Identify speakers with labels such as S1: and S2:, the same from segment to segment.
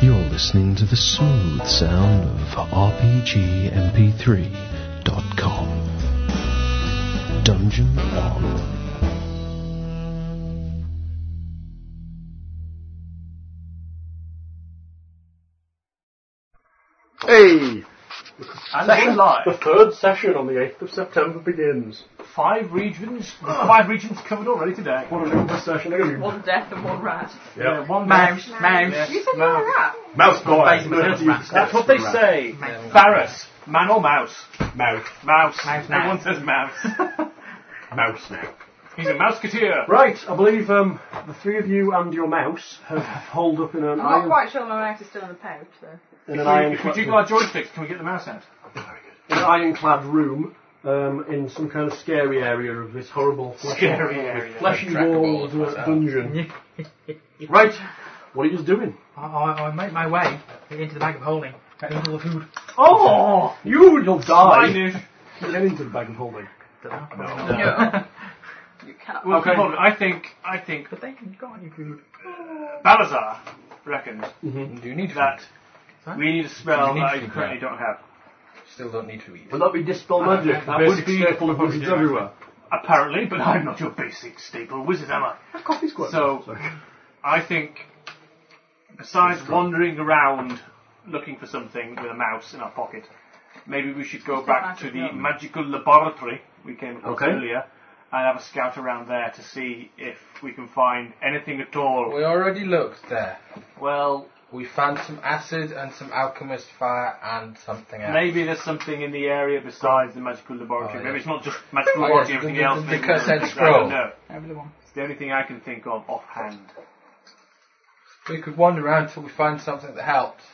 S1: listening to the smooth sound of RPGMP3.com. Dungeon 1.
S2: Hey!
S3: And
S2: Second-
S3: we're
S2: The
S3: live.
S2: third session on the 8th of September begins.
S3: Five regions, five regions covered already today.
S2: What a number session, are you?
S4: One death and one rat.
S3: Yeah, one
S4: Mouse,
S3: mouse,
S4: mouse.
S3: yes,
S4: You said you were
S3: mouse.
S4: a rat.
S2: Mouse boy!
S3: That's what they say. Barris, man or mouse?
S2: Mouse.
S3: Mouse.
S4: Mouse,
S3: Everyone
S4: mouse.
S3: says mouse.
S2: Mouse now.
S3: He's a mouseketeer.
S2: Right, I believe um, the three of you and your mouse have holed up in an
S4: I'm not
S2: iron,
S4: quite sure my mouse is still in the pouch, though.
S2: in an, iron
S3: If we jiggle our joysticks, can we get the mouse out?
S2: in an ironclad room um, in some kind of scary area of this horrible fleshy,
S3: Scary area.
S2: fleshy
S5: Trackable
S2: walls uh,
S5: as well.
S2: dungeon. right, what are you doing?
S6: I, I, I make my way into the bag of holding, uh, into the food.
S2: Oh! You, you'll die!
S3: Fine-ish.
S2: Get into the bag of holding.
S4: No. you cannot.
S3: Well,
S2: Okay.
S3: hold on. I think, I think
S6: But they can go on your food.
S3: Balazar reckons
S2: Mm-hmm.
S6: Do you need
S3: that we need a spell
S5: We need
S3: that I
S5: to do
S3: currently don't have.
S5: Still don't need to eat.
S2: Would that be dispel magic? That would
S3: Basically,
S2: staple of wizards
S3: yeah.
S2: everywhere.
S3: Apparently, but I'm not your basic staple wizard, am I?
S2: Coffee's quite
S3: So-
S2: nice.
S3: I think, besides wandering around looking for something with a mouse in our pocket, maybe we should go
S4: that
S3: back to
S4: magic
S3: the
S4: room?
S3: magical laboratory we came across
S2: Okay.
S3: earlier and have a scout around there to see if we can find anything at all.
S5: We already looked there.
S3: Well,
S5: We found some acid and some alchemist fire and something else.
S3: maybe there's something in the area besides the magical
S5: Oh,
S3: laboratory.
S5: yeah.
S3: Maybe it's not just magical
S5: Oh,
S3: laboratory,
S5: yes,
S3: everything
S5: the-
S3: else.
S5: the- the
S3: maybe
S5: cursed
S3: there's things I
S5: scroll.
S3: don't know.
S6: Over the one.
S3: It's the only thing I can think of offhand.
S5: We could wander around till we find something that helps.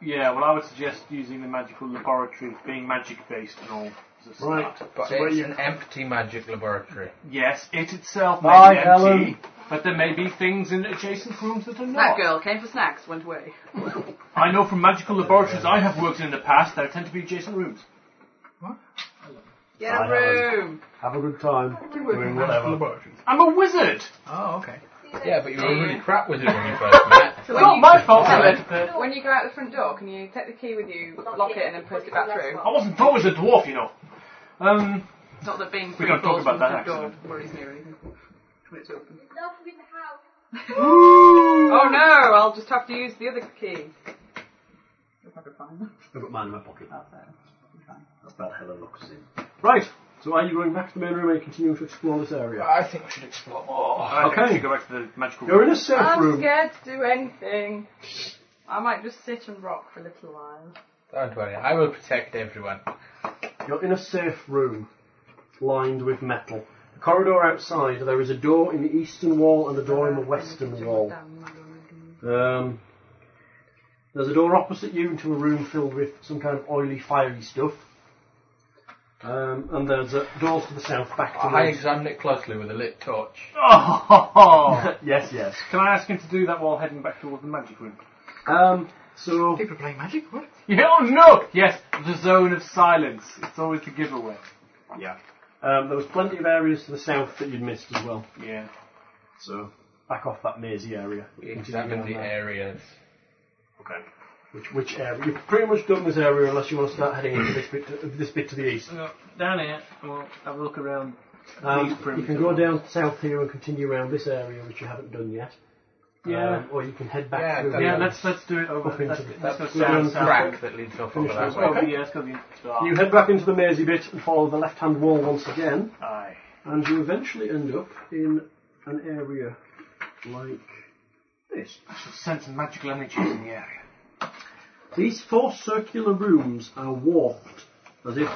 S3: Yeah, well, I would suggest using the magical laboratory, being magic based and all. as a
S2: Right.
S3: start.
S5: But
S2: So where
S5: it's
S2: you-
S5: an empty magic laboratory.
S3: Yes, it itself may
S2: Bye,
S3: be empty,
S2: Helen.
S3: but there may be things in adjacent rooms that are
S4: That
S3: not.
S4: girl came for snacks, went away.
S3: I know from magical laboratories I have worked in in the past, there tend to be adjacent rooms.
S4: Get a
S2: I
S4: room.
S2: Have a good time doing whatever.
S3: I'm a wizard.
S6: Oh, okay.
S5: Yeah, but you were a really
S4: Yeah.
S5: crap wizard when you first met.
S4: So
S3: It's
S4: when
S3: not
S4: you-
S3: my fault. uh,
S4: Helen,
S3: Helen.
S4: When you go out the front door, can you take the key with you, lock it, and then post it back through?
S3: I wasn't always a dwarf, you know. Um,
S4: Not that being
S3: We
S4: three
S3: don't talk
S4: doors from the
S3: about that
S4: front door worries me or anything. When it's open. Oh no! I'll just have to use the other key. If I could find them.
S2: I've got mine in my pocket.
S4: That's it.
S2: That's about Helen looks in. Right. So are you going back to the main room and continuing to explore this area?
S5: I think we should explore more.
S3: I think
S2: Okay.
S3: we should Oh, go back to the magical
S2: You're in a safe
S4: I'm
S2: room.
S4: scared to do anything. I might just sit and rock for a little while.
S5: Don't worry, I will protect everyone.
S2: You're in a safe room, lined with metal. The corridor outside. There is a door in the eastern wall and a door in
S4: Uh,
S2: the western wall. Um, there's a door opposite you into a room filled with some kind of oily, fiery stuff. Um, and there's a door to the south, back to
S5: I
S2: the
S5: examine it closely with a lit torch.
S3: Oh, ho, ho.
S2: Yes, yes.
S3: can I ask him to do that while heading back towards the magic room?
S2: Um, so
S6: People playing magic? What?
S3: Yeah, oh no! Yes, the zone of silence. It's always the giveaway.
S2: yeah, um, there was plenty of areas to the south that you'd missed as well.
S3: Yeah.
S2: So back off that mazy area.
S5: We examine the areas.
S2: Okay. Which which area? You've pretty much done this area unless you want to start heading into this bit to, this bit to the east.
S3: Down here, we'll have a look around.
S2: Um,
S3: These perimeter
S2: you can go
S3: ones.
S2: down south here and continue around this area which you haven't done yet.
S3: Yeah.
S2: Um, or you can head back
S5: Yeah,
S2: through.
S5: done
S3: Yeah,
S2: here.
S3: let's let's do it over.
S2: Up into
S3: Let's,
S2: the-
S3: let's go
S2: that's the
S3: south.
S2: one
S3: south.
S5: Crack that leads off over that
S3: Let's
S5: way.
S3: go
S2: Okay.
S3: the- let's go the- oh,
S2: You head back into the mazy bit and follow the left-hand wall once again,
S3: aye.
S2: and you eventually end up in an area like this.
S3: I should sense some magical energies in the area.
S2: These four circular rooms are warped as if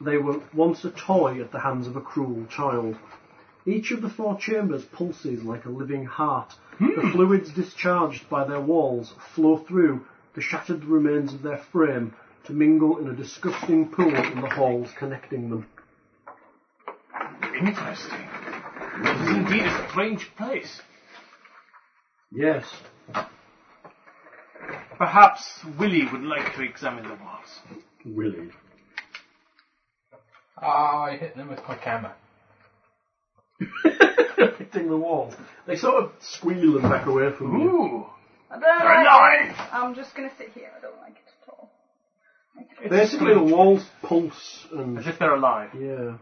S2: they were once a toy at the hands of a cruel child. Each of the four chambers pulses like a living heart. The fluids discharged by their walls flow through the shattered remains of their frame to mingle in a disgusting pool in the halls connecting them.
S3: Interesting. It is indeed a strange place.
S2: Yes.
S3: Perhaps Willy would like to examine the walls.
S2: Willie.
S5: Ah, I hit them with my hammer.
S2: Hitting the wall. They sort of squeal and back away from you.
S3: Ooh,
S4: I don't
S3: You're
S4: like it.
S3: alive!
S4: I'm just gonna sit here. I don't like it at all.
S2: Basically, the walls pulse
S3: As
S2: and
S3: if they're alive.
S2: yeah,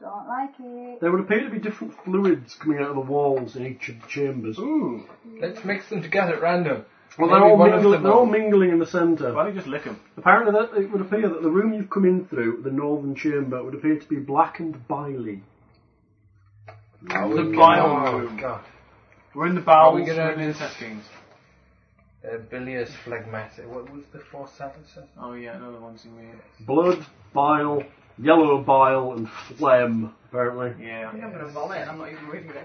S4: Don't like it.
S2: there would appear to be different fluids coming out of the walls in each of the chambers.
S3: Ooh.
S5: Let's mix them together at random.
S2: Well, they're
S5: Maybe
S2: all,
S5: one of
S2: mingling,
S5: them
S2: they're all
S5: will-
S2: mingling in the centre.
S3: Why don't you just lick them?
S2: Apparently, that, it would appear that the room you've come in through, the northern chamber, would appear to be blackened biley.
S5: Are
S3: The
S5: we-
S3: bile
S5: Oh,
S3: room.
S5: God.
S3: We're in the bowels.
S5: Are we gonna
S3: we're in the
S5: do this?
S3: intestines.
S5: Uh, bilious phlegmatic. What was the four sentences?
S3: Oh yeah, another one's in there.
S2: Blood, bile, yellow bile, and phlegm. Apparently,
S4: I think
S3: Yeah.
S4: I'm gonna vomit. and I'm not even reading it.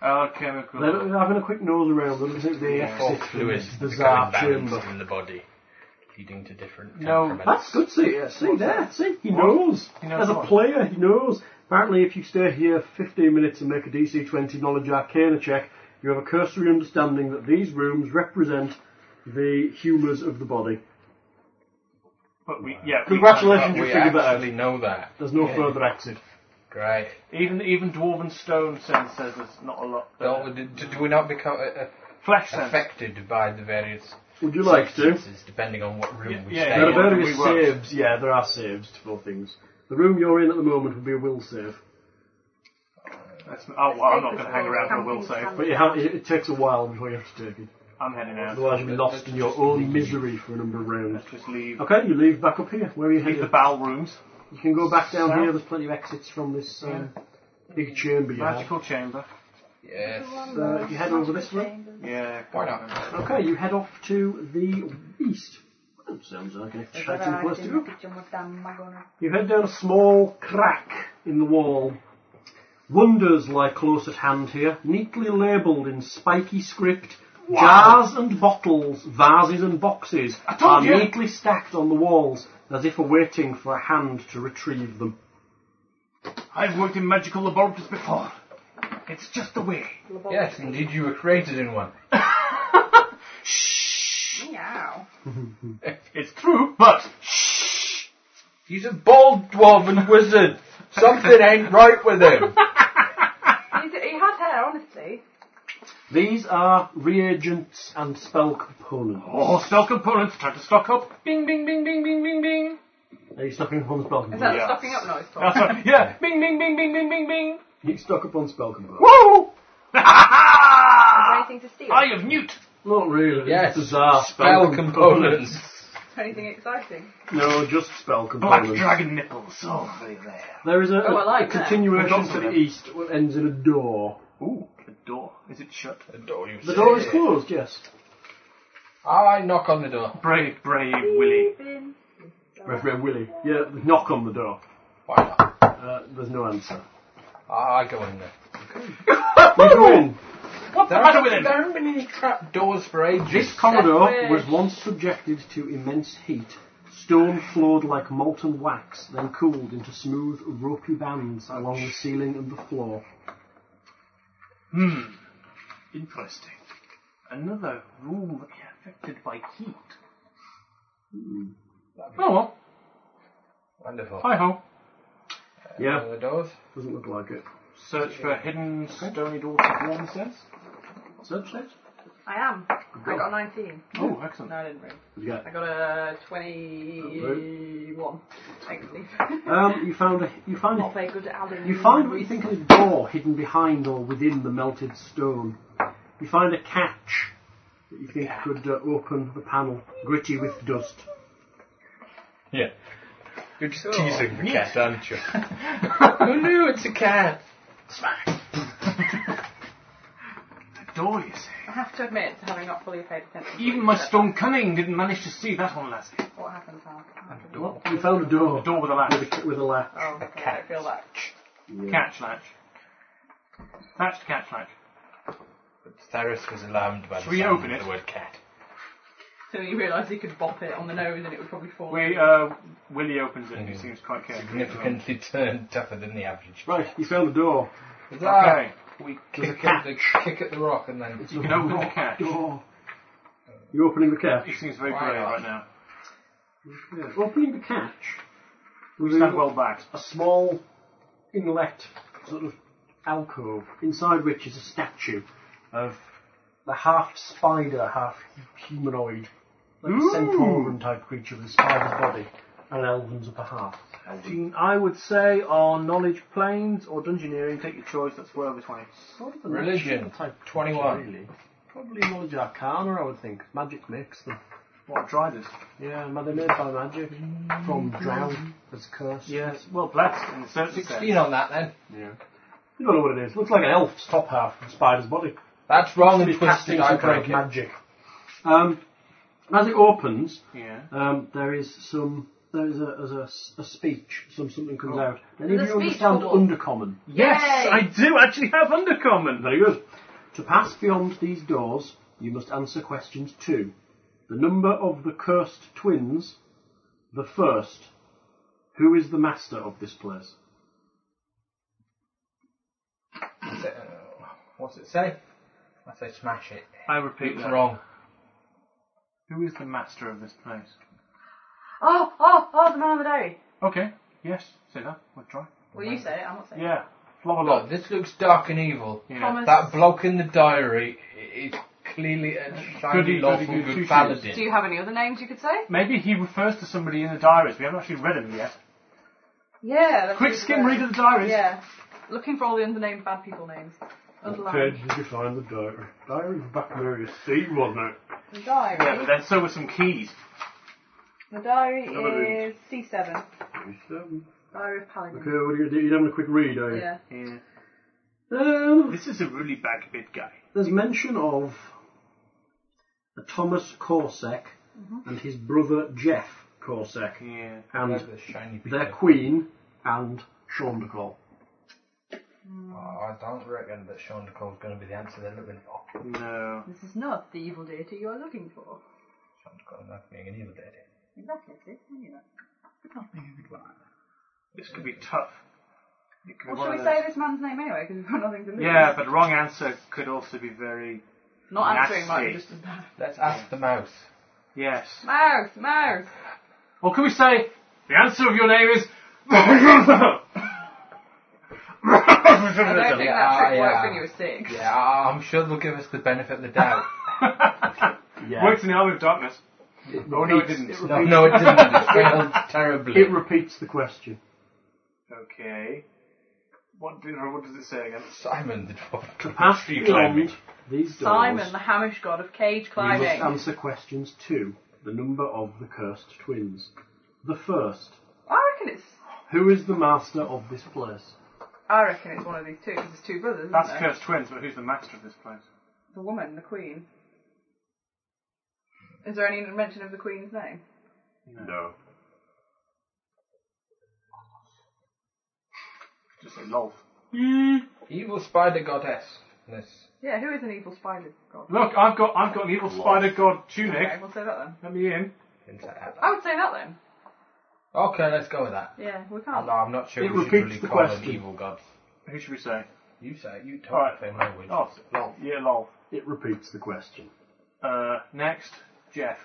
S3: Alchemical.
S2: they're having a quick nose around. They don't think they
S3: Yeah.
S2: exit from this bizarre chamber.
S5: the body, leading to different
S3: No.
S2: That's good, see, yeah, see there, see, he knows.
S3: He knows
S2: As a
S3: what?
S2: player, he knows. Apparently, if you stay here 15 minutes and make a DC 20 knowledge arcana check, you have a cursory understanding that these rooms represent the humours of the body.
S3: But we, yeah. we-
S2: Congratulations, you
S5: we
S2: figured that
S5: actually
S2: out.
S5: know that.
S2: There's no
S5: Yeah.
S2: further exit.
S5: Great.
S3: Even even dwarven stone sense says there's not a lot. there.
S5: Don't, do, do we not become uh, uh,
S3: Flesh sense.
S5: affected by the various
S2: Would you like to?
S5: substances depending on what room
S3: Yeah,
S5: we
S3: yeah,
S5: stay
S2: There are
S5: in?
S3: yeah.
S2: various
S3: we work.
S2: saves, yeah, there are saves for things. The room you're in at the moment would be a will save,
S3: That's, oh, well, I'm not going to hang around for a will save.
S2: but you ha it, it takes a while before you have to take it.
S3: I'm heading out.
S2: Otherwise, you'll be lost in your own misery for a number of rounds.
S3: Let's just leave.
S2: Okay, you leave back up here. Where are you
S3: Leave the
S2: headed?
S3: bowel rooms.
S2: You can go back down
S3: South?
S2: here. There's plenty of exits from this um, big chamber. You have.
S3: Magical chamber.
S5: Yes.
S2: So if you head over this way,
S3: Yeah.
S5: Why not?
S2: okay, you head off to the east. Well, sounds like an exciting place to go. You head down a small crack in the wall. Wonders lie close at hand here, neatly labelled in spiky script. Jars and bottles, vases and boxes
S3: told
S2: are
S3: you.
S2: neatly stacked on the walls as if awaiting for a hand to retrieve them.
S3: I've worked in magical laboratories before. It's just the way.
S5: Yes, indeed, you were created in one.
S4: Meow.
S3: It's true, but
S5: He's a bald dwarven wizard. Something ain't right with him.
S4: He d- he had hair, honestly.
S2: These are reagents and spell components.
S3: oh, spell components. Time to stock up. Bing, bing, bing, bing, bing, bing, bing.
S2: Are you stocking up on spell
S4: Is
S2: components?
S4: that the
S3: Yes.
S4: stocking up noise?
S3: That's
S4: Tom?
S3: right. Yeah. Bing, bing, bing, bing, bing, bing, bing.
S2: You stock up on spell components.
S3: Woo!
S4: Is
S3: I
S4: there anything to steal?
S3: of Newt.
S2: Not really.
S5: Yes.
S2: Bizarre spell,
S5: Spell components.
S4: Is there anything exciting?
S2: No, just spell
S3: Black
S2: components.
S3: dragon nipples. Oh, very there.
S2: There is a,
S4: Oh, I like
S2: a
S4: that.
S2: continuation
S3: We've
S2: to
S3: got
S2: the
S3: some.
S2: east that ends in a door.
S3: Ooh, the door. Is it shut?
S5: The door, you
S2: The door is
S5: say.
S2: closed, yes.
S5: I knock on the door.
S3: Brave, brave Willie.
S4: Beeping.
S2: Reverend Willie. Yeah, knock on the door.
S5: Why not?
S2: Uh, there's no answer.
S5: I go in there.
S2: You go in.
S3: What's
S5: There
S3: the matter
S5: haven't,
S3: with him?
S5: there haven't been any trap doors for ages.
S2: This corridor
S4: That's
S2: was
S4: weird.
S2: once subjected to immense heat. Stone flowed like molten wax, then cooled into smooth, ropey bands along the ceiling and the floor.
S3: Hmm. Interesting. Another room affected by heat. Oh well.
S5: Wonderful.
S3: Hi ho.
S2: Yeah,
S5: Other doors.
S2: doesn't look like it.
S3: Search for hidden stony doors of warm sense.
S2: Search light?
S4: I am. I got a 19.
S3: Oh, excellent.
S4: No, I didn't really.
S2: Yeah.
S4: I got a 21. I believe.
S2: Um, you found a you find
S4: Not very good at adding.
S2: You find what you think is a door hidden behind or within the melted stone. You find a catch that you think could uh, open the panel, gritty with dust.
S5: Yeah. You're just teasing the cat, aren't you? Who knew it's a cat?
S3: A door, you say?
S4: I have to admit to having not fully paid attention. to
S3: Even my
S4: what-
S3: stone cunning didn't manage to see that one, Lassie.
S4: What happened, Hal?
S2: What? You found a door
S3: A door with a latch.
S2: with a, with a latch.
S4: Oh, okay, I feel that.
S3: Catch latch. Thatched catch latch.
S5: But Cyrus was alarmed by the,
S3: Should we
S5: sound
S3: open
S5: of
S3: it?
S5: the word cat.
S4: So you realise you could bop it on the nose and it would probably fall.
S3: We, uh, Willie opens it and he
S5: Mhm.
S3: seems quite careful.
S5: Significantly turned tougher than the average.
S2: Right, you found a door.
S5: Huzzah!
S3: Okay.
S5: We
S2: There's a
S5: kick at, the, kick at the rock and then.
S2: You
S3: can open the catch.
S2: Door. You're opening the catch.
S3: He seems very
S5: Why
S3: brave
S5: not?
S3: right now.
S2: Yeah. Opening the catch.
S3: We stand well back.
S2: a small inlet sort of alcove inside which is a statue of the half spider, half hu- humanoid, like a centauran type creature with a spider's body and elven's upper half.
S3: Gene, I would say on knowledge planes or dungeoneering, take your choice. That's four over twenty.
S2: Sort of a
S5: Religion,
S2: magical type creature,
S5: 21.
S2: Really. Probably knowledge arcana, I would think. Magic makes them.
S3: What drivers?
S2: Yeah, ma- they're made by magic from drown as curse.
S3: Yes. Well, blessed in the sense of
S5: Sixteen on that then.
S2: yeah. You don't know what it is. Looks like an elf's top half of a spider's body.
S5: That's wrong and
S2: Casting
S5: twisted. I
S2: some kind
S5: break
S2: of
S5: it.
S2: magic. Um, as it opens,
S3: Yeah.
S2: um, there is some. There is a, there's a, s- a speech. Some something comes out. Any of
S4: There's
S2: you
S4: a speech
S2: understand
S4: bubble.
S2: undercommon?
S4: Yay!
S3: do actually have undercommon.
S2: Very good. To pass beyond these doors, you must answer questions two. The number of the cursed twins, the first. Who is the master of this place?
S5: Is it, uh, What's it say?
S6: I say smash it.
S3: I repeat
S5: It's
S3: that.
S5: wrong.
S3: Who is the master of this place?
S4: Oh, oh, oh, the man on the diary.
S3: Okay. Yes. Say that. We'll try.
S4: Well, you said it, I'm not saying
S3: Yeah. Flog
S5: Look,
S3: along.
S5: this looks dark and evil.
S4: it.
S3: Yeah.
S4: Thomas,
S5: That bloke in the diary i- is clearly a shiny,
S3: Goody,
S5: lawful
S3: goody, goody,
S5: good
S4: do
S5: paladin.
S4: you have any other names you could say?
S3: Maybe he refers to somebody in the diaries. We haven't actually read them yet.
S4: Yeah. that's
S3: Quick
S4: what you
S3: skim
S4: said.
S3: read of the diaries.
S4: Yeah. Looking for all the unnamed bad people names. Underlined.
S2: did you find the diary? Diary of Bacchanarius C, wasn't it?
S4: The
S3: Yeah, but
S4: diary.
S3: then so were some keys.
S4: The diary
S3: Another room.
S4: is C7.
S2: Seven.
S4: Diary of Paladin.
S2: Okay, what are you going to do? You're having a quick read, are you?
S4: Yeah.
S3: Yeah.
S2: Um,
S3: This is a really bad bit guy.
S2: there's mention of a Thomas Corsack and his brother Jeff Corsack
S3: Yeah.
S2: and
S5: Look at the shiny
S2: their
S5: people.
S2: queen and Shaundacol.
S5: Oh, I don't reckon that Sean Nicole's going to be the answer they're looking for.
S3: No.
S4: This is not the evil deity you are looking for.
S5: Sean Nicole's not being an evil deity.
S4: Exactly. See? You know.
S3: This could be tough. It could be
S4: Well,
S3: one
S4: should we
S3: of
S4: say
S3: those-
S4: this man's name anyway? Because we've got nothing to lose.
S3: uh, Yeah, but wrong answer could also be very.
S4: Not answering
S3: nasty.
S4: mine just as bad.
S5: Let's ask the mouse.
S3: Yes.
S4: Mouse, mouse.
S3: Or can we say the answer of your name is? I
S4: I don't think that
S5: Yeah,
S4: trick worked when
S5: yeah.
S4: you were six.
S5: Yeah, I'm sure they'll give us the benefit of the doubt.
S2: Yeah.
S3: Worked in the army of darkness.
S5: It
S3: Oh, no, it
S5: repeats-
S3: didn't.
S5: No, no, it didn't. It failed terribly.
S2: It repeats the question.
S3: Okay. What, did, what does it say again?
S5: Simon the dwarf.
S2: To pass
S5: Tree
S2: beyond these doors,
S4: Simon, the Hamish god of cage
S2: you must
S4: climbing.
S2: answer questions two. The number of the cursed twins. The first.
S4: I reckon it's.
S2: Who is the master of this place?
S4: I reckon it's one of these two because it's two brothers. Isn't
S3: That's
S4: there?
S3: cursed twins, but who's the master of this place?
S4: The woman, the queen. Is there any mention of the queen's name?
S2: No.
S3: Just say lol.
S5: Evil spider goddess. Yes.
S4: Yeah, who is an evil spider god?
S3: Look, I've got I've got an evil spider god
S4: Okay,
S3: tunic.
S4: we'll say that then.
S3: Let me in.
S5: Inside out.
S4: I would say that then.
S5: Okay, let's go with that.
S4: Yeah, we
S5: No,
S4: can't.
S5: I'm not sure
S2: It
S5: we should
S2: repeats
S5: really
S2: the
S5: call them
S2: question.
S5: evil gods.
S3: Who should we say?
S5: You say it, you
S3: All right.
S5: talk the same language.
S3: Oh, lol. Yeah, lol.
S2: It repeats the question.
S3: Uh, next, Jeff.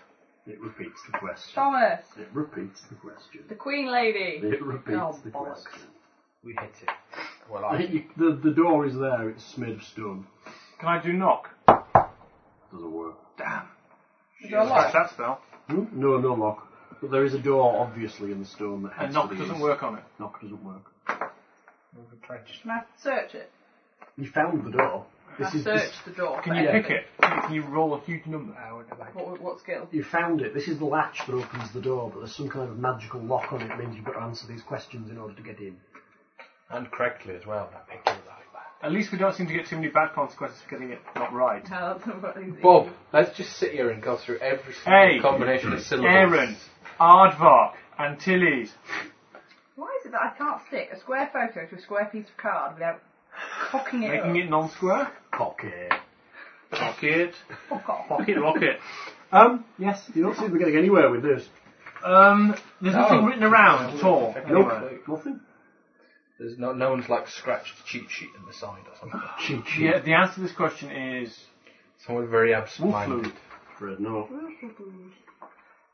S2: It repeats the question.
S4: Thomas,
S2: It repeats the question.
S4: the queen lady.
S2: It repeats
S4: Oh,
S2: the
S4: bollocks.
S2: question.
S5: We hit it. Well, I
S2: You- The, the door is there, it's made of stone.
S3: Can I do knock?
S2: Doesn't work.
S3: Damn.
S4: Is there a lock?
S3: That spell.
S2: Hmm? No, no lock. But there is a door, obviously, in the stone that heads
S3: And knock
S2: to the
S3: doesn't
S2: east.
S3: work on it.
S2: Knock doesn't work.
S5: We'll try to-
S4: Can I search it?
S2: You found the door.
S4: Can
S2: This
S4: I
S2: is this,
S4: search the door?
S3: Can
S4: for
S3: you pick
S4: anything?
S3: it? Can you roll a huge number?
S5: I would like to-
S4: What, what skill?
S2: you found it. This is the latch that opens the door, but there's some kind of magical lock on it. Means you've got to answer these questions in order to get in.
S5: And correctly as well. That makes it like that.
S3: At least we don't seem to get too many bad consequences for getting it not right.
S4: No, that's not what easy.
S5: Bob, let's just sit here and go through every single
S3: Hey,
S5: combination of syllables.
S3: Aaron, Aardvark, Antilles.
S4: Why is it that I can't stick a square photo to a square piece of card without cocking it
S3: Making
S4: up?
S3: it non-square?
S2: Pocket.
S3: Pocket.
S4: Fuck off.
S3: Pocket rocket.
S2: Um. Yes. You don't seem to be getting anywhere with this.
S3: Um, there's
S5: No.
S3: nothing written around at all.
S2: Nope.
S3: anywhere.
S2: Nothing.
S5: There's no, no one's like scratched a cheat sheet in the side or something.
S2: Cheat sheet.
S3: Yeah, the answer to this question is...
S5: Someone very
S3: Wolf
S5: absent-minded.
S3: Flute.
S2: Fred, no.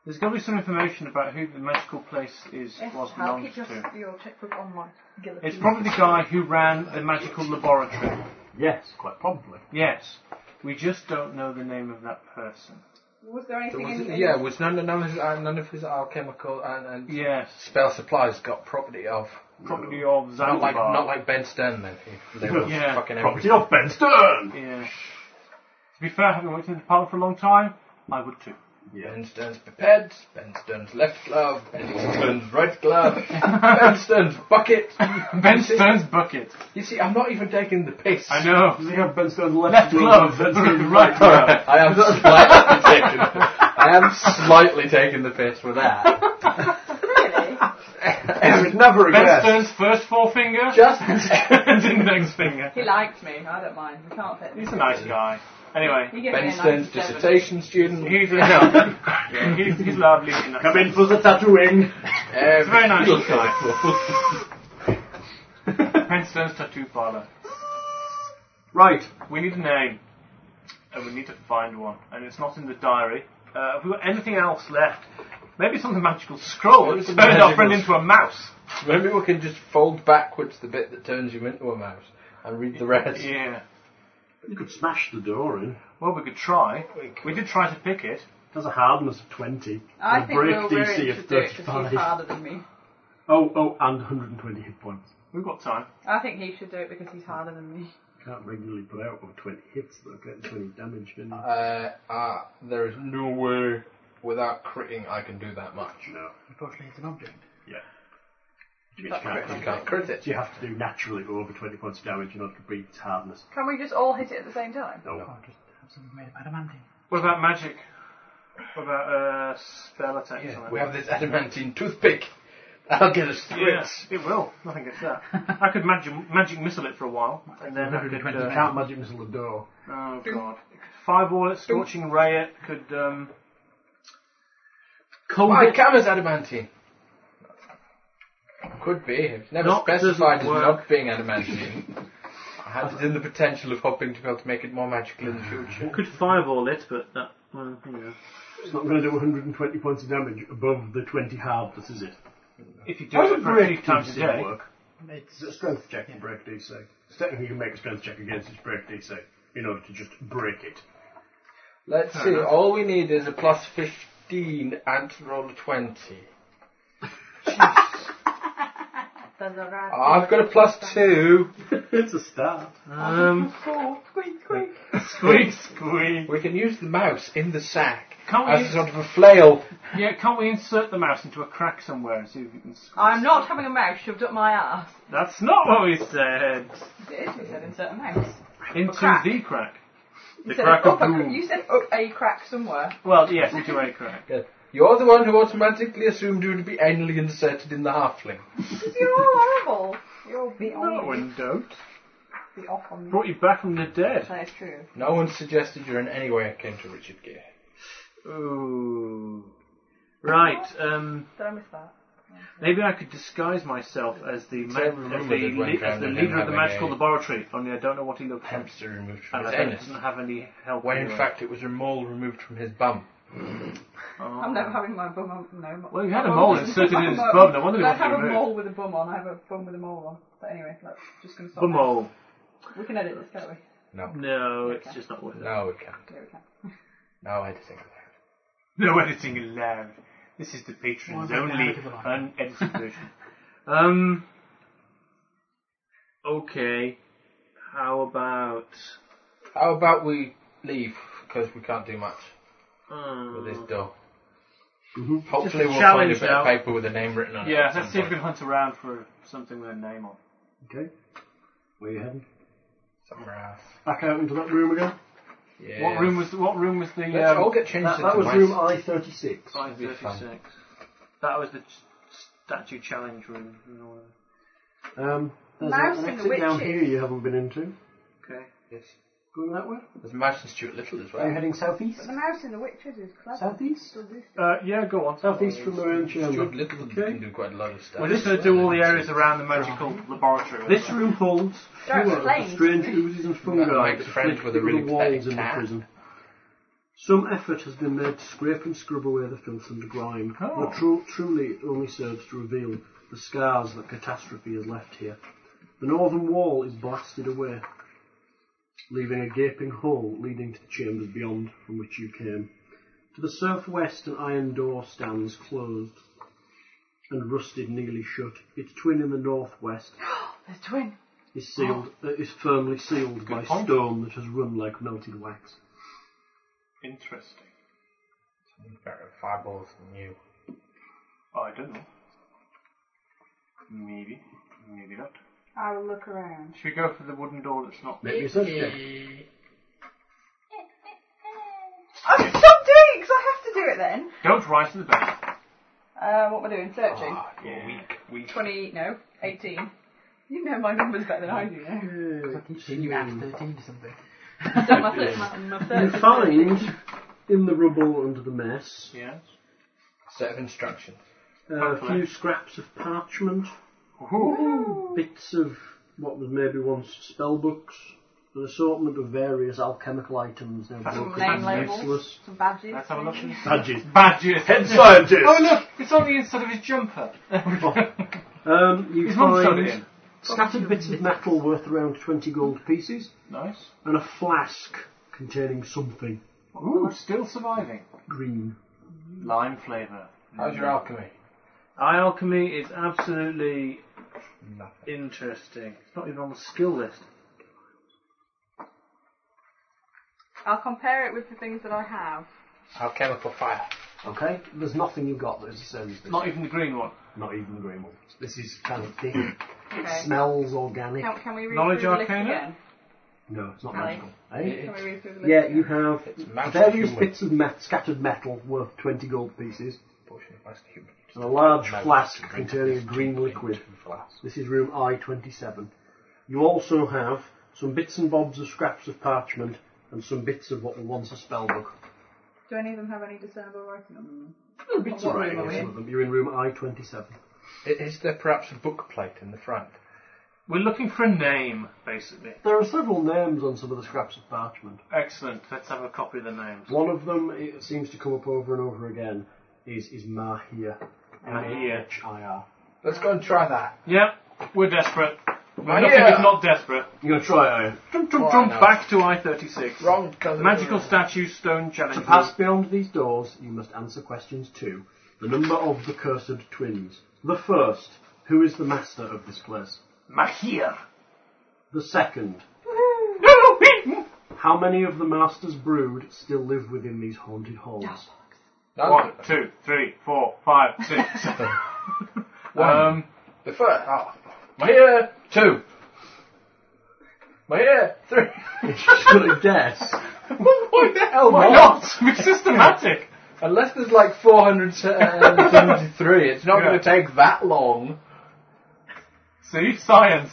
S3: There's got to be some information about who the magical place is
S4: Yes,
S3: was
S4: I'll
S3: belongs
S4: keep your,
S3: to.
S4: your checkbook on my guillotine.
S3: It's probably the guy who ran the magical laboratory.
S2: Yes, quite probably.
S3: Yes. We just don't know the name of that person.
S4: Was there
S7: So
S4: anything
S7: was
S4: in
S7: it,
S4: in-
S7: yeah, was none, none, of his, uh, none of his alchemical and, and
S3: Yes,
S7: spell supplies got property of.
S3: property of Zanzibar.
S7: Not like, not like Ben Stern, then. who- They were
S3: Yeah.
S7: fucking
S2: Property
S7: everything.
S2: of Ben Stern!
S3: Yeah. To be fair, having worked in the department for a long time, I would too.
S7: Ben Stern's prepared, Ben Stern's left glove, Ben Stern's right glove, Ben Stern's bucket.
S3: Ben Stern's bucket.
S7: You see, I'm not even taking the piss.
S3: I know.
S2: Does he have Ben Stern's left,
S3: Left
S2: glove,
S3: glove,
S2: and Ben Stern's
S3: right
S2: right
S3: glove?
S2: glove?
S7: I am slightly taking. I am slightly taking the piss with that.
S4: Really?
S7: I would never
S3: Ben
S7: regress.
S3: Stern's first forefinger
S7: Just
S3: and index finger.
S4: He likes me. I don't mind. We can't fit.
S3: He's a nice guy. Anyway,
S4: He gives me
S7: Ben
S4: a 97.
S7: Stern's dissertation student.
S3: he's a, he's, he's lovely. and-
S2: Come in for the tattooing!
S7: It's
S3: very nice Ben Stern's tattoo parlor.
S2: Right,
S3: We need a name, and we need to find one. And it's not in the diary. Uh, have we got anything else left? Maybe some magical scroll
S7: What
S3: that
S7: is a
S3: turned our
S7: magical
S3: friend into a mouse.
S7: Maybe we can just fold backwards the bit that turns you into a mouse and read the rest.
S3: Yeah.
S2: you could smash the door in.
S3: Well, we could try. We did try to pick it.
S2: There's a hardness of 20.
S4: I
S2: and a
S4: think
S2: break
S4: we'll ruin
S2: DC
S4: it
S2: of
S4: to do it because
S2: 35.
S4: he's harder than me.
S2: Oh, oh, and 120 hit points.
S3: We've got time.
S4: I think he should do it because he's harder than me.
S2: Can't regularly put out over 20 hits though, get 20 damage, can you?
S7: Uh, uh, there is no way without critting I can do that much.
S2: No.
S6: Unfortunately, it's an object.
S2: You
S4: That's
S2: can't
S7: You
S2: do
S7: can't crit it.
S2: that. You have to do naturally over 20 points of damage in order to beat its hardness.
S4: Can we just all hit it at the same time?
S2: No.
S6: Oh, just have something made of adamantine.
S3: What about magic? What about uh, spell attack? or
S7: Yeah,
S3: something?
S7: we have this adamantine toothpick. That'll get us through it.
S3: Yes, it will. Nothing gets that. I could magic, magic missile it for a while, and then I could.
S6: 120
S2: You
S3: Uh,
S2: can't magic missile the door.
S3: oh god! Fireball it, scorching ray it. Could um,
S7: My camera's adamantine. Could be. It's never
S3: Not
S7: specified as
S3: doesn't work.
S7: not being adamantine. I had it in the potential of hoping to be able to make it more magical in the future.
S3: could fireball it, but that. Well, you know.
S2: It's not going to do 120 points of damage above the 20 hardness, is it?
S3: If you do it for a few times a
S2: DC
S3: day,
S2: work?
S6: It's
S2: Is it a strength check and break DC? It's technically you can make a strength check against its break DC in order to just break it.
S7: Let's see. All we need is a plus fifteen and to roll a twenty.
S4: Does that right?
S7: I've got a plus two.
S2: it's a start.
S3: um,
S4: Oh, squeak, squeak.
S3: squeak, squeak.
S7: We can use the mouse in the sack
S3: Can't we
S7: as
S3: use-
S7: sort of a flail.
S3: Yeah, can't we insert the mouse into a crack somewhere and see if we can? squeeze?
S4: I'm not having a mouse shoved up my ass.
S3: That's not what we said.
S4: It is, we said insert a mouse.
S3: Into
S4: crack.
S3: the crack.
S4: You
S3: The
S4: said
S3: crack
S4: up
S3: of
S4: a,
S3: doom.
S4: You said up a crack somewhere.
S3: Well, yes, into a crack.
S7: You're the one who automatically assumed you would be anally inserted in the halfling.
S4: You're horrible. You're beyond
S3: No one don't.
S4: be off on me.
S3: Brought you back from the dead.
S4: That is true.
S7: No one suggested you're in any way akin to Richard Gere.
S3: Ooh. Right. Um,
S4: Did I miss that?
S3: maybe I could disguise myself as the ma-
S7: Every
S3: as the,
S7: rumour that went
S3: le- as
S7: round
S3: the
S7: of him
S3: leader of the
S7: having
S3: magical
S7: a-
S3: laboratory. Only I don't know what he looks like,
S7: Hamster removed from
S3: and I
S7: his
S3: don't,
S7: anus.
S3: doesn't have any help.
S7: When in
S3: anyway.
S7: fact it was a mole removed from his bum.
S3: Oh.
S4: I'm never having my bum on. No.
S3: Well, you
S4: my
S3: had a
S4: bum
S3: mole
S4: on.
S3: inserted
S4: My
S3: in his
S4: bum.
S3: bum, no wonder they
S4: Let's
S3: wanted
S4: have
S3: to
S4: a
S3: remove it.
S4: mole with a bum on. I have a bum with a mole on. But anyway, let's just gonna stop.
S3: The
S4: now.
S3: mole.
S4: We can edit this, can't we?
S7: No.
S3: Mm. No, it's just not worth it.
S7: No, we can't.
S4: Yeah, we can.
S7: No editing.
S3: No editing allowed. This is the patrons
S6: Well,
S3: only
S6: I don't know.
S3: unedited version. Um. Okay. How about?
S7: How about we leave? Because we can't do much with this
S3: Uh,
S7: door.
S2: Mhm.
S7: Hopefully
S3: Mm-hmm. Just a
S7: we'll find a
S3: challenge
S7: bit
S3: now.
S7: of paper with a name written on it.
S3: yeah,
S7: at
S3: let's
S7: some
S3: see if we
S7: point.
S3: can hunt around for something with a name on.
S2: Okay. Where are you heading?
S7: Somewhere else.
S2: Back out into that room again?
S7: Yeah.
S3: What room was what room was the?
S7: Let's
S3: um,
S7: all get changed
S2: That,
S7: into
S2: that was
S7: mice.
S2: room I-36.
S3: Five
S7: Be fun.
S3: thirty-six. That was the ch- statue challenge room. you know.
S2: Um, there's
S4: Mouse
S2: an
S4: and
S2: exit down
S4: witches.
S2: here you haven't been into.
S3: Okay.
S7: Yes.
S2: Going that way?
S7: There's a mouse and Stuart Little as
S2: Are you
S7: well.
S2: heading southeast?
S4: But the mouse in the witches is clever.
S2: Southeast?
S4: So this-
S3: Uh, yeah, go on.
S2: Southeast from the room chamber.
S7: Stuart Little
S2: Okay.
S7: can do quite a lot of stuff.
S3: We're just going to do all the areas around the magical laboratory.
S2: This room holds fewer
S4: Don't
S2: of the
S4: explain.
S2: strange oozes and fungi
S7: That Mike's
S2: that
S7: friend
S2: afflict
S7: with a
S2: the
S7: really
S2: walls
S7: pathetic
S2: in the
S7: cat.
S2: prison. Some effort has been made to scrape and scrub away the filth and grime,
S3: Oh.
S2: but tru- truly it only serves to reveal the scars that catastrophe has left here. The northern wall is blasted away. leaving a gaping hole leading to the chambers beyond from which you came. To the southwest, an iron door stands closed and rusted nearly shut. Its twin in the northwest
S4: There's a twin.
S2: is sealed, uh, is firmly sealed by
S3: Oh. point.
S2: stone that has run like melted wax.
S3: Interesting.
S5: Better at fireballs than you.
S3: Oh, I don't know. Maybe. Maybe not.
S4: I will look around.
S3: Should we go for the wooden door that's not
S2: Maybe it's empty.
S4: Oh, stop doing it 'cause I have to do it then.
S3: Don't rise to the bell.
S4: Uh, what am I doing? Searching.
S3: Ah, Yeah. Weak, weak.
S4: 20, no, 18. You know my numbers better than I do now.
S6: I keep seeing you at 13 or something.
S4: I've done my search, my, my
S2: You
S4: search.
S2: find in the rubble under the mess
S3: Yes.
S5: Set of instructions.
S2: uh, a few scraps of parchment,
S3: Ooh.
S2: bits of what was maybe once spell books, an assortment of various alchemical items now
S3: That's
S2: broken
S4: Name
S3: That's
S2: and
S4: labels,
S2: useless.
S4: some badges.
S3: Let's have a look.
S2: Badges.
S3: Badges.
S2: Head scientist.
S3: Oh look, it's on the inside of his jumper.
S2: Um, you
S3: His mum sewed it in.
S2: find scattered bits of metal worth around 20 gold pieces
S3: Nice.
S2: and a flask containing something
S3: Ooh, still surviving.
S2: green.
S3: Lime flavour.
S5: How's
S2: Mm.
S5: your alchemy?
S3: Alchemy is absolutely
S5: Nothing.
S3: interesting. It's not even on the skill list.
S4: I'll compare it with the things that I have.
S5: Alchemical fire.
S2: Okay? There's nothing you've got that's the same as this.
S3: Not even the green one.
S2: Not even the green one. This is kind of pink.
S4: Okay.
S2: Smells organic.
S4: Can, can we read
S3: Knowledge
S4: through the list
S3: arcana?
S4: again?
S2: No, it's not
S4: Really?
S2: magical. Eh?
S4: Can we read through the list?
S2: Yeah,
S4: again?
S2: you have
S5: It's magical.
S2: various
S5: human.
S2: bits of met- scattered metal worth 20 gold pieces
S5: Portion of plastic human.
S2: and a large
S5: Mouth
S2: flask
S5: to drink
S2: containing a
S5: this
S2: green
S5: drink
S2: liquid.
S5: into flask.
S2: This is room I-27. You also have some bits and bobs of scraps of parchment and some bits of what were once a spellbook.
S4: Do any of them have any discernible writing on them?
S2: Bits of
S4: What room
S2: writing
S4: are
S2: on
S4: we
S2: some
S4: in?
S2: of them. You're in room I-27.
S5: I- Is there perhaps a book plate in the front?
S3: We're looking for a name, basically.
S2: There are several names on some of the scraps of parchment.
S3: Excellent. Let's have a copy of the names.
S2: One of them, it seems to come up over and over again, is, is Mahir.
S3: Mahir.
S2: M-A-H-I-R.
S5: Let's go and try that.
S3: Yep, we're desperate. We're
S5: Yeah.
S3: nothing if not desperate.
S2: You're going to try it, are you?
S3: Jump, jump,
S5: Why
S3: jump
S5: not?
S3: back to I 36.
S5: Wrong colour.
S3: Magical statue, stone challenge.
S2: To pass beyond these doors, you must answer questions two. The number of the cursed twins. The first, who is the master of this place?
S3: Mahir.
S2: The second,
S3: No, he-
S2: how many of the master's brood still live within these haunted halls?
S5: None
S3: One,
S5: of them.
S3: two, three, four, five, six, seven. Um,
S5: The first. Oh. My ear. Two. My ear. Three.
S2: Should I guess?
S5: Why the
S2: Oh,
S5: hell
S3: why not? Be systematic.
S5: Unless there's like 473, um, it's not
S3: Yeah.
S5: going to take that long.
S3: See, science.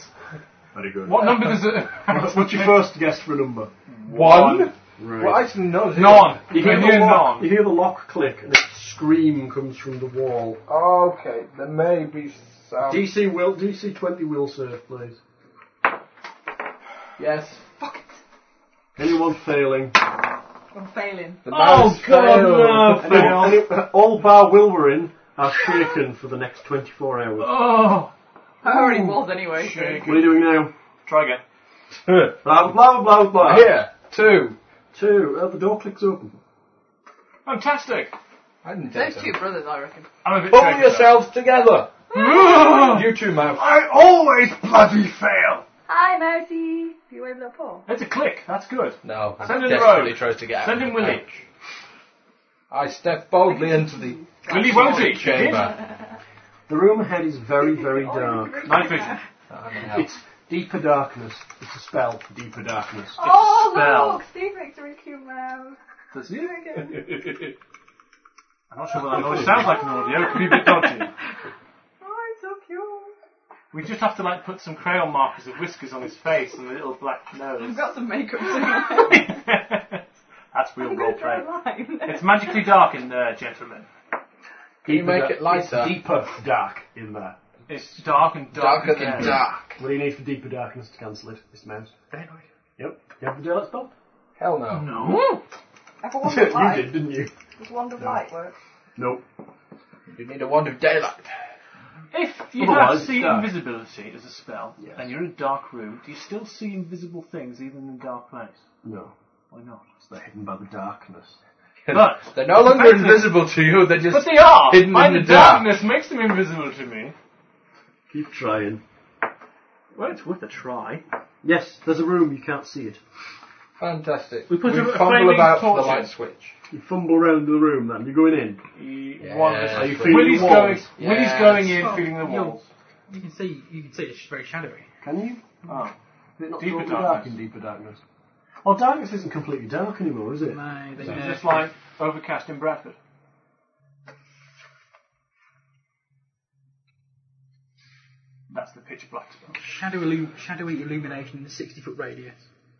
S2: Very good.
S3: What number does it?
S2: What's, what's your first guess for a number?
S5: One?
S2: Right.
S5: Well, actually, no. zero.
S3: None.
S2: You hear,
S3: I
S2: the
S3: knew
S2: lock, you
S3: none.
S2: hear the lock click and a scream comes from the wall.
S5: Okay, there may be some.
S2: DC will DC twenty will serve, please.
S5: yes.
S2: Anyone failing?
S4: I'm failing.
S5: The
S3: Oh,
S5: mouse
S3: God,
S5: failed.
S3: no. Fail.
S2: Any, any, all bar Wilwerin are shaken for the next twenty four hours.
S3: Oh,
S4: I already was anyway. so-
S3: shake.
S2: What are you doing now?
S3: Try again.
S2: Blah blah blah blah. blah.
S5: Here. Two.
S2: Two. Uh, the door clicks open.
S3: Fantastic.
S5: I didn't take them.
S4: Those two brothers, I reckon.
S3: I'm a bit.
S5: Pull
S3: shaken, though.
S5: yourselves together.
S3: Ah!
S5: you two mouse.
S3: I always bloody fail.
S4: Hi, Mousy. If you wave little paw.
S3: It's a click. That's good.
S5: No, I
S3: Send him the
S5: desperately
S3: road.
S5: tries to get out.
S3: Send
S5: of
S3: him
S5: the
S3: Willy.
S5: pouch. I step boldly into the
S3: Willy won't he?
S5: chamber.
S2: The room ahead is very very
S4: Oh,
S2: dark.
S3: Night vision.
S2: It's deeper darkness. It's a spell. Deeper darkness.
S4: Oh,
S2: spell.
S4: look! Steve makes a really cute mouse.
S3: Does he? I'm not sure what that noise sounds like in audio. It could be a bit dodgy.
S4: Oh, it's so cute.
S3: We just have to like put some crayon markers of whiskers on his face and a little black nose.
S4: I've got some makeup to do.
S3: That's real
S4: I'm
S3: role
S4: going to draw
S3: play.
S4: a line.
S3: It's magically dark in there, gentlemen.
S5: Can you
S2: Deeper
S5: make it
S2: dar-
S5: lighter?
S2: It's deeper dark in there.
S3: It's dark and dark
S5: Darker than
S3: again.
S5: dark.
S2: What do you need for deeper darkness to cancel it, Mr. Mouse? Yep. You have the daylight spell?
S5: Hell no.
S3: No.
S4: That's a wand of light.
S2: you did, didn't you?
S4: Does wand of light work?
S2: Nope.
S5: You need a wand of daylight.
S3: If you
S2: Otherwise,
S3: have
S2: it's
S3: see
S2: dark.
S3: invisibility as a spell,
S2: Yes.
S3: and you're in a dark room, do you still see invisible things even in a dark place?
S2: No,
S3: Why not?
S2: they're hidden by the darkness.
S3: But
S5: They're no longer
S3: Basically-
S5: invisible to you, they're just
S3: but they are.
S5: hidden
S3: My
S5: in the dark.
S3: darkness makes them invisible to me.
S2: Keep trying.
S3: Well, it's worth a try.
S2: Yes, there's a room, you can't see it.
S5: fantastic.
S3: We put a- a
S5: fumble
S3: flaming
S5: about for the
S3: torch in.
S5: light switch.
S2: You fumble around the room then, you're going in.
S5: Yes.
S3: One of us-
S5: Are you
S2: feeling
S3: Willie's
S2: the
S3: going.
S2: walls?
S3: Willie's
S5: Yes.
S3: going in,
S6: Well,
S3: feeling the
S6: you'll-
S3: walls.
S6: You can see, you can see it's very shadowy.
S2: Can you?
S3: Oh.
S2: Is it not
S3: Deeper
S2: totally dark
S3: darkness.
S2: in deeper darkness? Well, darkness isn't completely dark anymore, is it?
S6: No, they uh,
S3: So
S6: don't.
S3: it's just like overcast in Bradford. That's the pitch black spell.
S6: shadow illu- shadowy illumination in a 60 foot radius.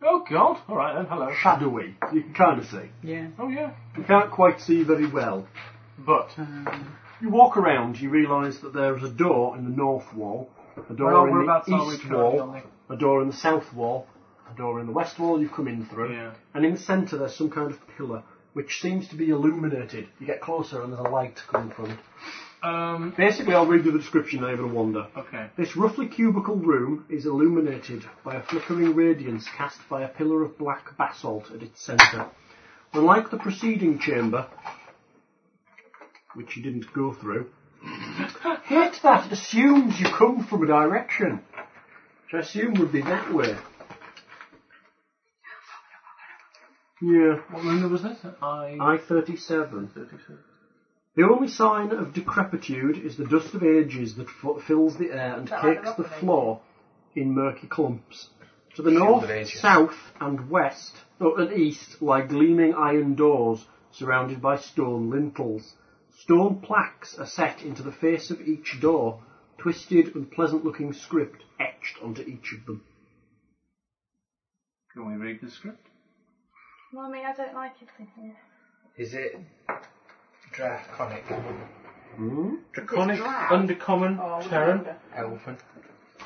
S3: Oh God! All right then. Hello.
S2: Shadowy. You can kind of see.
S6: Yeah.
S3: Oh yeah.
S2: You can't quite see very well.
S3: But
S6: Um,
S2: You walk around, you realise that there is a door in the north wall, a door
S3: Well,
S2: in
S3: whereabouts are
S2: the
S3: we
S2: east
S3: currently
S2: wall,
S3: on
S2: a door in the south wall, a door in the west wall you've come in through,
S3: Yeah.
S2: and in the centre there's some kind of pillar which seems to be illuminated. You get closer and there's a light coming from it.
S3: um.
S2: Basically, I'll read you the description over the wonder.
S3: Okay.
S2: This roughly cubical room is illuminated by a flickering radiance cast by a pillar of black basalt at its centre. Unlike the preceding chamber, which you didn't go through, hate that assumes you come from a direction, which I assume would be that way. Yeah,
S3: What number was this? I.
S2: I 37. The only sign of decrepitude is the dust of ages that f- fills the air and
S4: That
S2: cakes
S4: like
S2: the
S4: the rock
S2: floor in murky clumps. To the
S5: Field
S2: north,
S5: of ages.
S2: south, and west, oh, and east lie gleaming iron doors surrounded by stone lintels. Stone plaques are set into the face of each door, twisted and pleasant-looking script etched onto each of them.
S3: Can we read the script?
S4: Well, I mean, I don't like it in here.
S5: Is it draconic?
S3: Draconic,
S4: drab.
S3: undercommon,
S4: Oh,
S3: Terran,
S4: wonder.
S5: Elven.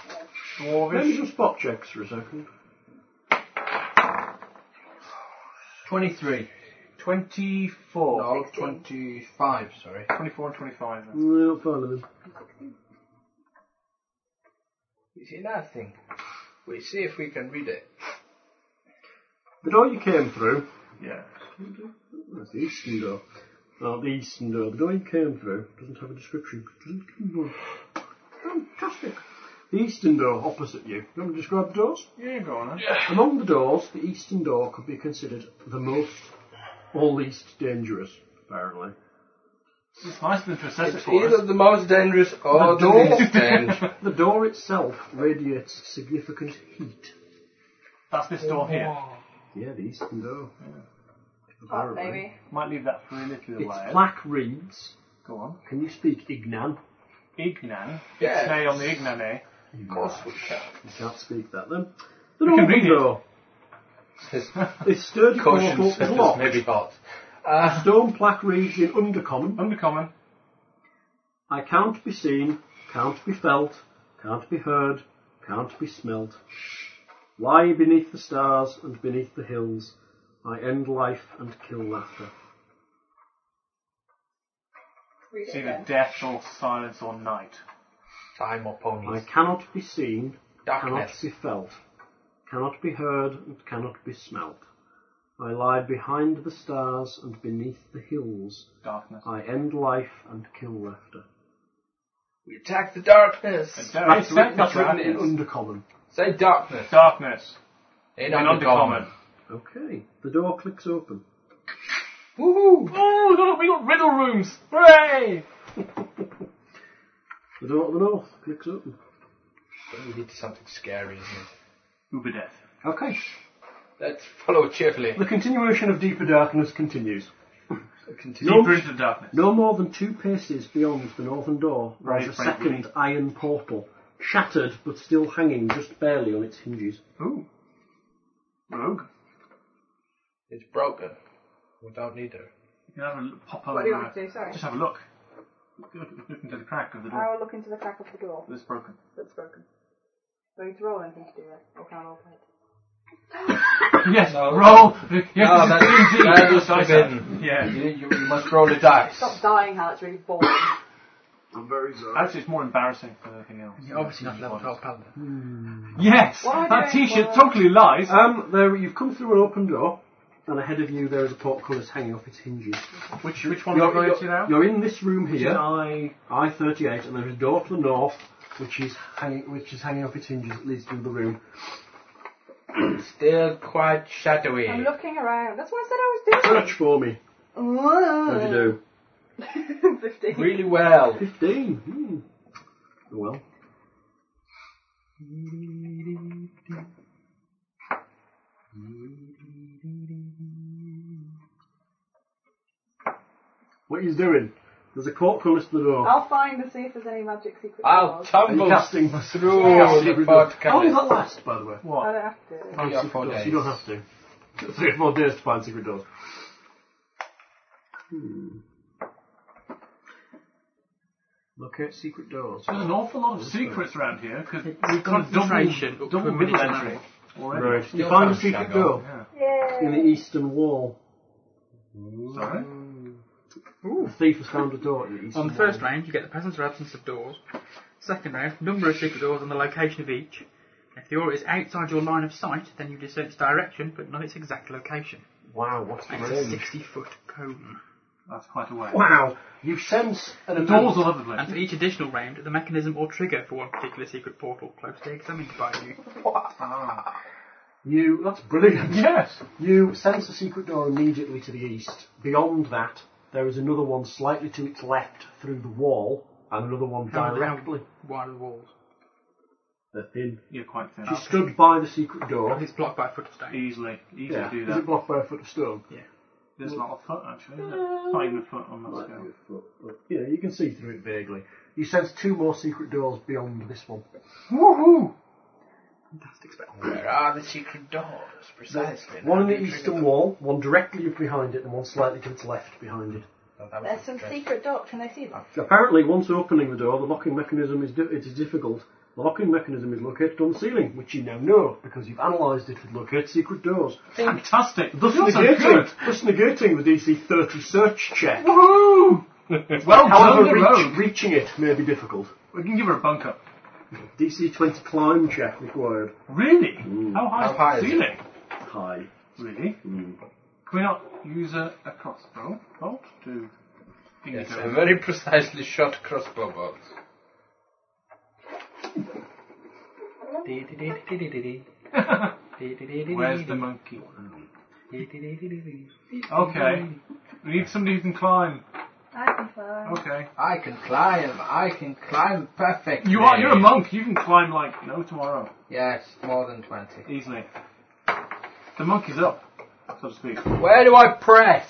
S2: Let me
S3: dwarvish.
S2: do spot checks for a second.
S5: 23.
S3: 24.
S5: No, 25, sorry.
S3: 24 and 25. then.
S2: No, fine,
S5: Is it that thing? We see if we can read it.
S2: The door you came through
S3: Yeah.
S2: That's the eastern door. Oh, the eastern door. The door you came through doesn't have a description. Doesn't give one. Fantastic. The eastern door opposite you. You want to describe the doors?
S3: Yeah, go on then.
S2: Among the doors, the eastern door could be considered the most or least dangerous, apparently.
S3: It's nice of them to assess it
S5: It's
S3: for us.
S5: either the most dangerous or
S2: The
S5: the
S2: door.
S5: least dangerous.
S2: The door itself radiates significant heat.
S3: That's this door here.
S6: wow.
S2: Yeah, the eastern door.
S4: Oh,
S2: Apparently.
S4: maybe.
S3: Might leave that for a little
S2: Its
S3: while.
S2: plaque reads,
S3: Go on.
S2: can you speak Ignan?
S3: Ignan.
S5: Yes.
S3: Nay on the Ignan, eh?
S5: Of course we can.
S2: You can't speak that then. The
S3: can
S2: northern
S3: read it.
S2: door.
S5: This
S2: This sturdy
S5: caution
S2: portal is
S5: says
S2: locked.
S5: maybe hot.
S2: Stone plaque reads in Undercommon,
S3: Undercommon.
S2: I can't be seen, can't be felt, can't be heard, can't be smelt. Lie beneath the stars and beneath the hills. I end life and kill laughter.
S4: Read
S3: It's
S4: it
S3: either
S4: again.
S3: death or silence or night.
S5: Time or
S2: I
S5: ponies.
S2: cannot be seen, cannot
S5: Darkness.
S2: be felt, cannot be heard, and cannot be smelt. I lie behind the stars and beneath the hills.
S3: Darkness.
S2: I end life and kill laughter.
S5: We attack the darkness.
S2: That's,
S3: Darkness.
S2: written- that's written in Undercommon.
S5: Say darkness.
S3: Darkness.
S5: In
S3: In Undercommon.
S5: undercommon.
S2: Okay, the door clicks open.
S5: Woohoo!
S3: Oh, we got, we got riddle rooms! Hooray!
S2: The door to the north clicks open.
S5: We need something scary, isn't it?
S3: Uber death.
S2: Okay.
S5: Let's follow cheerfully.
S2: The continuation of deeper darkness continues.
S5: Continue.
S3: Deeper into the darkness.
S2: No more than two paces beyond the northern door
S3: Right,
S2: lies a
S3: right, right.
S2: second iron portal, shattered but still hanging just barely on its hinges.
S3: Ooh. Rogue.
S5: It's broken. We don't need it.
S3: You can have a l- pop over.
S4: What do you want to do? Sorry.
S3: Just have a look. Look, look- look into the crack of the
S4: I
S3: door.
S4: will look into the crack of the door
S3: It's broken.
S4: that's broken. Do I need to roll anything to do that? Or can I roll for it?
S3: Yes,
S5: No.
S3: roll. Yes,
S5: No,
S3: this
S5: that's-
S3: is D&D.
S5: that is
S3: Yes, I said.
S5: forbidden.
S3: Yeah.
S5: You, you must roll the dice.
S4: Stop dying, Hal. It's really boring.
S8: I'm very sorry.
S3: Actually, it's more embarrassing than anything else.
S6: You're obviously not level 12 paladin.
S3: Yes,
S4: Why uh,
S3: that
S4: do I-
S3: T-shirt totally lies.
S2: Um, there, you've come through an open door, and ahead of you there is a portcullis hanging off its hinges.
S3: which which one are we going to now?
S2: you're in this room
S3: Which is
S2: here,
S3: I
S2: I thirty eight, and there is a door to the north, which is hanging, which is hanging off its hinges that leads to the room.
S7: Still quite shadowy.
S4: I'm looking around. That's what I said I was
S2: Search for me.
S4: doing.
S2: How do you do?
S4: do? 15.
S7: Really well.
S2: Fifteen. Hmm. Well, what are you doing? There's a portcullis to the door.
S4: I'll find and see if there's any magic secret.
S7: I'll
S4: doors.
S7: tumble
S2: casting
S7: through
S2: Casting
S7: the
S2: through the- Oh, How long does
S7: podcast.
S2: that last, by the way?
S4: I
S3: what?
S4: don't have to.
S7: Three or four
S2: Secret doors.
S7: days.
S2: Oh, You don't have to. Three or four days to find secret doors. Hmm. Locate secret doors.
S3: There's an awful lot of secrets around here because we've got
S6: Concentration
S3: double,
S6: up to a
S3: double middle
S6: minute
S3: entry. already.
S2: Right. You find a
S7: have
S2: secret
S7: Shanghai.
S2: door
S3: Yeah.
S2: in the
S4: Yay.
S2: eastern wall.
S3: Sorry.
S2: The thief has found a door in the eastern
S6: On the first round, you get the presence or absence of doors. Second round, number of secret doors and the location of each. If the aura is outside your line of sight, then you discern its direction, but not its exact location.
S2: Wow, what's
S6: And it's a 60 foot cone.
S3: That's quite a way.
S2: Wow, you sense an
S3: The doors all over the
S6: And
S3: place.
S6: for each additional round, the mechanism or trigger for one particular secret portal closely examined by you.
S2: You, that's brilliant.
S3: Ah. Yes.
S2: You sense a secret door immediately to the east. Beyond that, there is another one slightly to its left through the wall, and another one
S6: How- how
S2: directly.
S6: Wide are the walls?
S2: They're thin.
S3: You're quite thin.
S2: She stood by the secret door.
S6: It's blocked by a foot of stone.
S3: Easily, easily
S2: Yeah.
S3: do
S2: Is
S3: that.
S2: it blocked by a foot of stone?
S3: There's not a foot actually. Is it? Not even a foot on that scale.
S2: Yeah, you can see through it vaguely. You sense two more secret doors beyond this one.
S3: Woohoo!
S6: Fantastic spell.
S7: Where are the secret doors? Precisely.
S2: One in the eastern wall, one directly behind it, and one slightly to its left behind it.
S4: There's some secret doors. Can I see them?
S2: Apparently, once opening the door, the locking mechanism is di- it is difficult. The locking mechanism is located on the ceiling, which you now know because you've analysed it with locate secret doors.
S3: Fantastic.
S2: Thus
S3: You're so
S2: negating,
S3: good.
S2: thus negating the DC 30 search check.
S3: Woohoo! well
S2: However,
S3: done,
S2: reach,
S3: Rogue.
S2: reaching it may be difficult.
S3: We can give her a bunker.
S2: DC 20 climb check required.
S3: Really? How high,
S7: How high
S3: is
S7: is
S3: the
S7: it?
S3: ceiling?
S2: High.
S3: Really? Can we not use a, a crossbow bolt to
S7: Yes,
S3: indigo?
S7: a very precisely shot crossbow bolt.
S3: Where's the monkey? Okay. We need somebody who can climb.
S4: I can find.
S3: Okay.
S7: I can climb. I can climb perfectly.
S3: You are, you're a monk. You can climb like no tomorrow.
S7: Yes, more than 20.
S3: Easily. The monkey's up, so to speak.
S7: Where do I press?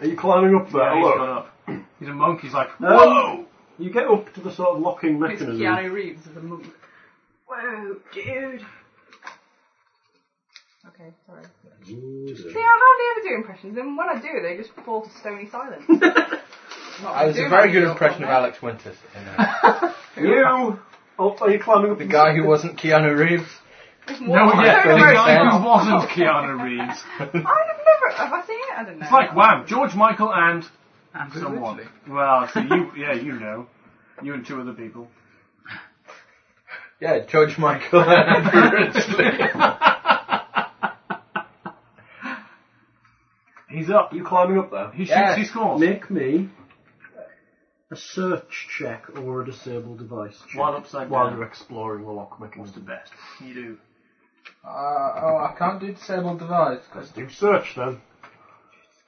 S2: Are you climbing up there?
S3: Yeah, he's
S2: Look.
S3: gone up. He's a monk. He's like,
S2: Um,
S3: whoa!
S2: You get up to the sort of locking
S6: It's
S2: mechanism.
S6: Keanu Reeves as a monk.
S4: Whoa, dude. Okay, sorry.
S2: Just-
S4: See, I hardly ever do impressions, and when I do, they just fall to stony silence.
S7: I was a very good impression of Alex Winters. you know.
S2: You! Oh, are you climbing up
S7: the guy who wasn't Keanu Reeves.
S3: No, yeah,
S7: Don't
S3: the
S7: make
S3: guy who
S7: sense.
S3: wasn't Keanu Reeves.
S4: I've never. Have I seen it? I don't know.
S3: It's like, wow, George Michael and
S6: And
S3: someone.
S6: literally.
S3: Well, so you, yeah, you know. You and two other people.
S7: Yeah, George Michael and Andrew Ridgely.
S3: He's up.
S2: Are you climbing up there?
S3: He shoots,
S7: Yeah.
S3: he scores.
S2: Make me a search check or a disable device check
S3: While upside
S2: while
S3: down.
S2: you're exploring the lock mechanism. best.
S3: You do.
S7: Uh, oh, I can't do disabled device.
S2: Let's do search then.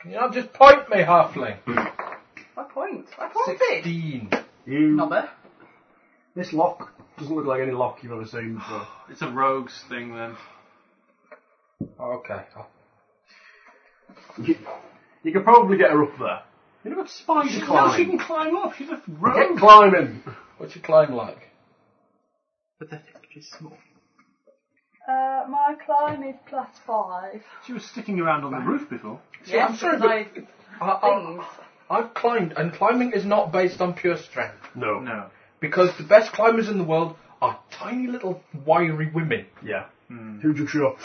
S7: Can you not just point me, halfling?
S4: I point. I pointed.
S7: 16.
S2: You.
S4: Nobber.
S2: This lock doesn't look like any lock you've ever seen. So.
S3: It's a rogue's thing then.
S7: Oh, Okay.
S2: you, you could probably get her up there. You know what spider
S3: No, she
S2: climb?
S3: can climb up. She's a
S2: Get
S3: rogue.
S2: climbing.
S7: What's your climb like?
S6: Pathetic, which is small.
S4: Uh, my climb is plus five.
S3: She was sticking around on the roof before.
S4: yes,
S7: I'm sorry,
S4: because
S7: I,
S4: I
S7: I,
S4: things.
S7: I've climbed, and climbing is not based on pure strength.
S2: No.
S3: No.
S7: Because the best climbers in the world are tiny little wiry women.
S2: Yeah. Who do you sure?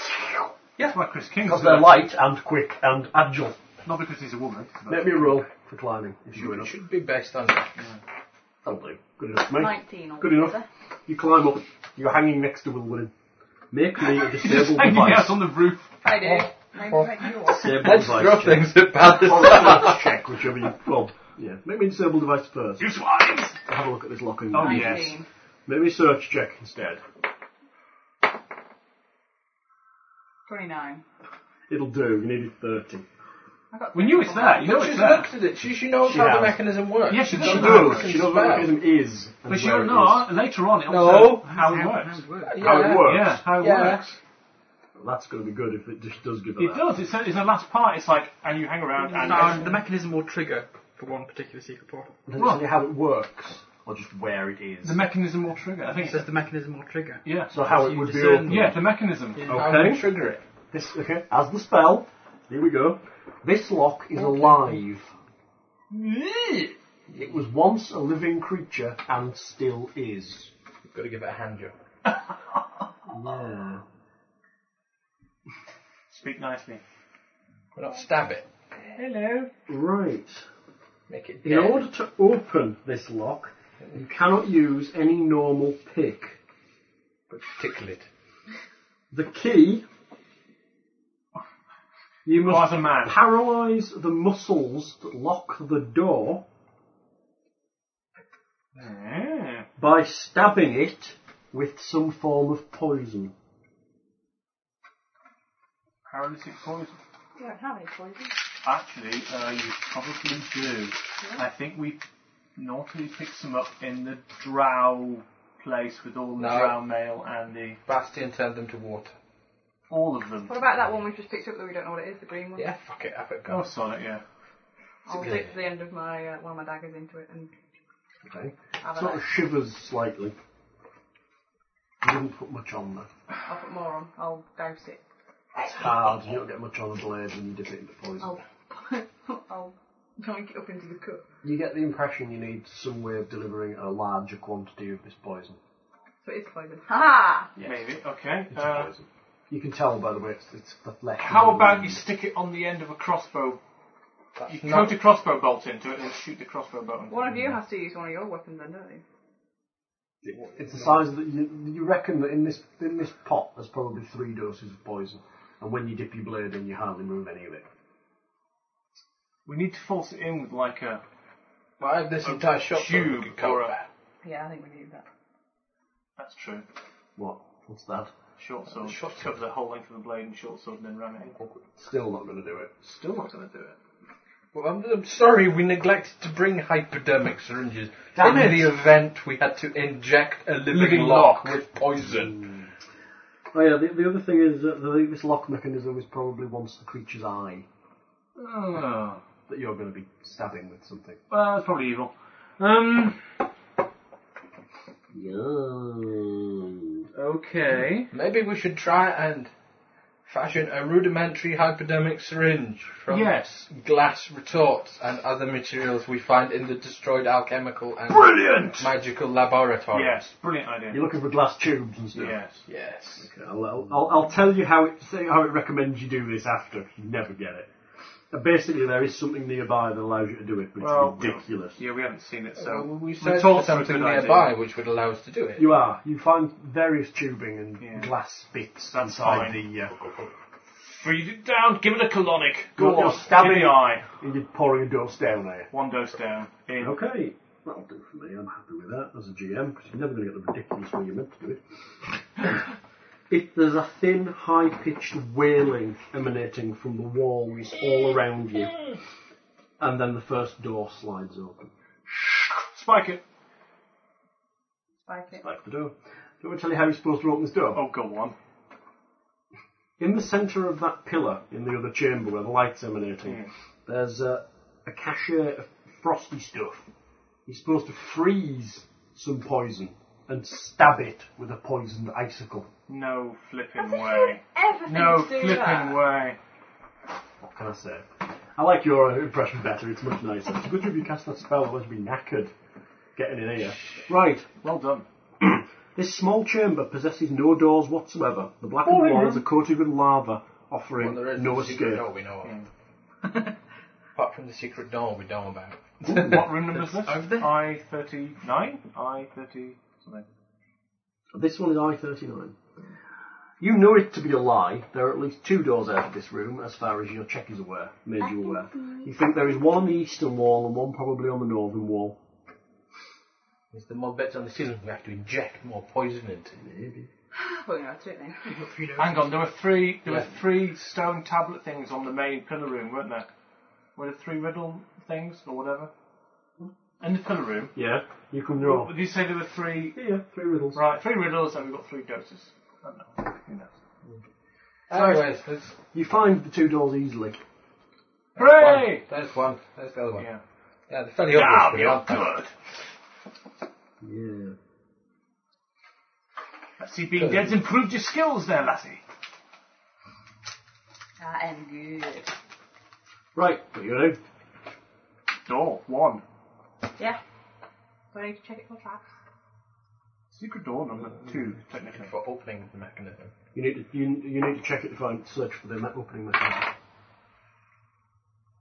S3: That's why Chris King's
S2: Because
S3: there.
S2: they're light and quick and agile.
S3: Not because he's a woman. but-
S2: Make me a roll for climbing. If you
S7: It
S2: win.
S7: should be based on that.
S2: That'll do. Good enough, mate.
S4: 19 or
S2: Good enough.
S4: better.
S2: You climb up. You're hanging next to Wilwin. Make me a disabled
S3: Hanging
S2: device.
S3: out on the roof.
S4: I do.
S7: Oh,
S4: Maybe make yours.
S2: Disabled
S5: Let's
S2: device
S5: throw
S2: check.
S5: things about
S2: Or
S5: this.
S2: research check, whichever you. Well, yeah. Make me a disabled device first.
S3: You swines!
S2: Have a look at this locker.
S3: Oh, yeah.
S4: 19.
S3: yes.
S2: Make me a search check instead.
S4: 29.
S2: It'll do. You needed 30.
S4: I got
S3: We knew it's there. You know
S5: She's
S3: it's there.
S5: looked at it. She, she knows
S2: She
S5: how
S2: has.
S5: the mechanism works.
S3: Yeah, she
S5: knows
S3: does.
S5: how
S3: She knows.
S5: it can
S2: She knows what
S5: spell.
S2: mechanism is. and
S3: But
S2: where
S3: you'll
S2: it
S3: know later on it'll
S5: No.
S3: tell how it
S6: How-
S3: works.
S6: how it works.
S2: is. How
S5: Yeah.
S2: it works.
S3: Yeah, how it
S5: Yeah.
S3: works.
S2: That's going to be good if it just does give her
S3: It
S2: that.
S3: does. It's, in the last part. It's like, and you hang around and
S6: No, the mechanism will trigger for one particular secret portal.
S2: Does it say how it works, or just where it is?
S3: the mechanism will trigger. I think.
S6: It says the mechanism will trigger.
S3: yeah.
S2: so how it
S6: You
S2: would be
S6: discern-
S2: opened.
S3: Yeah, Oh, the mechanism.
S6: Yeah.
S5: How
S2: Okay.
S5: we trigger it.
S2: This, okay, as the spell, here we go. This lock is alive. It was once a living creature and still is.
S5: Got to give it a hand job.
S2: Yeah.
S3: Speak nicely.
S5: But not stab it.
S4: Hello.
S2: Right.
S5: Make it
S2: In
S5: dead.
S2: order to open this lock, you cannot use any normal pick.
S5: But tickle it.
S2: The key. You
S3: Well, as
S2: must
S3: a man.
S2: paralyze the muscles that lock the door
S3: Yeah.
S2: by stabbing it with some form of poison.
S3: Paralytic poison.
S4: You don't have any poison.
S3: Actually, uh, you probably do. I think we naughtily picked some up in the drow place with all the
S5: No.
S3: drow mail and the
S5: Bastion turned them to water.
S3: all of them.
S4: What about that one we've just picked up that we don't know what it is, the green one?
S5: Yeah, fuck it. Have it
S3: Oh,
S5: go.
S3: Sonic, yeah.
S4: I'll dip the end of my uh, one of my daggers into it and
S2: Okay.
S4: have a
S2: Sort of
S4: look.
S2: shivers slightly. You didn't put much on there.
S4: I'll put more on. I'll douse it.
S2: It's hard. You don't get much on the blade when you dip it into poison.
S4: I'll I'll drink it up into the cup.
S2: You get the impression you need some way of delivering a larger quantity of this poison.
S4: So it is poison. Ha!
S3: Maybe. Okay.
S2: It's
S3: Uh,
S2: poison. You can tell by the way it's, it's the flesh.
S3: how about you stick it on the end of a crossbow?
S5: That's
S3: You
S5: not-
S3: coat a crossbow bolt into it and shoot the crossbow bolt. into
S4: One of you has to use one of your weapons then, don't you?
S2: It's the size that you, you reckon that in this in this pot there's probably three doses of poison, and when you dip your blade in, you hardly move any of it.
S3: We need to force it in with like a.
S5: Well, I have this entire shop
S3: tube or a-
S4: Yeah, I think we need that.
S3: That's true.
S2: What? What's that?
S3: Short sword.
S5: short sword.
S3: Cover the whole length of the blade and short sword, and then ram it in.
S2: Still not going to do it.
S3: Still not going to do it.
S5: Well, I'm, I'm sorry we neglected to bring hypodermic syringes.
S2: Damn
S5: In
S2: it.
S5: the event we had to inject a living,
S3: Living
S5: lock,
S3: lock.
S5: with poison.
S2: Oh yeah, the, the other thing is that the, this lock mechanism is probably once the creature's eye
S3: Oh,
S2: that you're going to be stabbing with something.
S3: well, that's probably evil. Um.
S2: Yeah.
S3: Okay.
S5: Maybe we should try and fashion a rudimentary hypodermic syringe from
S3: Yes.
S5: glass retorts and other materials we find in the destroyed alchemical and
S3: Brilliant.
S5: magical laboratories.
S3: Yes. Brilliant idea.
S2: You're looking for glass tubes and stuff.
S3: Yes.
S5: Yes.
S2: Okay, I'll, I'll, I'll- I'll tell you how it say how it recommends you do this after. You never get it. And basically, there is something nearby that allows you to do it, but it's
S3: Well,
S2: ridiculous.
S3: Yeah, we haven't seen it, so
S5: Well, we
S3: we
S5: searched for
S3: thought
S5: something nearby which would allow us to do it.
S2: You are. You find various tubing and
S3: Yeah.
S2: glass bits
S3: That's
S2: inside
S3: fine.
S2: the. Uh,
S3: Breathe it down. Give it a colonic.
S2: You're-
S3: Go
S2: you're
S3: on.
S2: stabbing-
S3: in the eye.
S2: and you're pouring a dose down there.
S3: One dose down. In.
S2: Okay, that'll do for me. I'm happy with that as a GM because you're never going to get the ridiculous way you're meant to do it. If there's a thin, high-pitched wailing emanating from the walls all around you, and then the first door slides open.
S3: Spike it.
S4: Spike it.
S2: Back the door. Do you want me to tell you how you're supposed to open this door?
S3: Oh, go on.
S2: In the centre of that pillar, in the other chamber where the light's emanating,
S5: Hmm.
S2: there's a, a cachet of frosty stuff. You're supposed to freeze some poison and stab it with a poisoned icicle.
S3: No flipping way.
S4: Everything
S3: No
S4: to do
S3: flipping
S4: that.
S3: way.
S2: What can I say? I like your impression better, it's much nicer. It's good if you cast that spell, otherwise you'd be knackered getting in here. Right,
S3: Well done.
S2: This small chamber possesses no doors whatsoever. The blackened
S3: Boring,
S2: walls
S3: huh?
S2: are coated with lava, offering
S5: Oh, Well, there is
S2: no
S5: a secret
S2: escape.
S5: door we know of. Apart from the secret door we know about.
S3: what room number is this?
S6: Over there.
S3: I thirty nine. I thirty something.
S2: This one is I-39. You know it to be a lie. There are at least two doors out of this room, as far as your check is aware, made you aware. You think there is one on the eastern wall and one probably on the northern wall.
S5: Is there more beds on the ceiling? We have to inject more poison into it.
S2: Maybe.
S4: Well, you know, that's it then.
S3: Hang on, there were three. There were three stone tablet things on the main pillar room, weren't there? Were there three riddle things or whatever?
S2: Hmm?
S3: In the pillar room.
S2: Yeah, you can
S3: Well,
S2: roll.
S3: Did you say there were three?
S2: Yeah, three riddles.
S3: Right, three riddles, and we've got three doses. I don't know. Who knows?
S5: Anyways, there's
S2: You find the two doors easily.
S3: Hooray!
S5: one. There's one. There's the other one.
S3: Yeah.
S5: Yeah, they're fairly obvious.
S3: Ah,
S5: but
S3: you're
S5: aren't they?
S3: good.
S2: Yeah.
S3: I see being dead's improved your skills there, lassie.
S4: I am good.
S2: Right, what are you going to do?
S3: Door one.
S4: Yeah. So I need to check it for traps.
S3: Secret door number two, technically.
S5: For opening the mechanism.
S2: You need to, you, you need to check it to find, search for the me- opening mechanism.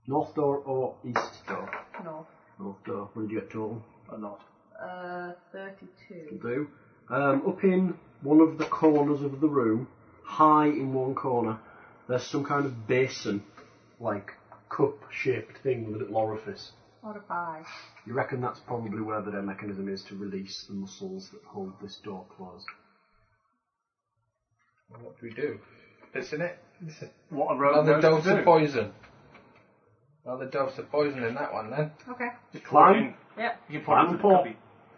S2: North door or east door?
S4: No.
S2: North door. What did you get total?
S3: A lot.
S4: Uh, 32.
S2: Will do. Um, up in one of the corners of the room, high in one corner, there's some kind of basin, like cup-shaped thing with a little orifice.
S4: What a buy.
S2: You reckon that's probably where the mechanism is to release the muscles that hold this door closed.
S5: Well, what do we do? Piss in it?
S3: What a road
S5: Another
S3: knows to
S5: dose
S3: do.
S5: of poison. Another dose of poison in that one then.
S4: Okay.
S3: Just pour it
S2: Climb.
S3: in.
S4: Yep.
S3: You can pour it into
S2: Climb
S3: the
S2: and pour.
S3: cubby.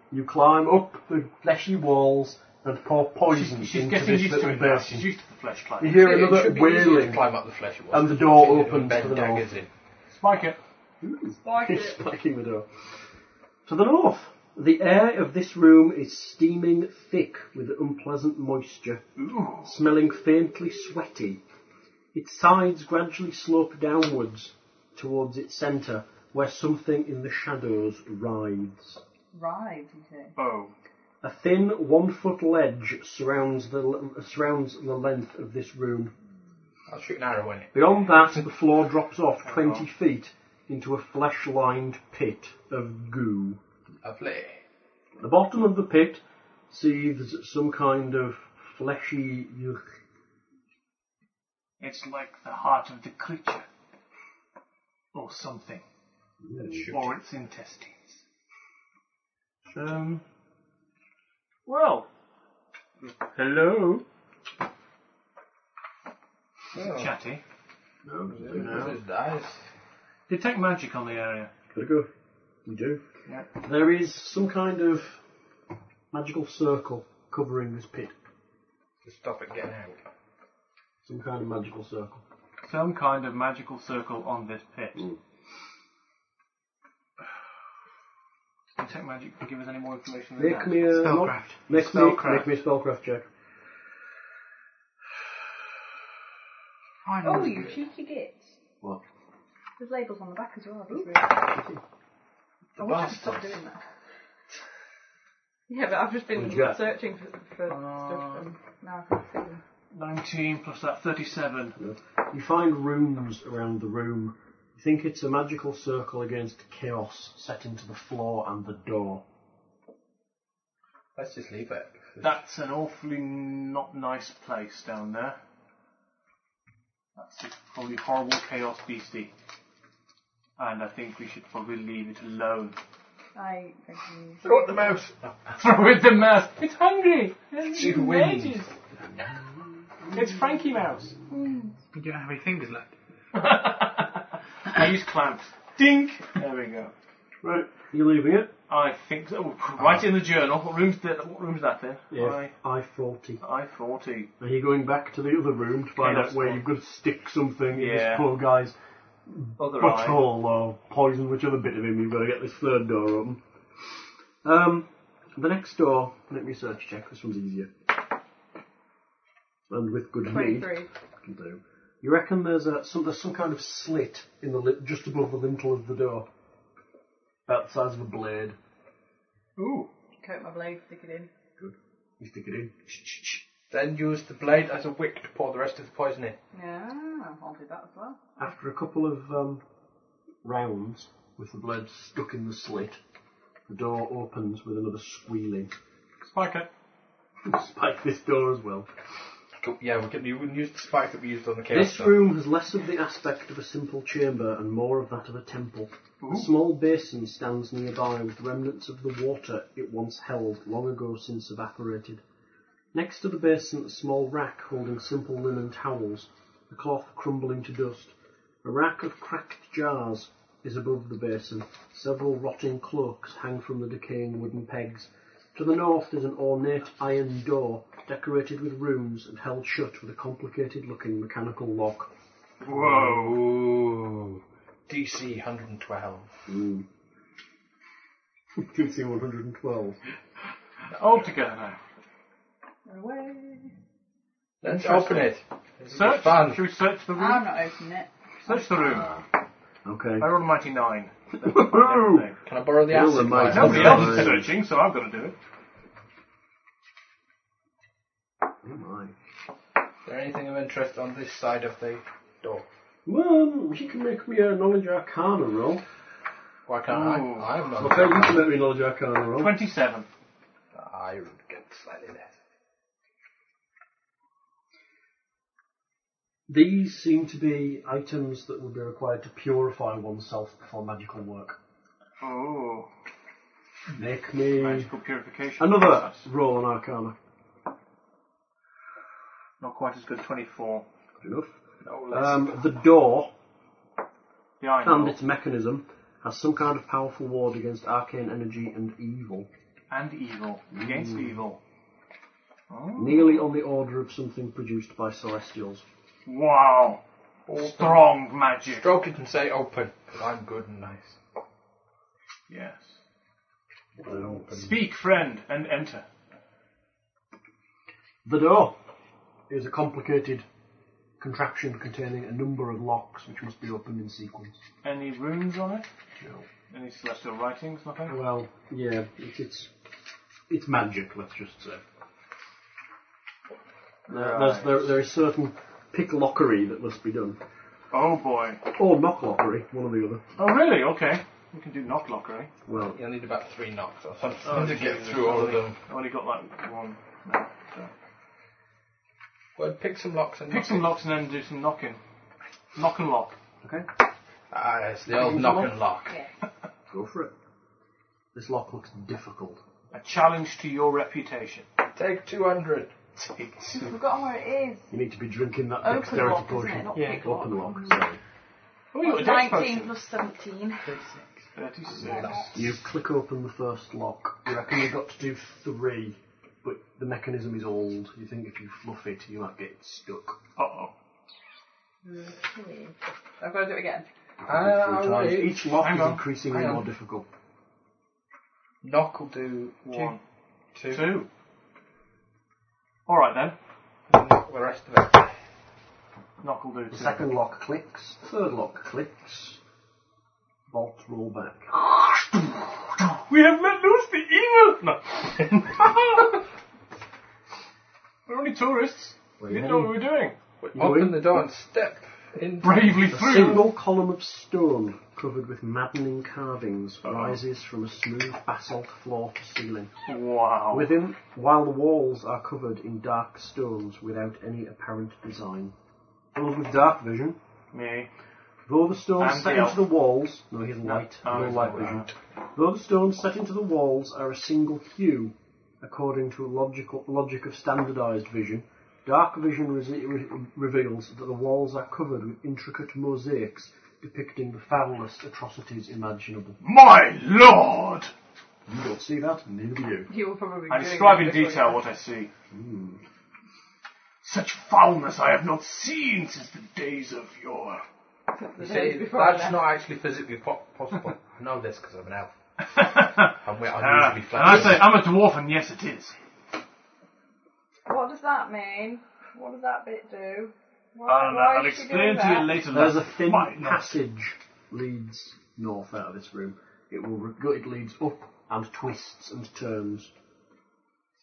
S2: You climb up the fleshy walls and pour poison
S3: Oh, She's
S2: into
S3: getting
S2: this
S3: used to
S2: little
S3: it now.
S2: basin.
S3: She's used to the flesh
S2: You
S3: climb.
S2: hear
S5: It
S2: another
S5: should be easier to
S2: wailing.
S5: climb up the flesh wall.
S2: and the door
S5: Easier to
S2: opens
S5: embed
S2: to the
S5: daggers in.
S3: Spike it.
S4: Spike
S2: He's
S4: it.
S2: spiking the door. To the north, the air of this room is steaming thick with unpleasant moisture,
S3: Ooh.
S2: smelling faintly sweaty. Its sides gradually slope downwards towards its centre, where something in the shadows writhes.
S4: Rides, you say.
S3: Oh.
S2: A thin one-foot ledge surrounds the l- surrounds the length of this room.
S5: I'll shoot an arrow in it.
S2: Beyond that, the floor drops off twenty feet into a flesh-lined pit of goo.
S5: Lovely.
S2: At the bottom of the pit seethes some kind of fleshy. Ugh.
S3: It's like the heart of the creature. Or something. Or its intestines. Um. Well. Hello.
S5: Oh,
S3: Chatty.
S2: No,
S5: this is nice.
S3: Detect magic on the area.
S2: Gotta go. We do.
S3: Yeah.
S2: There is some kind of magical circle covering this pit.
S5: To stop it getting out.
S2: Some kind of magical circle.
S3: Some kind of magical circle on this pit. Detect magic can give us any more information than
S2: Make
S3: that.
S2: me a
S6: Spellcraft.
S2: Make
S3: Spellcraft.
S2: me, make me a spellcraft check.
S6: I know.
S4: Oh, you cheeky gits.
S2: What?
S4: There's labels on the back as well. That's really I wish I'd stop doing that. Yeah, but I've just been
S2: What'd you get?
S4: searching for, for
S3: Uh,
S4: stuff and now I can't see them.
S3: 19 plus that, 37.
S2: You find runes around the room. You think it's a magical circle against chaos set into the floor and the door.
S5: Let's just leave it.
S3: That's an awfully not nice place down there. That's a probably horrible chaos beastie. And I think we should probably leave it alone.
S4: I think you.
S5: Throw at the mouse.
S3: Throw it the mouse. It's hungry. It's
S5: She wins.
S3: ages. It's Frankie Mouse.
S6: You don't have any fingers left.
S3: I use clamps. Dink. There we go.
S2: Right. You leaving it?
S3: I think so. Oh, Write it in the journal. What room's that? What room's that in? I
S2: I forty.
S3: I forty.
S2: Are you going back to the other room to find
S3: Chaos
S2: out where
S3: one.
S2: you've got to stick something in this
S3: Yeah.
S2: poor guy's
S3: Other eye.
S2: butthole or poison whichever bit of him you've got to get this third door open? Um, the next door, let me search check, this one's easier. And with good need,
S4: 23.
S2: can do. You reckon there's a, some, there's some kind of slit in the lip, just above the lintel of the door? About the size of a blade.
S3: Ooh.
S4: Coat my blade, stick it in.
S2: Good. You stick it in.
S5: Then use the blade as a wick to pour the rest of the poison in.
S4: Yeah, I'll do that as well.
S2: After a couple of um, rounds, with the blade stuck in the slit. The door opens with another squealing.
S3: Spike it.
S2: Spike this door as well.
S5: Cool. Yeah, we can you wouldn't use the spike that we used on the chaos.
S2: This
S5: stuff.
S2: room has less of the aspect of a simple chamber and more of that of a temple. A small basin stands nearby with remnants of the water it once held, long ago since evaporated. Next to the basin, a small rack holding simple linen towels, the cloth crumbling to dust. A rack of cracked jars is above the basin. Several rotting cloaks hang from the decaying wooden pegs. To the north is an ornate iron door, decorated with runes and held shut with a complicated looking mechanical lock.
S5: Whoa. DC 112.
S2: Hmm. DC 112.
S3: All together now.
S4: Away.
S5: Let's open it.
S3: Search.
S5: fun.
S3: Should we search the room?
S4: I'm not opening it.
S3: Search the room.
S2: Okay.
S3: I rolled a mighty nine.
S5: Can I borrow the
S2: Roll a
S5: acid?
S2: mighty
S5: glass?
S3: Nobody else is searching, so I've got to do it.
S2: Oh my.
S5: Is there anything of interest on this side of the door?
S2: Well, you can make me a knowledge arcana roll.
S5: Why can't
S3: Ooh.
S5: I? I have
S2: Okay, you
S5: not.
S2: can make me a knowledge arcana
S5: Oh.
S2: roll.
S3: Twenty-seven.
S5: I would get slightly less.
S2: These seem to be items that would be required to purify oneself before magical work.
S3: Oh,
S2: Make me
S3: magical purification.
S2: another
S3: process.
S2: roll on arcana.
S3: Not quite as good. Twenty-four.
S2: Good enough.
S3: No less.
S2: Um, the door
S3: the iron.
S2: and
S3: door.
S2: Um, its mechanism has some kind of powerful ward against arcane energy and evil.
S3: and evil against
S5: Mm.
S3: evil. Oh.
S2: Nearly on the order of something produced by celestials.
S3: Wow, strong magic.
S5: Stroke it and say open. 'cause I'm good and nice.
S3: Yes.
S5: Open.
S3: Speak, friend, and enter.
S2: The door is a complicated contraption containing a number of locks which must be opened in sequence.
S3: Any runes on it? Any celestial writings?
S5: Mm.
S3: Nothing.
S2: Well, yeah, it's it's, it's magic. Let's just say there, there's, there, there is certain picklockery that must be done,
S3: Oh boy.
S2: or knocklockery, one or the other.
S3: Oh really? Okay. We can do not lockery.
S2: Well,
S5: You'll need about three knocks or something
S3: Oh,
S5: to get
S3: Jesus,
S5: through all of
S3: I've only-
S5: them.
S3: I've only got like one. No, so.
S5: Well, pick some locks and
S3: Pick some
S5: knock
S3: locks and then do some knocking. Knock and lock.
S2: okay,
S5: it. Ah, yes, the old knock and lock.
S4: Yeah.
S2: go for it. This lock looks difficult.
S3: A challenge to your reputation.
S5: Take 200.
S4: I've forgotten where it is.
S2: You need to be drinking that
S4: Open
S2: dexterity
S4: lock, isn't it?
S2: potion.
S4: Not
S6: Yeah,
S4: pick lock.
S2: Open lock. Sorry.
S3: Oh, you got a
S4: What's
S3: dex
S4: 19
S3: potion.
S4: plus 17.
S3: 36.
S2: You click open the first lock. You reckon you've got to do three, but the mechanism is old. You think if you fluff it, you might get stuck.
S3: Uh-oh.
S4: Okay. I've got to do it again.
S5: Ah,
S2: Three times.
S5: wait.
S2: Each lock
S3: Hang
S2: is
S3: on,
S2: increasingly
S5: hang
S2: more
S5: on.
S2: difficult.
S5: Knock will do
S3: One.
S5: two, two,
S3: Two. Alright then.
S5: and knock the rest of it.
S3: Knock will do two.
S2: The second lock clicks. Third lock clicks. Vault roll back.
S3: We have let loose the evil! No. we're only tourists.
S2: Where
S3: We
S2: you
S3: didn't know what
S2: heading?
S3: we were doing.
S5: Open the door and step in.
S3: Bravely
S2: A
S3: through.
S2: single column of stone covered with maddening carvings rises from a smooth basalt floor to ceiling.
S3: Wow.
S2: Within, while the walls are covered in dark stones without any apparent design. Those with dark vision
S3: me.
S2: Though the stones
S3: And
S2: set
S3: the
S2: into the walls, no, he's
S3: No.
S2: light,
S3: Oh,
S2: no
S3: he's
S2: light
S3: not
S2: vision.
S3: light.
S2: Though the stones set into the walls are a single hue, according to logical logic of standardized vision, dark vision re- re- reveals that the walls are covered with intricate mosaics depicting the foulest atrocities imaginable.
S3: My lord!
S2: You don't see that, neither do you.
S4: You were probably
S3: I
S4: doing
S3: describe in
S4: it before
S3: detail
S4: you-
S3: what I see. Hmm. Such foulness I have not seen since the days of yore.
S4: the
S5: You
S4: days
S5: see,
S4: before I
S5: that's
S4: left.
S5: not actually physically po- possible. I know this because I'm an elf. And we're
S3: Ah,
S5: unusually
S3: and I
S5: flexible.
S3: say, I'm a dwarf, and yes, it is.
S4: What does that mean? What does that bit do? Why,
S3: I'll, uh,
S4: why
S3: I'll
S4: is she
S3: explain
S4: doing
S3: to you
S4: that?
S3: later.
S2: There's a
S3: love.
S2: thin
S3: Why not?
S2: passage leads north out of this room. It will re- go- it leads up and twists and turns.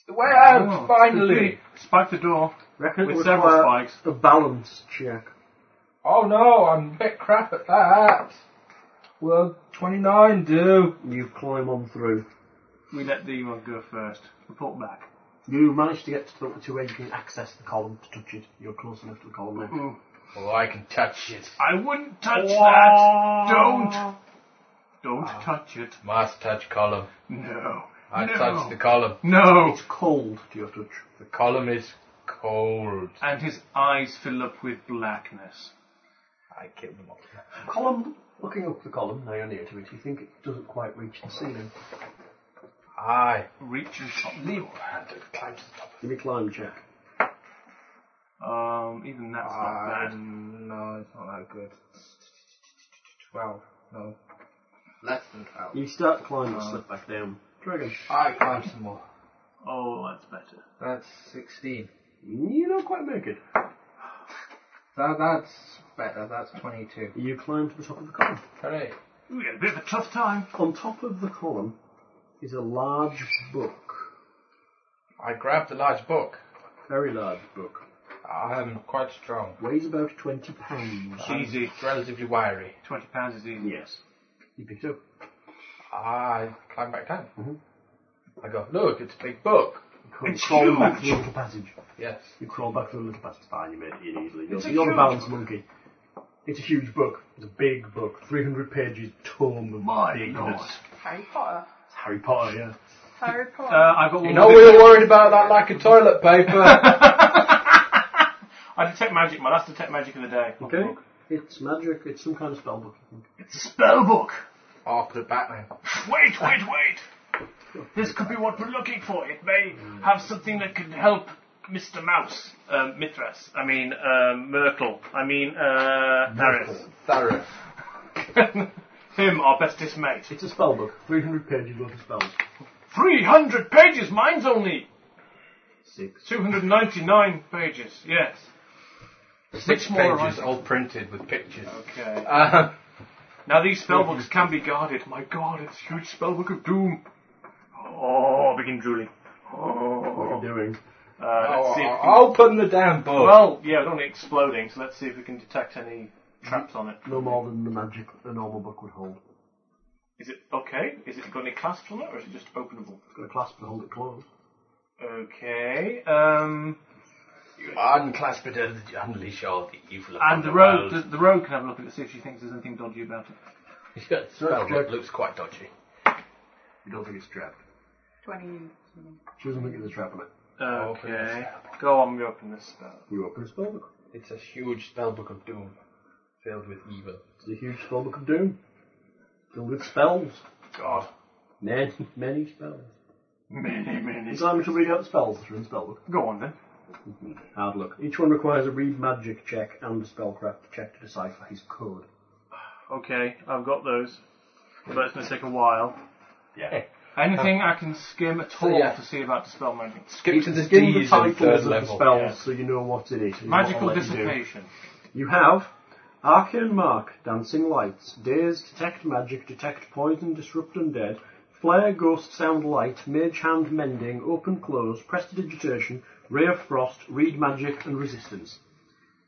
S5: The way out,
S3: Oh,
S5: finally!
S3: Spike the door.
S2: Reckon it
S3: With
S2: would
S3: several
S2: require
S3: spikes.
S2: A balance check.
S5: Oh no, I'm a bit crap at that. Well, 29 do.
S2: You climb on through.
S3: We let the one go first. Report back.
S2: You manage to get to the to where you can access the column to touch it. You're close enough to the column now.
S5: Oh, I can touch it.
S3: I wouldn't touch that. Don't. Don't
S2: Ah.
S3: touch it.
S5: Must touch column.
S3: No.
S5: I
S3: no.
S5: touch the column.
S3: No.
S2: It's cold to your touch.
S5: The column is cold.
S3: And his eyes fill up with blackness.
S5: I kill them all.
S2: Column, looking up the column, now you're near to it, you think it doesn't quite reach the ceiling.
S5: I
S3: Reach and top
S5: leap and I climb to the top.
S2: Give me a climb check.
S3: Um, even that's not
S5: Ah,
S3: bad.
S5: no, it's not that good. 12. No. Less than 12.
S2: You start climbing, slip back down. Dragon.
S5: I climb some more.
S3: Oh, that's better.
S5: That's 16.
S2: You don't quite make it.
S5: That, that's better. That's 22.
S2: You climb to the top of the column.
S5: Hooray.
S3: We had a bit of a tough time.
S2: On top of the column is a large book.
S5: I grabbed a large book.
S2: Very large book.
S5: I am quite strong.
S2: Weighs about 20 pounds.
S3: Easy.
S5: It's relatively wiry.
S3: Twenty pounds is easy.
S2: Yes. You pick it up.
S5: I climb back down. I go, look, it's a big book.
S2: You crawl,
S3: It's
S2: crawl
S3: huge.
S2: back through the little passage.
S5: Yes.
S2: You crawl back through the little passage. Fine, you made it in easily. You're,
S3: It's a
S2: you're a
S3: huge
S2: balanced monkey. It's a huge book. It's a big book. 300 pages, tome of
S3: My
S2: bigness.
S3: lord.
S4: Harry Potter.
S2: It's Harry Potter, yeah.
S4: Harry
S3: Uh,
S4: Potter.
S3: I got one.
S5: You know, we were worried about that lack of toilet paper.
S3: I detect magic. My last detect magic of the day.
S2: Okay. It's magic. It's some kind of spell book, I think.
S3: It's a spell book.
S5: After the Batman.
S3: Wait, wait, wait. This could be what we're looking for. It may have something that could help Mr. Mouse, um, Mithras. I mean, um, Merkel. I mean, uh, Harris.
S5: Thorough.
S3: Him, our bestest mate.
S2: It's a spell book. 300 pages worth of spells.
S3: 300 pages. Mine's only
S2: Six.
S3: 299 pages. Yes.
S5: Six
S3: more
S5: pages,
S3: right.
S5: all printed with pictures.
S3: Okay.
S5: Uh,
S3: Now these spellbooks can be guarded. My god, it's a huge spellbook of doom. Oh, begin drooling.
S2: What are
S3: Oh.
S2: you doing?
S3: Uh, let's see if we-
S5: open the damn book.
S3: Well, yeah, it's only exploding, so let's see if we can detect any traps on it.
S2: No more than the magic a normal book would hold.
S3: Is it okay? Is it got any clasps on it, or is it just openable?
S2: It's got a clasp to hold it closed.
S3: Okay. Um,
S5: Unclasp it and unleash all the evil. upon
S3: and the road, the, the road can have a look at it, see if she thinks there's anything dodgy about it.
S5: Yeah, the spell book looks quite dodgy.
S2: You don't think it's trapped.
S4: 20.
S2: She doesn't think it's a trap on it.
S5: Open the
S3: Okay.
S5: spell
S3: Go on, we open this spell.
S2: You open a spell book.
S5: It's a huge spell book of doom, filled with evil.
S2: It's a huge spell book of doom. Filled with spells.
S5: God.
S2: Many, many spells.
S3: Many, many.
S2: It's time to read out the spells that are in the spell book.
S3: Go on then.
S2: Hard look. Each one requires a read magic check and a spellcraft check to decipher his code.
S3: Okay, I've got those, but it's going to take a while.
S2: Yeah.
S3: Anything I can skim at all
S5: yeah.
S3: to see about dispel magic.
S5: Skip to the
S2: Skim the
S5: D's in
S2: titles
S5: third
S2: of the
S5: level.
S2: spells so you know what's in it. and what
S3: Magical
S2: I'll let you do.
S3: dissipation.
S2: You have Arcane Mark, Dancing Lights, Daze, Detect Magic, Detect Poison, Disrupt Undead, Flare, Ghost, Sound, Light, Mage Hand, Mending, Open, Close, Prestidigitation, Ray of Frost, Read Magic, and Resistance.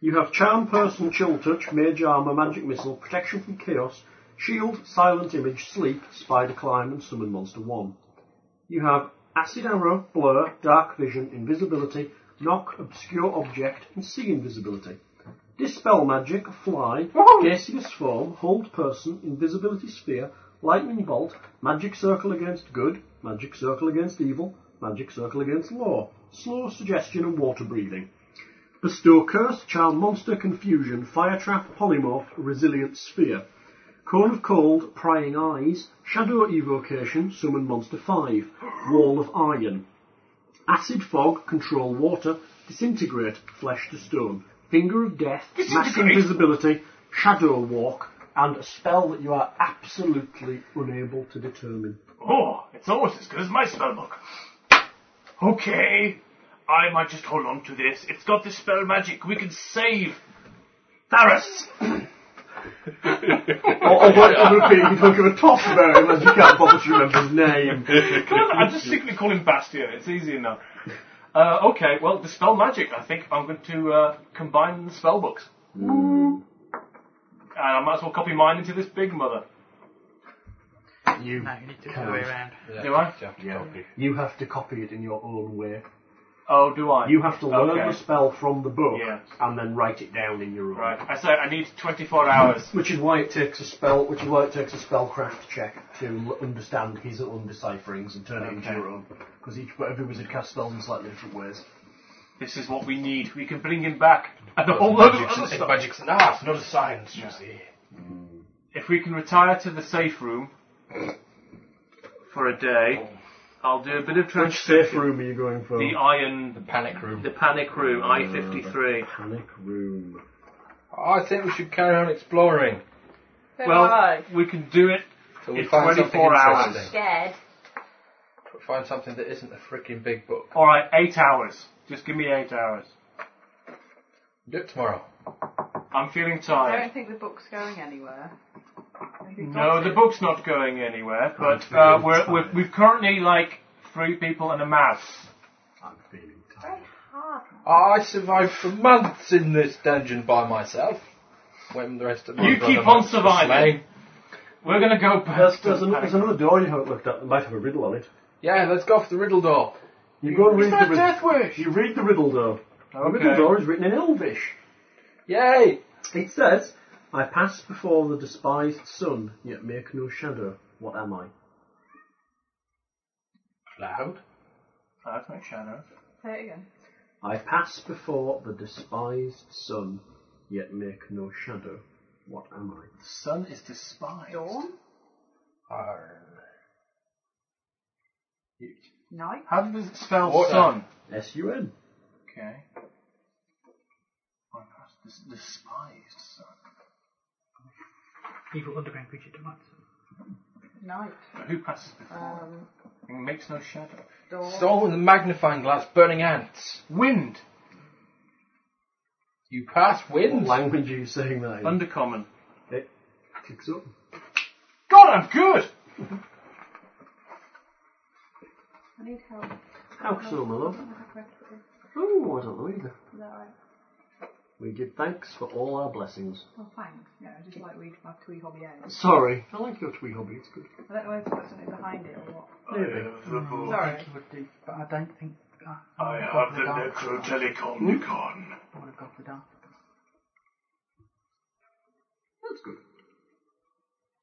S2: You have Charm, Person, Chill Touch, Mage Armor, Magic Missile, Protection from Chaos, Shield, Silent Image, Sleep, Spider Climb, and Summon Monster 1. You have Acid Arrow, Blur, Dark Vision, Invisibility, Knock, Obscure Object, and See Invisibility. Dispel magic, fly, gaseous form, hold person, invisibility sphere, lightning bolt, magic circle against good, magic circle against evil, magic circle against law, slow suggestion and water breathing. Bestow curse, charm monster, confusion, fire trap, polymorph, resilient sphere. Cone of cold, prying eyes, shadow evocation, summon monster 5, wall of iron. Acid fog, control water, disintegrate, flesh to stone. Finger of death, mass
S3: Disintegrate?
S2: invisibility, shadow walk, and a spell that you are absolutely unable to determine.
S3: Oh, it's almost as good as my spellbook. Okay, I might just hold on to this. It's got the spell magic. We can save Tharas.
S2: Or, or Oh, what it would be, you don't give a toss about him as you can't bother to remember his name.
S3: Can I, I just simply call him Bastion. It's easy enough. Uh, okay, well, the spell magic. I think I'm going to uh, combine the spell books. And I might as well copy mine into this big mother.
S9: You
S6: No, you need to go
S2: Can't.
S6: the way around.
S3: Do I?
S7: You have to
S2: Yeah.
S7: copy.
S2: You have to copy it in your own way.
S3: Oh, do I?
S2: You have to learn
S3: Okay.
S2: the spell from the book
S3: Yeah.
S2: and then write it down in your own.
S3: Right. I say I need 24 hours.
S2: Which is why it takes a spell. Which is why it takes a spellcraft check to l- understand his own decipherings and turn it into
S3: Okay.
S2: your own. Because each every wizard casts spells in slightly different ways.
S3: This is what we need. We can bring him back. And a whole load of
S7: Magic's,
S3: other stuff.
S7: magic's an art, not a science, you see.
S3: If we can retire to the safe room for a day, I'll do a bit of transcription.
S2: room are you going for?
S3: The iron,
S7: Panic room.
S3: the panic room, I-53.
S2: panic room.
S7: I think we should carry on exploring
S4: So am
S3: Well,
S4: I.
S3: we can do it.
S7: till we
S3: It's
S7: find something
S3: 24 hours.
S7: interesting.
S4: Scared.
S7: Find something that isn't a freaking big book.
S3: All right, eight hours. Just give me eight hours.
S7: Do it tomorrow.
S3: I'm feeling
S4: I
S3: tired.
S4: don't think the book's going anywhere. Have you
S3: No,
S4: got
S3: the
S4: it?
S3: book's not going anywhere,
S2: I'm
S3: but uh,
S2: feeling
S3: we're,
S2: tired. Oh
S3: we're, we've currently like three people and a mouse.
S2: I'm feeling tired.
S4: Very hard.
S7: I survived for months in this dungeon by myself. When the rest of my
S3: You
S7: brother
S3: keep on
S7: was
S3: surviving.
S7: slain.
S3: We're gonna go back.
S2: There's,
S3: to
S2: there's,
S3: the
S2: an, there's
S3: panic-
S2: another door you haven't looked at that might have a riddle on it.
S7: Yeah, let's go off the riddle door.
S2: You go and read the
S7: that
S2: riddle.
S7: Death Wish?
S2: You read the riddle though. The riddle
S3: okay.
S2: door is written in Elvish.
S7: Yay!
S2: It says, I pass before the despised sun, yet make no shadow. What am I?
S7: Cloud?
S3: Oh, it's my shadow.
S4: Say it again.
S2: I pass before the despised sun, yet make no shadow. What am I?
S3: The sun is despised.
S4: Dawn?
S7: Arr.
S4: Night?
S3: How does it spell
S7: Water.
S3: sun?
S2: S U N.
S3: Okay. I pass this despised sun.
S6: Evil underground creature delights.
S4: Night.
S3: Who passes before?
S4: Um,
S3: it makes no shadow.
S4: dawn.
S7: Soul with a magnifying glass burning ants.
S3: Wind.
S7: You pass wind.
S2: Language are you saying that in?
S3: Undercommon.
S2: It kicks up.
S3: God, I'm good.
S4: I need help.
S2: How so, my love?
S4: I have to put this.
S2: Oh, I don't know either.
S4: Is that right?
S2: We give thanks for all our blessings.
S4: Well, thanks. Yeah, I just like read my twee hobby out.
S2: Sorry. I like your twee hobby, it's good.
S4: I don't know whether to put something behind it or what.
S2: Maybe.
S6: I
S4: Sorry.
S6: think you would do, but I don't think. I,
S3: Oh, I have the Hmm? Necrotelecomnicon.
S6: I would have got the dark.
S2: That's good.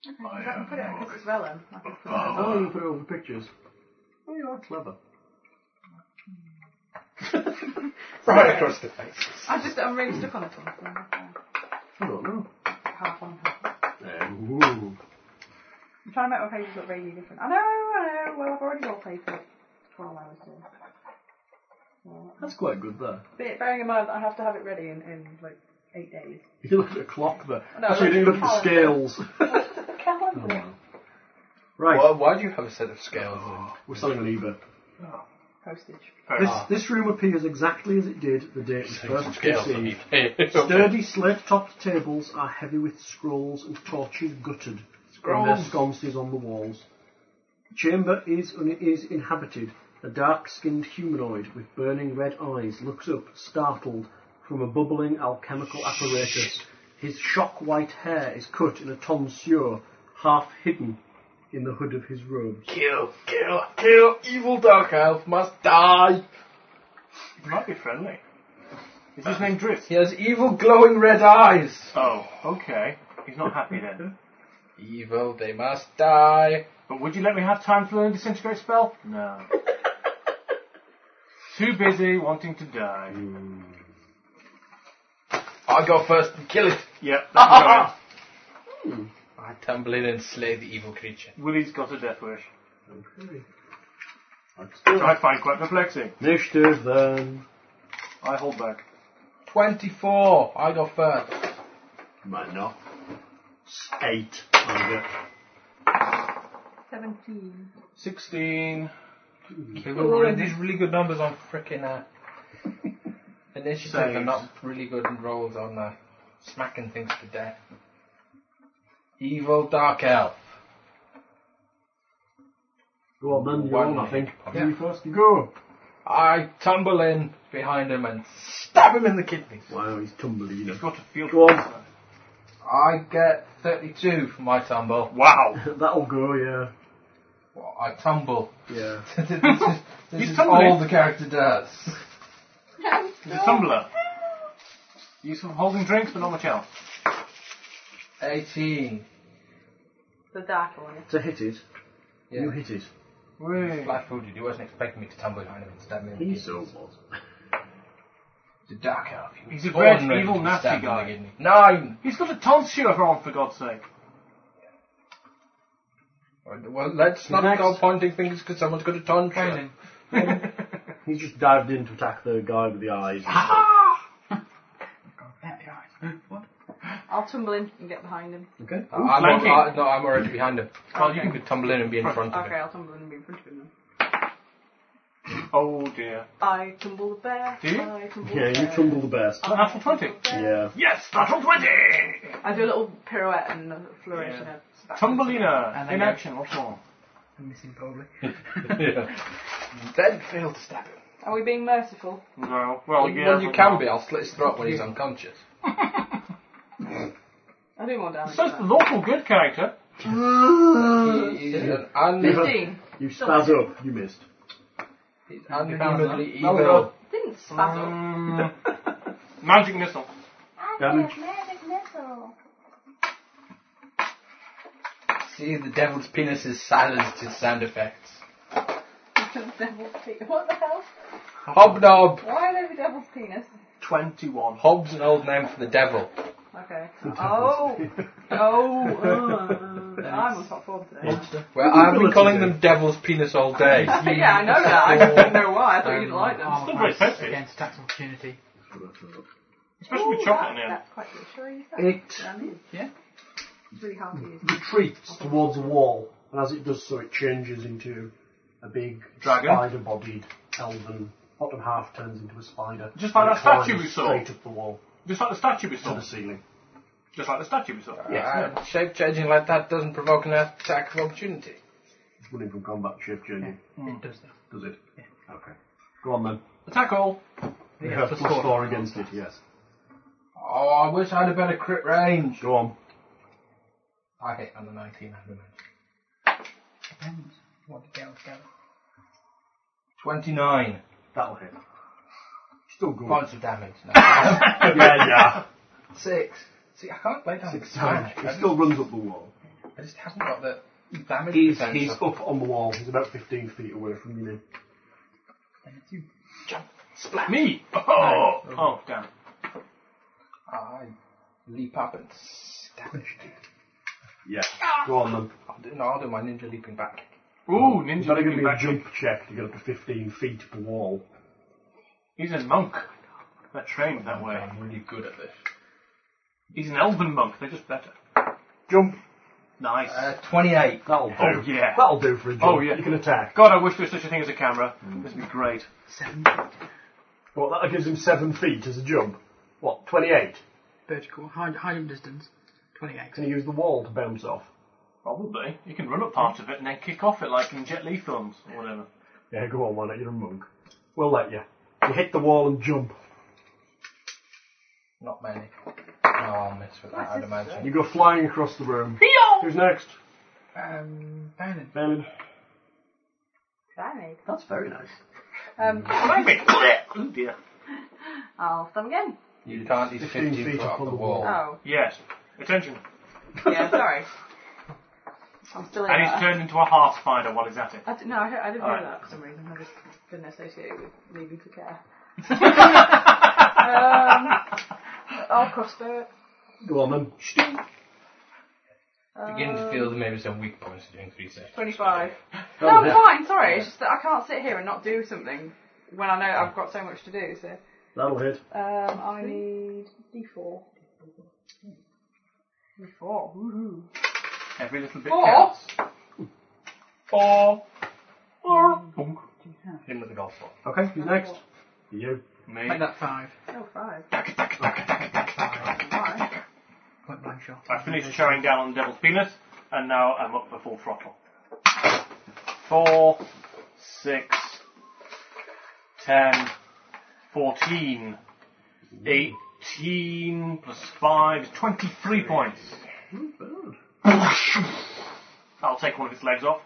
S4: Okay, I can put it on Chris's vellum. I can put it
S2: Oh, you put it over pictures. Oh, you are clever.
S7: Right across the face.
S4: I just, I'm really stuck on this one. so I'm just, uh,
S2: I don't know.
S4: Half on half.
S2: Um,
S4: I'm trying to make my pages look really different. I know, I know. Well, I've already role played for 12 hours. So.
S2: that's quite good there.
S4: But bearing in mind that I have to have it ready in, in like eight days.
S2: You look at a clock there.
S4: No,
S2: That's what you do
S4: look
S2: with
S4: at
S2: the
S4: the
S2: scales.
S4: The calendar.
S2: right,
S7: Why, why do you have a set of scales?
S2: we're selling on eBay.
S4: Postage.
S2: This, this room appears exactly as it did the day it was first conceived.
S7: Sturdy.
S2: Sturdy slate-topped tables are heavy with scrolls and torches gutted from their
S7: Scrolls.
S2: sconces on the walls. The chamber is un- is inhabited. A dark-skinned humanoid with burning red eyes looks up, startled, from a bubbling alchemical apparatus. His shock-white hair is cut in a tonsure, half hidden in the hood of his robes.
S7: Kill, kill, kill! Evil dark elf must die!
S3: It might be friendly. Is his name Drift?
S7: He has evil glowing red eyes!
S3: Oh, okay. He's not happy then.
S7: Evil, they must die!
S3: But would you let me have time to learn a disintegrate spell? No. Too busy wanting to die.
S7: I'll go first and kill it!
S3: Yep, that's going.
S7: I tumble in and slay the evil creature.
S3: Willie's got a death wish,
S2: Okay.
S3: which I find quite perplexing.
S2: Initiative then.
S3: I hold back.
S7: 24! I go first.
S2: Might not. Eight. I get
S4: 17.
S3: 16.
S7: They were rolling these really good numbers on frickin' uh, initiative
S3: Saves.
S7: and not really good rolls on uh, smacking things to death. Evil dark elf.
S2: Go on then, you're
S7: One
S2: on, I
S7: hit
S2: think.
S7: point.
S2: You first, you go.
S7: I tumble in behind him and stab him in the kidneys.
S2: Wow, he's tumbling.
S3: He's got a field.
S2: Go on.
S7: I get 32 for my tumble.
S3: Wow.
S2: That'll go, yeah.
S7: Well, I tumble.
S2: Yeah.
S7: this is, this
S3: He's
S7: is
S3: tumbling.
S7: all the character does.
S3: It's a tumbler. Used for holding drinks, but not much else.
S7: 18.
S4: The darker one.
S2: To hit it,
S7: Yeah.
S2: you hit it.
S7: Flash fooled you. He wasn't expecting me to tumble behind him and stab him.
S2: He so was.
S7: The dark elf. He was
S3: He's a dread,
S7: born ready
S3: evil,
S7: to
S3: nasty
S7: stab in the
S3: guy.
S7: kidney. Nine.
S3: He's got a tonsure on, for God's sake.
S7: Well, let's not
S2: Next.
S7: go pointing fingers because someone's got a tonsure.
S6: Conan.
S2: He just dived in to attack the guy with the eyes.
S6: That guy. What?
S4: I'll tumble in and get behind him.
S2: Okay.
S7: Uh, I'm,
S3: flanking.
S7: al- I, no, I'm already behind him. Well, you
S6: Okay.
S7: can tumble in and be in front of
S4: Okay,
S7: him.
S4: I'll tumble in and be in front of him then.
S3: Oh dear.
S4: I tumble the bear.
S3: Do you?
S4: I tumble
S2: Yeah,
S4: the
S2: you
S4: bear.
S2: tumble the best.
S4: I
S3: Natural
S4: tumble
S3: 20.
S4: the bear.
S2: Yeah.
S3: Yes, natural 20!
S4: I do a little pirouette and a flourish
S3: Yeah.
S4: and a back.
S3: Tumbleina,
S6: And
S3: in
S6: then
S3: action, what's wrong?
S6: I'm missing probably.
S7: yeah. Then fail to stab him.
S4: Are we being merciful?
S3: No. Well, yeah.
S7: well, you
S3: but
S7: can
S3: no.
S7: be. I'll slit his throat when he's unconscious.
S4: I do more damage.
S3: So it's the lawful good character.
S2: Ah.
S7: He is an un-
S4: Fifteen.
S2: You spaz up. You missed.
S7: he's unhumanly
S3: No, we're
S7: evil.
S4: Didn't spaz up.
S3: Um, Magic missile.
S2: Damage.
S7: See, the devil's penis is silenced his sound effects.
S4: devil's penis. What the hell?
S7: Hobnob.
S4: Why are they the devil's penis?
S3: 21.
S7: Hob's an old name for the devil.
S4: Okay. Oh. oh. Uh, I'm on top form today.
S7: Well, I've been calling them devil's penis all day.
S4: yeah, I know that. I just didn't know why. I thought you
S2: Um,
S4: didn't like them.
S2: oh.
S6: Armor
S3: Still very
S6: class
S3: sexy.
S6: Oh, against tax opportunity.
S3: Especially with chocolate
S4: Ooh, that-
S3: in it.
S4: That's quite reassuring.
S2: It
S6: Yeah.
S4: It's really hard to use.
S2: retreats towards a wall, and as it does so, it changes into a big
S3: Dragon?
S2: spider-bodied elven. Bottom half turns into a spider.
S3: Just like
S2: and
S3: that statue
S2: climbs
S3: we saw.
S2: Straight up the wall
S3: Just like the statue we
S2: to
S3: saw.
S2: the ceiling.
S3: Just like the statue we saw.
S7: Uh, shape changing like that doesn't provoke an attack of opportunity.
S2: It's running from combat shift journey.
S5: Hmm.
S6: It does that.
S2: Does it? Yeah. Okay. Go on then.
S3: Attack all.
S2: You
S6: Yeah,
S2: have
S6: plus
S2: plus
S6: four.
S2: four. against it. Yes.
S7: Oh, I wish I had a better crit range.
S2: Go on.
S7: I hit on the 19, I haven't managed.
S6: Depends what the girls gather.
S7: 29
S2: That'll hit. Still good.
S7: points of damage. No.
S2: yeah, yeah.
S7: Six. See, I can't play down
S2: Six
S7: the damage.
S2: damage. He still runs up the wall.
S7: I just haven't got the damage
S2: He's,
S7: potential.
S2: he's up on the wall. He's about 15 feet away from you now.
S3: Me. Oh. Oh, damn.
S7: I leap up and damage.
S2: Yeah. Go on then.
S7: I'll do, no, I'll do my ninja leaping back.
S3: Ooh,
S2: You
S3: ninja
S2: better give
S3: leaping
S2: me a
S3: back.
S2: jump check to get up to 15 feet up the wall.
S3: He's a monk. They're trained that way.
S7: I'm really good at this.
S3: He's an elven monk. They're just better.
S2: Jump.
S3: Nice.
S7: Uh, 28.
S2: That'll do.
S3: Oh, yeah.
S2: That'll do for a jump.
S3: Oh, yeah.
S2: You can attack.
S3: God, I wish there was such a thing as a camera. This would be great.
S6: Seven.
S2: Well, that gives him 7 feet as a jump. What, 28?
S6: Vertical. High, high jump distance. 28.
S2: Can he use the wall to bounce off?
S3: Probably. You can run up part of it and then kick off it like in Jet Li films or whatever.
S2: Yeah, go on, why not? You're a monk. We'll let you. You hit the wall and jump.
S7: Not many. Oh, I'll miss with that, I'd imagine.
S2: You go flying across the room. Who's next?
S6: Um, Conan.
S2: Bernard.
S4: Danny.
S2: That's very nice.
S4: Um,
S3: Oh dear.
S4: I'll stab again.
S7: You can't, he's
S2: 15
S7: 15
S2: feet
S7: foot off
S2: up on
S7: the
S2: the
S7: wall.
S4: Oh.
S3: Yes. Attention.
S4: Yeah, sorry. I'm still in
S3: And he's
S4: that.
S3: turned into a half spider while he's at it.
S4: I didn't, no, I, heard- I didn't
S3: All
S4: know
S3: right.
S4: that for some reason. I just didn't associate it with leaving for care. um, I'll crossbow it.
S2: Go on then.
S7: Beginning
S4: Um,
S7: to feel Oh, that maybe some weak points to doing 3 sessions.
S4: 25. No,
S2: That'll
S4: I'm
S2: hit.
S4: fine, sorry. It's just that I can't sit here and not do something when I know I've got so much to do, so.
S2: That'll hit.
S4: Um, I need D4. D4, woohoo.
S3: Every little bit
S4: Four.
S3: counts. Four. Four. Bonk.
S7: Him with the golf ball.
S2: Okay, who's next? You.
S3: Me.
S6: Make that five.
S4: Oh, five.
S6: Point blank shot.
S3: I finished chowing down on the devil's penis, and now I'm up for full throttle. Four, six, ten, fourteen, eighteen plus five is twenty-three points. I'll take one of its legs off.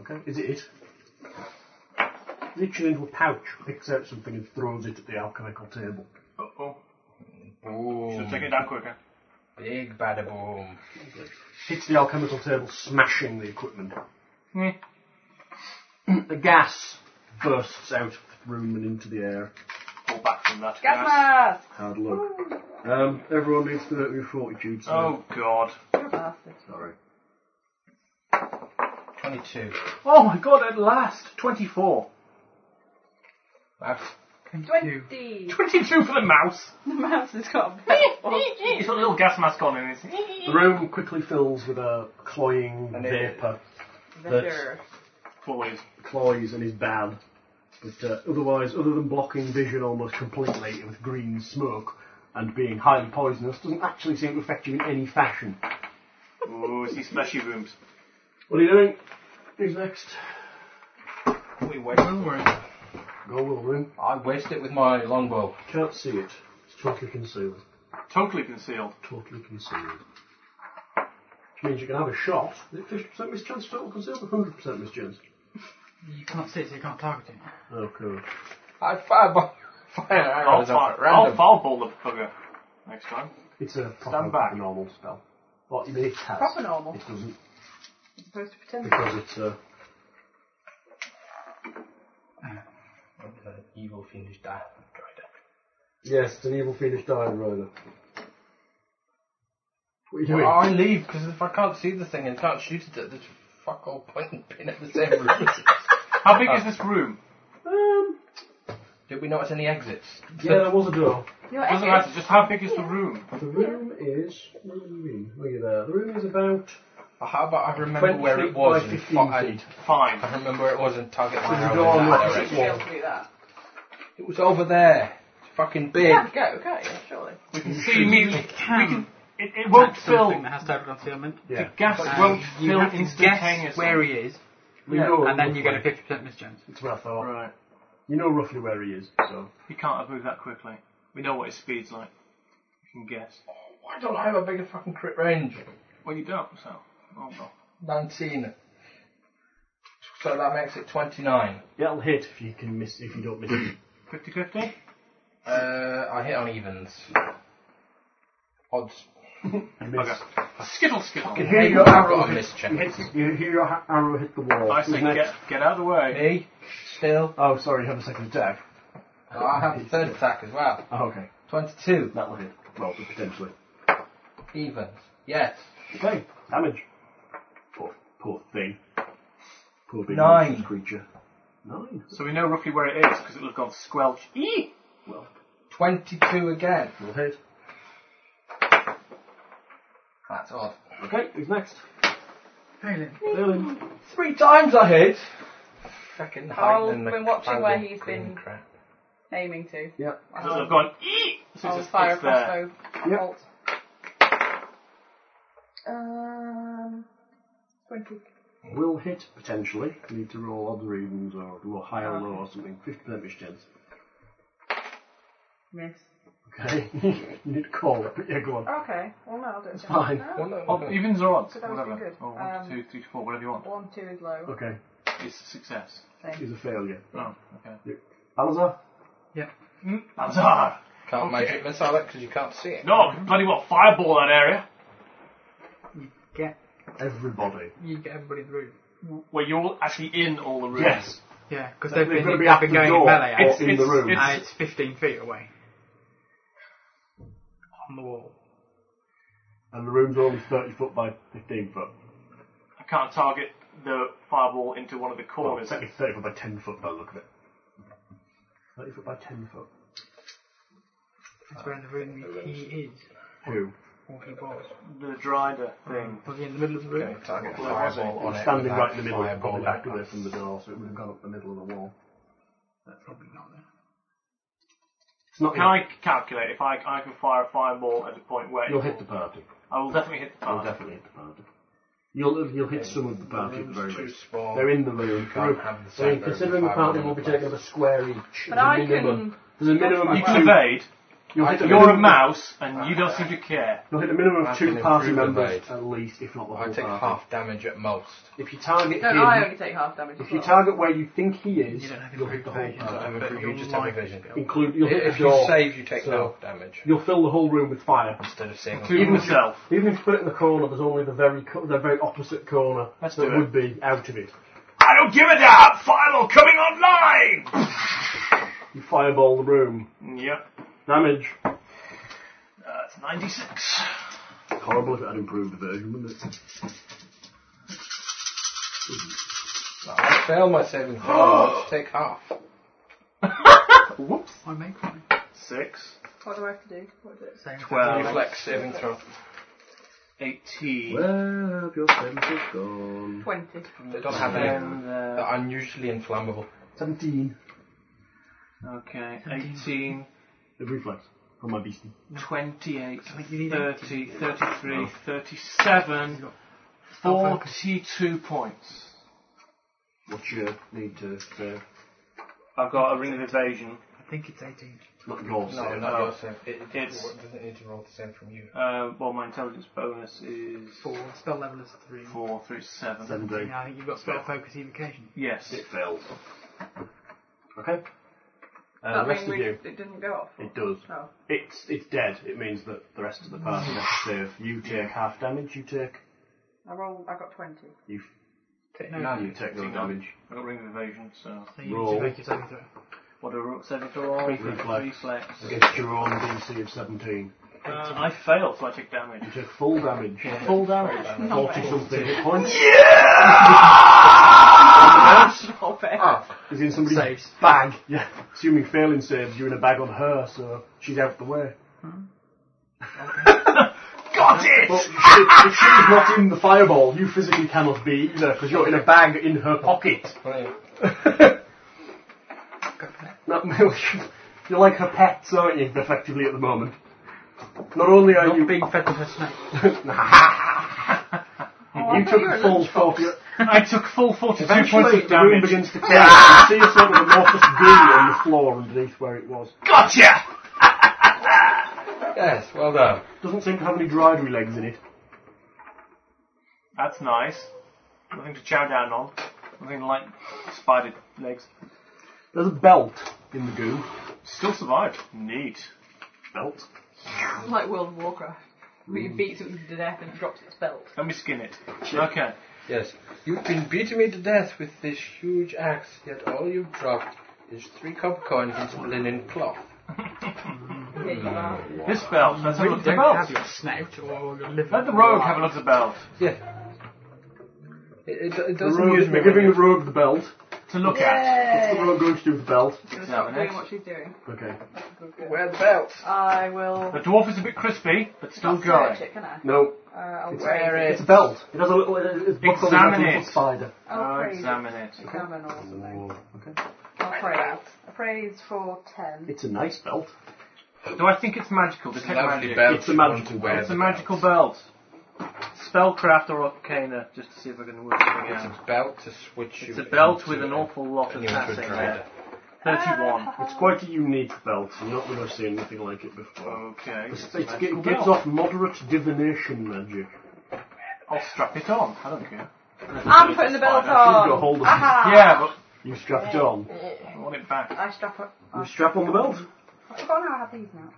S2: Okay, is it it? Reaches into a pouch, picks out something, and throws it at the alchemical table.
S3: Uh oh.
S7: Boom.
S3: Should take it down quicker.
S7: Big bada boom.
S2: Hits the alchemical table, smashing the equipment.
S3: Hmm.
S2: the gas bursts out of the room and into the air.
S3: Pull back from that.
S4: Gas mask!
S2: Hard luck. Um, everyone needs to know your fortitude. So
S3: Oh god.
S4: You're a bastard.
S2: sorry.
S7: 22.
S3: Oh my god, at last! 24.
S7: That's
S3: 22
S4: Twenty.
S3: for the mouse!
S4: The mouse has got a bit of-
S3: He's got a little gas mask on and it's.
S2: The room quickly fills with a cloying
S7: And it-
S2: vapour,
S4: Vendor.
S3: Boys.
S2: cloys and is bad. But uh, otherwise, other than blocking vision almost completely with green smoke and being highly poisonous, doesn't actually seem to affect you in any fashion.
S3: Ooh, it's these fleshy rooms.
S2: What are you doing? Who's next?
S7: we waste.
S2: Go will room.
S7: I waste it with my longbow.
S2: Can't see it. It's totally concealed.
S3: Totally concealed.
S2: Totally concealed. Which means you can have a shot. Is it 50% mischance total concealed or 100% mischance?
S6: You can't see it, so you can't target it.
S2: Oh, cool.
S7: I fireball. Fire
S3: I'll,
S7: arrows off at
S3: fi- I'll
S7: random.
S3: foul ball the bugger next time.
S2: It's a proper
S3: Stand back.
S2: normal spell. What you mean it has?
S4: Proper normal.
S2: It doesn't
S4: You're supposed to pretend.
S2: because it's uh, a
S7: Evil fiendish die. Dried up.
S2: yes, it's an evil fiendish dying roller. What are you doing?
S7: Well, I leave because if I can't see the thing and can't shoot it, there's fuck all point in being at the same room.
S3: How big is this room?
S2: Um,
S7: Did we notice any exits?
S2: yeah, there was a door.
S4: You're
S3: Doesn't
S4: epic.
S3: matter, just how big is the room?
S2: The room is. Where are you in? Where are you there? The room is about.
S7: Or How about I remember where it was and,
S2: feet by 15
S7: fo- and
S3: Fine.
S7: I remember where it was and target my
S2: There's a
S7: arrow
S2: door
S7: in
S2: on the
S7: that
S2: opposite
S7: direction.
S4: You should be able to do that.
S7: It was over there. It's fucking big.
S4: Yeah, go, go, yeah, surely.
S3: We can see immediately.
S6: Can
S3: It, it won't
S6: attack
S3: fill.
S6: something that has total concealment.
S2: Yeah.
S3: Gas
S6: Um,
S3: won't
S6: you
S3: fill
S6: have to guess
S3: instantaneously.
S6: where he is,
S2: We
S3: Yeah,
S2: know
S6: and then you get a
S2: roughly-
S6: 50% mischance.
S2: It's where I thought.
S3: Right.
S2: You know roughly where he is, so.
S3: He can't have moved that quickly. We know what his speed's like. You can guess.
S7: Why don't I have a bigger fucking crit range?
S3: Well, you don't, so. Oh, well.
S7: 19. So that makes it 29.
S2: It'll hit if you can miss if you don't miss it.
S3: 50 50?
S7: Uh, I hit on evens. Odds.
S2: You miss.
S3: Okay. Skittle, skittle.
S2: You hear
S7: Hey,
S2: your
S7: I've got
S2: arrow
S7: a
S2: hit.
S7: mischance.
S2: You, hit- you hear your ha- arrow hit the wall.
S3: I
S2: Who's
S3: say,
S2: next?
S3: get, get out of the way.
S7: Me, still.
S2: Oh, sorry, you have a second attack.
S7: Oh, I have a third attack as well.
S2: Oh, okay.
S7: 22.
S2: That'll hit. Well, potentially.
S7: Evens. Yes.
S2: Okay, damage. Poor, poor thing. Poor big
S7: Nine.
S2: monstrous creature. Nine.
S3: So we know roughly where it is because it would have gone squelch. Eee!
S7: 22 again.
S2: Will hit.
S7: That's odd.
S2: Okay, who's next?
S6: Helen.
S2: Lilin.
S7: Three times I hit. Fucking hiding
S4: I've
S7: in the
S4: been watching where
S7: cloud of
S4: he's
S7: green
S4: been-
S7: crap.
S4: Aiming to.
S2: Yeah.
S3: It would have gone eee! So
S6: Oh,
S4: I'll
S3: it's, just,
S4: fire a
S3: it's there.
S4: crossbow
S2: Yep.
S4: bolt. Um, 20.
S2: Will hit, potentially. You need to roll odds or evens or do a high or low or something. 50% miss chance.
S4: Miss.
S2: Okay. you need to call it, but yeah, go on.
S4: Okay, well, no, I'll do it. It's
S2: fine.
S7: Well, no,
S3: Oh,
S7: no.
S3: evens or odds?
S4: So that was
S3: whatever.
S4: good.
S3: Or one,
S4: Um,
S3: two, three, four, whatever you want.
S4: One, two is low.
S2: Okay,
S3: It's a success.
S4: Same.
S2: he's a failure.
S3: Oh, okay.
S2: Alazar?
S3: Mm, Lazar! Okay.
S7: Can't magic missile it because you can't see it.
S3: No, bloody well, fireball that area.
S6: Get,
S2: Everybody.
S6: you get everybody in the room.
S3: Where you're all actually in all the rooms.
S2: Yes.
S6: Yeah, because
S2: They're
S6: they've been,
S2: gonna be
S6: they've
S2: at
S6: been
S2: the
S6: going in
S2: door.
S6: melee
S2: Or
S6: at
S3: It's-
S2: in
S6: it,
S2: the
S3: it's-
S2: room.
S3: it's-
S6: and it's 15 feet away. On the wall.
S2: And the room's only 30 foot by 15 foot.
S3: I can't target the fireball into one of the
S2: Well,
S3: corners.
S2: it's only 30 foot by 10 foot by the look of it. 30 foot by 10 foot.
S6: That's where in the room he is,
S2: Who?
S6: or he was.
S3: the drider thing.
S6: Was he in the middle of the room?
S7: Okay, target
S3: Well, it was
S7: fireball
S2: It
S7: on
S2: was
S7: it.
S2: standing
S7: without
S2: right in the middle, it
S7: fireball
S2: probably
S7: it.
S2: backed away from the door, so it would have gone up the middle of the wall.
S6: Probably not then.
S2: It's not
S3: Can I calculate if I, I can fire a fireball at a point where
S2: You'll
S3: it
S2: hit
S3: will-
S2: the party.
S3: I will definitely hit the
S2: You'll
S3: target.
S2: definitely hit the party. You'll, you'll hit some of the party at the
S7: room's
S2: very
S7: too
S2: least.
S7: small.
S2: They're in the room.
S7: Can't have the
S2: So
S7: same room
S2: considering the
S7: five
S2: party
S7: in
S2: will be
S7: the
S2: taking up a square each.
S4: But
S2: there's a
S4: I
S2: minimum-
S4: can-
S2: There's a minimum
S4: That's
S2: of
S3: You
S2: two.
S4: fine.
S3: can evade.
S10: You'll
S7: I
S10: hit, a
S7: don't
S10: minimum,
S3: You're a mouse and you don't seem to care.
S10: you'll hit a minimum of
S7: I've
S10: two
S7: been
S10: party
S7: improving
S10: members
S7: mate.
S10: at least, if not the
S7: I
S10: whole
S7: take
S10: party.
S7: half damage at most.
S10: If you target
S4: No,
S10: him,
S4: no, I only take half damage. as
S10: if you
S4: well.
S10: target where you think he is,
S6: You don't have
S10: you'll hit
S6: improved
S10: the whole
S6: vision.
S7: I don't have
S6: but
S7: improved-
S6: your
S7: you just have a
S6: life
S7: vision.
S6: skill.
S10: include you'll hit
S7: If
S10: the door.
S7: you save, you take
S10: so-
S7: half damage
S10: You'll fill the whole room with fire.
S7: instead of saving.
S3: Including
S10: Even-
S3: myself.
S10: Even if you put it in the corner, there's only the very co- the very opposite corner
S3: Let's
S10: that
S3: do it.
S10: would be out of it.
S3: I don't give a damn! Final coming online!
S10: You fireball the room.
S3: yep.
S10: Damage.
S3: That's 96.
S2: Horrible if it had improved version, wouldn't it?
S7: I fail my saving throw. I take half.
S6: Whoops, I make one.
S3: 6.
S4: What do I have to do? What is it?
S6: Same thing.
S3: 12.
S7: Reflex saving throw.
S3: 18.
S2: Where have your senses gone?
S4: Twenty.
S7: They don't have any.
S3: And, uh,
S7: They're unusually inflammable.
S2: 17.
S3: okay, 18,
S2: The reflex from my beastie.
S3: 28,
S6: think you need
S3: 30, 33, 37,
S6: Oh,
S3: 42 points.
S2: What's your need to uh, save?
S3: I've got a ring of evasion.
S6: I think it's 18.
S2: Not your
S7: No,
S2: save.
S7: not your save. It, it
S3: It's-
S7: doesn't need to roll the same from you.
S3: Uh, well, my intelligence bonus is
S6: 4. Spell level is 3.
S3: 4 through 7.
S2: 17.
S6: Yeah, I think you've got spell focus evocation.
S3: Yes.
S2: It failed. Okay. Uh,
S4: That
S2: the rest of
S4: ring
S2: you.
S4: we- It didn't go off.
S2: It does.
S4: Oh.
S2: It's it's dead. It means that the rest of the party has to save. You take half damage. You take
S4: I rolled. I got twenty.
S2: you
S6: Take
S2: you take no
S3: Hang on.
S2: damage.
S3: I've got ring of evasion, so.
S6: So you
S2: Roll.
S6: need to make your saving throw.
S3: What are we saving throw all?
S2: Reflex.
S3: Reflex.
S2: Against your own DC of 17.
S3: Uh, I fail, so I take damage.
S2: You take full damage.
S10: Full damage.
S2: 40 something hit points.
S4: Not fair.
S2: Is in somebody's
S6: Saves.
S2: bag. Yeah. Assuming failing saves, you're in a bag on her, so she's out the way.
S3: Got it!
S2: But if she's not in the fireball, you physically cannot be either, because you're in a bag in her pocket.
S7: Brilliant.
S2: That- you're like her pets, aren't you, effectively at the moment? Not only are you
S6: Not being fed with a snake.
S2: You took the full 40.
S3: I took full 42 points
S2: Eventually,
S3: of
S2: the room
S3: damage.
S2: begins to clear. You see a sort of amorphous bee on the floor underneath where it was.
S3: Gotcha!
S7: Yes, well done.
S2: Doesn't seem to have any driedry legs in it.
S3: That's nice. Nothing to chow down on. Nothing like spider legs.
S2: There's a belt in the goo.
S3: Still survived. Neat.
S2: Belt?
S4: It's like World of Warcraft. Where you beat something to death and it drops its belt.
S3: Let me skin it. Okay.
S7: Yes. You've been beating me to death with this huge axe, yet all you've dropped is three copper coins into a linen cloth.
S4: Yeah, you are.
S3: This belt. Let's have a
S6: You
S3: look
S6: don't
S3: at the
S6: have
S3: belt.
S6: your snout or your liver.
S3: Let the rogue have a look at the belt.
S7: Yes. It, it, it
S2: The
S7: doesn't
S2: rogue,
S7: amuse me.
S2: we're giving the
S7: when
S2: rogue the belt.
S3: To look
S2: What's the
S4: Yay!
S2: rogue going to do with the belt?
S4: She's
S3: Now the
S4: not doing
S3: next.
S4: what she's doing.
S2: Okay.
S4: Good
S7: you
S4: girl.
S7: Wear the belt.
S4: I will.
S3: at. The dwarf is a bit crispy, but still
S4: I'll search
S3: going.
S4: it, can I?
S2: No,
S4: Uh, I'll
S7: It's
S4: raise
S7: very-
S2: it's a belt. It has a little. It's buckled on
S3: Examine
S2: a little
S3: it.
S2: spider.
S4: I'll
S3: I'll
S4: Oh, praise
S3: examine it.
S4: Examine or something.
S2: Okay.
S4: I'll praise. Appraise for ten.
S2: It's a nice belt.
S3: Do I think it's magical?
S7: It's
S3: Detect
S7: a lovely
S3: magic.
S7: belt.
S2: It's a
S7: you want
S2: magical
S7: to wear
S3: It's a
S7: the
S3: magical belt. Spellcraft or Arcana, just to see if I can work something
S7: It's
S3: out.
S7: a belt to switch you
S3: It's a belt
S7: into
S3: with an
S7: a-
S3: awful lot of
S7: and you into a
S3: passing
S7: drider.
S3: there. 31.
S4: Ah!
S2: It's quite a unique belt. You're not going to see anything like it before.
S3: Okay.
S2: It's,
S3: it's a
S2: it's,
S3: magical
S2: it gives
S3: belt.
S2: off moderate divination magic.
S3: I'll strap it on. I don't care.
S4: I'm putting the belt
S2: You've got
S4: on.
S2: hold of it.
S4: Aha!
S3: Yeah, but
S2: You strap it on.
S3: I want it back.
S4: I strap up.
S2: You strap on the belt.
S4: I forgot how I have these now.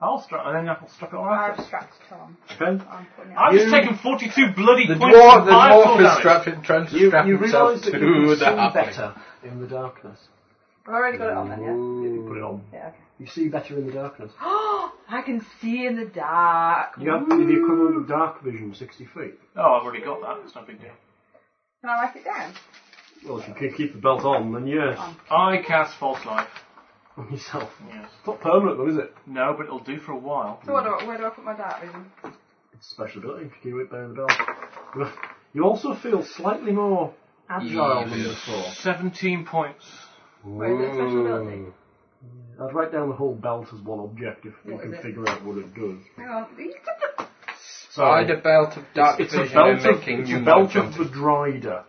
S3: I'll strap, and then I'll strap it on after.
S4: I've strapped it on.
S2: Okay.
S4: I'm putting it on.
S3: I've just
S2: You-
S3: taken 42 bloody
S7: The
S3: points
S7: dwarf,
S3: of
S7: the
S3: fireball
S7: dwarf is
S3: damage.
S7: strapping, trying to
S2: You,
S7: strap
S2: you
S7: himself
S2: realise that
S7: to
S2: you can
S7: the
S2: see
S7: halfling.
S2: better in the darkness.
S4: I've already got it on then, yeah?
S2: You put it on.
S4: Yeah, okay.
S2: You see better in the darkness.
S4: I can see in the dark.
S2: You have the equivalent of dark vision, 60 feet.
S3: Oh, I've already got that. It's no big deal.
S4: Can I write it down?
S2: Well, if you can keep the belt on, then yes.
S3: I cast False Life.
S2: On yourself.
S3: Yes.
S2: It's not permanent though, is it?
S3: No, but it'll do for a while.
S4: So what do I, where do I put my dark vision?
S2: It's a special ability. if You can do it there in the dark. You also feel slightly more agile than
S7: Yes.
S2: before.
S3: 17 points.
S4: Where is it special ability?
S2: I'd write down the whole belt as one object if you
S4: What
S2: can
S4: is it?
S2: figure out what it does.
S4: Hang on. You did the-
S7: Hide a belt of dark
S2: it's a
S7: vision
S2: belt
S7: and making
S2: of, it's
S7: you
S2: a belt
S7: more
S2: of the
S7: gentle.
S2: drider,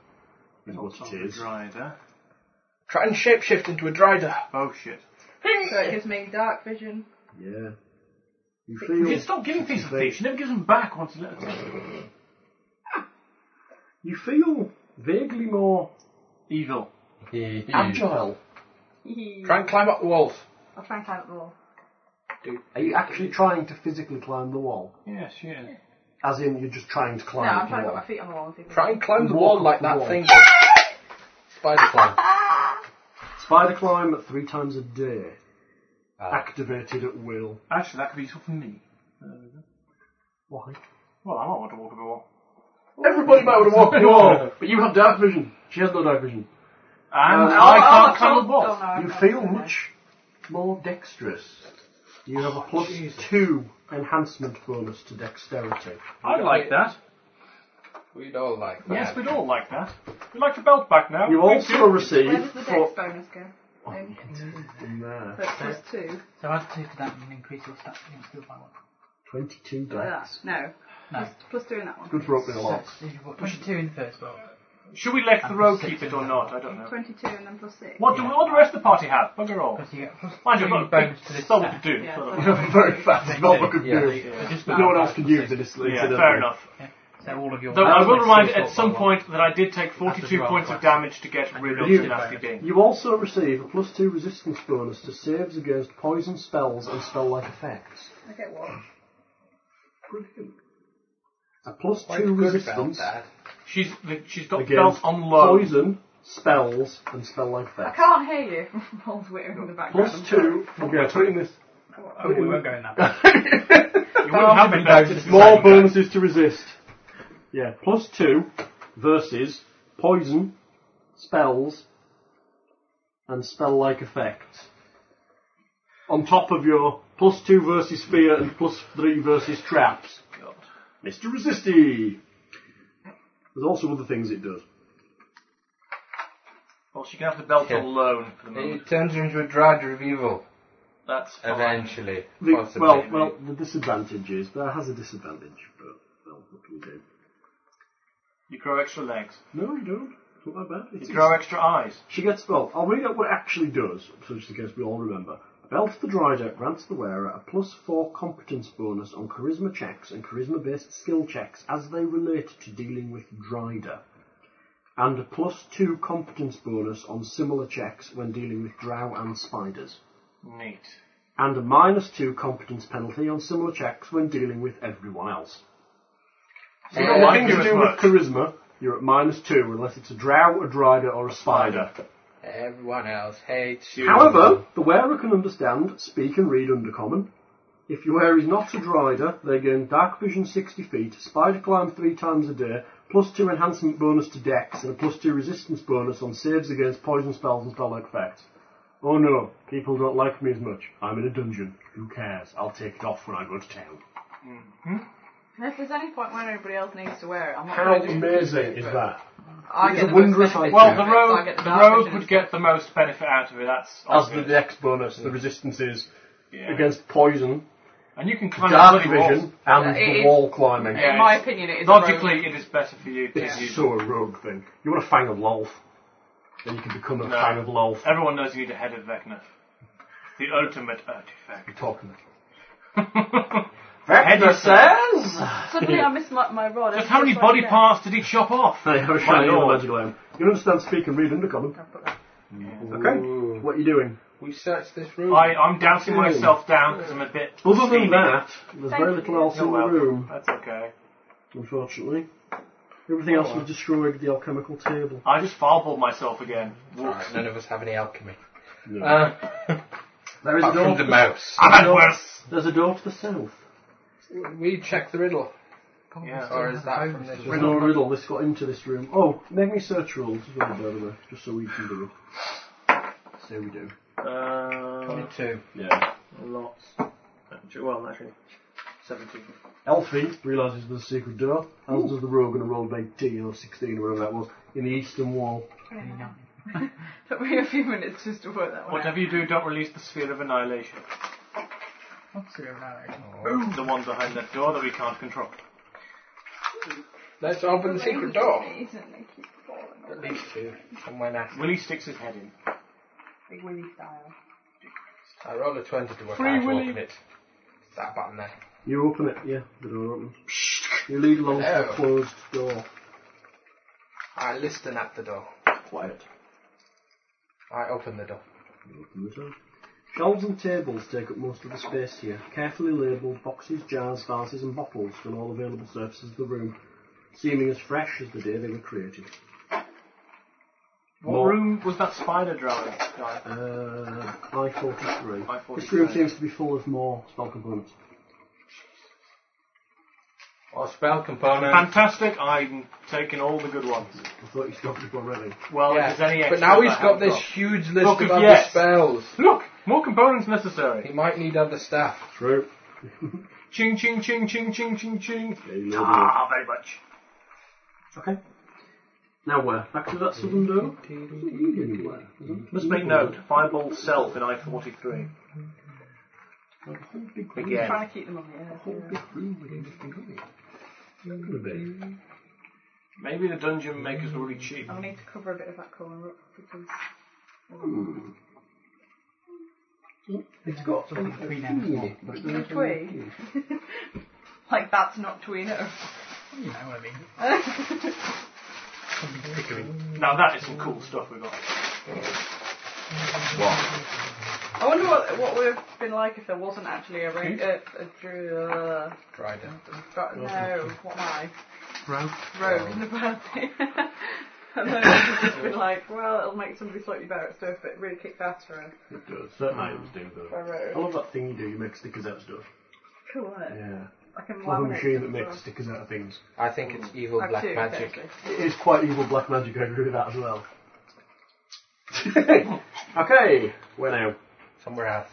S2: is what
S3: Oh,
S2: it is.
S3: Drider.
S7: Try and shapeshift into a drider.
S3: Oh shit.
S4: So it gives me dark vision,
S11: Yeah. You
S3: Yeah,
S11: feel
S3: stop giving things to the thief. She never gives them back once you let her take them.
S2: You feel vaguely more
S3: Evil.
S11: agile.
S7: Try and climb up the walls.
S4: I'll try and climb up the wall.
S2: Are you actually trying to physically climb the wall?
S3: Yes, she is.
S2: As in, you're just trying to climb
S4: No, I'm
S2: the
S4: trying to
S2: wall?
S4: put my feet on the wall and see if I
S7: Try and climb the
S2: Walk
S7: wall
S2: up
S7: like
S2: the
S7: that
S2: wall.
S7: thing. Spider climb.
S2: Spider climb three times a day. Activated at will.
S3: Actually, that could be useful for me. There we go.
S2: Why?
S3: Well, I might want to walk up a wall.
S11: Everybody might want to walk the wall, but you have dark vision. She has no dark vision.
S3: And
S2: Uh,
S3: I
S2: oh,
S3: can't climb
S4: oh,
S3: the wall.
S4: oh, no.
S2: You
S4: Okay,
S2: feel
S4: okay.
S2: much more dexterous. You have a
S4: Oh,
S2: plus two enhancement bonus to dexterity.
S3: I'd like that.
S7: We'd all like that.
S3: Yes, we'd all like that. We'd like the belt back now.
S2: You
S3: We'd
S2: also receive
S4: Where does the
S2: four-
S4: dex bonus go? Um,
S2: Nah,
S4: that's plus two.
S6: So I'd take that and increase your stats and still by one.
S2: twenty-two
S4: Look at
S2: dex.
S4: that. No.
S6: No.
S4: Plus, plus two in that one.
S2: Good for opening a lock.
S6: So you put 22 in the first roll.
S3: Should we let the
S6: And
S3: road
S6: six
S3: keep it
S6: in
S3: or
S6: that.
S3: not? I don't know.
S4: 22 and then plus six.
S3: What do, we, what do the rest of the party have? Bugger all.
S6: Because you get plus
S3: Mind you,
S6: two
S3: I've got a
S6: bonus to
S3: big
S6: this
S3: soul
S6: stat.
S3: to do.
S4: Yeah,
S3: so-
S4: plus two.
S11: Very fast. It's not looking
S7: Yeah.
S11: good.
S6: So just
S11: No
S6: now,
S11: one else can
S6: plus
S11: use
S6: six.
S11: it. It's,
S3: yeah,
S11: it's
S3: fair enough.
S6: So all of your.
S3: Though I will
S6: That's
S3: remind
S6: sort
S3: at
S6: of
S3: some
S6: by
S3: point that I did take
S6: That's a
S3: 42
S6: roll,
S3: points of
S6: right.
S3: damage to get rid of
S2: You-
S3: the nasty ding.
S2: You also receive a plus two resistance bonus to saves against poison spells and spell-like effects.
S4: I get what?
S2: Brilliant. A plus
S7: Quite
S2: two
S7: good about
S2: resistance
S7: that.
S3: She's the, she's got spells
S2: against
S3: on low.
S2: poison, spells, and spell-like
S4: I
S2: effects.
S4: can't hear you. Paul's whittering in the background.
S2: Plus two. Okay, putting this.
S6: Oh, we won't go in that.
S3: You wouldn't have it back.
S6: It's
S2: More
S6: like-
S2: bonuses to resist. Yeah, plus two versus poison, spells, and spell-like effects. On top of your plus two versus fear and plus three versus traps. Mr. Resisty. There's also other things it does.
S3: Well, she can have the belt
S7: Yeah.
S3: alone for the moment.
S7: It turns her into a drudge of evil.
S3: That's fine.
S7: Eventually.
S2: The-
S7: possibly.
S2: well, well, the disadvantage is there has a disadvantage, but well, what can you do?
S3: You grow extra legs.
S2: No, you don't. It's not that bad. It's-
S3: You grow extra eyes.
S2: She gets well. I'll read out what it actually does, so just in case we all remember. Belt of the Drider grants the wearer a plus four competence bonus on charisma checks and charisma based skill checks as they relate to dealing with Drider, and a plus two competence bonus on similar checks when dealing with Drow and Spiders,
S3: Neat.
S2: and a minus two competence penalty on similar checks when dealing with everyone else.
S3: So you
S7: Yeah,
S3: don't
S7: I
S3: like
S2: Anything
S3: her
S2: to
S3: as
S2: do with
S3: much.
S2: charisma, you're at minus two unless it's a Drow, a Drider, or a Spider.
S7: Everyone else hates you.
S2: However, the wearer can understand, speak and read undercommon. If your wearer is not a drider, they gain dark vision 60 feet, spider climb 3 times a day, plus 2 enhancement bonus to dex, and a plus 2 resistance bonus on saves against poison spells and spell-like effects. Oh no, people don't like me as much. I'm in a dungeon. Who cares? I'll take it off when I go to town.
S4: If there's any point when anybody else needs to wear it, I'm not
S2: How
S4: going to do
S2: amazing is that?
S4: I
S2: It's
S4: get
S2: a
S4: the most
S2: wondrous
S4: benefit
S2: idea.
S3: Well,
S4: from
S3: the
S4: it, so I
S3: road,
S4: get the
S3: the
S4: dark
S3: road
S4: vision
S3: would
S4: and
S3: get the most benefit out of it. That's
S2: As the
S3: obvious.
S2: dex bonus, the resistance is
S3: Yeah.
S2: against poison,
S3: And you can climb
S2: dark
S3: the bloody walls.
S2: vision, and
S4: Yeah, it
S2: the
S4: is-
S2: wall climbing.
S4: stuff.
S3: Yeah,
S4: In my
S3: it's-
S4: opinion, it is a road.
S3: Logically, it is better for you to
S2: It's
S3: use.
S2: so a rogue thing. You want to fang of Lolf. Then you can become a
S3: No.
S2: fang of Lolf.
S3: Everyone knows you need a head of Vecna. The ultimate artifact.
S2: You're talking.
S3: head of
S2: says!
S4: Suddenly I miss my, my rod.
S3: Just
S4: It's
S3: how many
S4: like
S3: body
S4: that.
S3: parts did he chop off?
S2: I have a
S3: My
S2: shiny
S3: lord.
S2: magical arm. You understand speak and read undercommon.
S4: I've got that.
S2: Okay.
S7: Ooh.
S2: What are you doing?
S7: We searched this room.
S3: I, I'm doubting myself down because I'm a bit.
S2: Hmm. Other than
S3: seedy.
S2: that, there's
S4: Thank
S2: very little
S4: you.
S2: else
S3: You're
S2: in the
S3: welcome.
S2: room,
S3: That's okay.
S2: unfortunately. Everything else was destroyed at the alchemical table.
S3: I just fireballed myself again.
S7: Alright, none of us have any alchemy.
S2: No.
S7: Uh,
S2: There is a
S7: apart
S2: door.
S7: from
S2: To
S7: the
S2: the,
S7: mouse.
S3: I've had worse.
S2: there's a door to the south.
S7: We check the riddle.
S3: Yeah.
S7: Or is that from this
S2: There's
S7: room?
S2: no riddle. This got into this room. Oh, make me search rolls as well, by the way, just so we can do it. So we do.
S3: Uh,
S7: 22.
S2: Yeah.
S3: lots. Well, actually, 17.
S2: Elfie realises there's a secret door, as does the rogue in a roll of 18 or 16 or whatever that was, in the eastern wall.
S4: Took me a few minutes just to work that one out.
S3: Whatever you do, don't release the sphere of annihilation.
S6: What's your annihilation?
S3: The one behind that door that we can't control.
S7: Let's open the secret door.
S4: Isn't it? Keep falling off.
S7: At least two. Someone asked.
S3: Willie sticks his head in.
S4: Big Willy style.
S7: I rolled a 20 to work
S6: Free
S7: out to
S6: Willy.
S7: open it. It's that button there.
S12: You open it, yeah, the door opens. You lead along to the
S7: Hello.
S12: closed door.
S7: I listen at the door.
S12: Quiet.
S7: I open the door.
S12: Shelves and tables take up most of the space here, carefully labelled boxes, jars, vases, and bottles fill all available surfaces of the room, seeming as fresh as the day they were created.
S3: What
S12: More.
S3: room was that spider drawing? guy?
S12: Uh, I 43.
S3: I
S12: This room
S3: 43.
S12: seems to be full of more spell components.
S7: Or spell component.
S3: Fantastic! I'm taking all the good ones.
S12: I thought you stopped it already.
S3: Well,
S7: Yeah,
S3: if there's any
S7: But
S3: extras I
S7: now he's got
S3: haven't
S7: this huge list
S3: Book
S7: of
S3: of
S7: other
S3: yes.
S7: spells.
S3: Look, more components necessary.
S7: He might need other stuff.
S12: True.
S3: Ching, ching, ching, ching, ching, ching, ching.
S13: Ah, very much.
S12: Okay. Now where? Back to that southern door? Anywhere.
S13: Must make note, fireball self in I-43.
S4: I'm
S13: Again.
S4: trying to keep them on the earth. Yeah.
S3: Maybe the dungeon makers were really cheap.
S4: I'll need to cover a bit of that corner up because
S12: It's got
S6: Sort of like three names long,
S2: Hmm.
S6: but you know
S4: tween. like that's not tweener.
S6: what I mean. Something bickering.
S3: Now that is some cool stuff we got.
S4: I wonder what what would have been like if there wasn't actually a ring.
S2: Hmm?
S4: A, a, dru- uh,
S7: Dried up.
S4: dru- no, what am I?
S6: Rogue.
S4: Rogue in the party. and then it would have just been like, well, it'll make somebody slightly better at stuff, but it really kicks ass for a,
S2: It does. Certain items do,
S4: for
S2: though.
S4: a rogue.
S2: I love that thing you do, you make stickers out of stuff.
S4: Cool, isn't it?
S2: Oh. Yeah.
S4: I can
S2: It's like a
S4: laminate
S2: machine
S4: them
S2: that
S4: as
S2: makes
S4: well.
S2: stickers out of things.
S7: I think it's evil
S4: I've
S7: black
S4: two,
S7: magic.
S4: actually.
S2: It is quite evil black magic, I agree with that as well. okay, where now?
S7: Somewhere else.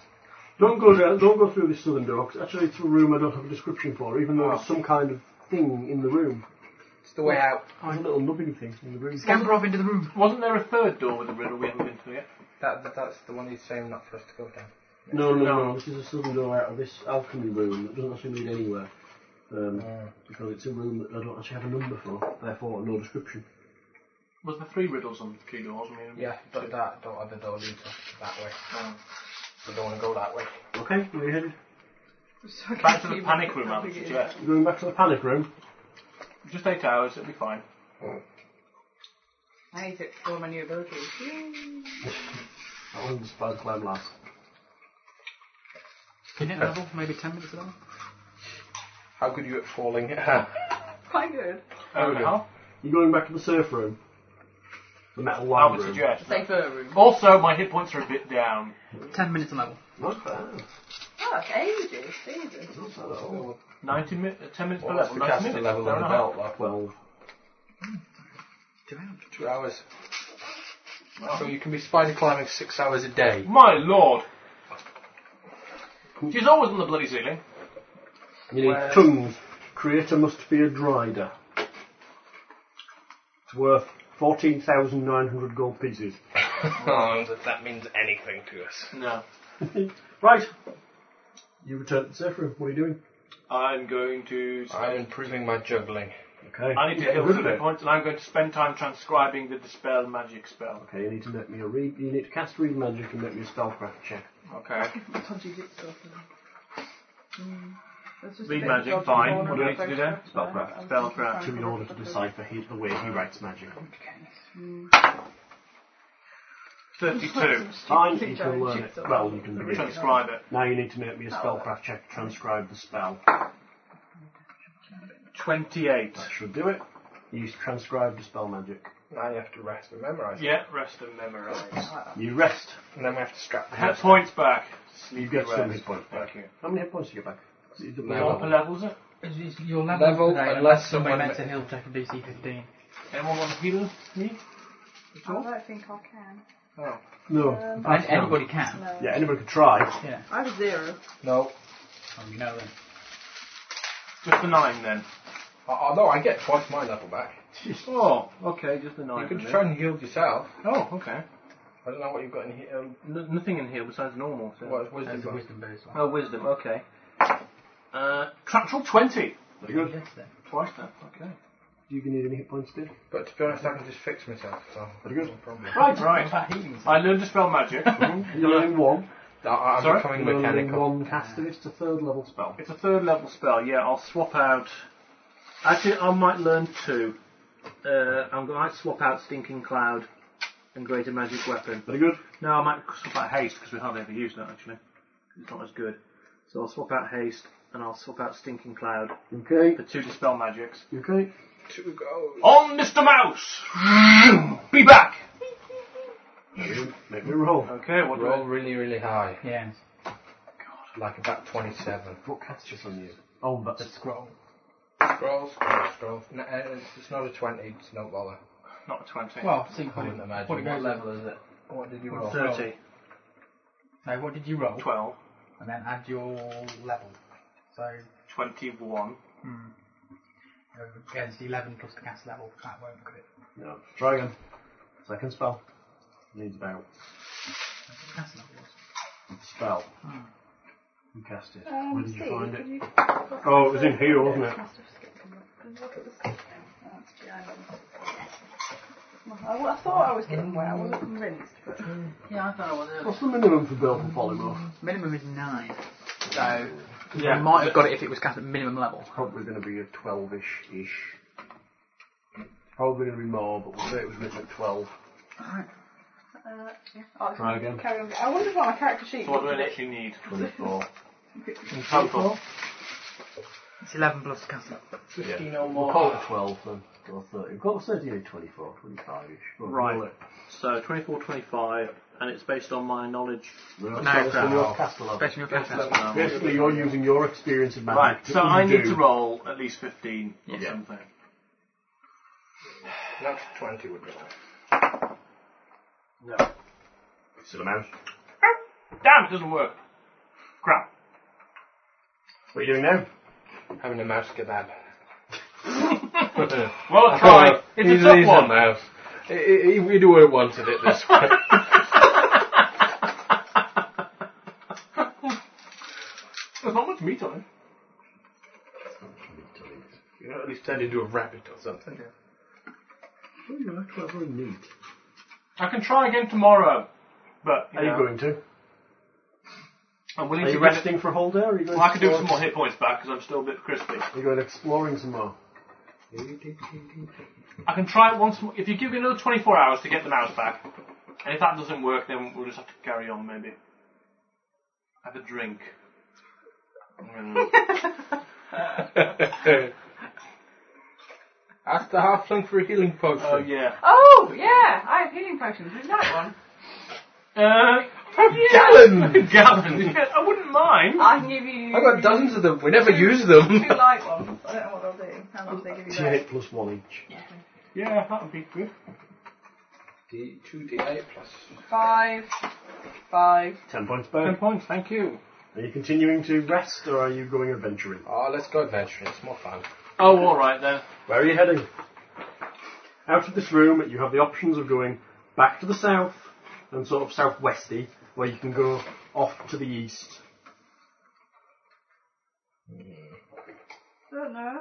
S2: Don't go, down, don't go through this southern door, 'cause actually it's a room I don't have a description for, even though there's some kind of thing in the room.
S7: It's the way out.
S2: There's a little nubbing thing in the room.
S6: Scamper off into the room.
S3: Wasn't there a third door with a riddle we haven't been to yet?
S7: That, that, that's the one he's saying not for us to go down.
S2: No, no, no, this is a southern door out of this alchemy room that doesn't actually lead anywhere. Um,
S7: Mm.
S2: Because it's a room that I don't actually have a number for, therefore no description.
S3: Was there three riddles on the key doors? I mean,
S7: Yeah, but that door, other door leads us that way. We don't want to go that way.
S2: Okay, we're headed.
S4: So I
S3: Back
S4: can
S3: to the
S4: keep-
S3: panic room, I
S4: I'll
S3: would
S4: be getting-
S3: suggest.
S2: Going back to the panic room.
S3: Just eight hours, it'll be fine.
S4: I need to explore my new abilities. Yay.
S2: That one was bad climb last.
S6: Minute level, maybe 10 minutes long.
S7: How good you at falling? Ah,
S4: Quite good.
S3: Hour and a half,
S2: You're going back to the surf room. The metal
S3: I
S2: lab
S3: would
S2: room.
S3: suggest.
S4: Safer room.
S3: Also, my hit points are a bit down.
S6: 10 minutes level.
S2: Not bad.
S4: Oh, it's ages. Jesus.
S2: Not bad at all.
S3: 90 mi- uh, 10 minutes per
S7: well, that's
S3: level,
S7: the
S3: 90
S7: caster
S3: minutes.
S7: level
S3: hour
S7: on
S3: and
S7: the
S3: a half.
S7: belt, though.
S2: Twelve.
S6: Two hours.
S7: Two hours. So you can be spider climbing six hours a day.
S3: My lord! She's always on the bloody ceiling.
S2: You need tongues. Creator must be a drider. It's worth 14,900 gold pieces.
S7: Oh, that, that means anything to us.
S3: No.
S2: Right. You return to the safe room. What are you doing?
S3: I'm going to.
S7: I'm improving my juggling.
S2: Okay.
S3: I need to
S2: Get
S3: heal
S2: rid
S3: some
S2: of
S3: hit
S2: it.
S3: points, and I'm going to spend time transcribing the dispel magic spell.
S2: Okay, you need to make me a read. You need to cast read magic and make me a spellcraft check.
S3: Okay.
S4: Dodgy jigsaw puzzle. Mm. There's just a
S3: Read
S4: bit of
S3: magic,
S4: dodgy
S3: fine.
S4: corner
S3: What do I
S4: of
S3: need to do
S4: those
S3: then?
S4: stuff
S2: Spellcraft.
S4: there. I was
S3: Spellcraft.
S4: trying
S2: To in order to
S4: cover
S2: decipher he, the way he writes magic.
S3: Thirty-two.
S2: Fine,
S4: Keep
S2: you can
S4: going,
S2: learn
S4: keep
S2: it.
S4: going.
S2: Well, you can read it.
S3: Transcribe it.
S2: Now you need to make me a spellcraft check to transcribe the spell.
S3: Twenty-eight.
S2: That should do it. You transcribe the spell magic.
S7: Now you have to rest and memorize.
S3: Yeah, rest and memorize.
S2: You rest.
S7: And then we have to strap the
S3: Hit
S7: house.
S3: points back.
S2: You
S3: Sleep
S2: get
S3: rest.
S2: some hit points back.
S3: Thank you.
S2: How many hit points do you get back?
S7: No.
S3: What level is it?
S6: Is, is your level,
S7: Level,
S6: today,
S7: unless
S6: somebody
S7: someone-
S6: meant to heal check a DC 15.
S3: Anyone want to heal me?
S4: I don't think I can.
S2: No.
S6: And anybody can.
S4: No.
S2: Yeah, anybody could try.
S6: Yeah.
S4: I have zero.
S7: No.
S6: Oh, you know then.
S3: Just the nine then.
S7: Oh, oh, no, I get twice my level back.
S3: Oh, okay, just the nine.
S7: You could
S3: then.
S7: try and heal yourself.
S3: Oh, okay.
S7: I don't know what you've got in here. Um,
S3: N- nothing in here besides normal. So.
S7: what was
S6: There's
S7: it?
S6: a wisdom based one.
S3: Oh, wisdom. Okay. Uh, Tractual twenty.
S2: Good.
S6: Yes, then.
S3: Twice then. Okay.
S2: Do you need any hit points, Steve?
S7: But to be honest, I can just fix myself. So
S2: Very good.
S7: no problem.
S3: Right, right. I learned to spell magic.
S2: You only one.
S7: I- I'm
S3: Sorry?
S7: becoming
S14: You're only
S7: mechanical.
S14: one caster. It's a third level spell.
S3: It's a third level spell, yeah, I'll swap out. Actually, I might learn two. Uh, I'm going to swap out Stinking Cloud and Greater Magic Weapon.
S14: Very good.
S3: No, I might swap out Haste because we hardly ever use that actually. It's not as good. So I'll swap out Haste and I'll swap out Stinking Cloud.
S14: Okay.
S3: The two Dispel Magics.
S14: Okay.
S7: Two goals.
S3: On Mr. Mouse! Be back!
S14: Make me roll.
S3: Okay, what do
S7: Roll really, really high.
S6: Yeah.
S7: Like about 27.
S2: What cast is on you? Oh, that's a scroll.
S7: Scroll, scroll, scroll. No, uh, it's, it's not a 20, it's not bother.
S3: I- Not a 20.
S6: Well, see,
S7: I
S6: what,
S7: wouldn't imagine.
S6: what it
S7: what
S6: goes
S7: level is it? What did you roll?
S3: 30.
S6: No, what did you roll?
S3: 12.
S6: And then add your level. So,
S3: 21.
S6: hmm. Against 11 plus the cast level, that won't look at it.
S2: No. Try again. Second spell. Needs about
S6: That's what the cast level was.
S2: spell. You cast it.
S4: Um,
S2: Where did you
S4: Steve,
S2: find
S4: could
S2: it?
S4: you-
S2: Oh, it was in here, wasn't it?
S4: Must have skipped them up. Can you Look at the skip thing. Oh, it's behind them. Well, I, I thought I was getting wet. I wasn't convinced, but
S6: Yeah, I thought I was
S2: What's the minimum for build and polymorph?
S6: Minimum is 9. So,
S3: Yeah.
S6: you might have got it if it was cast at minimum level.
S2: Probably going to be a 12 ish ish. Probably going to be more, but we'll say it was written at 12.
S4: uh, yeah. I'll
S2: Try again.
S4: carry on. I wondered why my character sheet.
S3: So what do I actually need?
S2: 24.
S3: In total?
S6: It's 11 plus the cast level.
S3: 15 or
S2: We'll
S3: more.
S2: call it 12 then. Or 30. We'll call it 38, 24, 25 ish.
S3: Right. So 24, 25, and it's based on my knowledge.
S2: No,
S6: No,
S2: your cast level.
S6: Based on your cast level.
S3: Um,
S2: Basically, you're using your experience of magic.
S3: right,
S2: that
S3: so I
S2: you
S3: need
S2: do.
S3: to roll at least 15 or
S2: Yeah.
S3: something.
S7: Not 20 would be high.
S3: No.
S15: Still a mouse.
S3: Damn, it doesn't work. Crap.
S15: What are you doing now?
S7: Having a mouse kebab.
S3: Well tried. It's a tough one.
S7: mouse. He, he, he really would have wanted it this way.
S3: There's not much meat on it.
S7: you know, at least turned into a rabbit or something.
S2: Oh, you are clever and neat.
S3: I can try again tomorrow, but you
S2: Are you
S3: know,
S2: going to?
S3: I'm willing
S2: Are
S3: to
S2: you
S3: rest.
S2: resting for a whole day? Or are you going
S3: Well, I can do with some
S2: exploring?
S3: more hit points back because I'm still a bit crispy.
S2: Are you going exploring some more?
S3: I can try it once more. If you give me another 24 hours to get the mouse back, and if that doesn't work, then we'll just have to carry on maybe. Have a drink. Mm.
S7: Ask the halfling for a healing potion.
S3: Oh yeah.
S4: Oh yeah, I have healing potions. Is that one?
S3: Uh,
S7: Gallon!
S3: Gavin, yeah, I wouldn't mind.
S4: I can give you.
S7: I've got dozens of them. We never use
S4: Two
S7: them.
S4: light ones. I don't know what they'll do. How much they give you? Those.
S2: 8 plus 1 each.
S3: Yeah, that would be good.
S7: D two D eight plus.
S4: Five. Five.
S2: 10 points
S3: Ten
S2: back.
S3: points, thank you.
S2: Are you continuing to rest or are you going adventuring?
S7: Oh, let's go adventuring. It's more fun.
S3: Oh, all right then.
S2: Where are you heading? Out of this room, you have the options of going back to the south and sort of southwesty, where you can go off to the east.
S4: I don't know.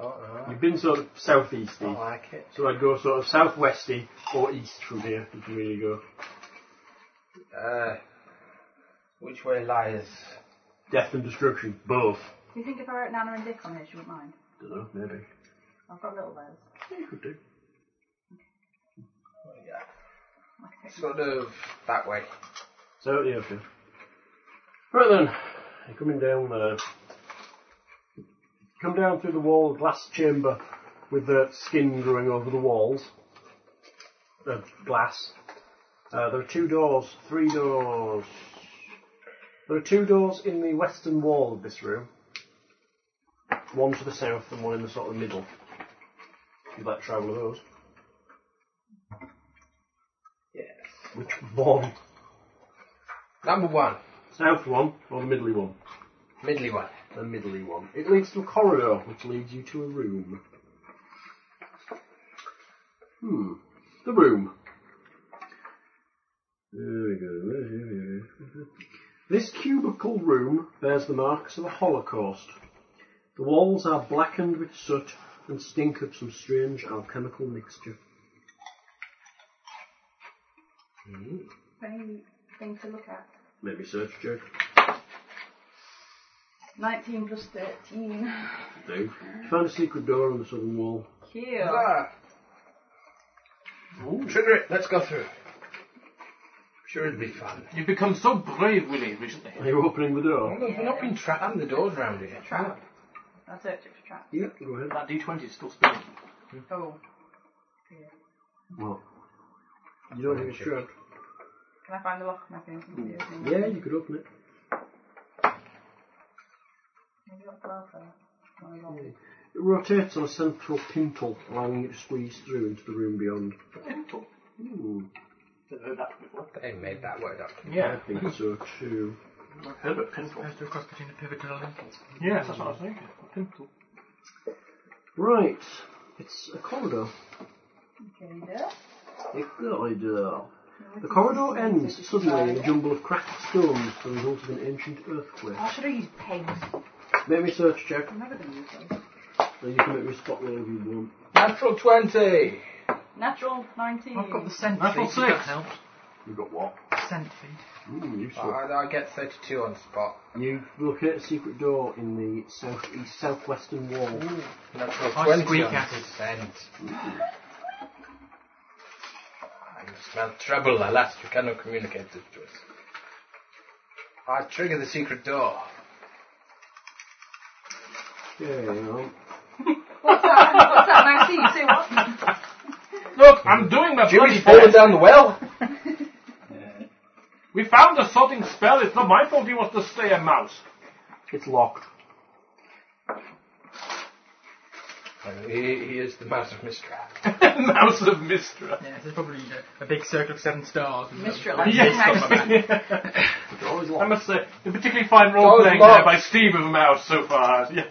S7: Oh, no,
S2: You've been sort of
S7: I
S2: southeasty,
S7: don't like it.
S2: so I'd go sort of southwesty or east from here. You can really go
S7: Uh, which way lies?
S2: death and destruction, both.
S4: Do you think if I wrote Nana and Dick on here, she wouldn't mind?
S2: Don't know, maybe.
S4: I've got little those.
S2: Yeah, you could do.
S7: Sort of that way.
S2: So yeah, okay. Right then, you're coming down there. Come down through the wall glass chamber with the skin growing over the walls of glass. Uh, there are two doors, three doors. There are two doors in the western wall of this room. One to the south and one in the sort of middle. You'd like to try one of those?
S7: Yes.
S2: Which one?
S7: Number one,
S2: South one or the middly one?
S7: middly one.
S2: the middly one. It leads to a corridor, which leads you to a room. Hmm. The room. There we go. This cubical room bears the marks of a holocaust. The walls are blackened with soot and stink of some strange alchemical mixture.
S4: Any thing to look at?
S16: Maybe search check.
S4: 19 plus 13.
S16: Do.
S2: Find a secret door on the southern wall.
S4: Here.
S7: Trigger it. Let's go through. Sure, it'll be fun.
S3: You've become so brave, Willie, recently.
S2: Are you opening the door?
S7: Well, we've not been trapping the doors round here.
S4: Trap. That's it, it's a trap.
S2: Yeah, go ahead.
S3: That D20 is still spinning.
S4: Oh.
S2: Well, you don't think it's true.
S4: Can I find the lock on my thing?
S2: Yeah, you could open it.
S4: Maybe I'll go for that. Oh, no.
S2: It rotates on a central pintle, allowing it to squeeze through into the room beyond.
S3: Pintle.
S2: Ooh,
S3: Never heard that before.
S7: They made that word up.
S3: Yeah.
S2: I think so too.
S3: I've heard of pintle.
S6: There's a cross between a pivot and a lintel.
S3: Yeah, that's what I was thinking. Pintle.
S2: Right, it's a corridor.
S4: Okay, there.
S2: A corridor. The corridor ends suddenly in a jumble of cracked stones, the result of an ancient earthquake.
S4: Oh, should I use pens?
S2: Make me a search check.
S4: I'm never going to use those.
S2: So you can make me a spot roll if you want.
S7: Natural 20!
S4: Natural 19.
S6: I've got the scent
S3: Natural
S6: feed.
S3: six.
S6: That helps.
S16: You got what?
S6: Scent feed.
S2: Ooh, useful.
S7: I, I get 32 on spot.
S2: You look at a secret door in the southeast southwestern wall.
S7: Natural
S6: I
S7: 20
S6: squeak
S7: on
S6: at it.
S7: scent. I smell trouble, alas, you cannot communicate this to us. I trigger the secret door.
S2: Okay, well,
S4: What's that? What's that? 19? Say what?
S3: Look, I'm doing my bloody
S7: Jimmy's fallen
S3: best.
S7: down the well!
S3: We found the sorting spell. It's not my fault he wants to stay a mouse.
S2: it's locked.
S7: And he, he is the mouse of mistrap.
S3: mouse of Mistra.
S6: Yeah, there's probably a, a big circle of seven stars. and
S4: Mistral.
S6: a-
S3: I must say, a particularly fine role
S7: Those
S3: playing
S7: marks.
S3: there by Steve of a mouse so far. Yeah.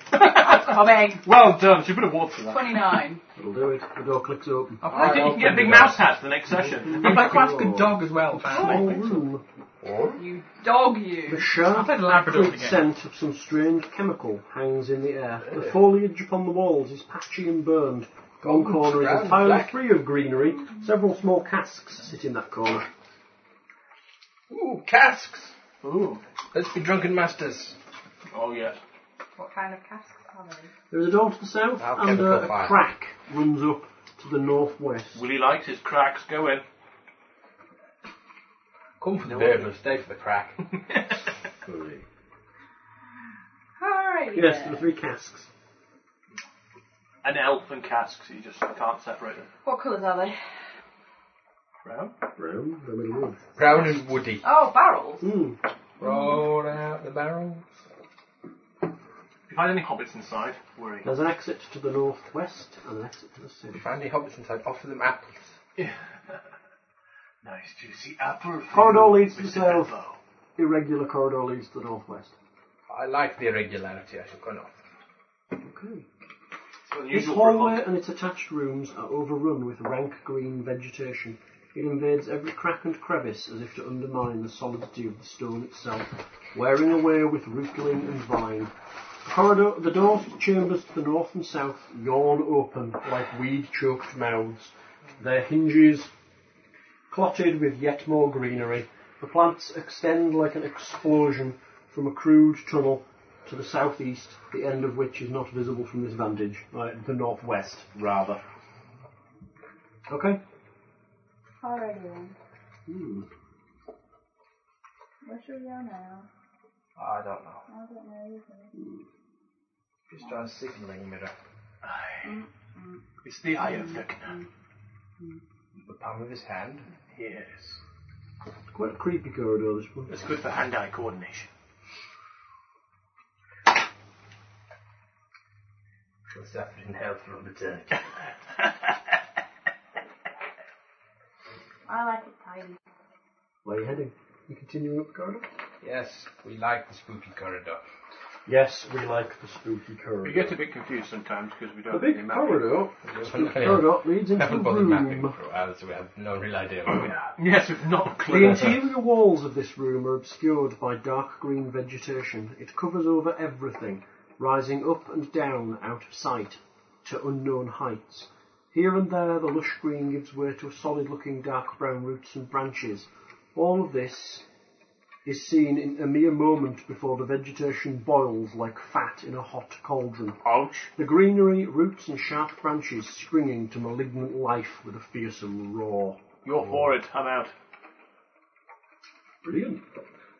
S4: Coming.
S3: well done. She put a ward for that.
S4: 29.
S2: It'll do it. The door clicks open.
S6: I'll
S3: I
S6: probably
S3: think you can get a big mouse hat for the next session.
S6: I played quite a good dog as well. apparently.
S2: Small room.
S4: You dog, you.
S2: The sharp,
S6: played a Labrador
S2: acrid
S6: again.
S2: scent of some strange chemical hangs in the air. The foliage upon the walls is patchy and burned. One corner
S7: brown
S2: is
S7: and
S2: entirely
S7: black.
S2: free of greenery. Several small casks sit in that corner.
S7: Ooh, casks!
S3: Ooh.
S7: Let's be drunken masters.
S3: Oh, yes.
S4: What kind of casks are they?
S2: There is a door to the south,
S7: Now
S2: and
S7: chemical
S2: uh, a
S7: fire.
S2: crack runs up to the northwest.
S3: Willie likes his cracks. Go in.
S7: Come for the burglar, stay for the crack.
S4: Alright.
S2: Yes, there are three casks.
S3: An elf and casks. You just can't separate them.
S4: What colours are they?
S3: Brown?
S2: Brown, they're made of wood.
S7: Brown and woody.
S4: Oh, barrels.
S2: Mm.
S7: Roll out the barrel.
S3: If you find any hobbits inside, worry.
S2: There's an exit to the northwest and an exit to the south.
S7: Find the hobbits inside, offer them apples.
S3: Nice juicy apple.
S2: Corridor leads to the
S3: Mr.
S2: south.
S3: Bedlow.
S2: Irregular corridor leads to the northwest.
S7: I like the irregularity, I should go off.
S2: Okay.
S3: It's
S2: This
S3: unusual for a
S2: hallway
S3: hobbit.
S2: and its attached rooms are overrun with rank green vegetation. It invades every crack and crevice as if to undermine the solidity of the stone itself, wearing away with rootling and vine. The, corridor, the doors to chambers to the north and south yawn open like weed-choked mouths. Their hinges clotted with yet more greenery. The plants extend like an explosion from a crude tunnel to the southeast, the end of which is not visible from this vantage, uh, the northwest, rather. Okay?
S4: Alrighty then.
S2: Hmm.
S4: Where should we go now?
S7: I don't know.
S4: I don't know either.
S7: Just try a signalling mirror.
S3: Aye. It's the eye of Vecna.
S7: The palm of his hand.
S3: Yes.
S2: Quite a creepy corridor, this one.
S3: It's good for hand-eye coordination.
S7: She'll suffer in hell for all eternity.
S4: I like it tidy.
S2: Where are you heading? You continuing up the corridor?
S7: yes, we like the spooky corridor.
S2: Yes, we like the spooky corridor.
S3: We get a bit confused sometimes because we
S2: the
S3: don't have any
S2: big
S3: map.
S2: corridor,
S7: Haven't
S2: corridor leads into a
S7: bothered mapping
S2: room.
S7: for a while, so we have no real idea where we are.
S3: Yes, we've not a
S2: The
S3: clue.
S2: interior walls of this room are obscured by dark green vegetation. It covers over everything, rising up and down out of sight to unknown heights. Here and there, the lush green gives way to solid looking dark brown roots and branches. All of this is seen in a mere moment before the vegetation boils like fat in a hot cauldron.
S3: Ouch.
S2: The greenery, roots, and sharp branches springing to malignant life with a fearsome roar.
S3: You're for it. I'm out.
S2: Brilliant.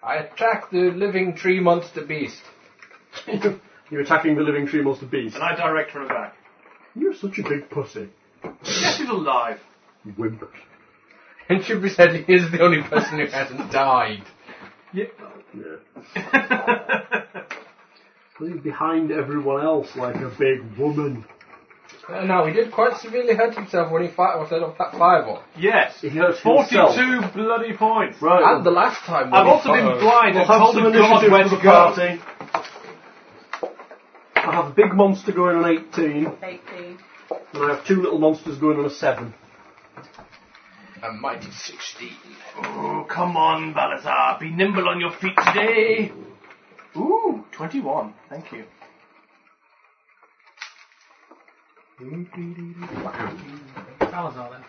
S7: I attack the living tree monster beast.
S2: You're attacking the living tree monster beast.
S3: And I direct from the back.
S2: You're such a big pussy,
S3: Yes, it's alive.
S2: you wimp.
S7: And should be said he is the only person who hasn't died.
S2: Yeah. He's behind everyone else like a big woman.
S7: Uh, no, he did quite severely hurt himself when he fi- was set off that fireball.
S3: Yes.
S2: He hurts
S3: 42
S2: himself.
S3: bloody points.
S2: Right.
S7: And the last time. when
S3: I've
S7: he
S3: also been
S7: fired-
S3: blind
S2: We'll
S3: and
S2: have
S3: told
S2: some
S3: the god
S2: initiative
S3: where
S2: for
S3: to
S2: the
S3: go.
S2: party. I have a big monster going on 18, and
S4: 18.
S2: I have two little monsters going on a 7.
S7: A mighty 16.
S3: Oh, come on, Balazar. Be nimble on your feet today. Ooh, 21. Thank you.
S6: Salazar then.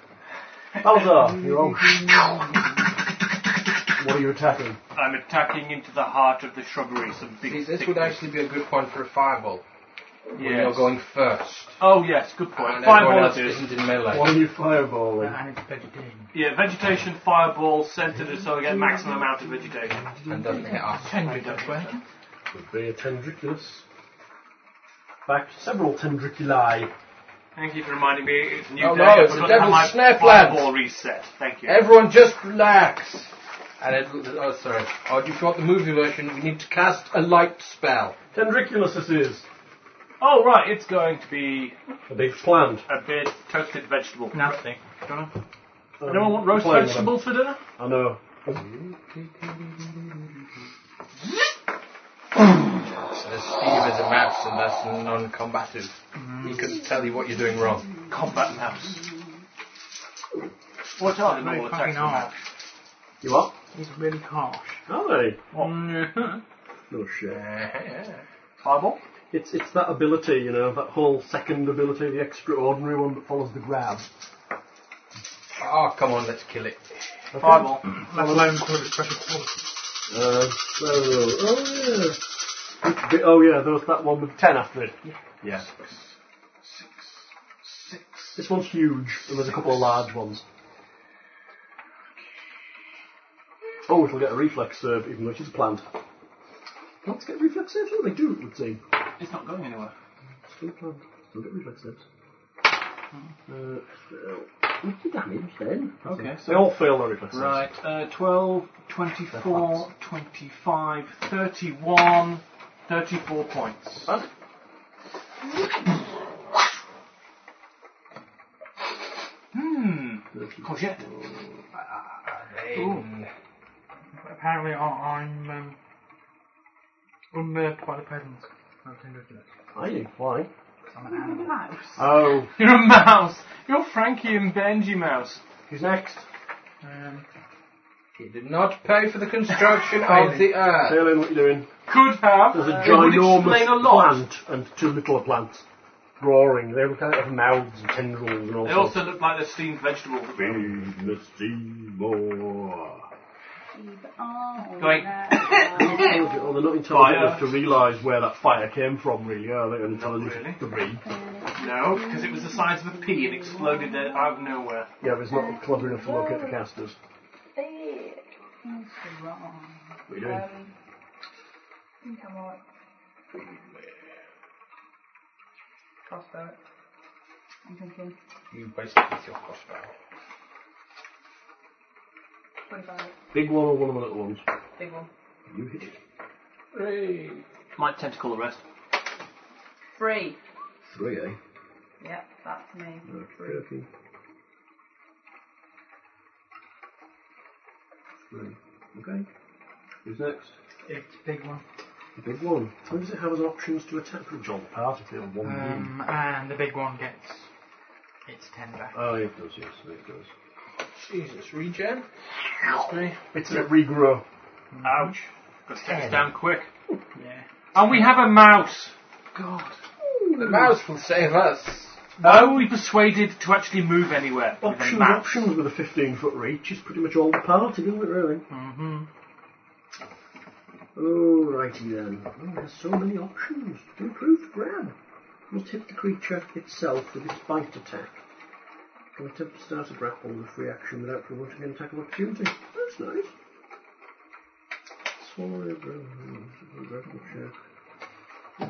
S2: Balzar, you're on. what are you attacking?
S3: I'm attacking into the heart of the shrubbery. Some big.
S7: See, this
S3: thick-
S7: would actually be a good point for a fireball. When
S3: Yes.
S7: you're going first.
S3: Oh, yes, good point.
S7: And everyone
S3: Fireball
S7: else
S3: it is.
S7: isn't in melee.
S2: What are you fireballing?
S6: And it's vegetarian.
S3: Yeah, vegetation, fireball, centered, so I get maximum amount of vegetation.
S7: And doesn't hit us.
S6: Tendric, that's where.
S2: Could be a tendriculus. Back several tendriculi.
S3: Thank you for reminding me. It's a new
S7: Oh,
S3: day.
S7: no,
S3: I
S7: it's a
S3: forgot to
S7: devil's
S3: have my
S7: snare
S3: fireball
S7: plant.
S3: reset. Thank you.
S7: Everyone just relax. And it, oh, sorry. Oh, if you want the movie version, we need to cast a light spell.
S2: Tendriculus this is.
S3: oh, right, it's going to be
S2: A big plant.
S3: a bit toasted vegetable.
S6: Nasty.
S2: Um,
S3: Anyone want roast
S2: plant.
S3: vegetables for dinner?
S2: I know.
S7: So there's Steve as a mouse, and that's non-combative. He can tell you what you're doing wrong.
S3: Combat mouse. What are the
S6: Very
S3: normal
S6: fucking
S3: attacks? on that?
S6: harsh.
S2: You are?
S6: He's really harsh.
S2: Are they?
S3: Mm-hmm.
S6: Mhm.
S2: No shit.
S3: Fireball?
S2: It's it's that ability, you know, that whole second ability, the extraordinary one that follows the grab.
S7: Oh, come on, let's kill it.
S3: Fireball.
S6: Let alone call it special force.
S2: Uh, so, oh yeah. Bit- Oh yeah, there was that one with ten after it. Yeah. This one's huge, and there's a couple of large ones. Oh, it'll get a reflex serve, even though it is a plant. Plants get reflex serves? Oh, they do, it would seem.
S3: It's not going anywhere.
S2: Still a plant. Still get reflex serves. Uh, fail. What's the damage then?
S3: Okay,
S2: They all fail their reflex serves.
S3: Right, uh, 12, 24, 25, 31, 34 points. Hmm, courgette.
S7: Ooh.
S6: Apparently, I- I'm um, unnerved by the presence of Tendriculus.
S2: Are you? Why?
S6: I'm an animal.
S2: Oh,
S3: You're a mouse. You're Frankie and Benji Mouse.
S2: who's next?
S6: Um,
S7: He did not pay for the construction of the earth.
S2: Taylor, what you doing?
S3: Could have.
S2: There's a
S3: It would Uh, explain a
S2: ginormous
S3: lot.
S2: plant and two little plants roaring. They look kind of mouths and tendrils and all
S3: They
S2: sorts.
S3: also look like they're steamed vegetables.
S2: the Seymour.
S4: Keep on
S3: Going.
S4: there.
S2: Well, they're not intelligent
S3: Fire.
S2: enough to realise where that fire came from, really, are they? They're intelligent
S3: really.
S2: to read.
S3: No, because it was the size of a pea and exploded there out of nowhere.
S2: Yeah, but it's not clever enough to locate the casters.
S4: Hey, That's wrong.
S2: What are you doing?
S4: Um, I think I'm alright. Crossbow. it. I'm thinking
S7: You wasted your crossbow.
S4: 25.
S2: Big one or one of the little ones?
S4: Big one.
S2: You hit it.
S3: Might tentacle the rest.
S4: Three.
S2: Three, eh?
S4: Yep, that's me.
S2: Three, I think. Three. Okay. Who's next?
S6: it's a big one.
S2: The big one. How does it have as options to attack from John Part if it on one move?
S6: Um, and the big one gets its ten back.
S2: Mm-hmm. Oh, it does, yes, it does.
S7: Jesus, regen?
S2: It's a regrow.
S3: Ouch. Got to get this down quick.
S6: Yeah.
S3: And we have a mouse.
S7: The mouse will save us.
S3: Why were we persuaded to actually move anywhere? with a
S2: Options,
S3: mouse?
S2: options with a 15 foot reach is pretty much all the party, isn't it, really?
S6: Mm-hmm.
S2: Alrighty then. Oh, there's so many options. To improve the grab. Must hit the creature itself with its bite attack. Can attempt to start a grapple with free action without promoting an attack of opportunity. That's nice. Swallow a gra- hmm, grapple check.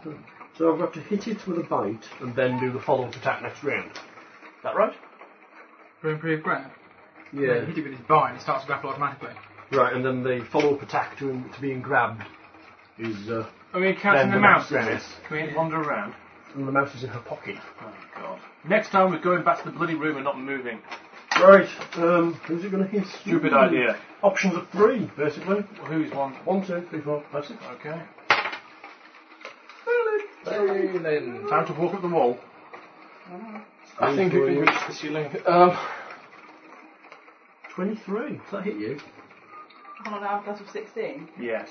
S2: Okay. So I've got to hit it with a bite and then do the follow-up attack next round. Is that right?
S6: For improved grab.
S2: Yeah.
S6: You hit it with his bar and it starts to grapple automatically.
S2: Right, and then the follow-up attack to to being grabbed is uh,
S3: Are we
S2: then
S3: counting the mouse in
S2: round.
S3: this? Can we wander around?
S2: and the mouse is in her pocket.
S3: Oh, God. Next time we're going back to the bloody room and not moving.
S2: Right, um, who's it going to hit?
S3: Stupid idea.
S2: Options are three, basically.
S3: Who's one?
S2: One, two, three, four, five, six.
S3: Okay.
S7: Ceiling.
S3: Time to walk up the wall.
S7: I think you can reach the ceiling. Um,
S2: Twenty-three. Does that hit you?
S4: I'm on an arm class of 16.
S3: Yes.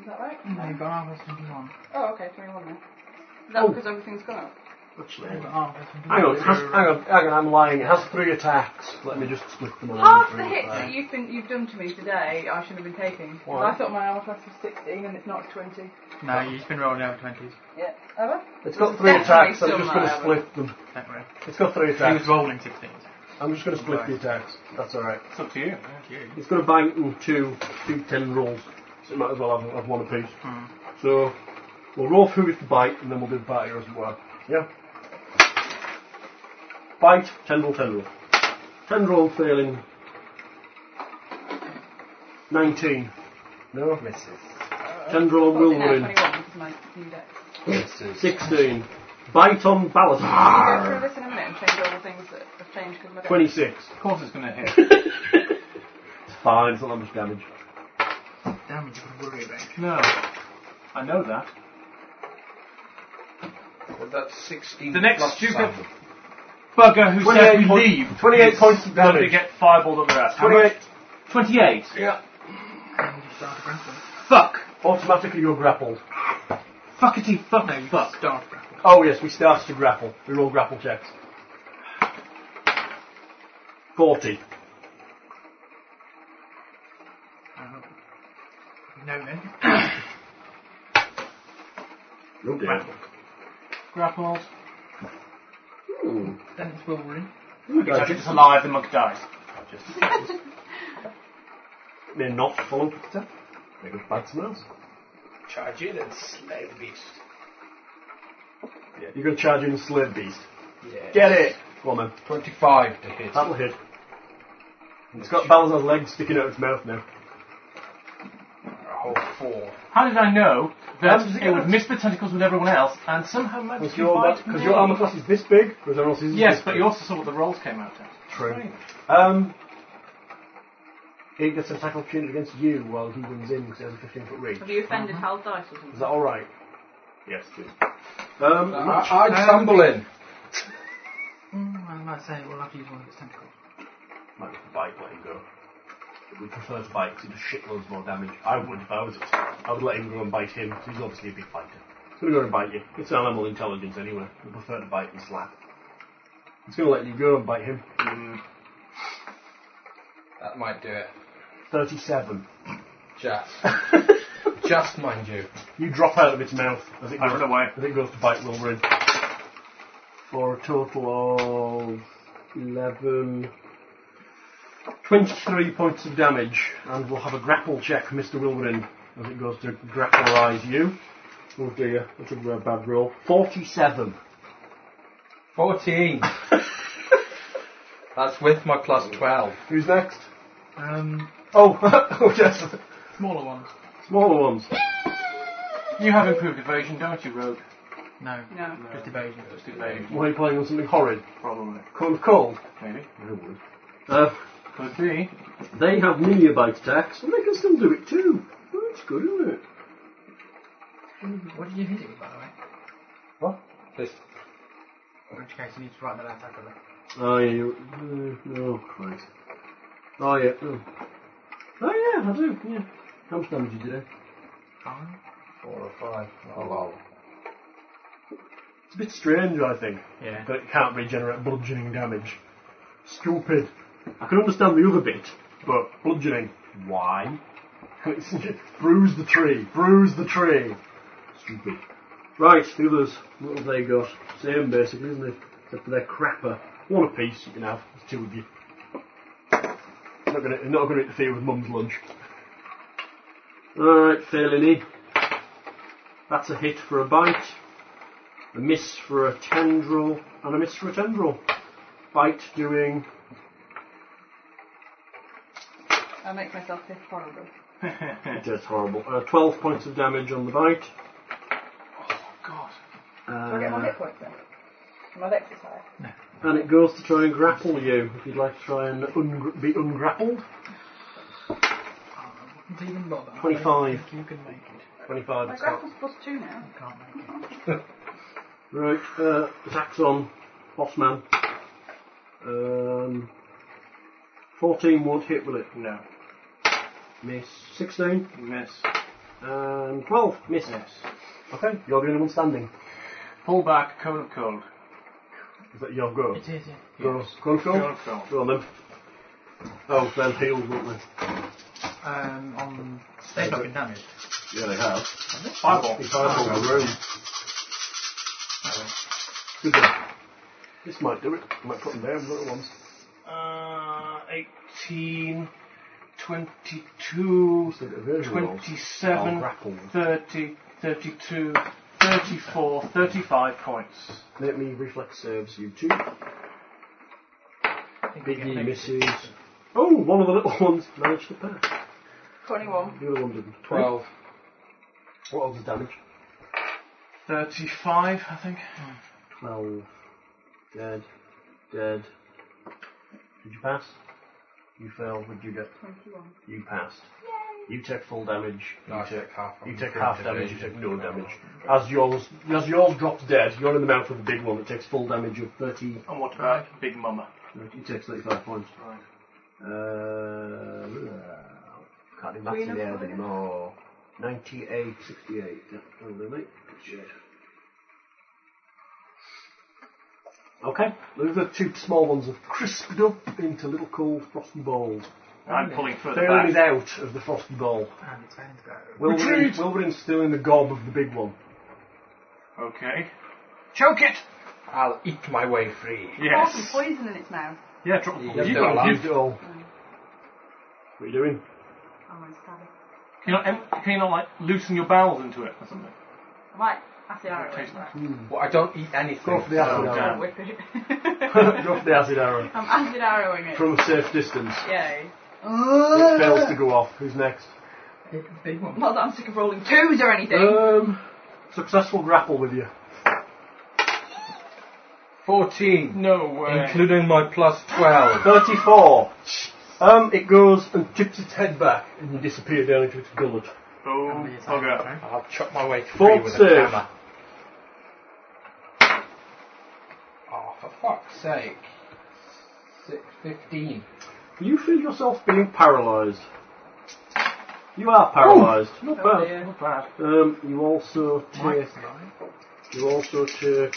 S4: Is that right?
S6: No,
S7: Mm-hmm.
S6: you've got half plus 21.
S4: Oh, okay, 21 now. Is that
S2: Oh.
S4: because everything's gone up?
S2: Actually,
S6: You've
S2: hang
S6: got
S2: on.
S6: half plus 21.
S2: Hang on, it has, hang on, hang on. I'm lying. It has three attacks. Let me just split them.
S4: Half
S2: along
S4: the
S2: through
S4: hits
S2: there.
S4: that you've been you've done to me today, I should have been taking. 'Cause
S2: Why?
S4: I thought my armor class was 16 and it's not 20.
S6: No, you've been rolling over 20s.
S4: Yeah. Have
S2: It's
S4: This
S2: got
S4: is
S2: three
S4: definitely
S2: attacks. I'm
S4: still
S2: just
S4: not
S2: going to
S4: over.
S2: split them.
S6: Don't worry.
S2: It's got three
S6: He was
S2: attacks.
S6: rolling 16s.
S2: I'm just going to split the attacks. That's all right.
S3: It's up to you.
S6: Thank you.
S2: It's going to bite in two, two ten rolls. So it might as well have, have one apiece.
S6: Hmm.
S2: So we'll roll through with the bite, and then we'll do the bite here as it were. Yeah. Bite, tendril, tendril. Tendril failing. 19. No.
S7: misses.
S2: Tendril will
S4: I?
S2: win.
S4: 21 because my new deck.
S7: Misses.
S2: 16. Bite on
S4: Go through
S2: Balazar.
S4: this in a minute and change all the things that have changed because my deck.
S2: 26.
S3: Of course it's going to hit.
S2: it's fine, it's not that much damage.
S6: Damage you've got to worry about.
S3: No. I know that.
S7: Well, that's 16.
S3: The next
S7: plus
S3: stupid-
S7: some.
S3: Bugger who said we
S2: point-
S3: leave.
S2: 28
S3: is
S2: points of
S3: Going to
S2: damage.
S3: get fireballed on the ass. How
S2: 28.
S3: much? 28.
S6: And you start to grapple.
S3: Fuck.
S2: Automatically you're grappled.
S3: Fuckity fuck.
S6: No, you
S3: fuck.
S6: start to grapple.
S2: Oh yes, we started to grapple. We roll grapple checks. Forty.
S6: Um, Uh-huh. no then.
S2: No
S6: Grapple.
S3: Grappled.
S6: Then it's Wolverine.
S3: Except it's alive, the monk dies.
S2: They're not falling for attack. They just bite someone else.
S7: Charge in and slay the beast.
S2: Yeah. You're gonna charge in and slay the beast.
S7: Yeah.
S2: Get it! Go on then.
S7: 25 to hit.
S2: That'll hit. It's got Balazar's legs sticking out of its mouth now.
S7: A whole 4.
S3: How did I know that
S2: How did you
S3: it would
S2: know?
S3: miss the tentacles with everyone else and somehow magically
S2: Because your,
S3: bite
S2: because
S3: me?
S2: your armor class is this big, whereas everyone else's is
S3: Yes,
S2: this
S3: but
S2: big.
S3: you also saw what the rolls came out at.
S2: True. Um, he gets an attack opportunity against you while he runs in because he has a 15 foot reach.
S4: Have you offended Hal's dice or
S2: Is
S4: something?
S2: that alright? Yes, it is. Um,
S7: I, I'd stumble in.
S6: Mm, I might say we'll have to use one of its tentacles.
S2: Might just bite, let him go. We prefer to bite because he does shitloads more damage. I would if I was it. I would let him go and bite him 'cause he's obviously a big fighter. He's going to go and bite you. It's animal intelligence anyway. We prefer to bite and slap. He's going to let you go and bite him.
S7: That might do it.
S2: 37.
S7: Just. Just, mind you.
S2: You drop out of its mouth as it
S3: I
S2: goes,
S3: run away.
S2: As it goes to bite Wolverine. For a total of 11. 23 points of damage, and we'll have a grapple check, Mr. Wilverin, as it goes to grappleize you. Oh dear, that's a bad- bad roll. 47.
S7: 14. That's with my plus 12.
S2: Who's next?
S6: Um,
S2: Oh, oh yes,
S6: smaller ones.
S2: smaller ones.
S3: You have improved evasion, don't you, Rogue?
S6: No,
S4: No.
S6: just evasion.
S3: Just evasion,
S2: Why are you playing on something horrid?
S3: probably.
S2: Cold, cold.
S3: Maybe.
S2: Uh,
S3: Could be.
S2: They have mini bite attacks, and they can still do it too. Well, that's good, isn't it?
S6: What did you hit it with, by the way?
S7: This
S6: In which case you need to write that out properly.
S2: Oh yeah, you, uh, oh Christ. Oh yeah, oh. oh yeah, I do. Yeah. How much damage did you do?
S6: Fine.
S7: 4 or 5. Oh, lol.
S2: It's a bit strange, I think,
S6: Yeah.
S2: that it can't regenerate bludgeoning damage. Stupid. I can understand the other bit, but bludgeoning. Why?
S17: bruise the tree. Bruise the tree. Stupid.
S2: Right, the others. What have they got? Same basically, isn't it? Except for their crapper.
S17: One apiece you can have. There's two of you. Not gonna, not gonna interfere with mum's lunch.
S2: Alright, failing E. That's a hit for a bite. A miss for a tendril. And a miss for a tendril. Bite doing
S4: I make myself feel horrible.
S2: It is horrible. Uh, 12 points of damage on the bite.
S3: God.
S4: Do I get my
S2: Uh,
S4: hit points then? My dex is higher.
S2: and it goes to try and grapple you. If you'd like to try and ungr be ungrappled.
S6: Don't Um, even bother.
S2: 25.
S6: I think You can make it.
S2: 25
S4: My
S2: it's got.
S4: grapple's plus two now.
S6: Can't make it.
S2: Right, uh, attacks on Bossman. Um, 14 won't hit, will it?
S3: No.
S2: Miss. 16
S3: Miss.
S2: and 12. Miss.
S3: Yes.
S2: Okay, you're the only one standing.
S3: Pull back, cone of cold.
S17: Is that your go?
S6: It is, yeah.
S2: Go. Control.
S3: Cone of cold.
S2: Go on then. Oh, they're healed, won't they?
S6: Um, on... They've not been damaged.
S17: Yeah, they have.
S3: Fireball.
S17: It's fireball in the room. Good job. This might do it. Might put them down, little ones.
S3: Uh, 18, 22,
S17: Instead of version rolls. I'll
S3: 27,
S17: grapple.
S3: 30, 32, 34, 35 points.
S17: Let me reflex saves you two.
S6: I think
S17: Big
S6: we
S17: E
S6: can make it.
S17: misses. Oh, one of the little ones managed to pass.
S4: 21.
S17: The other one didn't.
S7: 12.
S17: What was the damage?
S3: 35, I think.
S2: Twelve. Dead. Dead. Did you pass? You failed. What did you get?
S4: 21.
S2: You passed. You take full damage.
S7: No, I take half.
S17: You
S7: I'm
S17: take
S7: gonna
S17: half
S7: do
S17: damage, you
S7: evasion.
S17: take no damage. As yours, as yours drops dead, you're in the mouth of the big one that takes full damage of 30.
S3: And what about Big Mama?
S2: He takes 35 points.
S3: Right.
S2: Uh, can't do maths
S4: We
S2: in the
S4: know
S2: air
S4: what it is.
S2: anymore. 98, 68. Yeah, that'll do, mate. Shit. Okay, those are two small ones have crisped up into little cold frosty balls.
S3: I'm pulling further
S2: They're is
S3: back.
S2: out of the frosty ball.
S6: And it's going to go.
S2: Wilburyn's, Wilburyn's still in the gob of the big one.
S3: Okay. Choke it!
S7: I'll eat my way free.
S4: Yes.
S3: Yes.
S4: poison in its mouth.
S2: Yeah, drop the
S7: You
S2: ball.
S7: have
S2: You
S7: to
S2: gotta
S7: allow.
S2: give it all. What are you doing?
S4: I want to stab it.
S3: Can you, not, em- can you not, like, loosen your bowels into it or something?
S4: I might acid arrow
S3: Taste
S4: it.
S3: nice.
S7: Well, I don't eat anything.
S17: Go for the acid
S7: so-
S4: I'm gonna
S17: arrow.
S4: whip it.
S17: Go for the acid arrow.
S4: I'm acid arrowing it.
S17: From a safe distance.
S4: Yay.
S17: It fails to go off. Who's next?
S6: Big, big one. Uh,
S4: Not that I'm sick of rolling twos or anything.
S17: Um, successful grapple with you.
S7: 14.
S3: No way.
S7: Including my plus 12.
S17: 34. Um, it goes and tips its head back and you disappear down into its gullet.
S3: oh, bugger.
S7: I'll chop my way free
S17: Fourth
S7: with a
S17: save.
S7: hammer. Oh, for fuck's sake. Six, 15.
S17: You feel yourself being paralysed. You are paralysed. not
S4: Oh
S17: bad.
S4: dear.
S3: Not bad.
S2: Um, you also take
S6: Right.
S2: You also take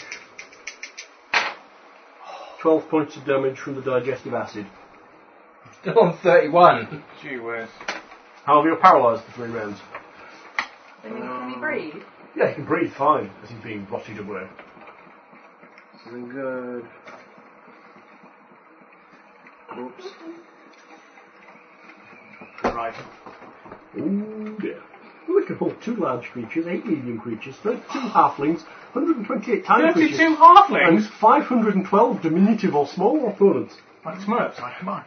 S2: 12 points of damage from the digestive acid.
S7: Still on 31.
S3: Gee whiz.
S17: However, you're paralysed for three rounds.
S4: They mean, can he breathe?
S17: Yeah, he can breathe fine as he's being rotted away.
S3: This isn't good. Oops. Right.
S2: Ooh, yeah. Well, it can hold two large creatures, eight medium creatures, 32 halflings, 128 tiny creatures,
S3: 32
S2: and
S3: halflings?
S2: 512 diminutive or small opponents.
S3: Like Smurfs, like mice.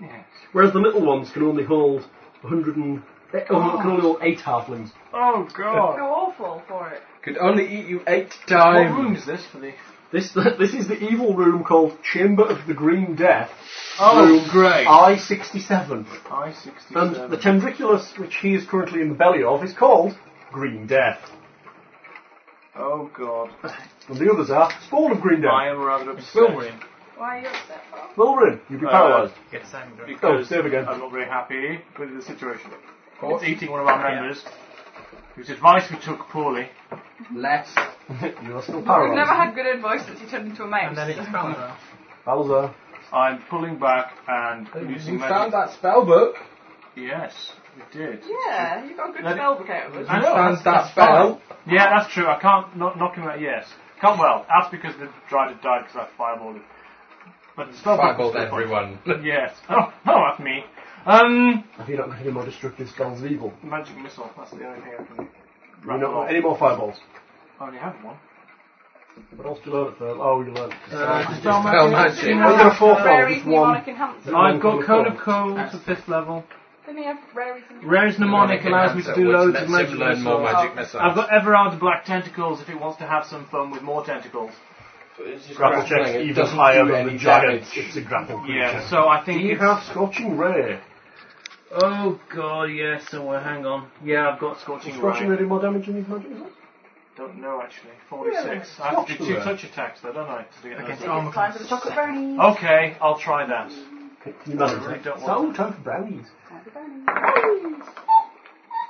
S3: Yes.
S2: Whereas the little ones can only hold 100 and, eh, oh, can only hold eight halflings.
S3: Oh god.
S4: How awful for it.
S7: Could only eat you eight
S3: what
S7: times.
S3: room is this for the...
S2: This this is the evil room called Chamber of the Green Death,
S3: Oh, great.
S2: I-67. And the
S3: I-67.
S2: tendriculus which he is currently in the belly of is called Green Death.
S3: Oh god.
S2: And the others are Spawn of Green
S3: I
S2: Death.
S3: am rather upset.
S6: Wilburyn.
S4: Why are you upset for?
S2: Wilburyn, you'd be
S3: Uh,
S2: paralysed.
S6: Get a saving throw.
S3: Because
S7: Oh,
S2: save again.
S3: I'm not very happy with the situation.
S7: course.
S3: It's eating one of our members, whose advice we took poorly.
S7: Less.
S2: you are still
S4: We've
S2: paralysed.
S4: never had good advice since you turned into a mouse.
S6: And then it's Balder.
S2: Balzar.
S3: I'm pulling back and
S7: You
S3: using
S7: found
S3: magic.
S7: that spell book.
S3: Yes. You did.
S4: Yeah, you've got a good
S3: Let it-
S4: spell book out of us.
S3: I know.
S7: Stands that
S3: fine.
S7: spell.
S3: Yeah, that's true. I can't not knock him out. Yes, can't well. That's because the drider died because I fireballed him. But the spell book
S7: Fireballed
S3: was different.
S7: everyone.
S3: Yes. Oh, oh, that's me. Um,
S2: Have you not got any more destructive spells of evil?
S3: magic missile. That's the only thing I can.
S2: Have you not
S3: rattle
S2: got
S3: off.
S2: any more fireballs?
S3: I only have one.
S2: What else do you learn at first? Oh, you learn.
S3: Uh,
S7: Spell magic.
S2: I've got a fourth one,
S4: Rarities
S2: just one.
S4: mnemonic enhancer.
S18: I've got
S2: Cone
S18: Cone
S2: of
S18: of Cold at fifth level.
S4: Then you have rarities and
S18: Rarest mnemonic allows me to do loads of
S7: Let's
S18: magic.
S7: him learn more
S18: missiles.
S7: magic
S19: I've
S7: missiles.
S19: got Everard Black Tentacles if it wants to have some fun with more tentacles.
S7: It's just
S2: Grapple
S7: grappling,
S2: check's
S7: it
S2: even
S7: doesn't
S2: higher
S7: do
S2: than
S7: any
S2: the giant.
S7: damage.
S2: It's a grapple creature.
S19: Yeah, so I
S2: Do
S19: think
S2: you
S19: it's...
S2: have Scorching Ray?
S19: Oh god, yeah, somewhere, hang on. Yeah, I've got Scorching
S2: Scorching
S19: Ray.
S2: Ray do more damage than his magic missiles?
S3: Don't know actually. Forty-six. I have to do two
S2: Really?
S3: touch attacks though, don't I? To get
S6: Against
S3: those.
S6: armor
S4: it's time for the chocolate brownies.
S3: Okay, I'll try that.
S2: Can you manage
S3: really
S2: that?
S3: don't
S2: So, time for brownies.
S4: Chocolate brownies.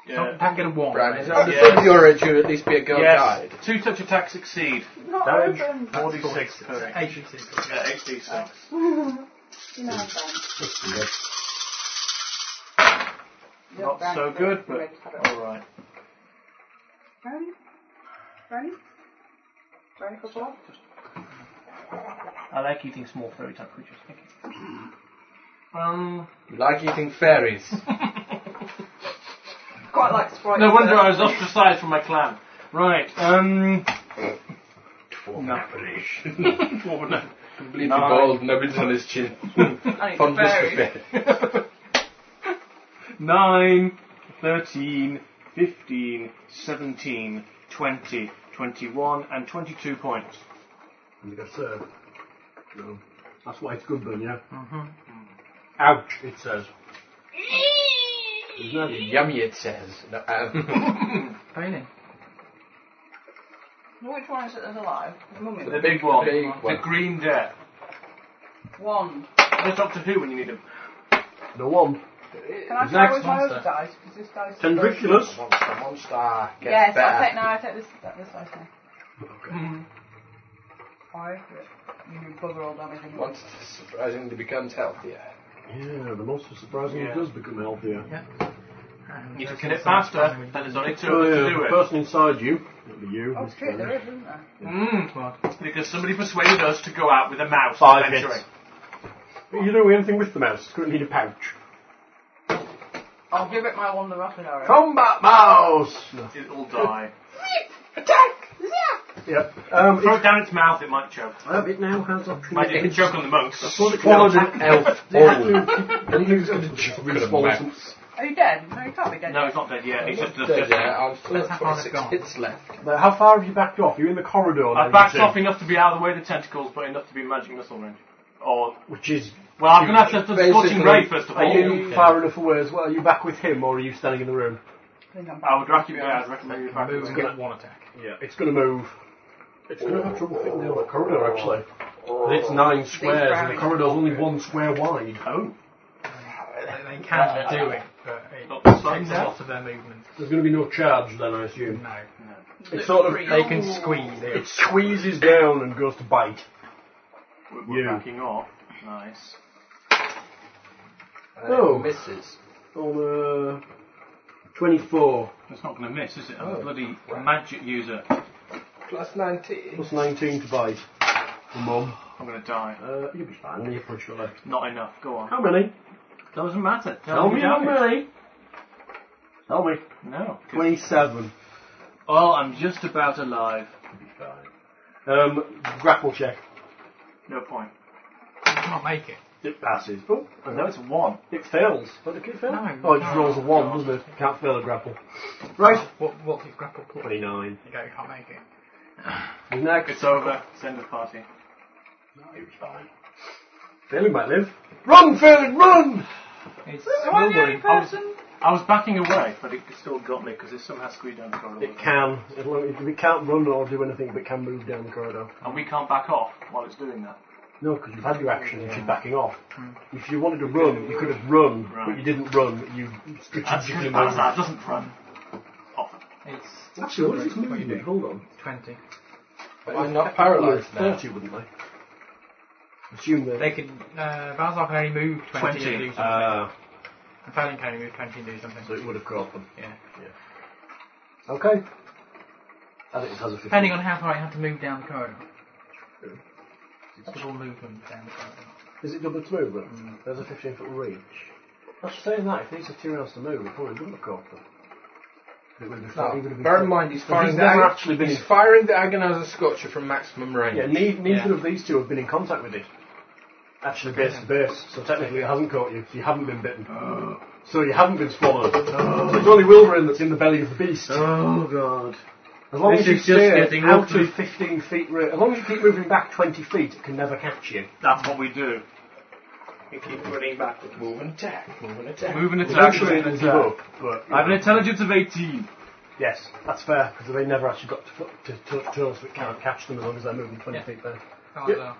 S3: Yeah.
S6: Packet of warm.
S7: Brian, is that
S3: Yeah.
S7: the figure to at least be a girl
S3: Yes.
S7: guide?
S3: Two touch attacks succeed.
S4: Not
S2: Damage.
S4: open.
S3: Forty-six per.
S6: Agency.
S3: Yeah, HD6.
S4: You know, brownies.
S3: Not so good, but alright.
S4: Brownie? Brownie? Brownie for blood?
S19: I like eating small furry type creatures. Thank you. Um,
S7: You like eating fairies.
S4: Quite like Sprite.
S19: no wonder I was ostracized from my clan. Right, um...
S7: Completely bald, no bits on his chin.
S4: I need a
S7: Fondness for
S4: berry.
S7: fairies.
S19: 9, 13, 15, 17, 20, 21, and 22 points.
S2: And you go, sir. No. That's why it's good then, yeah? Mm-hmm. Ouch, it says. Isn't that it?
S7: Yummy, it says. No, um,
S6: Painting.
S4: Which one is it that's alive? Mummy.
S3: The big one.
S7: big
S3: The
S7: one.
S3: Green Death.
S4: One.
S3: The Doctor Who when you need him.
S2: The one.
S4: Can I try
S6: The next
S4: with my
S6: monster.
S4: other dice? Because this dice is
S2: Tendriculus.
S7: monster, monster. Get
S4: Yes,
S7: better.
S4: I take no, I take this this dice now.
S6: Hmm.
S4: Five. but You do bugger all damage. anyway.
S7: Monster surprisingly becomes healthier.
S2: Yeah, the monster surprisingly
S3: Yeah.
S2: does become healthier.
S3: You can kill it faster, then there's only two of us to do
S2: the
S3: it.
S2: person inside you. It'll be you.
S4: Oh, it's
S2: Miss
S4: true,
S2: Bennett.
S4: there is, isn't there?
S3: Mm, because somebody persuaded us to go out with a mouse
S2: Five
S3: adventuring.
S2: But you don't do anything with the mouse. It's going to need a pouch.
S4: I'll give it my one the rapid arrow.
S2: Combat mouse!
S3: It'll die.
S4: Attack! Yeah!
S2: Yep. Um,
S3: Throw it down its mouth, it might choke.
S2: it, um, it now has options.
S3: Might it can choke on the monks.
S2: Well, it can
S7: Swallowed
S2: attack.
S7: an elf
S2: Don't you think it's going to
S7: Could have
S2: swallow
S7: mouse.
S2: some-
S4: Are you dead? No, you can't be dead.
S3: No, it's not dead yet. It's just just
S7: Dead,
S3: dead.
S7: yeah, I've still
S6: Let's
S7: got
S6: have one
S7: 26
S6: that's gone.
S7: hits left.
S2: Now, how far have you backed off? You're in the corridor. now,
S3: I've
S2: you
S3: backed
S2: said,
S3: off enough to be out of the way of the tentacles, but enough to be magic missile range. Or
S2: Which is,
S3: well, I'm gonna have to have the scorching
S7: Basically,
S3: ray first of
S2: are
S3: all.
S2: you far enough away as well? Are you back with him, or are you standing in the room?
S4: I think I'm back.
S3: I would recommend. Yeah, I'd recommend you back.
S6: Move and get one attack.
S2: Yeah, it's going to move. It's going to have trouble fitting down the corridor, actually. It's nine squares, and the corridor's only one square wide.
S3: Oh,
S6: They can do it, but it
S3: Not the
S6: takes
S3: sides
S6: a
S3: out.
S6: lot of their movement.
S2: There's going to be no charge then, I assume.
S6: No.
S2: It sort of
S6: They can squeeze
S2: it
S6: it.
S2: squeezes down and goes to bite.
S3: we're, we're
S2: You.
S3: backing off. Nice.
S7: And
S2: Oh.
S7: it misses.
S2: On uh, 24
S3: That's not gonna miss, is it? I'm
S7: Oh,
S3: a bloody
S7: crap.
S3: magic user.
S7: Plus 19.
S2: plus 19 to bite. The mum.
S3: I'm gonna die.
S2: Uh, you'll be fine. You push your left.
S3: Not enough. Go on.
S2: How many?
S3: Doesn't matter. Tell,
S2: Tell
S3: me
S2: me how
S3: damage.
S2: many. Tell me.
S3: No. 'cause-
S2: 27.
S3: Oh, I'm just about alive.
S2: Um, grapple check.
S3: No point.
S6: You can't make it.
S2: It passes. Oh, I
S3: No,
S2: know.
S3: it's a one.
S2: It fails. What did it fail?
S6: No.
S2: oh, it just
S6: No.
S2: rolls a 1, doesn't it? Can't fail a grapple. Right.
S6: What, what's your grapple claw? You
S2: 29.
S6: go, you can't make it.
S2: His neck.
S3: It's over. It's end of party.
S2: No, he was fine. Failing might live. Run, Failing, run!
S6: It's
S4: Am I the only
S6: snowballing.
S4: person?
S3: I was backing away, but it still got me because it somehow squeezed down the corridor.
S2: It can. As long as it can't run or do anything, but it can move down the corridor.
S3: And we can't back off while it's doing that.
S2: No, because you've had your action. You're backing off. If you wanted to run, you could have run, but you didn't run. You strategically moved.
S3: Balazar doesn't run. Often.
S6: It's
S2: Actually, what is this movement? do? Hold on.
S6: 20.
S7: But I'm not paralysed now.
S2: 30, wouldn't they? Assume
S6: They
S2: they.
S6: can, uh, Balzar can only move 20,
S3: 20.
S6: and do something.
S2: Uh,
S6: And failing counting, we counting do something.
S20: So it would have caught them.
S6: Yeah.
S2: Okay. I think it has a 15.
S6: Depending on how far you have to move down the corridor. It's double movement down the corridor.
S2: Is it double to move? Rick?
S20: Mm.
S2: There's a 15 foot reach. That's saying that, if these are two rounds to move, it probably wouldn't have caught them. It would have been
S7: No,
S2: fine, he would have been
S7: bear in
S2: fine.
S7: mind, he's
S2: But
S7: firing,
S2: he's
S7: the,
S2: never
S7: ag-
S2: actually been
S7: he's
S2: in-
S7: firing the agonizer scotcher from maximum range.
S2: Yeah, ne- neither of these two have been in contact with it. Actually, base to base, so technically it hasn't caught you, so you haven't been bitten. so you haven't been swallowed. So it's only Wilburn that's in the belly of the beast.
S20: Oh god.
S2: As long
S20: This
S2: as you
S20: is just
S2: stay
S20: getting
S2: out
S20: awkward.
S2: of 15 feet, ra- as long as you keep moving back 20 feet, it can never catch you.
S3: That's what we do.
S7: You keep running back, move and attack, move and attack.
S3: Move and attack.
S2: Eventually it'll give up, but
S3: I have an intelligence of 18.
S2: yes, that's fair, because they never actually got to, foot- to, to, to us, we can't catch them as long as they're moving 20
S6: Yeah.
S2: feet back.
S6: Oh,
S2: Yeah.
S6: well.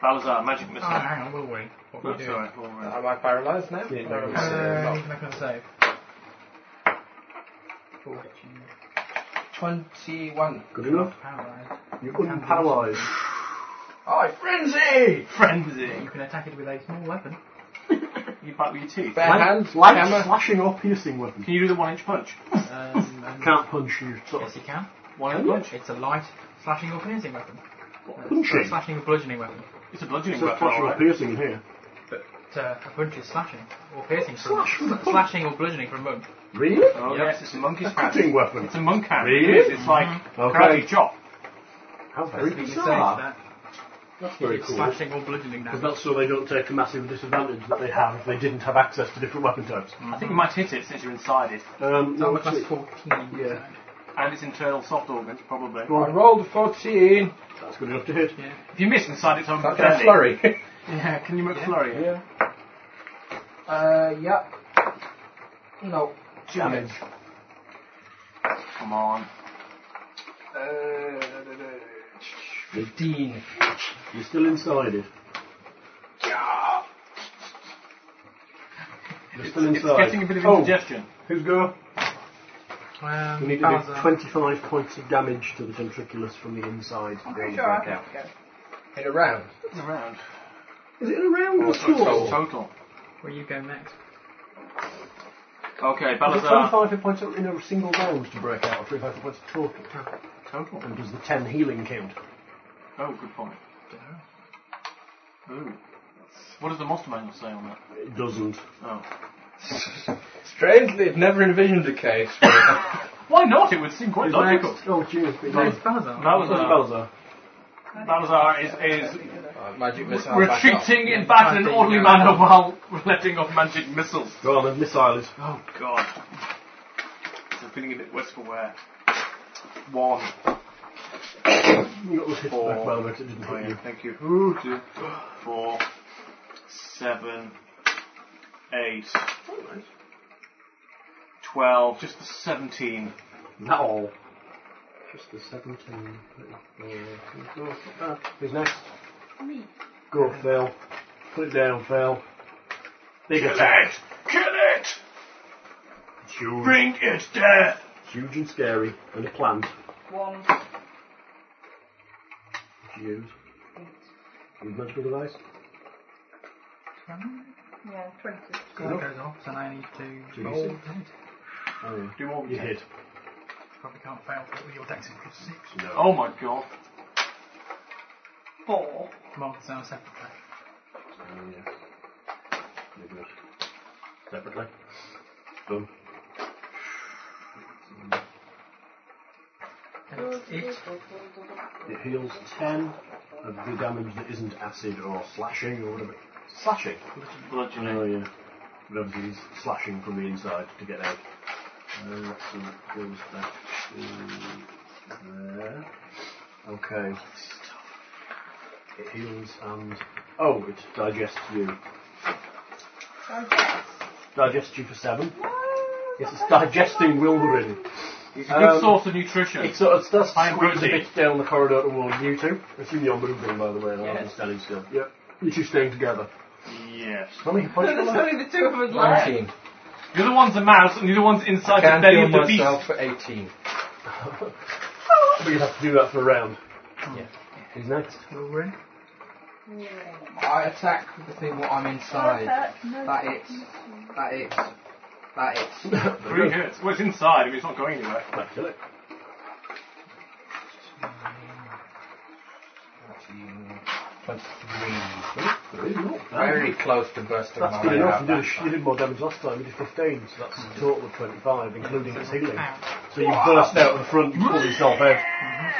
S3: That was our magic missile.
S6: oh, hang on, will we? What
S3: No,
S6: we do?
S3: sorry.
S7: Am I paralysed now?
S2: Yeah,
S7: No, I'm
S2: no,
S6: Uh, I need
S7: not.
S6: to make another save. Fortune.
S7: 21.
S2: Good enough.
S6: Paralysed.
S2: You're unparalysed.
S7: Oh, frenzy!
S6: You
S3: Frenzy.
S6: can attack it with a small weapon.
S3: You bite with your teeth.
S7: Bare hands,
S2: Light
S7: hammer.
S2: slashing or piercing weapon.
S3: Can you do the one inch punch?
S6: Um, and-
S2: Can't punch you, sort
S6: yes, you can.
S3: One inch punch?
S6: It's a light slashing or piercing weapon. Uh,
S2: Punching?
S6: slashing or bludgeoning weapon.
S3: It's a bludgeoning
S2: So
S3: weapon.
S2: flash or
S3: alright.
S2: piercing in here.
S6: But uh, a punch is slashing or piercing. for a
S2: Slash with a
S6: monk.
S2: punch?
S6: slashing or bludgeoning for a monk.
S2: Really?
S3: Oh,
S6: Yep.
S3: yes, it's a monkey's hand.
S2: Cutting weapon.
S3: It's a monk hand.
S2: Really?
S3: It is. It's like
S2: Okay.
S3: karate chop.
S2: How very
S6: Specifically says
S2: bizarre.
S6: that
S2: That's
S6: if it's slashing or bludgeoning
S2: Because
S6: damage.
S2: that's so they don't take a massive disadvantage that they have if they didn't have access to different weapon types.
S3: I think you might hit it since you're inside it.
S2: Um,
S6: It's armor
S2: no,
S6: class
S2: actually-
S6: 14.
S2: Yeah.
S3: And its internal soft organs, probably.
S2: Go
S7: I
S2: on.
S7: rolled a 14.
S2: That's good enough to hit.
S3: If you miss inside its own
S7: That's
S3: belly.
S7: a flurry.
S3: Yeah, can you make flurry?
S7: yeah. Uh, yeah. No.
S2: Damage.
S3: Come on.
S7: Uh, da, da, da. 15.
S2: You're still inside it.
S7: Yeah.
S2: You're still
S3: It's
S2: inside.
S3: getting a bit of
S2: oh,
S3: indigestion.
S2: who's go?
S6: Um, uh,
S2: We need to do
S6: Bowser.
S2: 25 points of damage to the ventriculus from the inside.
S7: In a round.
S3: It's around.
S2: Is it around or
S7: total.
S2: total?
S3: Total.
S6: Where you go next?
S3: Okay,
S2: Is it
S3: Balazar.
S2: 25 points in a single round to break out, or 25 points total?
S3: Total.
S2: And does the 10 healing count?
S3: Oh, good point. Ooh. What does the monster manual say on that?
S2: It doesn't.
S3: Oh.
S7: Strangely, I've never envisioned a case where
S3: Why not? It would seem quite
S2: Who's
S3: logical.
S2: next? Oh, Jim's been
S6: No, it's Bowser.
S3: Balazar. Balazar is, is
S7: uh, magic missile. back up.
S3: retreating in battle in an orderly manner while letting off magic missiles.
S2: Go on, then, missile is.
S3: Oh god. I'm feeling a bit worse for wear. One.
S2: You got the hit
S3: Four.
S2: back well, but it didn't
S3: Oh,
S2: hit
S3: yeah,
S2: you.
S3: thank you. Ooh, two, four, seven, eight, twelve, just the seventeen.
S2: Not all. Just the 17. Uh, Who's next?
S4: Me.
S2: Go, fail. Put it down, fail. Big attack.
S3: it! Kill it!
S2: It's huge.
S3: Bring it death!
S2: It's huge and scary. And a plant.
S4: One.
S2: Did you use? Use magical device?
S4: Yeah, 20.
S6: That goes off, so now I need to
S2: Do
S6: roll.
S2: you Oh, yeah.
S3: Do all
S2: You hit.
S6: Probably can't fail for it with your dex is plus 6.
S2: No.
S3: Oh my god.
S4: Four.
S6: Mark the sound separately.
S2: yeah. Oh. You're good. Separately. Done.
S6: That's it.
S2: It heals 10 of the damage that isn't acid or slashing or whatever. Slashing?
S3: Bludgeoning.
S2: Oh, yeah. But obviously he's slashing from the inside to get out. Uh, so it goes back to there. Okay. It heals and. Oh, it digests you. Digests you for 7. Yes, it's digesting Wilderin.
S3: It's a good
S2: Um,
S3: source of nutrition.
S2: It sort of starts
S3: I'm
S2: squeezing
S3: Groot.
S2: a bit down the corridor towards you two. Assume you're moving, by the way, and I'm
S6: Yes.
S2: standing still. Yep. You two staying together.
S3: Yes.
S2: How many points
S4: There's
S2: will I-
S4: only the two of us left.
S7: 19.
S3: The other one's a mouse, and the other one's
S7: I
S3: inside the
S7: can
S3: belly
S7: heal
S3: of the beast.
S7: myself for 18.
S2: But you'd have to do that for a round.
S6: Yeah.
S2: Who's next?
S6: Wolverine.
S7: I attack with the thing what I'm inside.
S4: No,
S7: That it's. That it's. That
S6: Mm.
S7: it's.
S3: Three hits. Well, it's inside. I mean, it's not going anywhere.
S2: Kill it.
S7: 23.
S2: Three, not bad.
S7: Very close to bursting
S2: That's
S7: my
S2: good
S7: way
S2: enough.
S7: out
S2: You
S7: that
S2: did, a- you
S7: time.
S2: did more damage last time. You did 15, so that's a total of 25, including its healing. So you
S7: Wow.
S2: burst out of the front and pull yourself out.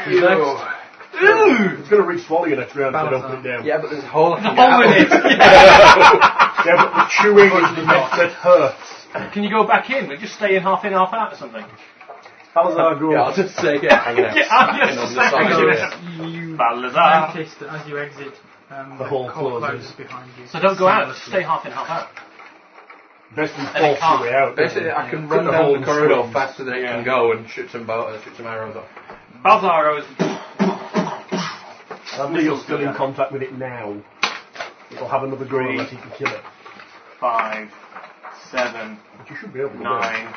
S2: Who's next? It's going to reach swallow you next round if they don't put it down.
S7: Yeah, but there's a hole in
S2: Yeah, but the chewing is the bit that hurts.
S3: Can you go back in? Like, just stay in half in, half out or something.
S2: Balazar Gore.
S7: Yeah, I'll just say yeah. Hang on.
S3: Yeah, I'm just
S7: on the
S3: saying.
S7: side,
S3: Yeah.
S7: yeah.
S6: You
S3: Balazar.
S6: notice that as you exit, um,
S2: The hall
S6: coal
S2: closes.
S6: behind you.
S3: So don't go out. Just stay half in, half out.
S2: Basically
S3: And it
S2: force your
S3: can't.
S2: way out.
S7: Basically, I can
S2: Put
S7: run
S2: the
S7: down
S2: hole
S7: the
S2: in
S7: corridor
S2: swings.
S7: faster than it can go and shoot some bow, uh, shoot some arrows off.
S3: Balazar goes.
S2: And Neil's still in contact with it now. It'll have another go unless he can kill it.
S3: Five, seven,
S2: But you should be able to. do it.
S3: nine,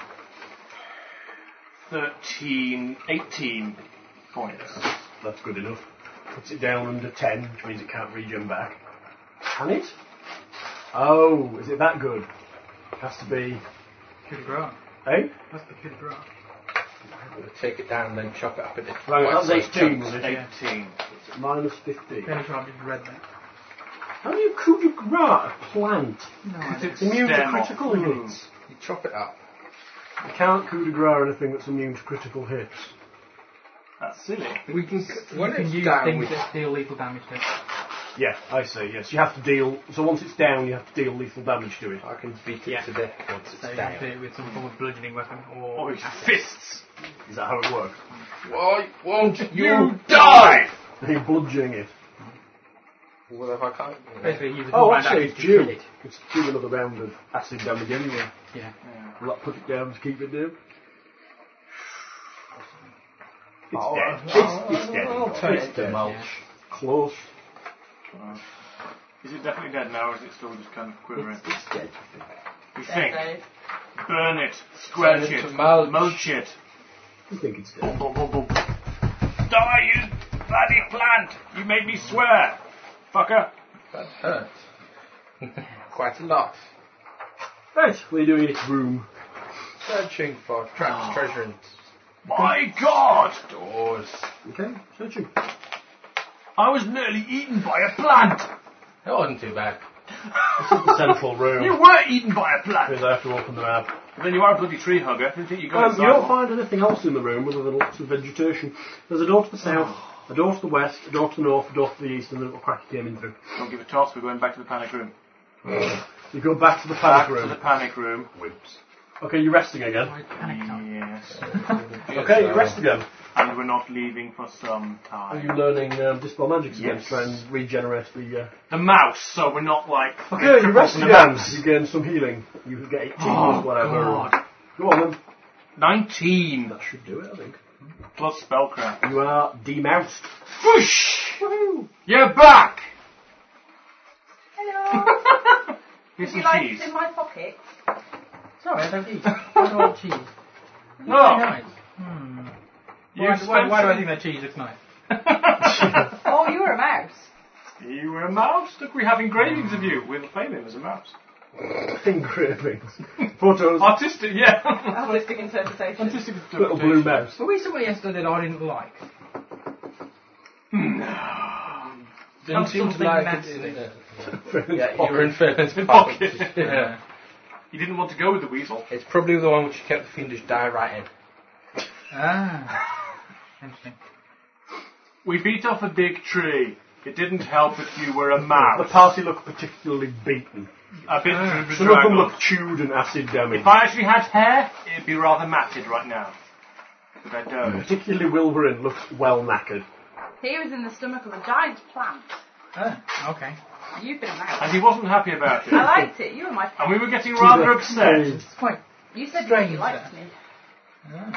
S3: thirteen, eighteen points.
S2: That's good enough. Puts it down under 10, which means it can't regen back. Can it? Oh, is it that good? Has to be.
S6: Coup de grace.
S2: Eh?
S6: That's the coup de grace.
S7: I'm gonna take it down and then chop it up into
S2: Right, that was
S7: bite-sized
S2: 18,
S7: chunks.
S2: was it?
S3: Eighteen.
S2: Minus 15.
S6: Fairly sure I've just read that.
S2: How do you coup de grace a plant?
S6: No, I
S3: It's
S2: Immune to
S3: stem off.
S2: critical hits.
S7: You chop it up.
S2: You can't coup de grace anything that's immune to critical hits.
S3: That's silly.
S7: We can.
S6: You
S7: When
S6: can
S7: it's
S6: use
S7: down, we
S6: things that deal lethal damage to it.
S2: Yeah, I see, yes. You have to deal. So once it's down, you have to deal lethal damage to it.
S7: I can beat it
S6: Yeah.
S7: to death once it's
S6: So you
S7: down.
S6: can do it with some form of bludgeoning weapon
S3: Or
S6: or.
S3: his fists.
S2: Is that how it works?
S7: Why won't
S3: You die!
S2: You're bludgeoning it.
S7: Well, if I can't. Yeah.
S6: Basically, use a
S2: Oh,
S6: combined
S2: actually,
S6: action
S2: it's
S6: to kill
S2: due.
S6: it.
S2: It's due another round of acid damage anyway.
S6: Yeah.
S2: Will that put it down to keep it down? It's
S7: Oh,
S2: dead.
S7: I'll-
S2: it's, it's dead.
S7: I'll turn it
S2: it's
S7: into
S2: dead.
S7: mulch.
S2: Close.
S3: Is it definitely dead now, or is it still just kind of quivering?
S7: It's dead.
S3: You think?
S4: Dave.
S3: Burn it. Squelch
S7: Turn it
S3: it.
S7: to mulch.
S3: Mulch it.
S2: I think it's dead.
S3: Boom, boom, boom. Die, you bloody plant! You made me swear, fucker.
S7: That hurt. Quite a lot.
S2: Right, we're doing its room.
S7: Searching for traps, treasure, and
S3: My God!
S7: doors.
S2: Okay, searching.
S3: I was nearly eaten by a plant.
S7: That wasn't too bad.
S2: The central
S3: You
S2: room.
S3: were eaten by a plant.
S2: Because I have to open the map.
S3: Then you are a bloody tree hugger. Didn't think you got
S2: Um,
S3: inside
S2: you don't
S3: one.
S2: find anything else in the room other than lots of vegetation. There's a door to the south, a door to the west, a door to the north, a door to the east, and the little crack you came in through.
S3: Don't give a toss. We're going back to the panic room.
S2: You go back to the
S3: Back
S2: panic
S3: to the
S2: room.
S3: panic room.
S2: Whips. Okay, you're resting again.
S6: Why panic now?
S3: Yes.
S2: Okay, you rest again.
S3: And we're not leaving for some
S2: Are
S3: time.
S2: you learning um, Dispel Magics again
S3: Yes.
S2: to try and regenerate the... Uh,
S3: The mouse. So we're not like.
S2: Okay, you rest
S3: the
S2: again.
S3: mouse.
S2: You gain some healing. You get 18
S3: Oh,
S2: or whatever.
S3: God.
S2: Go on then.
S3: Nineteen
S2: That should do it, I think.
S3: plus spellcraft.
S2: You are demoused.
S3: Whoosh! You're back.
S4: Hello.
S3: Here's
S4: Do
S3: some
S4: you like
S3: cheese.
S4: in my pocket?
S6: Sorry, I don't eat. I don't want cheese.
S3: No.
S6: Nice. Hmm.
S3: Oh, You
S6: Why, why, why do I
S3: spent
S6: think that cheese looks nice?
S4: Oh, you were a mouse.
S3: You were a mouse. Look, we have engravings of you. We'll claim him as a mouse.
S2: Engravings. Photos.
S3: Artistic, yeah.
S4: Holistic interpretation.
S3: Artistic
S2: Little blue
S3: interpretation.
S2: mouse.
S6: Were we somewhere yesterday that I didn't like?
S7: Didn't seem to
S6: something
S7: like it.
S6: nasty.
S7: didn't it?
S2: Yeah,
S7: Yeah, you were in Fernand's
S3: Pocket.
S7: pocket. yeah.
S3: You didn't want to go with the weasel.
S7: It's probably the one which kept the fiendish die right in.
S6: Ah. Interesting.
S3: We beat off a big tree. It didn't help that you were a
S2: Ah, The
S3: mouse.
S2: party look particularly beaten.
S3: A bit uh,
S2: Ah. Some of them look chewed and acid damaged.
S3: If I actually had hair, it'd be rather matted right now. But I don't.
S2: Particularly Wilverin looks well knackered.
S4: He was in the stomach of a giant plant.
S6: Ah, okay.
S4: You've been a mouse.
S3: And he wasn't happy about it.
S4: I liked it. You were my
S3: And
S4: pet.
S3: we were getting rather upset.
S6: It's quite.
S4: You said
S6: Strange,
S4: you liked me.
S3: And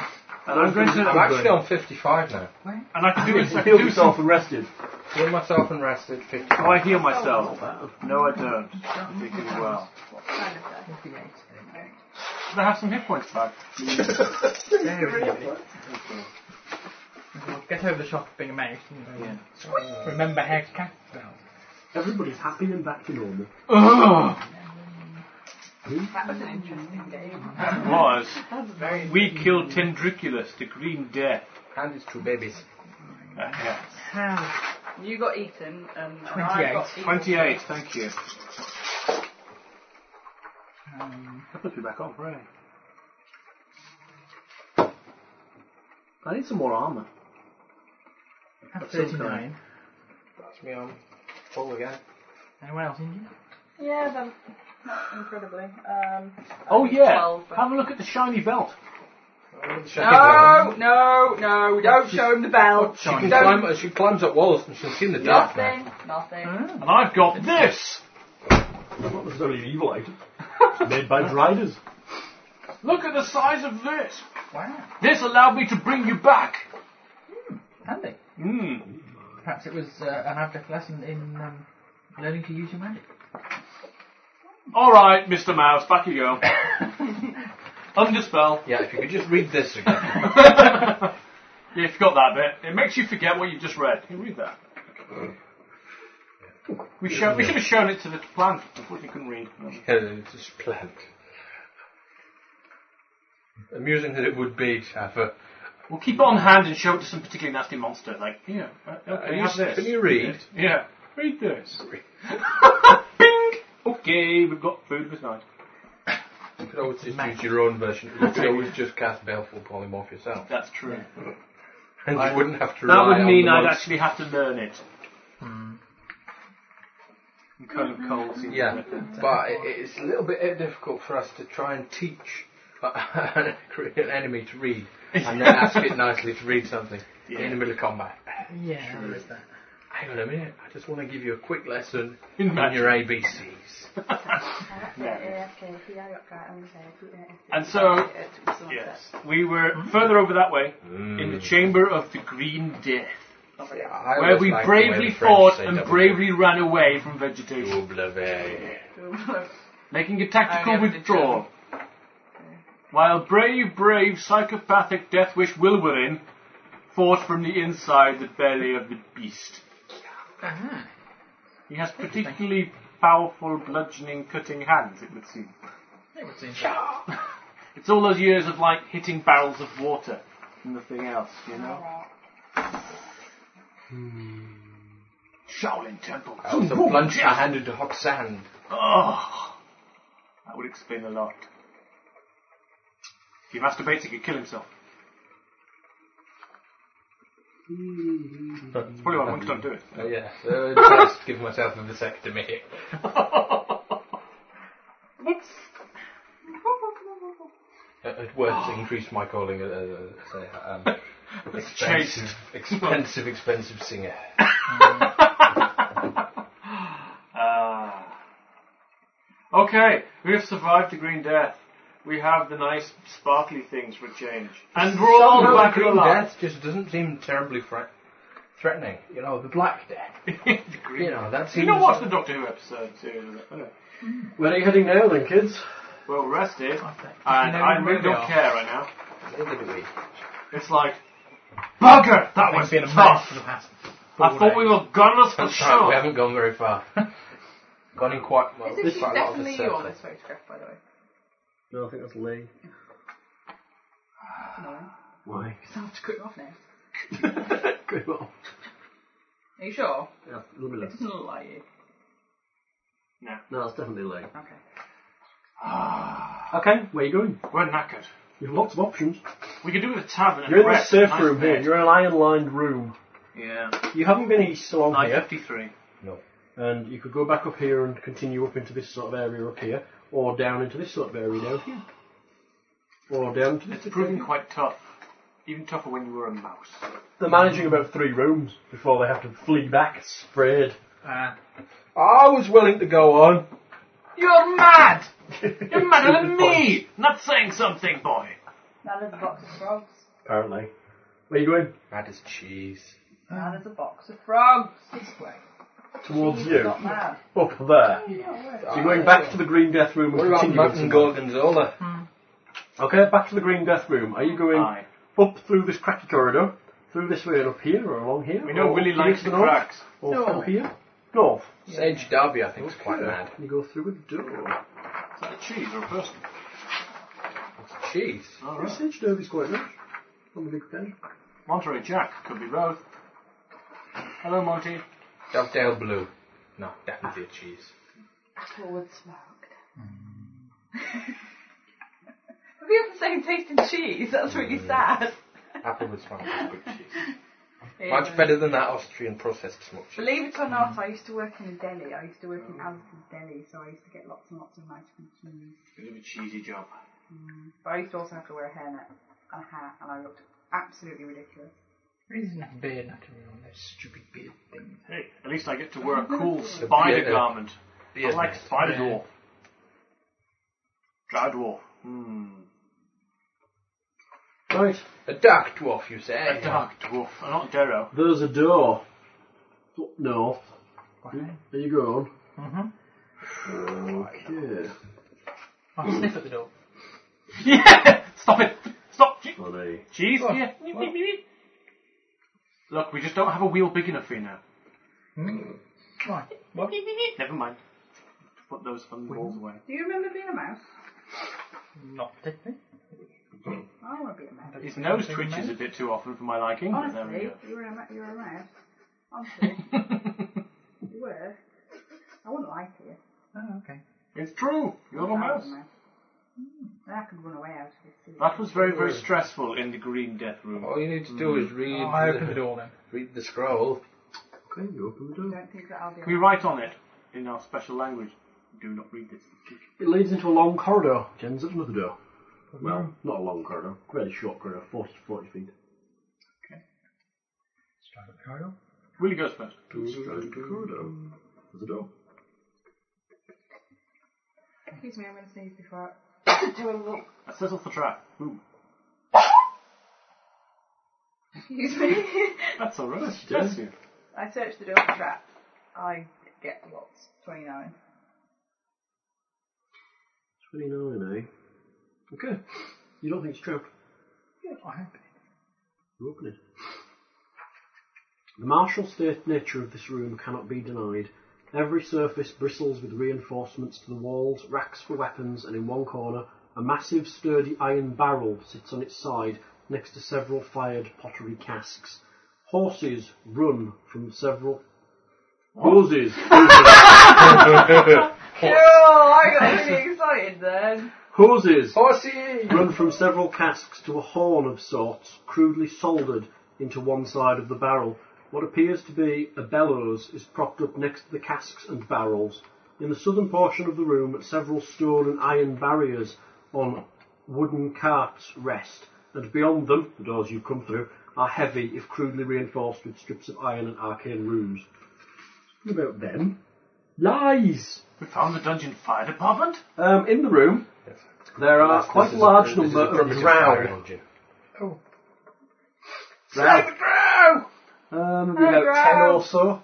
S3: I'm going
S7: I'm
S3: to.
S7: actually on 55 now.
S3: And I can do it.
S2: You
S3: I can
S2: healed
S3: do
S2: yourself
S3: something.
S2: and rested.
S7: Heal myself and rested 55.
S3: Do I heal myself? No, I don't. Particularly well.
S4: What kind of guy?
S3: Should I have some hit points back?
S6: Very good. Get over the shock of being a mouse. And, uh, Remember how to cast spells.
S2: Everybody's happy and back to normal.
S4: That was an interesting game.
S3: That was.
S4: That's very.
S3: We killed Tendriculus, the Green Death.
S7: And his two babies.
S3: Uh, yeah.
S4: You got eaten, and and I
S6: 28.
S4: got eaten.
S3: 28, thank you.
S6: um,
S21: That puts me back on, right?
S2: I need some more armour.
S6: That's 39.
S7: That's me on. Full again.
S6: Anyone else injured?
S4: Yeah, but not incredibly. Um,
S2: Oh
S4: I did
S2: yeah,
S4: 12, but-
S2: have a look at the shiny belt.
S7: Oh, she,
S4: No, no, no, don't show him the bell.
S7: she, can
S4: Don't-
S7: climb, she climbs up walls and she'll see in the dark. now.
S4: Nothing, nothing.
S6: Oh,
S3: And I've got this!
S11: That's not necessarily an evil item. It's made by Driders.
S3: Look at the size of this!
S6: Wow.
S3: This allowed me to bring you back!
S6: Handy.
S3: Hmm.
S6: Perhaps it was uh, an abject lesson in um, learning to use your magic.
S3: Alright, Mr. Mouse, back you go. Underspell.
S7: Yeah, if you could just read this again.
S3: yeah, you forgot that bit. It makes you forget what you've just read. Can you read that?
S2: Uh,
S3: We, show, we should have shown it to the plant. Unfortunately, couldn't read.
S7: Yeah, it's just plant. Amusing that it would be to have a.
S3: We'll keep it on hand and show it to some particularly nasty monster. Like, yeah, uh,
S7: Can
S3: okay,
S7: you
S3: have
S7: s-
S3: this.
S7: can you read?
S3: Yeah, read this. Bing! Okay, we've got food this night.
S7: You could always just use your own version. You could always just cast Baleful Polymorph yourself.
S3: That's true.
S7: And you wouldn't have to
S3: That
S7: rely
S3: would mean
S7: on
S3: I'd
S7: the monks.
S3: actually have to learn it. I'm Hmm. kind of cold. seems
S7: Yeah,
S3: like.
S7: but it- it's a little bit difficult for us to try and teach uh, an enemy to read and then ask it nicely to read something in the middle of combat.
S6: Yeah, there is that.
S7: Hang on a minute, I just want to give you a quick lesson
S3: In
S7: in
S3: magic.
S7: your ABCs.
S4: I got yeah. I got that on the side.
S3: And so-
S4: Yeah, it was someone
S3: Yes,
S4: said.
S3: we were further over that way in the chamber of the Green Death,
S7: Hmm. Oh, Yeah, I
S3: where
S7: always
S3: we
S7: like the way
S3: bravely
S7: the French
S3: fought
S7: say
S3: and
S7: double-
S3: bravely ran away from vegetation,
S7: double V.
S3: making a
S4: I
S3: tactical
S4: never did
S3: withdrawal. While brave, brave psychopathic Deathwish Wilwerin fought from the inside the belly of the beast.
S6: Ah,
S3: He has particularly powerful bludgeoning, cutting hands, it would seem.
S6: it would seem so.
S3: It's all those years of like hitting barrels of water and nothing else, you know. Hmm. Shaolin Temple.
S7: I also plunged my hand into hot sand.
S3: Oh, that would explain a lot. If he masturbates, he could kill himself. That's probably why I won't stop doing
S7: Oh, yeah, so I just give myself a vasectomy.
S3: it.
S7: At- At
S3: Oh.
S7: worst, increase my calling as a say, um,
S3: Chased.
S7: expensive, expensive, expensive singer.
S3: Ah. Okay, we have survived the Green Death. We have the nice sparkly things for a change. And we're all
S7: Somehow
S3: back
S7: the Green
S3: alive.
S7: Death just doesn't seem terribly threat- threatening. You know, the Black Death.
S3: The Green-
S7: You know, that seems.
S3: You know what's the Doctor Who episode series? Isn't it? Anyway,
S2: Where are you heading now then, kids?
S3: Well rested,
S6: I think.
S3: and
S6: Oh, No,
S3: I
S6: we
S3: really
S6: really
S3: don't
S6: are.
S3: care right now.
S7: Neither do we.
S3: It's like, bugger, that was
S6: I've been a man
S3: tough.
S6: for the past four
S3: I thought we
S6: days.
S3: were gunless for
S7: That's right, we
S3: sure.
S7: haven't gone very far. Gone in quite well.
S4: Is it
S7: quite a lot of the
S4: definitely you on
S7: surface.
S4: this photograph, by the way?
S2: No, I think that's Lee.
S4: No.
S2: Why?
S4: Because I have to cut you off now.
S2: Good well.
S4: Are you sure?
S2: Yeah, a little bit
S4: It
S2: less.
S4: doesn't look like you.
S2: No, that's definitely Lee.
S4: Okay.
S2: Okay, where are you going?
S3: We're knackered.
S2: You have lots of options.
S3: We could do with a tavern. and
S2: You're in
S3: a
S2: the
S3: rest,
S2: safe
S3: nice
S2: room here. Oh,
S3: bed.
S2: You're in an iron-lined room.
S3: Yeah.
S2: You haven't been east so long
S3: Night
S2: here,
S3: 53.
S2: and you could go back up here and continue up into this sort of area up here, or down into this sort of area down here, or down into this.
S3: It's proving quite tough. Even tougher when you were a mouse.
S2: They're managing about three rooms before they have to flee back, sprayed.
S6: Ah.
S7: I was willing to go on.
S3: You're mad! You're madder than me! Not saying something, boy.
S4: Now there's a box of frogs.
S2: Apparently. Where are you going?
S7: Mad as cheese.
S4: Now there's a box of frogs. This way.
S2: Towards
S4: He's
S2: you.
S4: Not mad.
S2: Up there. So you're going back to the Green Death Room
S7: What
S2: and
S7: about
S2: continuing.
S7: Martin
S2: somewhere.
S7: Gorgonzola?
S2: Okay, back to the Green Death Room. Are you going
S3: Aye.
S2: up through this cracky corridor, through this way and up here, or along here?
S3: We know
S2: or
S3: Willie
S2: up to
S3: likes
S2: the
S3: the
S2: north,
S3: cracks.
S2: Or through here? Dwarf.
S7: Sage Derby, I think, is quite mad.
S2: You go through a door.
S3: Is that cheese or a person?
S7: Cheese.
S2: The Sage Derby's quite rich. On the big stage.
S3: Monterey Jack could be both. Hello, Monty.
S7: Dovedale Blue. No, definitely a cheese.
S4: Applewood smoked. we have the same taste in cheese. That's really sad.
S7: Applewood smoked is good cheese.
S4: Yeah.
S7: Much better than that Austrian processed smoked cheese.
S4: Believe it or not, I used to work in a deli. I used to work in Alice's deli, so I used to get lots and lots of nice from cheese.
S3: Bit of a cheesy job.
S4: But I used to also have to wear a hairnet and a hat, and I looked absolutely ridiculous.
S6: There isn't a beard naturally on that stupid beard thing.
S3: Hey, at least I get to wear a cool spider
S7: beard-
S3: garment. I
S7: Beard
S3: like
S7: man.
S3: spider
S6: Yeah.
S3: dwarf. Drow dwarf. Hmm.
S2: Right.
S7: A dark dwarf, you say?
S3: A dark dwarf. I'm not Darrow.
S2: There's a door. Up north. There you go. Mm-hmm. Okay.
S22: I'll sniff at the door.
S3: yeah! Stop it! Stop! Che-
S2: Funny.
S3: Cheese? Yeah. Look, we just don't have a wheel big enough for you now.
S6: Right. What?
S3: Never mind. Put those fun balls away.
S4: Do you remember being a mouse?
S6: Not dead thing.
S4: I want to be a mouse.
S3: His nose twitches a bit too often for my liking. but there we
S4: Honestly,
S3: go.
S4: you were a, ma- you were a mouse. Honestly, you were. I wouldn't lie to you.
S6: Oh, okay.
S3: it's true. You're a
S4: I was
S3: mouse.
S4: a mouse. And I could run away out of this city.
S3: That was very, very stressful in the Green Death room.
S7: All you need to do is read,
S6: Oh, I
S7: the,
S6: opened the door then.
S7: read the scroll.
S2: Okay, you open the
S4: I
S2: door.
S4: don't think that I'll be
S3: We write on it in our special language. Do not read this.
S2: It leads into a long corridor. Which ends at another door. Well, not a long corridor. Very short corridor. 40 to 40 feet.
S6: Straight up the corridor.
S3: Willie goes first.
S2: Straight into the corridor. There's a door.
S4: Excuse me, I'm going to sneeze before I do a little.
S3: That says off the track. Ooh,
S4: Excuse me.
S3: that's alright.
S2: Yeah.
S3: Bless you.
S4: I searched the door for trap. I get lots. 29.
S2: 29, eh? Okay. You don't think it's trapped.
S6: I opened
S2: You open it. The martial state nature of this room cannot be denied. Every surface bristles with reinforcements to the walls, racks for weapons, and in one corner, a massive, sturdy iron barrel sits on its side next to several fired pottery casks. Horses run from several. Horses!
S4: Oh, I got really excited then.
S2: Horses!
S7: Horsey!
S2: run from several casks to a horn of sorts, crudely soldered into one side of the barrel. What appears to be a bellows is propped up next to the casks and barrels. In the southern portion of the room, several stone and iron barriers on wooden carts rest, and beyond them, the doors you've come through, are heavy if crudely reinforced with strips of iron and arcane runes. What about them? Lies!
S3: We found the dungeon fire department.
S2: Um, in the room,
S7: Yes.
S2: there are
S7: This
S2: Uh, quite a
S7: is
S2: large
S7: this is
S2: number
S7: a
S2: of
S7: primitive fire
S2: drow.
S7: engine.
S2: Drow. Um, maybe
S4: Hello,
S2: about ten
S4: Drow.
S2: or so.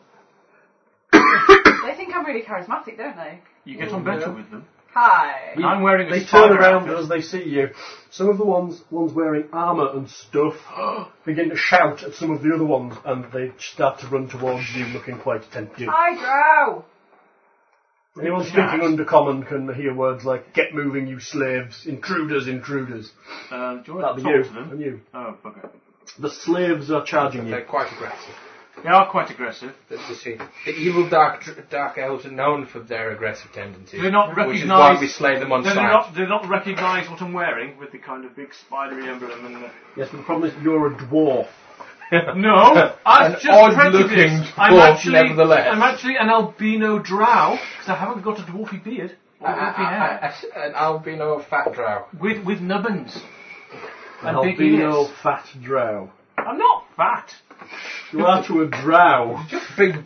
S4: They think I'm really charismatic, don't they?
S3: You get on better with them.
S4: Hi.
S3: I'm wearing a
S2: They turn
S3: spider
S2: around
S3: outfit.
S2: as they see you. Some of the ones ones wearing armour and stuff begin to shout at some of the other ones, and they start to run towards you, looking quite attentive.
S4: Hi, Drow.
S2: Anyone speaking undercommon can hear words like "get moving, you slaves," "intruders, intruders."
S3: Um, do you want
S2: That'd
S3: to
S2: be
S3: talk
S2: you.
S3: to them?
S2: And you.
S3: Oh, bugger.
S2: The slaves are charging
S7: They're
S2: you.
S7: quite aggressive.
S3: They are quite aggressive.
S7: The, the, sea- the evil dark dr- dark elves are known for their aggressive tendencies.
S3: Do they not
S7: which is why
S3: recognise-
S7: we slay them on
S3: They do
S7: sight.
S3: not, they do not recognise what I'm wearing with the kind of big spidery emblem and the...
S2: Yes, but the problem is you're a dwarf.
S3: No,
S7: An
S3: I've just
S7: odd-looking
S3: prejudiced. I'm
S7: dwarf,
S3: actually,
S7: nevertheless.
S3: I'm actually an albino drow because I haven't got a dwarfy beard or
S7: I-
S3: dwarfy hair
S7: I- I- I- An albino fat drow.
S3: with with nubbins and big
S2: Albino
S3: ears.
S2: fat drow.
S3: I'm not fat.
S2: You are to a drow.
S7: Big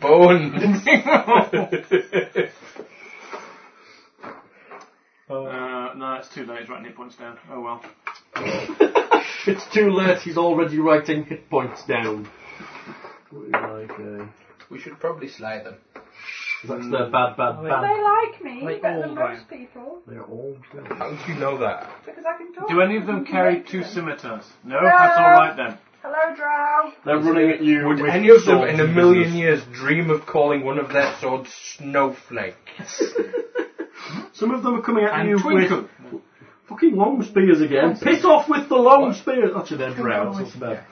S7: bones.
S3: Uh, no, it's too late. It's writing hit points down. Oh well.
S2: It's too late. He's already writing hit points down. Like, uh,
S7: we should probably slay them.
S2: that's their bad, bad,
S4: They
S2: bad.
S4: like me
S22: Like
S4: better
S22: all
S4: than most people
S2: They're all drow.
S7: How do you know that?
S4: because I can talk.
S3: Do any of them carry two scimitars? No,
S4: No.
S3: that's all right then.
S4: Hello, Drow.
S2: They're running at you
S7: Would
S2: with
S7: any of them
S2: swords
S7: in a
S2: and
S7: million
S2: business.
S7: years dream of calling one of their swords snowflakes?
S2: Some of them are coming at
S6: And
S2: you
S6: twinkle.
S2: with fucking long spears again. Piss off with the long spears. Actually, they're drow. That's bad.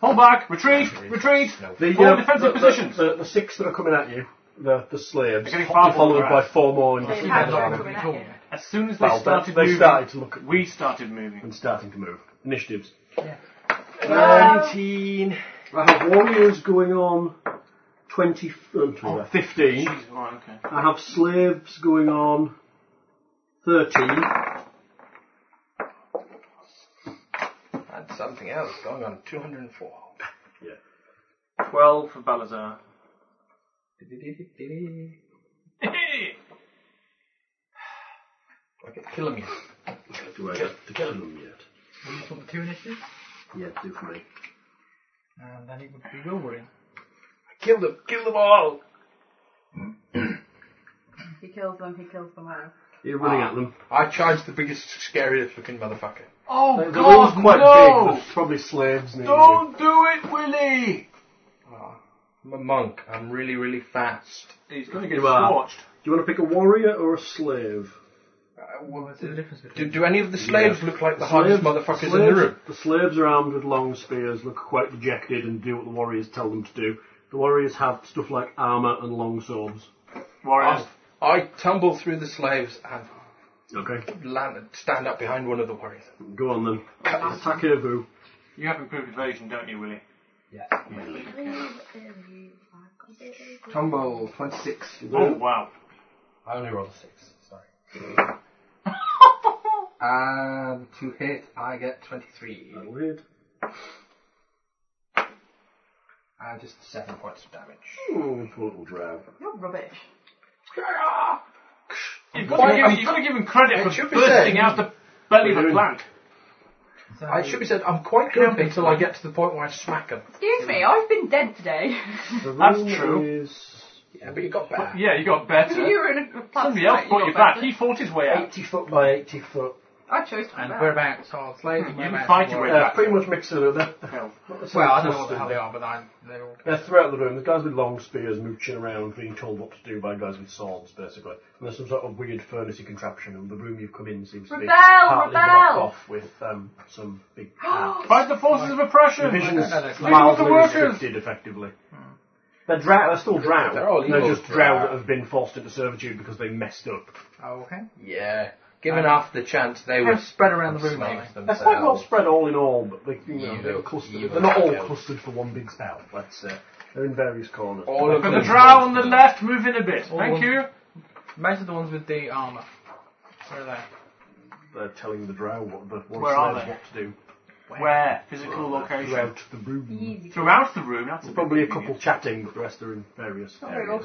S3: Hold back, retreat, retreat.
S2: The,
S3: Forward
S2: uh,
S3: defensive
S2: the- the-
S3: positions.
S2: The, the six that are coming at you, the, the slaves,
S3: getting far
S2: hotly followed
S3: more
S2: by
S3: drow.
S2: four more. in
S4: They
S2: different
S4: have
S2: directions.
S4: drow coming at you.
S3: As soon as they
S2: Well, they,
S3: started
S2: they
S3: moving,
S2: started to look at
S3: we started moving.
S2: and starting to move. Initiatives.
S4: Hello.
S2: 19. I have warriors going on 20, um, 15.
S3: Jeez, right, okay.
S2: I have slaves going on 13.
S7: and something else going on 204.
S3: 12 for Balazar.
S7: Okay, kill him yet.
S2: Do I get to kill them yet?
S6: We just want the two initiatives,
S2: Yeah, do for me.
S6: and then it would be Wilbury.
S7: Kill them, kill them all!
S4: He kills them, he kills them all.
S2: You're running at them.
S7: I charge the biggest, scariest looking motherfucker.
S3: Oh,
S2: The room's
S3: God,
S2: quite
S3: no!
S2: big. There's probably slaves near you.
S3: Don't do it, Willie!
S7: I'm a monk, I'm really, really fast.
S3: He's going to get
S2: You are.
S3: scorched.
S2: Do you want to pick a warrior or a slave?
S6: What's the difference between
S7: Uh, Do, do any of the slaves look like the, hardest motherfuckers
S2: slaves,
S7: in the room?
S2: The slaves are armed with long spears, look quite dejected, and do what the warriors tell them to do. The warriors have stuff like armour and long swords.
S3: Warriors.
S7: I, I tumble through the slaves and
S2: Okay.
S7: land, stand up behind one of the warriors.
S2: Go on then. Attack Abu.
S3: You have improved evasion, don't you, Willie?
S7: Tumble, 26.
S3: Oh, wow.
S7: I only rolled a 6, sorry. and to hit, I get 23.
S2: Weird.
S7: And just 7 points of damage.
S2: Oh, total drow.
S4: You're rubbish.
S3: You've got, to give, you've got to give him credit
S7: It
S3: for
S7: should be
S3: bursting
S7: said.
S3: out the belly of a plant.
S7: I should be said, I'm quite grumpy until I get to the point where I smack him.
S4: Excuse me, I've been dead today.
S2: The
S3: That's
S2: room
S3: true.
S2: Is
S7: Yeah, but you got better.
S3: Yeah, you got better.
S4: you were in a plastic
S3: Somebody else brought you back. He fought his way out.
S2: 80 foot by 80 foot.
S4: I chose to be
S6: And
S4: back.
S6: whereabouts are slaves? and
S3: You didn't
S6: whereabouts
S3: fight your
S6: are
S3: way
S6: warriors?
S2: Uh,
S3: back.
S2: pretty much mixed it up. They're,
S3: Hell.
S2: not the same
S6: Well, I don't
S2: cluster.
S6: know how they are, but I'm, they're all.
S2: They're throughout the room. There's guys with long spears mooching around, being told what to do by guys with swords, basically. And there's some sort of weird furnacey contraption, and the room you've come in seems to be
S4: Rebel,
S2: partly blocked
S4: rebel!
S2: off with um, some big tabs.
S3: Fight the forces of oppression.
S2: The vision's
S6: no, no, it's like-
S2: mildly
S3: Leave it with the workers.
S2: restricted, effectively. They're, drow- they're still drow.
S7: They're all evil
S2: just drow
S7: drow.
S2: that have been forced into servitude because they messed up.
S6: Oh, okay.
S7: Yeah. Given half the chance, they were
S6: Uh, They're spread around the room,
S7: slaves
S6: aren't
S2: They're quite well
S7: themselves.
S2: spread all in all, but they, you know,
S7: Evil,
S2: they're clustered.
S7: evil
S2: They're not all
S7: drow.
S2: clustered for one big spell, let's say. They're in various corners.
S7: All of
S3: But
S7: them.
S3: the drow on the left, move in a bit.
S6: All
S3: Thank
S6: one-
S3: you.
S6: Most of the ones with the armour. Where are they?
S2: They're telling the drow what the what,
S3: Where are
S2: slaves
S3: they?
S2: what to do.
S3: Where? Physical location.
S2: throughout the room.
S4: Easy.
S3: Throughout the room. That's
S2: There's probably a couple
S3: convenient.
S2: chatting, but the rest are in various areas.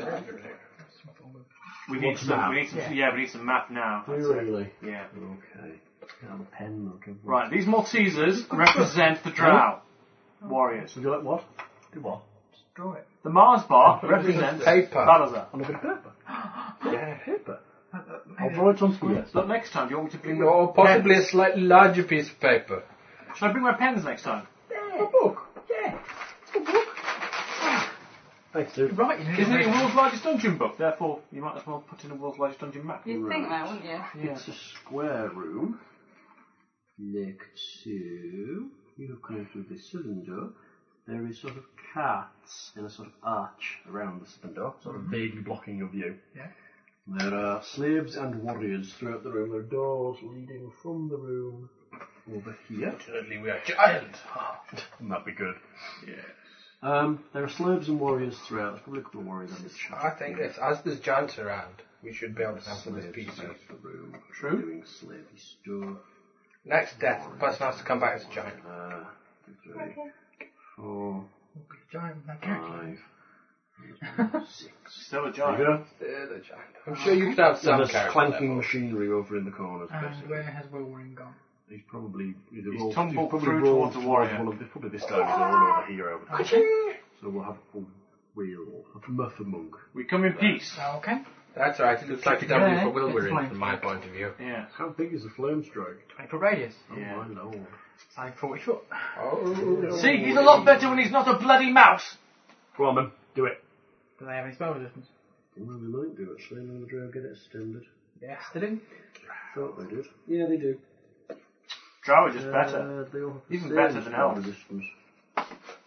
S3: We need
S2: What's
S3: some.
S2: map?
S3: We need some. Yeah.
S6: Yeah.
S3: we need some map now.
S2: Do you really?
S3: Yeah.
S2: Okay. Got a pen. Okay.
S3: Right. These Maltesers represent the Drow warriors.
S2: So do you like what? Do what?
S6: Draw it.
S3: The Mars bar represents
S7: Paper.
S3: Balazar.
S2: On a bit of paper.
S7: Yeah.
S2: Paper.
S6: Uh,
S2: I'll draw it on screen.
S3: So next time, do you want me to bring?
S7: Or possibly a slightly larger piece of paper.
S3: Should I bring my pens next time?
S2: Thanks, dude.
S6: Right, you know.
S3: Isn't it the world's largest dungeon book? Therefore, you might as well put in the world's largest dungeon map.
S4: You'd think that, wouldn't you?
S3: Yeah.
S2: It's a square room. Next to you have connected with this cylinder. There is sort of carts in a sort of arch around the cylinder, sort of vaguely blocking your view.
S6: Mm-hmm. Yeah.
S2: There are slaves and warriors throughout the room. There are doors leading from the room over here.
S7: Certainly we are giant.
S2: Wouldn't that be good? Yes. Um, there are slaves and warriors throughout. There's probably a couple of warriors on the chat.
S7: I think it's, as there's giants around, we should be able to handle this piece.
S2: throughout the room. True. Doing slavey stuff.
S7: Next death, the person has to come back as a giant.
S2: Uh, three, four,
S6: Giant man character.
S2: five, six.
S3: Still a
S2: There you
S3: giant.
S2: go.
S7: They're the giant. I'm sure you could have some
S2: there's
S7: character.
S2: clanking
S7: level. Uh,
S2: machinery over in the corners.
S6: And
S2: basically.
S6: where has Wilbury gone?
S2: He's probably either
S3: He's
S2: rolled-
S3: tumbled
S2: he's probably
S3: through
S2: rolled
S3: towards the warrior.
S2: One of the, probably this guy with the one over here. I would think. So we'll have a full wheel. A muff monk.
S3: We come in peace.
S6: Oh, Okay.
S7: That's alright, it looks like a W for Wilbury from my point of view.
S3: Yeah.
S2: How big is the flame strike?
S6: 20 foot radius.
S2: Oh
S3: Yeah.
S2: my lord.
S6: I'm 40 foot.
S7: Oh.
S23: See, he's a lot better when he's not a bloody mouse.
S24: Come on, man. Do it.
S6: Do they have any spell resistance?
S2: Well, they might do actually. None of the drow get it extended.
S6: Yes, they do.
S2: Thought they did. Yeah, they do.
S3: Drow are just better.
S2: Uh, they all have the
S3: Even
S2: same
S3: better than
S2: spell
S3: elves.
S2: resistance.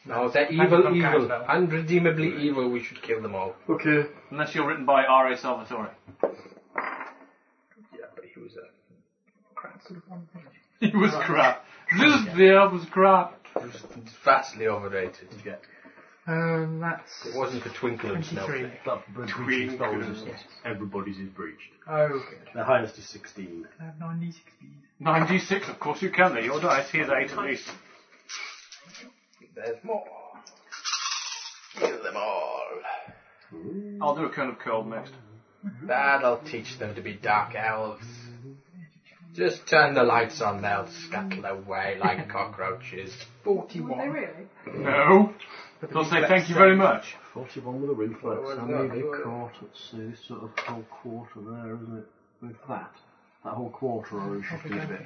S7: No, they're
S6: Hasn't
S7: evil,
S6: come
S7: evil,
S6: counter.
S7: unredeemably evil. We should kill them all.
S2: Okay.
S3: Unless you're written by R.A. Salvatore.
S7: Yeah, but he was a
S3: He was crap. This beer was crap.
S7: he was vastly overrated. Yeah.
S6: Um, that's
S7: It wasn't a twinkle and snow.
S6: 23.
S2: That breaching spell resistance. Everybody's is breached.
S6: Oh, good.
S2: The highest is 16.
S6: I have 9d6 speed.
S3: 9d6, of course you can. They're your dice. Here's 8 at least.
S7: There's more. Kill them all.
S3: I'll do a cone of cold next.
S7: That'll teach them to be dark elves. Just turn the lights on, they'll scuttle away like cockroaches.
S6: 41.
S4: Would they really?
S3: No. They'll say thank you very much.
S2: 41 with a reflex.
S7: Well, well
S2: How
S7: done,
S2: many they
S7: well done.
S2: caught? Let's see, this sort of whole quarter there, isn't it? With that. That whole quarter or is shifted a bit.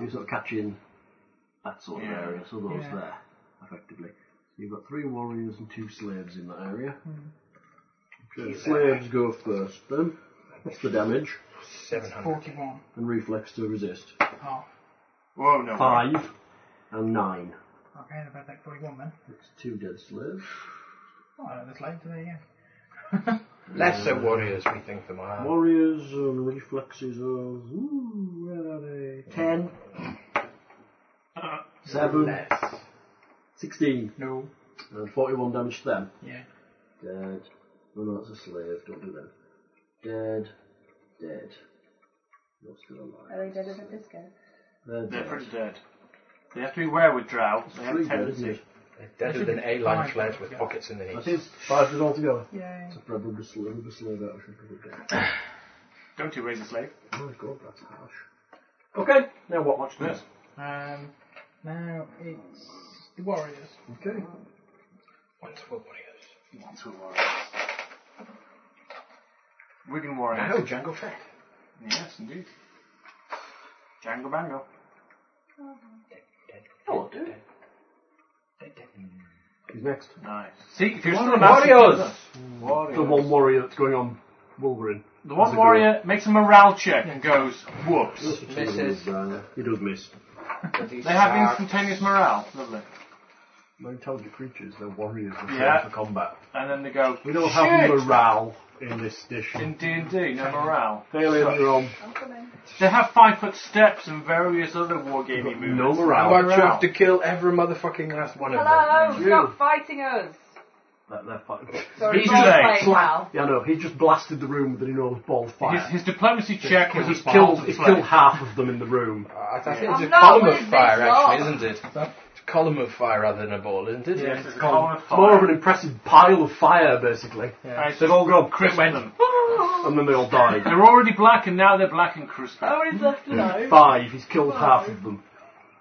S2: You're sort of catching that sort of
S3: Yeah.
S2: area, so those
S6: Yeah.
S2: there, effectively. So you've got three warriors and two slaves in that area. Okay, slaves go first then. What's the damage?
S7: 700.
S6: 41.
S2: And reflex to resist.
S6: Half.
S3: Whoa, no.
S2: Five and nine.
S6: Okay, they're about like 41 then.
S2: That's two dead slaves.
S6: Oh, I know this late today, yeah.
S7: Lesser warriors, we think them are.
S2: Warriors and reflexes of. Ooh, where are they? Ten. Seven.
S7: Less.
S2: Sixteen.
S6: No.
S2: And 41 damage to them.
S6: Yeah.
S2: Dead. Oh no, that's a slave. Don't do that. Dead. Dead. Not still alive.
S4: Are they dead in a disco?
S2: They're
S3: They're
S2: dead.
S3: pretty dead. They have to beware with drow. They have a
S2: Three dead, isn't
S3: tendency.
S2: it?
S7: They're Deader than A-line flares with pockets in the
S2: That
S7: knees.
S2: is. Five dead altogether.
S6: Yay.
S2: It's a proper rubber slave. Rubber slave out. I should probably get.
S3: Don't you raise a slave?
S2: Oh my god, that's harsh. Okay. Now what?
S3: Watch this.
S6: Um, now it's the Warriors.
S2: Okay.
S7: Wonderful warriors.
S3: That's who warriors. Wigan warriors.
S7: No, Jango Fett.
S3: Yes, indeed. Jango Bango.
S2: Hello, dude. Who's next?
S3: Nice. See, if you're still a
S7: Warriors!
S3: Warriors.
S2: The one warrior that's going on Wolverine.
S3: The one warrior makes a morale check and goes, whoops.
S7: Misses.
S2: He does miss.
S7: These
S3: They have
S7: are-
S3: instantaneous morale. Lovely.
S2: They're intelligent creatures. They're warriors. They're
S3: Yeah.
S2: trained for combat.
S3: And then they go,
S2: We don't have
S3: "Shit."
S2: morale in this edition.
S3: In D&D, no morale.
S2: Aliens are on
S4: I'm coming.
S3: They have five foot steps and various other wargaming moves.
S2: no morale.
S7: But you have to kill every motherfucking last one of them.
S4: Hello!
S2: you.
S4: Stop fighting us!
S2: That, that fuck-
S4: Sorry,
S3: He's
S4: role
S3: late.
S4: playing pal.
S2: yeah, no, he just blasted the room with an enormous ball of fire.
S3: His, his diplomacy check was
S2: he
S3: a
S2: killed,
S3: killed,
S2: he killed half of them in the room.
S7: I I think
S4: I'm
S7: it's a
S4: not
S7: column
S4: with
S7: of fire,
S4: this
S7: actually,
S4: lot.
S7: isn't it? It's a column of fire rather than a ball, isn't it?
S3: Yes, it's a
S2: Column.
S3: column of
S2: It's
S3: fire.
S2: more of an impressive pile of fire, basically.
S3: Right,
S2: They've all gone
S3: crisp them.
S2: and then they all died.
S3: They're already black and now they're black and crisp.
S4: Oh, he's left alone.
S2: Five, he's killed half of them.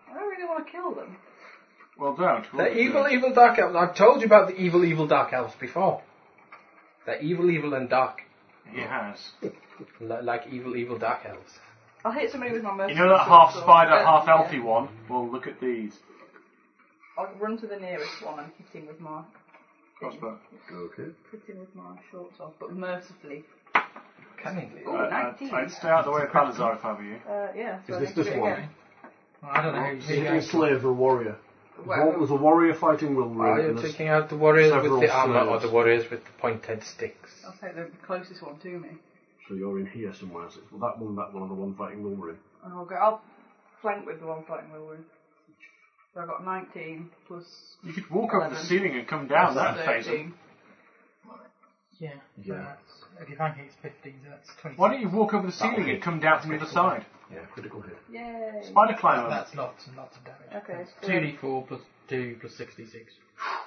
S4: I don't really want to kill them.
S3: Well, don't.
S7: They're evil, evil dark elves. I've told you about the evil, evil dark elves before. They're evil, evil, and dark.
S3: He has.
S7: Li- like evil, evil dark elves.
S4: I'll hit somebody with my mercy.
S3: You know that half spider, half elfy one? Well, look at these.
S4: I'll run to the nearest one and hit him with my
S3: Crossbow.
S2: Okay.
S4: hit him with my short sword, but mercifully.
S7: Cunningly.
S4: Ooh,
S3: I- I'd,
S4: 19.
S3: Uh, I'd stay out of the way of Palazar if I were you.
S4: Uh, yeah. So
S2: Is
S4: I
S2: this
S4: need to
S2: this
S4: do it
S2: one?
S4: again.
S6: Well, I don't know how you
S2: So you
S6: see
S2: can
S6: that.
S2: slave or a warrior. One
S4: Well,
S2: was a warrior fighting
S7: Are you
S2: Wolverine. and a-
S7: taking out the warriors
S2: Several
S7: with the armor or
S2: swords.
S7: the warriors with the pointed sticks?
S4: I'll take the closest one to me.
S2: So you're in here somewhere. So it's, well, that one, that one, and the one fighting Wolverine.
S4: And I'll go. I'll flank with the one fighting Wilwood. So I got 19 plus.
S3: You could walk up the
S4: Eleven.
S3: ceiling and come down that phase.
S4: 13.
S6: Yeah.
S2: Yeah.
S6: that's- If you think it's 15, so that's 20.
S3: Why don't you walk over the ceiling and come down from the other side?
S2: Yeah, critical hit.
S4: Yay.
S3: Spider climber.
S6: That's lots and lots of damage.
S4: Okay.
S6: That's
S4: so
S6: 2d4 plus 2 plus 66.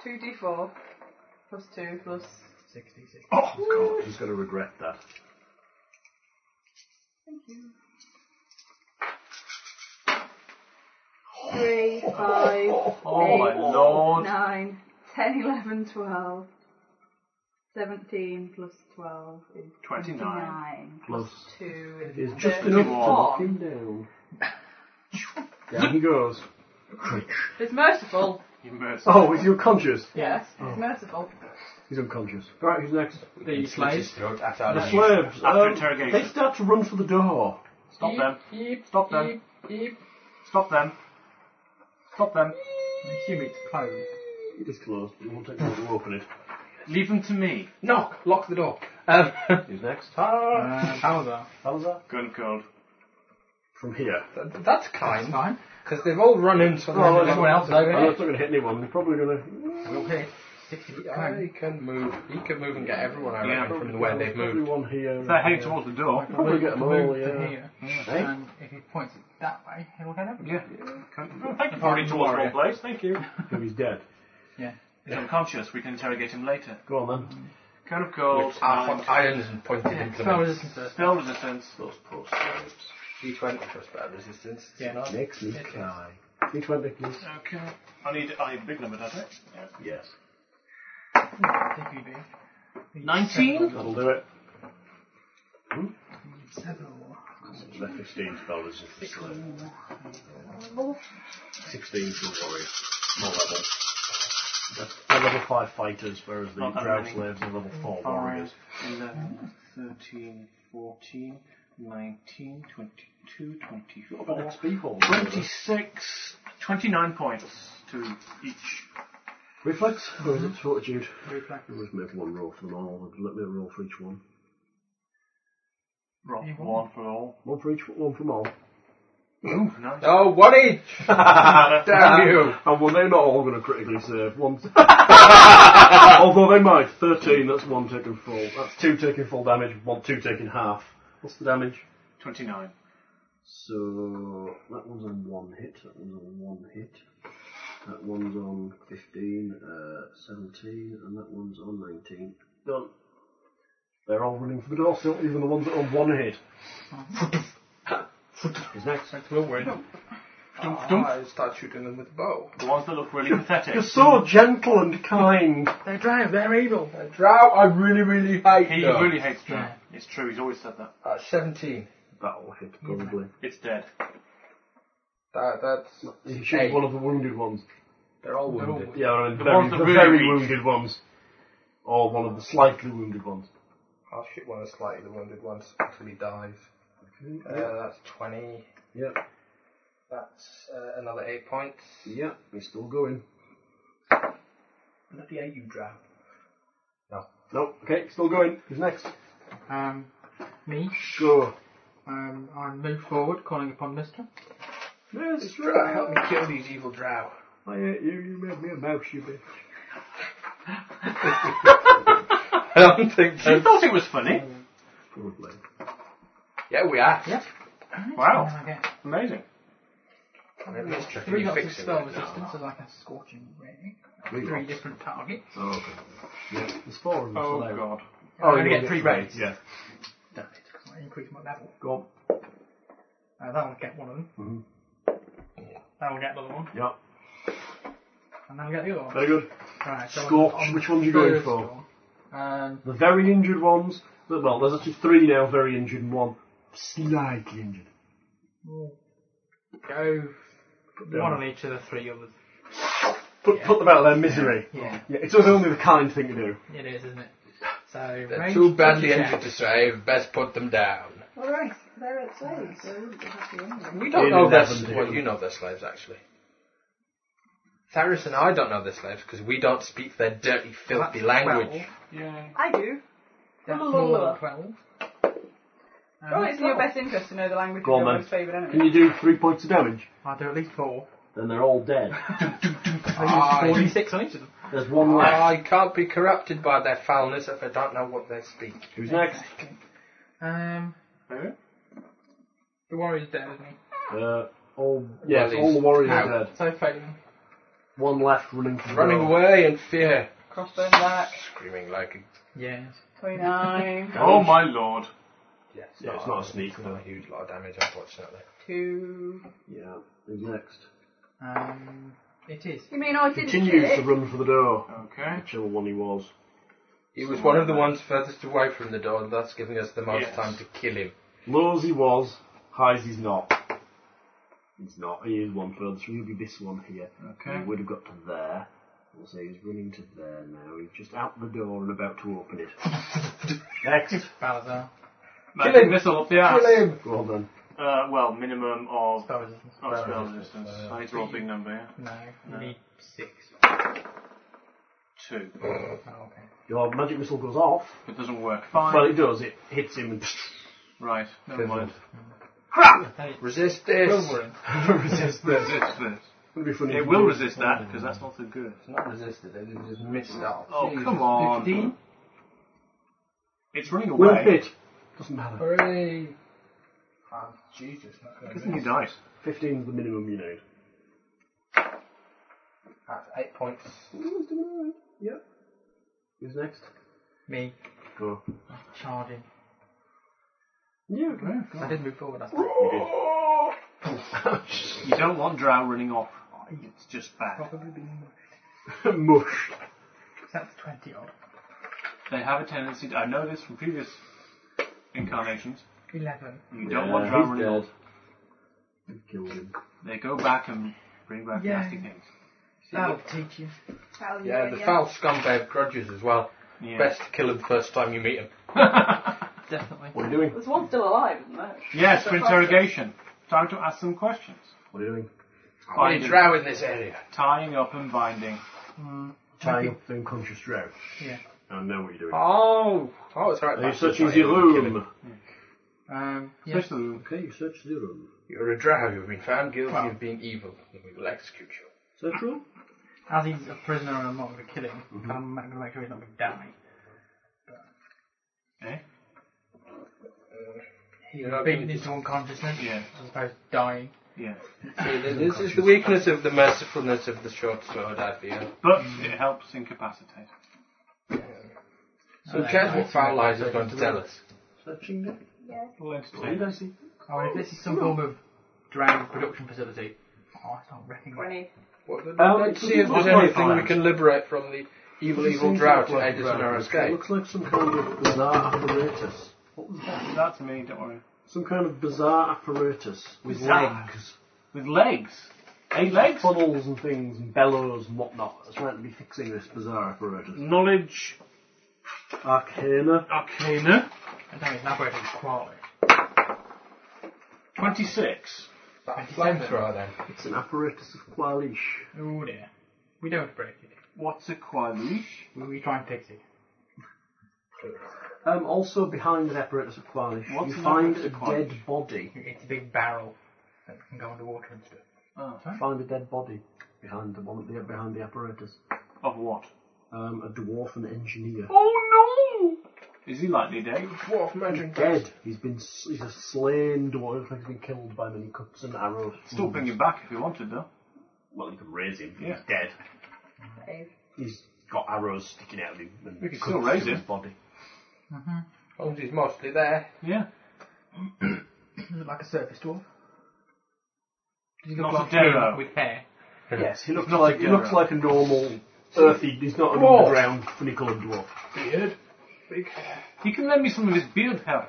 S4: 2d4 plus 2 plus.
S6: 66.
S2: Oh, God, he's going to regret that.
S4: Thank you. 3, 5,
S3: Oh my
S4: Eight.
S3: lord.
S4: 9, 10, 11, 12. 17 plus 12 is
S3: 29.
S4: 29.
S2: Plus,
S4: 2
S2: it's
S4: is
S2: just
S4: 31.
S2: enough to knock him down. down he goes.
S4: It's merciful.
S21: You're merciful.
S2: Oh, is you conscious?
S4: Yes,
S3: Oh.
S4: it's merciful.
S2: He's unconscious. Right, who's next?
S6: The slaves.
S2: The
S6: Uh,
S2: slaves.
S21: After
S2: um,
S21: interrogation.
S2: They start to run for the door.
S21: Stop them. Stop them. Stop them. Stop them.
S6: I assume it's closed.
S2: It is closed. It won't take long to open it.
S21: Leave them to me.
S7: Knock. Lock the door. Um,
S2: Who's next? Uh,
S6: Um, How's
S2: Alza?
S21: Gun cold.
S2: From here.
S7: th- that's kind.
S6: Fine.
S7: Because they've all run in, so
S2: Oh, well,
S7: then everyone else is
S2: I'm
S7: over
S2: not
S7: here.
S2: going to hit anyone. They're probably going to.
S7: We'll hit. Yeah, he can move. He can move and get everyone out
S21: Yeah,
S7: from the way they've moved.
S2: Everyone here.
S21: If they're heading towards the door,
S2: Probably get them all,
S6: Move to
S2: yeah.
S6: here.
S2: Eh?
S6: And if he points it that way, he'll get everyone.
S21: yeah. Thank you for heading towards one place. Thank you.
S2: If he's dead.
S21: He's unconscious. We can interrogate him later.
S2: Go on then.
S21: Code of cold.
S7: With half on irons and pointed
S6: Spell
S7: implements.
S6: resistance first.
S21: Spell resistance.
S7: Those poor slaves. D20 plus bad resistance.
S6: Yeah.
S2: Next is Kai. D20, please.
S21: Okay. I need I need a big number, does it?
S2: Yes.
S6: DPB.
S21: Nineteen.
S2: That'll do it.
S6: Seven.
S2: Left 15 spell resistance. 16 for warrior. More level. That's- They're level 5 fighters, whereas the
S21: Not that
S2: drow
S21: many.
S2: slaves are level 4
S21: Warriors.
S2: warriors.
S21: 11, 13, 14, 19, 22,
S2: What about
S21: 24,
S2: XP hall?
S21: 26, 29 points to each.
S2: Reflex? Or is it fortitude?
S6: Reflex.
S2: I always make one roll for them all. Let me roll for each one.
S21: Rock one for all.
S2: One for each, one from all.
S21: Ooh, nice.
S7: Oh, one each!
S6: Um,
S7: Damn you!
S2: And well, they're not all going to critically serve. One. Although they might. 13, that's one taking full. That's two taking full damage, one, two taking half. What's the damage?
S21: 29.
S2: So that one's on one hit. That one's on one hit. That one's on 15, uh, 17, and that one's on 19. Done. They're all running for the door still, even the ones that are on one hit. Who's next?
S7: We'll win.
S21: Dump, dump.
S7: I start shooting them with the bow.
S21: The ones that look really pathetic.
S2: You're so gentle and kind.
S6: They're drowned. They're evil.
S7: Drow, I really, really hate
S21: He
S7: them.
S21: really hates Drow. It's true, he's always said that.
S7: Uh, 17.
S2: That'll hit, probably.
S21: It's dead.
S7: That, that's...
S2: You shoot
S7: Eight.
S2: one of the wounded ones.
S7: They're all wounded.
S2: Yeah, I mean,
S21: The
S2: very,
S21: ones
S2: the
S21: that really
S2: very
S21: reach.
S2: wounded ones. Or one of the slightly wounded ones.
S7: I'll shoot Oh, one of the slightly wounded ones until he dies. Uh, that's 20.
S2: Yeah,
S7: That's uh, another 8 points.
S2: yeah, we're still going.
S7: Bloody hate you, Drow.
S2: No, okay, still going. Who's next?
S6: Um, me.
S2: Go.
S6: Um, I move forward, calling upon Mister.
S2: Yes,
S7: Drow, help me kill these evil Drow.
S2: I hate you, you made me a mouse, you bitch.
S7: I don't think
S2: Oh.
S21: She thought it was funny.
S2: Probably.
S7: Yeah, we are.
S6: Yep.
S2: Mm. Oh.
S21: Wow.
S6: And I get
S21: Amazing.
S6: three lots of spell resistance, so like a scorching ray.
S2: Three
S6: Three
S2: lots.
S6: different targets.
S2: Oh, okay. Yeah, there's four of them.
S21: Oh,
S2: so there.
S21: God.
S6: I'm
S2: you
S6: gonna
S2: will
S6: get three rays.
S2: Yeah.
S6: Damn it! 'cause I increase my level.
S2: Go on.
S6: Uh, that'll get one of them.
S2: Mm-hmm.
S6: That'll get the other one,
S2: Yeah.
S6: and that'll get the other one.
S2: Very good.
S6: Right. So
S2: Scorch,
S6: on- on
S2: which one are you going
S6: first
S2: for?
S6: one, Um,
S2: The very injured ones. but- Well, there's actually three now very injured and one slightly injured.
S6: go
S2: them on.
S6: one on each of the three others.
S2: Put, put them out of their misery.
S6: Yeah,
S2: Yeah, it's only the kind thing to do.
S6: it is, isn't it? So
S7: They're
S6: range
S7: too badly
S6: 20
S7: injured to save. Best put them down.
S4: All right, they're at slaves. They wouldn't be happy anyway.
S7: We don't
S2: In
S7: know their
S2: 11,
S7: well,
S2: do.
S7: you know their slaves actually. Cyrus and I don't know their slaves because we don't speak their dirty, filthy language.
S21: Yeah.
S4: I do.
S6: That's
S4: Blah, blah,
S6: more
S4: blah.
S6: than twelve. Uh, Um,
S4: Well, it's in your best interest to know the language
S2: Go
S4: of
S2: on,
S4: your
S2: then.
S4: most favourite enemy.
S2: Can you do three points of damage?
S6: I'll do at least four.
S2: Then they're all dead.
S7: I-
S6: Forty-six on each of them.
S2: There's one left.
S7: I can't be corrupted by their foulness if I don't know what they speak.
S2: Who's next?
S6: Um, the warrior's dead, isn't he?
S2: Uh, all, yes,
S7: he's
S2: all the warriors are
S7: out.
S2: dead.
S6: So failing.
S2: One left running for the
S7: Running
S2: door.
S7: away in fear,
S4: Crossbone back.
S7: screaming like a
S6: Yes.
S4: 29,
S21: Oh, my lord.
S7: yes.
S2: Yeah, it's not a sneak,
S7: It's not a huge lot of damage, unfortunately.
S4: 2.
S2: Yeah, who's next?
S6: Um, it is.
S4: You mean I didn't
S2: Continues
S4: hit
S2: to
S4: it?
S2: run for the door.
S21: Okay.
S2: Whichever one he was.
S7: He was one of the ones furthest away from the door, and thus giving us the most
S21: Yes.
S7: time to kill him.
S2: Low as he was, high as he's not. It's not. He is one further, so you'd be this one here.
S21: Okay.
S2: You would have got to there. We'll say he's running to there now. He's just out the door and about to open it. Next.
S6: Balazar.
S21: Magic missile up the ass.
S2: Well done.
S3: Uh, well, minimum of
S6: Spell resistance.
S3: oh, spell resistance. I need to roll a big number, yeah?
S6: Uh, No, you need six.
S3: Two.
S6: Oh, okay.
S2: Your magic missile goes off.
S3: It doesn't work. Fine.
S2: Well, it does. It hits him and
S3: right, never mind.
S2: crap.
S7: Resist this.
S6: Wolverine.
S7: resist this.
S3: Resist this.
S2: It'd be funny.
S3: It
S2: if
S3: will
S2: you-
S3: resist that, because that's not so good.
S7: Not resisted. It just missed out.
S3: Oh, come on.
S7: 15.
S3: It's running away.
S2: Will hit. Doesn't matter.
S7: Hooray! Oh, Jesus, not going
S3: It's a new dice.
S2: 15 is the minimum you need.
S7: That's eight points.
S2: Yep. Who's next?
S6: Me.
S2: Go.
S6: Charging.
S2: Yeah, okay.
S6: I did move forward. I think.
S3: You don't want Drow running off. It's just
S2: Oh.
S3: bad.
S6: Probably being
S2: Mushed.
S6: That's 20 odd.
S3: They have a tendency to. I know this from previous incarnations.
S6: 11.
S3: You don't want Drow running off.
S2: You've killed him.
S3: They go back and bring back
S6: Yeah.
S3: nasty things.
S6: That'll teach Oh, you.
S4: Tell you,
S7: Yeah, the foul scumbag of grudges as well.
S3: Yeah.
S7: Best to kill him the first time you meet him.
S6: Definitely.
S2: What are you doing?
S25: There's one still alive, isn't there?
S3: yes, for interrogation. Time to ask some questions.
S2: What are you doing?
S7: Only
S3: Binding.
S7: drow in this area.
S3: Tying up and binding.
S2: Tying up the unconscious drought.
S6: Yeah.
S2: I know what you're doing.
S7: Oh, oh, it's
S2: Are
S7: right.
S2: you
S7: back to
S2: searching
S7: Zion.
S2: the room?
S6: Um, yeah.
S2: Okay, you search the room.
S7: You're a drow. You've been found guilty
S6: Well.
S7: of being evil, and we will execute you.
S2: Search room?
S6: As he's a prisoner and I'm not going to kill him,
S7: Mm-hmm.
S6: I'm going to make sure he's not going to die.
S3: Eh?
S6: He's beaten into unconsciousness
S3: Yeah.
S6: as opposed to dying.
S3: Yeah.
S7: See, th- this is the weakness of the mercifulness of the short sword, I feel.
S3: But it helps incapacitate.
S7: So, Chaz, what foul lies is going to tell us?
S2: Searching there?
S3: Well,
S2: What did
S3: entertain.
S2: I see?
S6: Oh, if this is some form of drowned production facility, oh, I don't reckon.
S25: Grenade.
S7: What,
S2: Um,
S7: let's see if there's
S3: it's
S7: anything we
S3: modified.
S7: can liberate from the evil, evil drought to aid us in our
S2: It
S7: escape.
S2: looks like some kind of bizarre apparatus. What was that?
S3: That's me, don't worry.
S2: Some kind of bizarre apparatus with
S3: Bizarre.
S2: legs.
S3: With legs. Eight legs?
S2: Funnels and things and bellows and whatnot. It's right to be fixing this bizarre apparatus.
S3: Knowledge
S2: Arcana.
S3: Arcana.
S6: I don't elaborate on quality.
S3: 26.
S7: That flamethrower, then.
S2: It's an apparatus of Qualish.
S6: Oh dear. We don't break it.
S3: What's a qualish?
S6: We, we try and fix it.
S2: Um, also behind the apparatus of Qualish,
S3: What's
S2: you
S3: an
S2: find
S3: apparatus
S2: a
S3: of Qualish?
S2: dead body.
S6: It's a big barrel that can go underwater and stuff.
S3: Oh,
S2: Find a dead body behind the one the, behind the apparatus.
S3: of what?
S2: Um, a dwarf and engineer.
S3: Oh no! Is he likely dead?
S7: Dwarf magic
S2: Dead. He's been s- he's a slain dwarf. He's been killed by many cuts and arrows. Hmm.
S3: Still bring him back if you wanted, though.
S2: Well, you can raise him.
S3: Yeah.
S2: He's dead.
S25: Hey.
S2: He's got arrows sticking out of him. And
S3: We can
S2: cuts
S3: still raise
S2: through
S3: him.
S2: His body.
S7: Holmes is mostly there.
S3: Yeah.
S6: Does it like a surface dwarf? Does he
S3: Not
S6: look
S3: a
S6: like
S3: Dero.
S6: him with hair?
S2: Yes, he looks
S3: not
S2: like
S3: a
S2: he
S3: dead
S2: looks like a normal earthy. He's not an
S7: Dwarf.
S2: underground funny coloured dwarf.
S7: Beard. Big.
S3: He can lend me some of his beard hair.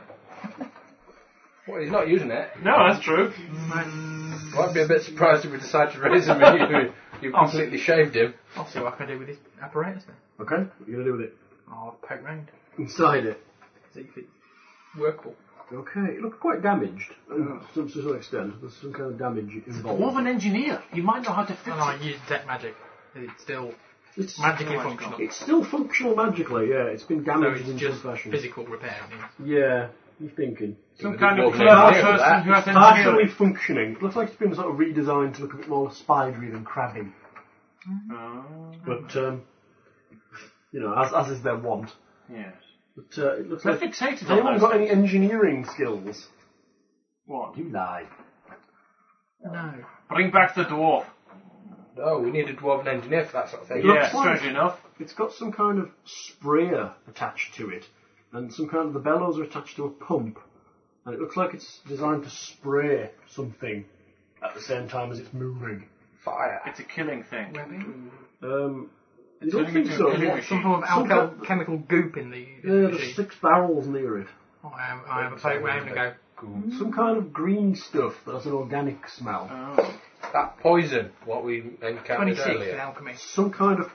S7: Well, he's not using it.
S3: No, that's true.
S7: I'd be a bit surprised if we decide to raise him and you, you've
S3: Oh.
S7: completely shaved him.
S6: I'll see what I can do with this apparatus then.
S2: Okay, what are you gonna do with it?
S6: I'll poke round,
S2: Inside it.
S6: see if it's workable.
S2: Okay, it looked quite damaged uh, to some extent. There's some kind of damage involved.
S3: Dwarf an engineer. He might know how to fix
S6: And I use deck magic. It's still
S2: It's
S6: magically functional.
S2: It's still functional magically, yeah. It's been
S6: So
S2: damaged in
S6: it's
S2: some
S6: just
S2: fashion.
S6: physical repair. I mean.
S2: Yeah, you're thinking.
S3: it. Some kind of
S7: Well,
S3: clever
S7: yeah,
S3: person
S7: that-
S3: who has
S2: Partially
S3: engineering.
S2: functioning. It looks like it's been sort of redesigned to look a bit more spidery than crabby. But, um, you know, as, as is their want.
S3: Yes.
S2: But uh, it looks
S3: They're
S2: like.
S3: fixated
S2: They
S3: on
S2: haven't
S3: those.
S2: got any engineering skills.
S3: What?
S2: You lie.
S6: No.
S3: Bring back the dwarf.
S7: No, we need a dwarven engineer for that sort of thing.
S3: Yeah,
S2: looks like-
S3: strange enough.
S2: It's got some kind of sprayer attached to it, and some kind of the bellows are attached to a pump, and it looks like it's designed to spray something at the same time as it's moving.
S7: Fire.
S3: It's a killing thing.
S2: Um, I don't
S3: turning
S2: think
S3: into
S2: so.
S3: a killing
S2: Yeah,
S3: machine.
S6: Some form of
S2: Some
S6: alcohol,
S2: kind-
S6: chemical goop in the
S2: there's
S6: machine.
S2: six barrels near it.
S6: I have, I have a poke round and go,
S7: Cool.
S2: Some kind of green stuff that has an organic smell.
S7: Oh. That poison, what we encountered
S6: 26 in
S7: earlier.
S6: alchemy.
S2: Some kind of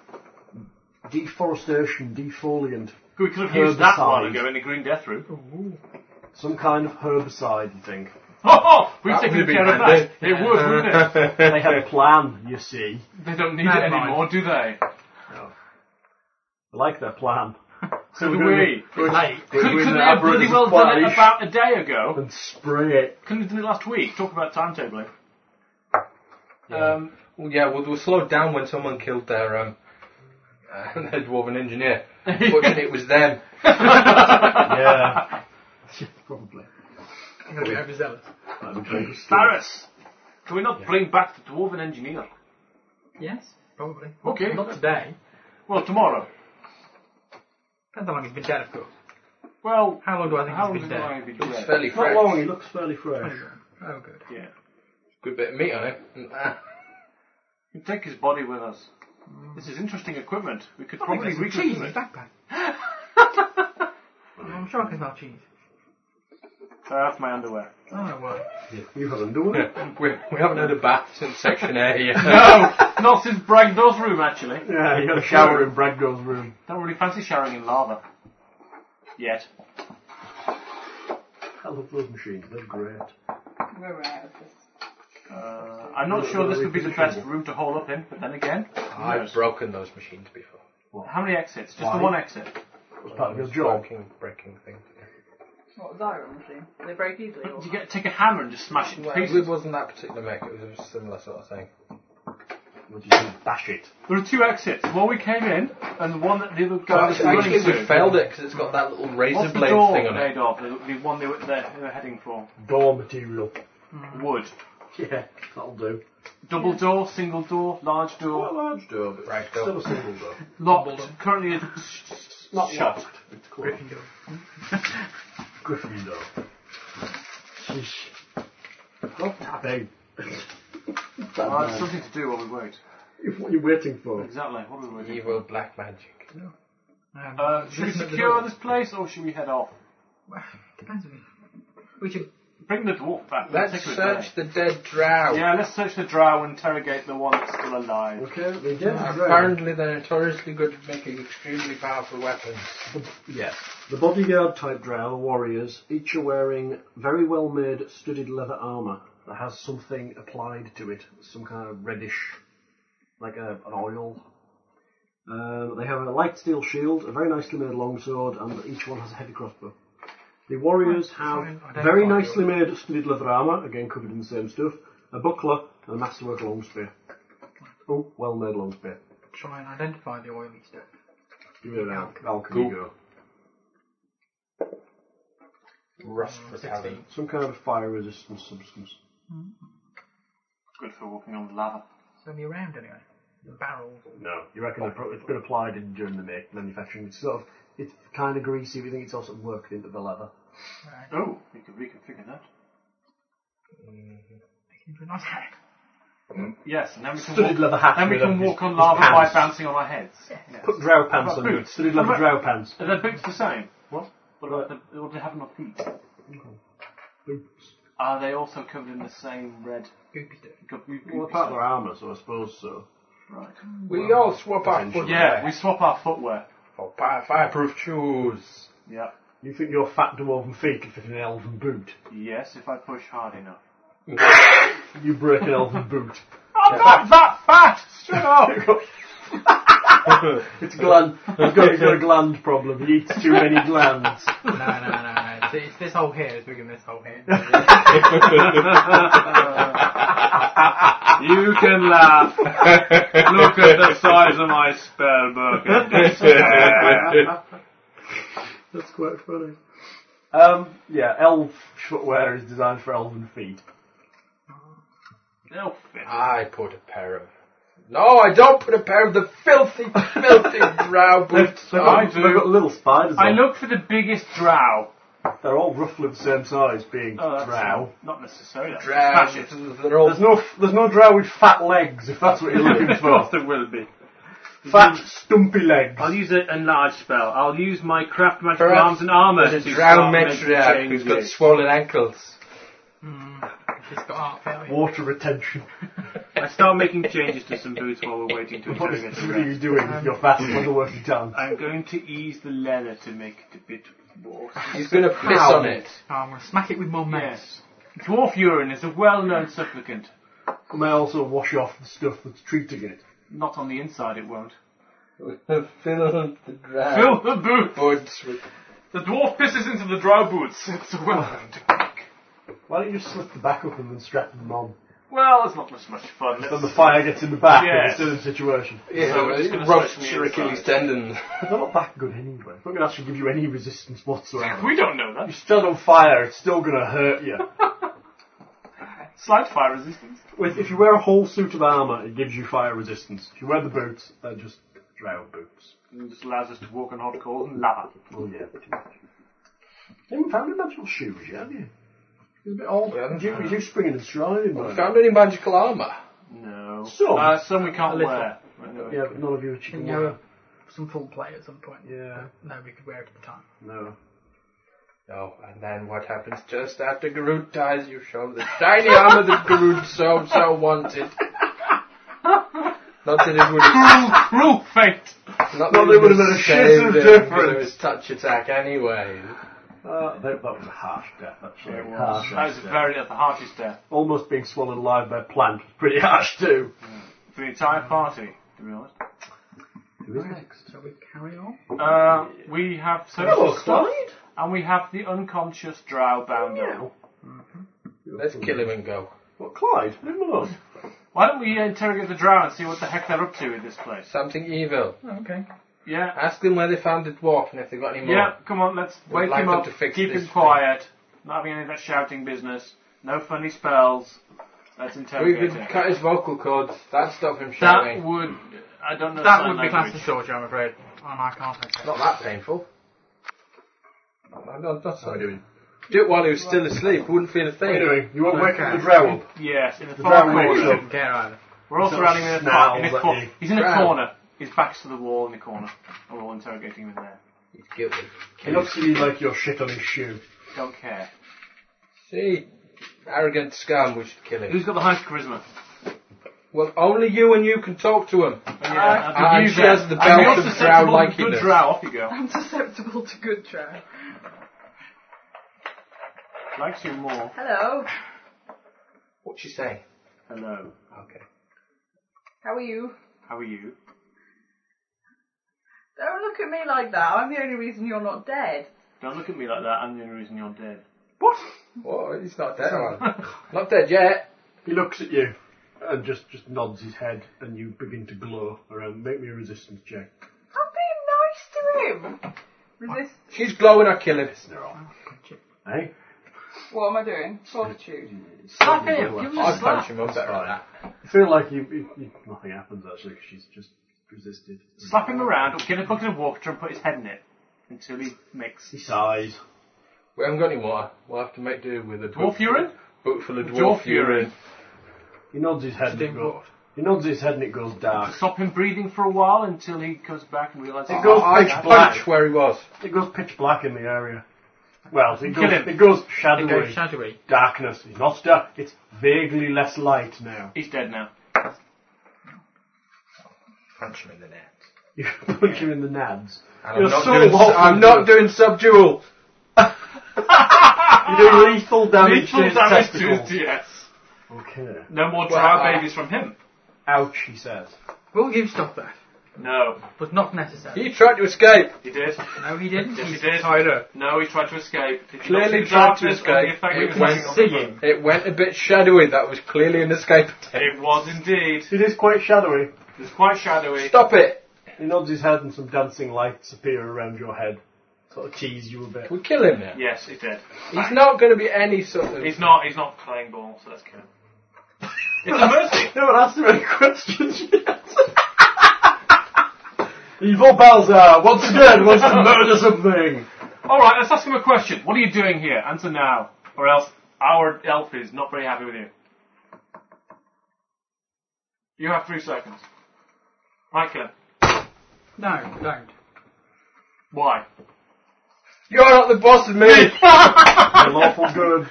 S2: deforestation, defoliant.
S3: We could have used that
S2: Herbicide.
S3: while ago in the Green Death room.
S2: Some kind of herbicide, you think.
S3: Oh, oh we've
S7: That
S3: taken
S7: would've been
S3: care of that.
S7: handy.
S3: It would, wouldn't it?
S2: They have a plan, you see.
S3: They don't need
S6: Never
S3: it
S6: mind.
S3: anymore, do they?
S2: I like their plan.
S3: So do we.
S6: Late.
S3: Couldn't
S7: we're
S3: couldn't
S7: in
S3: they
S7: the
S3: have bloody
S7: Aberdeen
S3: well done it
S7: Spanish.
S3: about a day ago?
S2: And spray it.
S3: Couldn't they do it last week? Talk about timetabling. Um,
S7: Well, yeah, well, they were slowed down when someone killed their um, uh, their dwarven engineer. Unfortunately, it was them.
S2: Yeah. Probably.
S6: I'm going to be overzealous.
S2: That'd be pretty good.
S3: Barris, can we not bring back the dwarven engineer?
S6: Yes, probably.
S3: Okay.
S6: Not today.
S3: Well, tomorrow.
S6: Depends how long he's been dead, of course.
S3: Well,
S6: How long do I think
S3: how long
S6: he's
S3: is
S6: been
S3: it
S6: dead?
S3: going to be
S7: It's
S3: dead?
S7: fairly
S2: Not
S7: fresh.
S2: long, he looks fairly fresh.
S6: Oh, good.
S3: Yeah.
S7: Good bit of meat on it.
S3: We take his body with us.
S7: Mm.
S3: This is interesting equipment. We could
S6: Probably
S3: probably
S6: some
S3: reconsume
S6: cheese in
S3: it.
S6: his backpack. I'm sure I can smell cheese.
S3: Tear off Uh, my underwear.
S6: Oh, well.
S2: You have underwear?
S7: we, we haven't had a bath since section A yet.
S3: No, not since Bragdor's room actually.
S2: Yeah, you got a shower in Bradgo's room.
S3: Don't really fancy showering in lava. Yet.
S2: I love those machines, they're great.
S4: We're out of this.
S3: Uh, I'm not sure this would be the best room to hole up in, but then again,
S7: I've broken those machines before.
S3: how many exits? Just
S2: Why?
S3: the one exit.
S2: It's part of your job.
S7: Breaking, breaking things.
S4: What was iron machine? They break easily. Or
S3: You get take a hammer and just smash it to
S7: Well,
S3: pieces.
S7: it wasn't that particular mech, it was a similar sort of thing.
S2: Would you just bash it?
S3: There are two exits. One we came in, and the one that the other guy
S7: Well,
S3: was
S7: actually,
S3: running
S7: actually, we
S3: to.
S7: failed it because it's got that little razor
S3: What's the
S7: blade
S3: door
S7: thing on it.
S3: made of? The, the one they were, they were heading for.
S2: Door material.
S7: Mm.
S3: Wood.
S2: Yeah, that'll do.
S3: Double door, single door, large
S2: Quite a
S3: door,
S2: large door, but
S7: Right,
S2: still
S7: go.
S2: a single door.
S3: locked. Currently it's
S2: Not
S3: shut.
S2: locked. It's closed.
S6: Gryffindor.
S2: Gryffindor. Sheesh. Stop tapping. Ah,
S3: Uh, it's something to do while we wait.
S2: What are you waiting for?
S3: Exactly. What are we waiting?
S7: Evil black magic.
S6: Um,
S3: for? Uh, should we
S6: Listen at the
S3: secure
S6: door.
S3: this place or should we head off?
S6: Depends on me. We should.
S3: Bring the dwarf back.
S7: Let's
S3: Take her
S7: search
S3: there.
S7: the dead drow.
S3: Yeah, let's search the drow and interrogate the one that's still alive.
S2: Okay, we did.
S7: Apparently, they're notoriously good at making extremely powerful weapons.
S2: Yes. The bodyguard type drow warriors, each are wearing very well made studded leather armour that has something applied to it, some kind of reddish, like a, an oil. Um, they have a light steel shield, a very nicely made longsword, and each one has a heavy crossbow. The warriors
S6: fine,
S2: have
S6: I don't
S2: very
S6: mind
S2: nicely made studded leather armour, again covered in the same stuff, a buckler, and a masterwork long spear. Oh, well made long spear.
S6: Try and identify the oily stuff.
S2: Give it an al- alchemy
S7: Cool.
S2: go.
S7: Rust repellent.
S6: 16.
S2: Some kind of fire resistance substance.
S3: Good for walking on the lava.
S6: It's only around anyway. The barrels. or-
S2: No. You reckon it pro- it's been applied in, during the make, manufacturing? It's sort of, it's kind of greasy. We think it's also worked into the leather.
S6: Right.
S3: Oh, we could reconfigure that.
S6: Make it into a nice hat.
S3: Yes, and then we can
S2: Studded
S3: walk,
S2: leather hat
S3: then we
S2: with a-
S3: can
S2: his-
S3: walk on
S2: his
S3: lava by
S2: pants.
S3: bouncing on our heads. Yes.
S2: Put drow pants
S3: What
S2: on.
S3: about
S2: you.
S3: boots?
S2: Studded leather
S3: What
S2: drow
S3: about-
S2: pants.
S3: Are their boots the same?
S2: What? Mm-hmm.
S3: What about the, what do they have on their feet?
S2: Boots.
S3: Are they also covered in the same red?
S6: Goopy stuff.
S3: goop- goop-
S2: Well,
S3: goopy
S2: apart
S3: stuff?
S2: their armour, so I suppose so.
S3: Right.
S7: We all swap our
S2: essentially.
S7: footwear
S3: Yeah, we swap our footwear.
S7: for fire- fireproof shoes.
S3: Yeah.
S2: You think your fat dwarven feet can fit in an elven boot?
S3: Yes, if I push hard enough.
S2: You break an elven boot.
S3: I'm not that fat! Shut up!
S2: It's gland. He's got, he's got a gland problem. He eats too many glands.
S6: No, no, no, no. It's, it's this hole here. It's bigger than this hole here.
S3: you can laugh. Look at the size of my spell book.
S2: That's quite funny. Um, yeah, elf footwear is designed for elven feet.
S3: They'll fit.
S7: I put a pair of. No, I don't put a pair of the filthy, filthy drow boots
S2: They've
S7: on.
S2: got, they've got little spiders
S3: I
S2: on.
S3: look for the biggest drow.
S2: They're all roughly the same size, being
S3: Oh, that's
S2: drow.
S3: Not necessarily. That's
S7: Drow.
S3: fascist.
S7: They're all
S2: There's no, f- there's no drow with fat legs, if that's what you're looking
S3: of course
S2: for.
S3: there will be.
S2: fat, stumpy legs.
S3: I'll use a enlarge spell. I'll use my craft magic
S7: Perhaps
S3: arms and armor.
S7: There's
S3: to
S7: a drow
S3: start making
S7: matriarch who's got
S3: changes.
S7: swollen ankles.
S6: Mm, she's got heart failure.
S2: Water retention.
S26: I start making changes to some boots while we're waiting to
S2: What is
S26: examine
S2: what
S26: the
S2: are you
S26: rest.
S2: doing with your vast otherworldly talent?
S26: I'm going to ease the leather to make it a bit more.
S7: He's going to piss
S2: How?
S7: on it.
S6: Oh, I'm going to smack it with my mace.
S26: Yes. Dwarf urine is a well-known supplicant.
S2: May I also wash off the stuff that's treating it?
S26: Not on the inside, it won't.
S7: Fill the dry
S3: Fill the boot.
S7: buds with
S3: The dwarf pisses into the dry boots. It's a well-known technique.
S2: Why don't you just slip the back up and then strap them on?
S3: Well, it's not much much fun.
S2: Then the
S3: It's,
S2: fire gets in the back
S3: Yes.
S2: and it's still in situation.
S7: yeah,
S3: So
S7: so
S3: it's gonna stretch me
S7: your Achilles
S3: inside.
S7: tendon.
S2: They're not that good anyway. It's not going to actually give you any resistance whatsoever.
S3: we don't know that.
S2: You're still on fire, it's still going to hurt you.
S3: Slight fire resistance.
S2: With, if you wear a whole suit of armour, it gives you fire resistance. If you wear the boots, they're just drow boots.
S3: It Mm, just allows us to walk on hot coal and lava.
S2: Oh yeah, pretty much. You haven't found any magical shoes yet, have you? It's a bit old.
S7: Yeah, I haven't
S2: you,
S7: found
S2: you springing and striding,
S7: Have you
S2: man.
S7: found any magical armour?
S3: No.
S2: Some.
S3: Uh, some we can't
S6: A little.
S3: wear.
S2: Yeah, but none of you are chicken.
S6: And you
S2: Yeah.
S6: know, some full play at some point.
S2: yeah,
S6: Nobody could wear it at the time.
S2: no.
S7: No, and then what happens just after Garud dies? You show him the shiny armour that Garud so so wanted. Not that it would have,
S3: Cruel fate.
S2: Well,
S7: not that
S2: there
S7: it would
S2: would've
S7: have
S2: been a shit of
S7: saved him because of
S2: difference.
S7: his touch attack anyway.
S2: Uh, that, that was a harsh death, actually.
S3: It was.
S2: Harsh
S3: That was
S2: death.
S3: very at the harshest death
S2: Almost being swallowed alive by a plant was pretty harsh too.
S3: for the entire party. To be honest,
S2: Who's next?
S6: So we carry on.
S3: uh, we have social stuff,
S2: Clyde.
S3: and we have the unconscious drow bounder.
S2: Now,
S7: Let's kill him and go.
S2: what Clyde? Leave him alone.
S3: Why don't we interrogate the drow and see what the heck they're up to in this place?
S7: Something evil.
S6: Okay.
S3: Yeah,
S7: Ask them where they found the dwarf and if they got any more.
S3: yeah. Come on, let's
S7: We'd
S3: wake
S7: like
S3: him
S7: them
S3: up.
S7: to fix
S3: Keep
S7: this
S3: him quiet. Not having any of that shouting business. No funny spells. Let's
S7: We
S3: interrogate
S7: could
S3: him.
S7: cut his vocal cords. That'd stop him
S3: That
S7: shouting.
S3: would. I don't know.
S6: That
S3: sign
S6: would be classed
S3: language.
S6: as torture, I'm afraid. And I can't take that.
S7: Not that painful. I'm not, that's what I'm doing. Do it while he was still asleep. Wouldn't feel a
S2: What are you
S7: thing.
S2: doing? You won't wake up
S6: Okay.
S2: the drow up.
S3: Yes, in the
S2: The
S3: far
S2: drow wakes
S3: corner.
S2: up.
S6: Don't care either.
S3: We're all
S2: Sort of
S3: surrounding him in a,
S2: snarls
S3: cor- in a
S2: at
S3: cor-
S2: you.
S3: He's in a
S7: Drow.
S3: corner. His back's to the wall in the corner. And we're all interrogating him in there.
S7: He's guilty.
S2: He looks at you like your shit on his shoe.
S3: Don't care.
S7: See, arrogant scum. We should kill him.
S3: Who's got the highest charisma?
S7: Well, only you and you can talk to him.
S3: Yeah,
S7: Ah,
S3: you
S7: she
S3: then.
S7: has the
S3: And you're
S7: belt of
S3: susceptible
S7: drow
S3: to
S7: likeness.
S3: Good drow, off you go.
S4: I'm susceptible to good try.
S3: Likes you more.
S4: Hello.
S7: What's she saying?
S3: Hello.
S7: Okay.
S4: How are you?
S3: How are you?
S4: Don't look at me like that. I'm the only reason you're not dead.
S3: Don't look at me like that. I'm the only reason you're dead.
S7: Well, he's not dead. man. not dead yet.
S2: He looks at you and just, just nods his head, and you begin to glow around. Make me a resistance check.
S4: I'm being nice to him. Resist.
S7: She's glowing. I kill him.
S2: Eh?
S4: What am I doing? Fortitude.
S6: Slap
S2: him, give him a
S7: I'd punch him. I'm better at that.
S2: You feel like you, you, you, nothing happens actually, 'cause she's just resisted.
S3: Slap him around, or give him a bucket of water and put his head in it until he makes
S2: He sighs.
S7: We haven't got any water. We'll have to make do with a
S3: dwarf
S7: boot-
S3: urine.
S7: Boot full of
S3: Dwarf
S7: dwarf, Oh, urine.
S2: He nods his head and it goes. He nods his head and it goes dark.
S3: Stop him breathing for a while until he comes back and realizes.
S2: It goes
S7: I
S2: pitch black.
S7: punch where he was.
S2: It goes pitch black in the area. Well,
S3: Kill
S2: it goes,
S3: him.
S2: it goes
S6: It
S2: shadowy.
S6: goes shadowy.
S2: darkness. It's not dark. It's vaguely less light now.
S3: He's dead now.
S7: Punch him in the neck.
S2: You punch him in the nads.
S7: And
S2: You're
S7: I'm not
S2: so
S7: doing,
S2: awful.
S7: I'm not doing subdual.
S2: You do lethal damage to
S3: Lethal
S2: his
S3: damage to his
S2: testicles.
S3: DS.
S2: Okay.
S3: No more
S7: Well,
S3: drow
S7: uh,
S3: babies from him.
S2: Ouch, he says.
S6: We'll give stop that.
S3: No,
S6: Was not necessary.
S7: He tried to escape.
S3: he did.
S6: No, he didn't.
S3: Yes, he
S6: He's
S3: did.
S6: tied up.
S3: No, he tried to escape. If you
S7: Clearly
S3: look at the
S7: tried to
S3: darkness
S7: escape.
S3: and the effect
S7: It
S3: was
S7: went
S3: having on
S6: See
S3: the
S6: him.
S7: It went a bit shadowy. That was clearly an escape
S3: room.
S7: attempt.
S3: It was indeed.
S2: It is quite shadowy.
S3: It's quite shadowy.
S7: Stop it.
S2: He nods his head and some dancing lights appear around your head. Sort of tease you a bit.
S7: We kill him now.
S3: Yes, he's dead.
S7: He's not going to be any sort of.
S3: He's not. He's not playing ball, so let's kill him. It's a mercy.
S2: No one asked him any questions yet. Evil Balzar once again wants to murder something.
S3: All right, let's ask him a question. What are you doing here? Answer now, or else our elf is not very happy with you. You have three seconds. Right, kill him.
S6: No, don't.
S3: Why?
S7: You're not the boss of me.
S2: You're lawful good.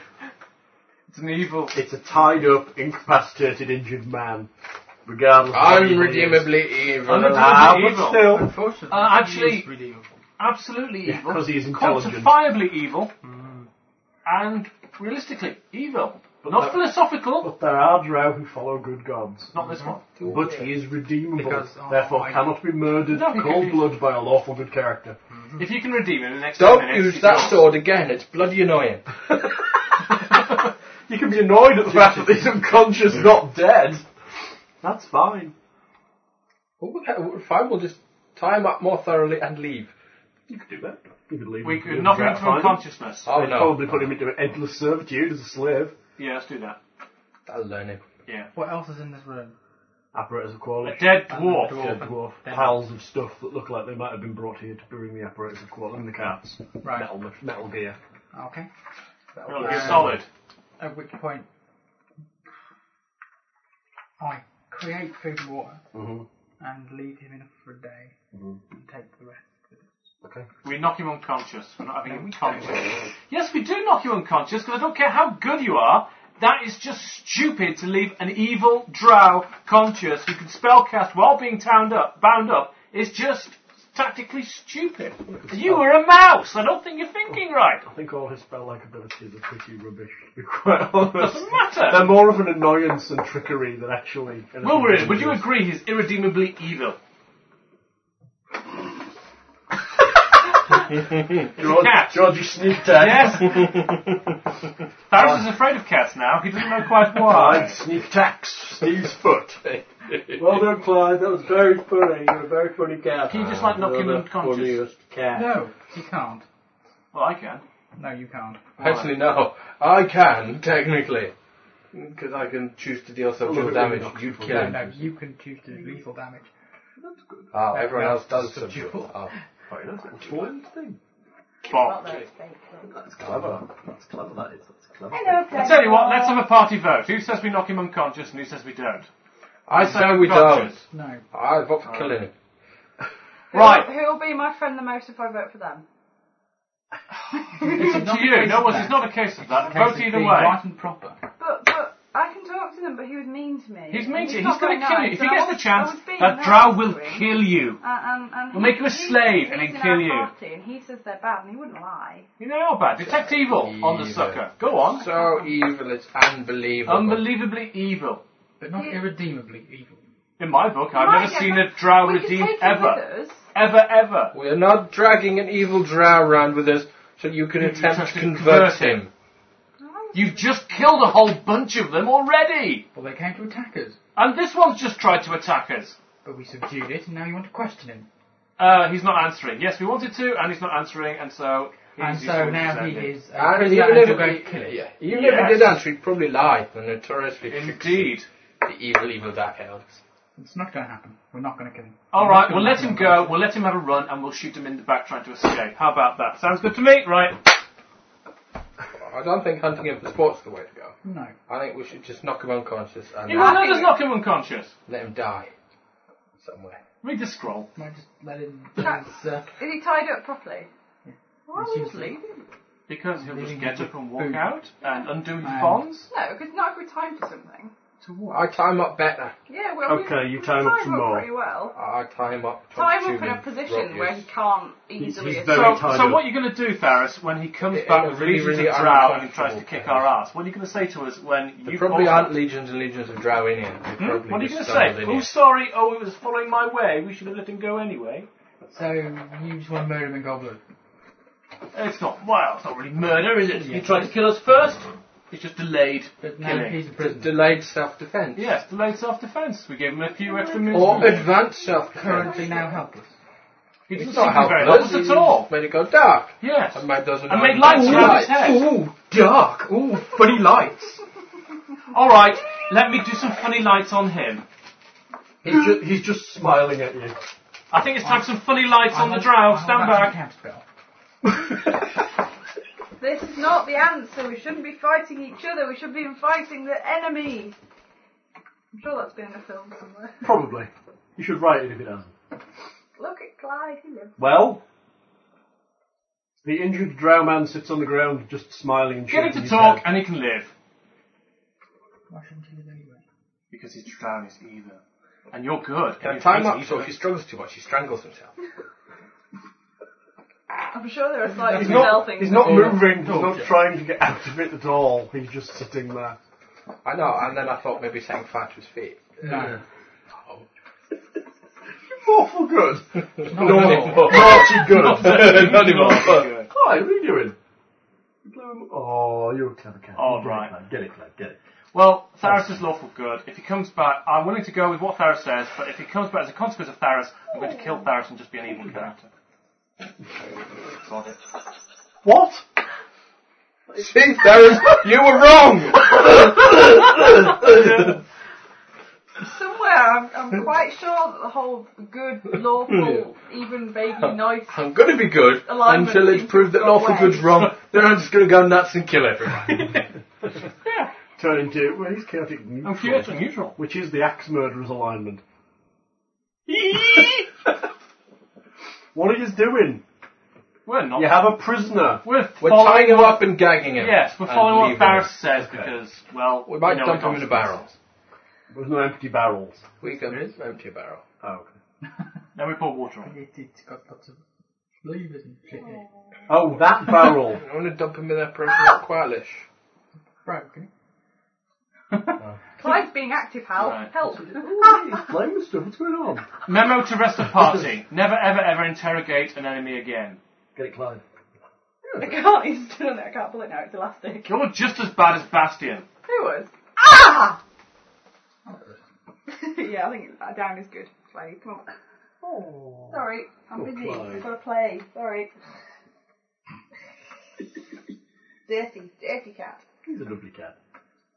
S27: It's an
S3: Uh,
S27: evil.
S2: It's a tied up, incapacitated, injured man. Regardless of what he
S7: Unredeemably evil.
S2: Ah,
S27: Unredeemably
S2: but
S27: evil.
S2: still-
S6: Unfortunately,
S3: Uh, actually-
S6: he is redeemable.
S3: Absolutely
S2: Yeah,
S3: evil.
S2: 'cause he is intelligent.
S3: Quantifiably evil. And realistically, evil. not philosophical.
S2: But there are drow who follow good gods.
S3: not this one.
S2: But he is redeemable,
S6: Because, oh,
S2: therefore
S6: I-
S2: cannot be murdered
S3: No, he
S2: cold
S3: could be-
S2: blood by a lawful good character.
S3: If you can redeem him in the next ten
S7: Don't
S3: minutes,
S7: use
S3: you
S7: that
S3: can.
S7: sword again, it's bloody annoying.
S2: You can be annoyed at the fact that he's unconscious, not dead. That's fine.
S7: Well, okay, Fine, we'll just tie him up more thoroughly and leave.
S2: You could do that. You could leave
S3: We
S2: him
S3: could knock him
S2: without
S3: into
S2: finding
S3: unconsciousness.
S7: Oh
S2: They'd
S7: no.
S2: probably put him into endless servitude as a slave.
S3: Yeah, let's do that.
S7: That'll learn him.
S3: Yeah.
S6: What else is in this room?
S2: Apparatus of quality.
S3: A dead
S6: And
S3: dwarf.
S6: the
S2: Dead
S6: and
S2: dwarf.
S6: then-
S2: Piles of stuff that look like they might have been brought here to bury the apparatus of quality. And the cats.
S6: Right.
S2: Metal, metal gear.
S6: Okay.
S3: Well,
S6: Uh,
S3: you're solid.
S6: At which point, I create food and water
S2: Mm-hmm.
S6: and leave him enough for a day
S3: Mm-hmm.
S6: and take the rest.
S2: Okay.
S3: We knock him unconscious. We're not having
S6: No,
S3: him
S6: we
S3: conscious. Yes, we do knock you unconscious because I don't care how good you are. That is just stupid to leave an evil drow conscious who can spellcast while being bound up. Bound up is just tactically stupid. You were a mouse. I don't think you're thinking right.
S2: I think all his spell-like abilities are pretty rubbish, to be quite honest.
S3: Doesn't matter.
S2: They're more of an annoyance and trickery than actually... anything
S3: Wolverine, would you
S2: dangerous.
S3: agree he's irredeemably evil?
S2: George,
S3: cat.
S2: George, you sneak tag.
S3: Yes. Tharus is afraid of cats now. He doesn't know quite
S2: Clyde
S3: why.
S2: sneak tax Steve's foot. well done, Clyde. That was very funny. You're a very funny cat.
S3: Can you just, like, knock him unconscious?
S2: cat.
S6: No, you can't.
S3: Well, I can.
S6: No, you can't.
S7: Actually, no. I can, technically. Because I can choose to deal subdual
S2: look,
S7: damage.
S2: look,
S7: You'd kill
S6: No,
S7: him.
S6: no, you can choose to do lethal damage. No,
S7: Oh, everyone
S6: no,
S7: else does
S6: subdual.
S7: subdual. Oh,
S2: Very nice. That's important thing.
S3: Bob.
S2: That's clever. That's clever, that is. That's clever.
S4: Hello,
S3: I tell you what, let's have a party vote. Who says we knock him unconscious and who says we don't?
S7: I say we don't.
S3: Conscious.
S6: No.
S7: I vote for killing him.
S3: Right,
S4: Who will be my friend the most if I vote for them?
S6: It's
S3: to you. No, well, it's not a case of that. Vote
S6: Case of
S3: either
S6: being
S3: way.
S6: Right and proper.
S4: But but I can talk to them. But he was mean to me.
S3: He's mean to you. He's
S4: not
S3: going to
S4: very
S3: kill you. If
S4: nice, and
S3: he
S4: I
S3: gets the
S4: was- I
S3: chance,
S4: was being
S3: that
S4: nice
S3: drow
S4: to
S3: will
S4: him.
S3: kill you.
S4: And, and, and
S3: We'll
S4: he-
S3: make you a
S4: he's-
S3: slave and
S4: he's
S3: then
S4: in
S3: kill
S4: our
S3: you.
S4: Party and he says they're bad and he wouldn't lie.
S3: You know about detect evil on the sucker. Go on.
S7: So evil, it's unbelievable.
S3: Unbelievably evil.
S6: But not
S4: Yeah.
S6: irredeemably evil.
S3: In my book,
S4: Right,
S3: I've never
S4: yeah,
S3: seen
S4: but
S3: a drow
S4: we could
S3: redeemed
S4: take him
S3: ever.
S4: with us.
S3: Ever, ever.
S7: We're not dragging an evil drow around with us so you can
S3: You
S7: attempt
S3: just
S7: to convert
S3: convert him.
S7: him.
S3: You've just killed a whole bunch of them already.
S6: Well, they came to attack us,
S3: And this one's just tried to attack us.
S6: but we subdued it, and now you want to question him.
S3: Uh, he's not answering. Yes, we wanted to, and he's not answering, and so... he's
S6: And
S3: useful
S6: so
S3: to
S6: now he
S3: send him.
S6: is uh, a
S7: And
S6: prisoner
S7: Ah, even
S6: and you're
S7: if
S6: going to kill him.
S7: yeah, even if
S3: Yes.
S7: he did answer, he'd probably lie. The notoriously
S3: Indeed.
S7: the evil, evil dark elves.
S6: It's not going to happen. We're not going to kill him.
S3: All
S6: We're not
S3: right,
S6: gonna
S3: we'll let
S6: kill
S3: him go. We'll let him have a run, and we'll shoot him in the back trying to escape. How about that? Sounds good to me, right?
S7: I don't think hunting him for sport's the way to go.
S6: No.
S7: I think we should just knock him unconscious and uh,
S3: He will let us knock him unconscious.
S7: let him die somewhere.
S3: Read the scroll.
S6: Might just let him.
S4: Cat.
S6: It's, uh,
S4: Is he tied up properly? Why would
S6: He
S4: we
S6: seems
S4: just
S6: to-
S4: leave him?
S3: Because he'll just
S6: Leaving
S3: get
S6: him
S3: up and walk
S6: food.
S3: out and undo his
S6: And-
S3: bonds.
S4: No, because not if we time for something.
S7: I tie him up better.
S4: Yeah, well, we-
S2: Okay, you
S4: we
S2: tie him up
S4: timed
S2: some more.
S4: pretty well.
S7: I tie him up.
S4: Tie him up in
S7: 22
S4: a
S7: minutes,
S4: position
S7: Rogius.
S4: where he can't easily.
S2: he's
S4: escape.
S2: very
S3: So,
S2: tied
S3: so
S2: up.
S3: what are you going to do, Tharis, when he comes
S7: It-
S3: back
S7: it-
S3: with
S7: really,
S3: legions
S7: really
S3: of drow and he tries
S7: uncomfortable
S3: to kick
S7: things.
S3: our ass? What are you going to say to us when
S7: There
S3: you
S7: probably
S3: also-
S7: aren't legions and legions of drow in here. They
S3: Hmm?
S7: probably
S3: What are you going
S7: just
S3: to
S7: stumbled
S3: say?
S7: in
S3: Oh,
S7: here.
S3: sorry. Oh, it was following my way. We should have let him go anyway.
S6: So you just want to murder him in Goblin?
S3: It's not. Well, it's not really murder, is it?
S6: Yeah.
S3: He tried to kill us first. It's just delayed
S6: But now
S3: killing.
S6: he's a
S7: Just
S6: prisoner.
S7: delayed self-defense.
S3: Yes, delayed self-defense. We gave him a few extra moves.
S7: Or advanced self-defense.
S6: Currently now helpless.
S3: he
S7: It's
S3: doesn't
S7: not
S3: seem to be very
S7: helpless.
S3: helpless at all.
S7: Made it go dark.
S3: Yes.
S7: And made those
S3: And made lights
S7: Ooh,
S3: around his head.
S2: Ooh, dark. Ooh, funny lights.
S3: All right, let me do some funny lights on him.
S2: He's just, he's just smiling at you.
S3: I think it's time for some funny lights on the drow. Stand back.
S6: Spell.
S4: This is not the answer. We shouldn't be fighting each other. We should be fighting the enemy. I'm sure that's been in a film somewhere.
S2: Probably. You should write it if it doesn't.
S4: Look at Clyde. He lives.
S2: Well, the injured drow man sits on the ground just smiling and
S3: Get
S2: shaking
S3: him to
S2: his
S3: talk,
S2: head.
S3: and he can live.
S6: Why shouldn't he live anyway?
S3: Because his drown is evil. And you're good.
S7: Can I
S3: He's
S7: time
S3: good,
S7: up
S3: he's
S7: so
S3: good.
S7: if he struggles too much, he strangles himself?
S4: I'm sure there are slightly
S2: He's
S4: smell
S2: not,
S4: things.
S2: he's not
S4: in there.
S2: moving, he's not trying to get out of it at all. He's just sitting there.
S7: I know, and then I thought maybe saying fire to his feet. Oh.
S6: No.
S2: Awful good.
S7: No, no,
S2: anymore. Naughty good. Not anymore. Hi, what are you doing? You blew him- Oh, you're a clever cat.
S3: Oh,
S2: You get
S3: right.
S2: it, lad, Get it, lad, get it.
S3: Well, Tharis is lawful good. If he comes back, I'm willing to go with what Tharis says, but if he comes back as a consequence of Tharis, I'm going to kill Tharis and just be an evil character. Sod it.
S2: What?
S7: See, Darren, you were wrong!
S4: Somewhere, I'm, I'm quite sure that the whole good, lawful, even vaguely nice.
S7: I'm going to be good
S4: Alignment
S7: until
S4: seems
S7: it's proved
S4: to
S7: that
S4: go
S7: lawful
S4: away.
S7: good's wrong. Then I'm just going to go nuts and kill everyone.
S2: Turn into, well, he's chaotic
S3: I'm
S2: neutral,
S3: curious and neutral.
S2: which is the axe murderer's alignment. What are you doing?
S3: We're not.
S2: You have a prisoner.
S3: We're,
S7: we're
S3: following
S7: tying him
S3: what-
S7: up and gagging him.
S3: Yes, we're
S7: and
S3: following what
S7: leaving him.
S3: Tharis says because, well,
S7: We might
S3: you know,
S7: dump
S3: we
S7: him in a barrel.
S2: With no empty barrels.
S7: We can empty a barrel.
S2: Oh, okay.
S3: Then we pour water on it.
S6: It, it's got lots of levers and shit in it.
S2: Oh, that barrel.
S7: I want to dump him in that peripheral quailish.
S6: Broken.
S4: Clive's being active, Hal.
S3: Right.
S4: Help.
S2: Ooh, he's playing with stuff. What's going on?
S3: Memo to rest of party. Never ever ever interrogate an enemy again.
S2: Get it, Clive.
S4: I can't, he's done it. I can't pull it now, it's elastic. It
S3: You're just as bad as Bastion.
S4: was. Ah! yeah, I think uh, down is good. Play, come on. Sorry, I'm
S2: Oh,
S4: busy.
S2: Clive.
S4: I've got to play. Sorry. dirty, dirty cat.
S2: He's a lovely cat.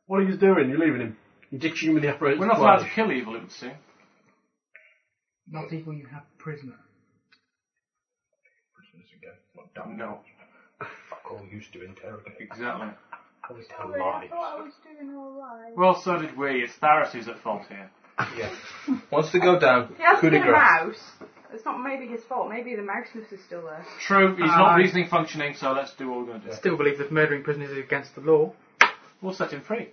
S2: What are you doing? You're leaving him. You're ditching him in the apparatus.
S3: We're not allowed
S2: Clive.
S3: to kill evil, it would seem.
S6: Not evil, you have prisoner.
S3: No,
S7: Fuck all used to interrogate.
S3: exactly.
S7: Always tell lies.
S4: thought I was doing alright.
S3: Well, so did we. It's Tharis who's at fault here.
S7: Yeah. Wants to go down.
S4: He has
S7: Coup de
S4: been a
S7: grace.
S4: mouse. It's not maybe his fault. Maybe the mouseness is still there.
S3: True, he's not
S7: Uh,
S6: Aye.
S3: reasoning functioning, so let's do what we're going to do.
S6: Still believe that murdering prisoners is against the law.
S3: We'll set him free.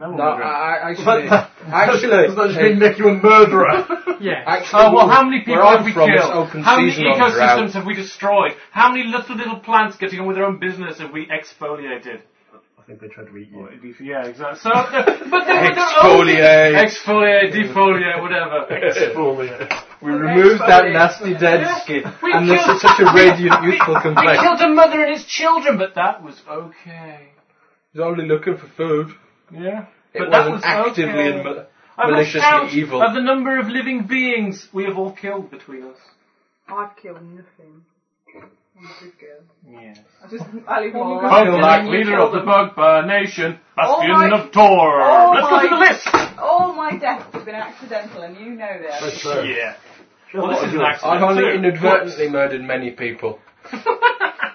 S3: No,
S7: No, uh, I, I actually,
S2: Does that just mean
S7: actually,
S2: make you a murderer?
S6: Yeah.
S7: actually,
S3: Oh well, how many people
S7: where I'm
S3: have we
S7: from, it's
S3: killed?
S7: open
S3: How many
S7: season on drought.
S3: ecosystems have we destroyed? How many little little plants getting on with their own business have we exfoliated?
S2: I think they tried to eat you.
S3: Yeah, exactly. So, but they were their own
S7: Exfoliate.
S3: exfoliate, defoliate, whatever.
S2: Exfoliate.
S7: We removed that nasty dead skin,
S3: We
S7: and this
S3: killed-
S7: is such a radiant, youthful
S3: We
S7: complexion.
S3: killed a mother and his children, but that was okay.
S7: He's only looking for food.
S3: Yeah,
S7: It
S3: but that
S7: wasn't
S3: was
S7: actively
S3: okay.
S7: and mal-
S3: I've lost count
S7: maliciously evil.
S3: of the number of living beings we have all killed between us.
S4: I've killed nothing. I'm a good girl.
S3: Yeah.
S4: I just, I leave one
S7: Well,
S4: girl.
S7: you
S3: Oh, like
S7: killed
S3: leader of the Bugbear Nation, Bastion
S4: Oh my-
S3: of Tor.
S4: Oh
S3: Let's go
S4: my-
S3: through the list.
S4: All my deaths have been accidental, and you know this.
S3: Yeah. Well, this is an
S7: I've
S3: accident
S7: only
S3: too.
S7: inadvertently murdered many people.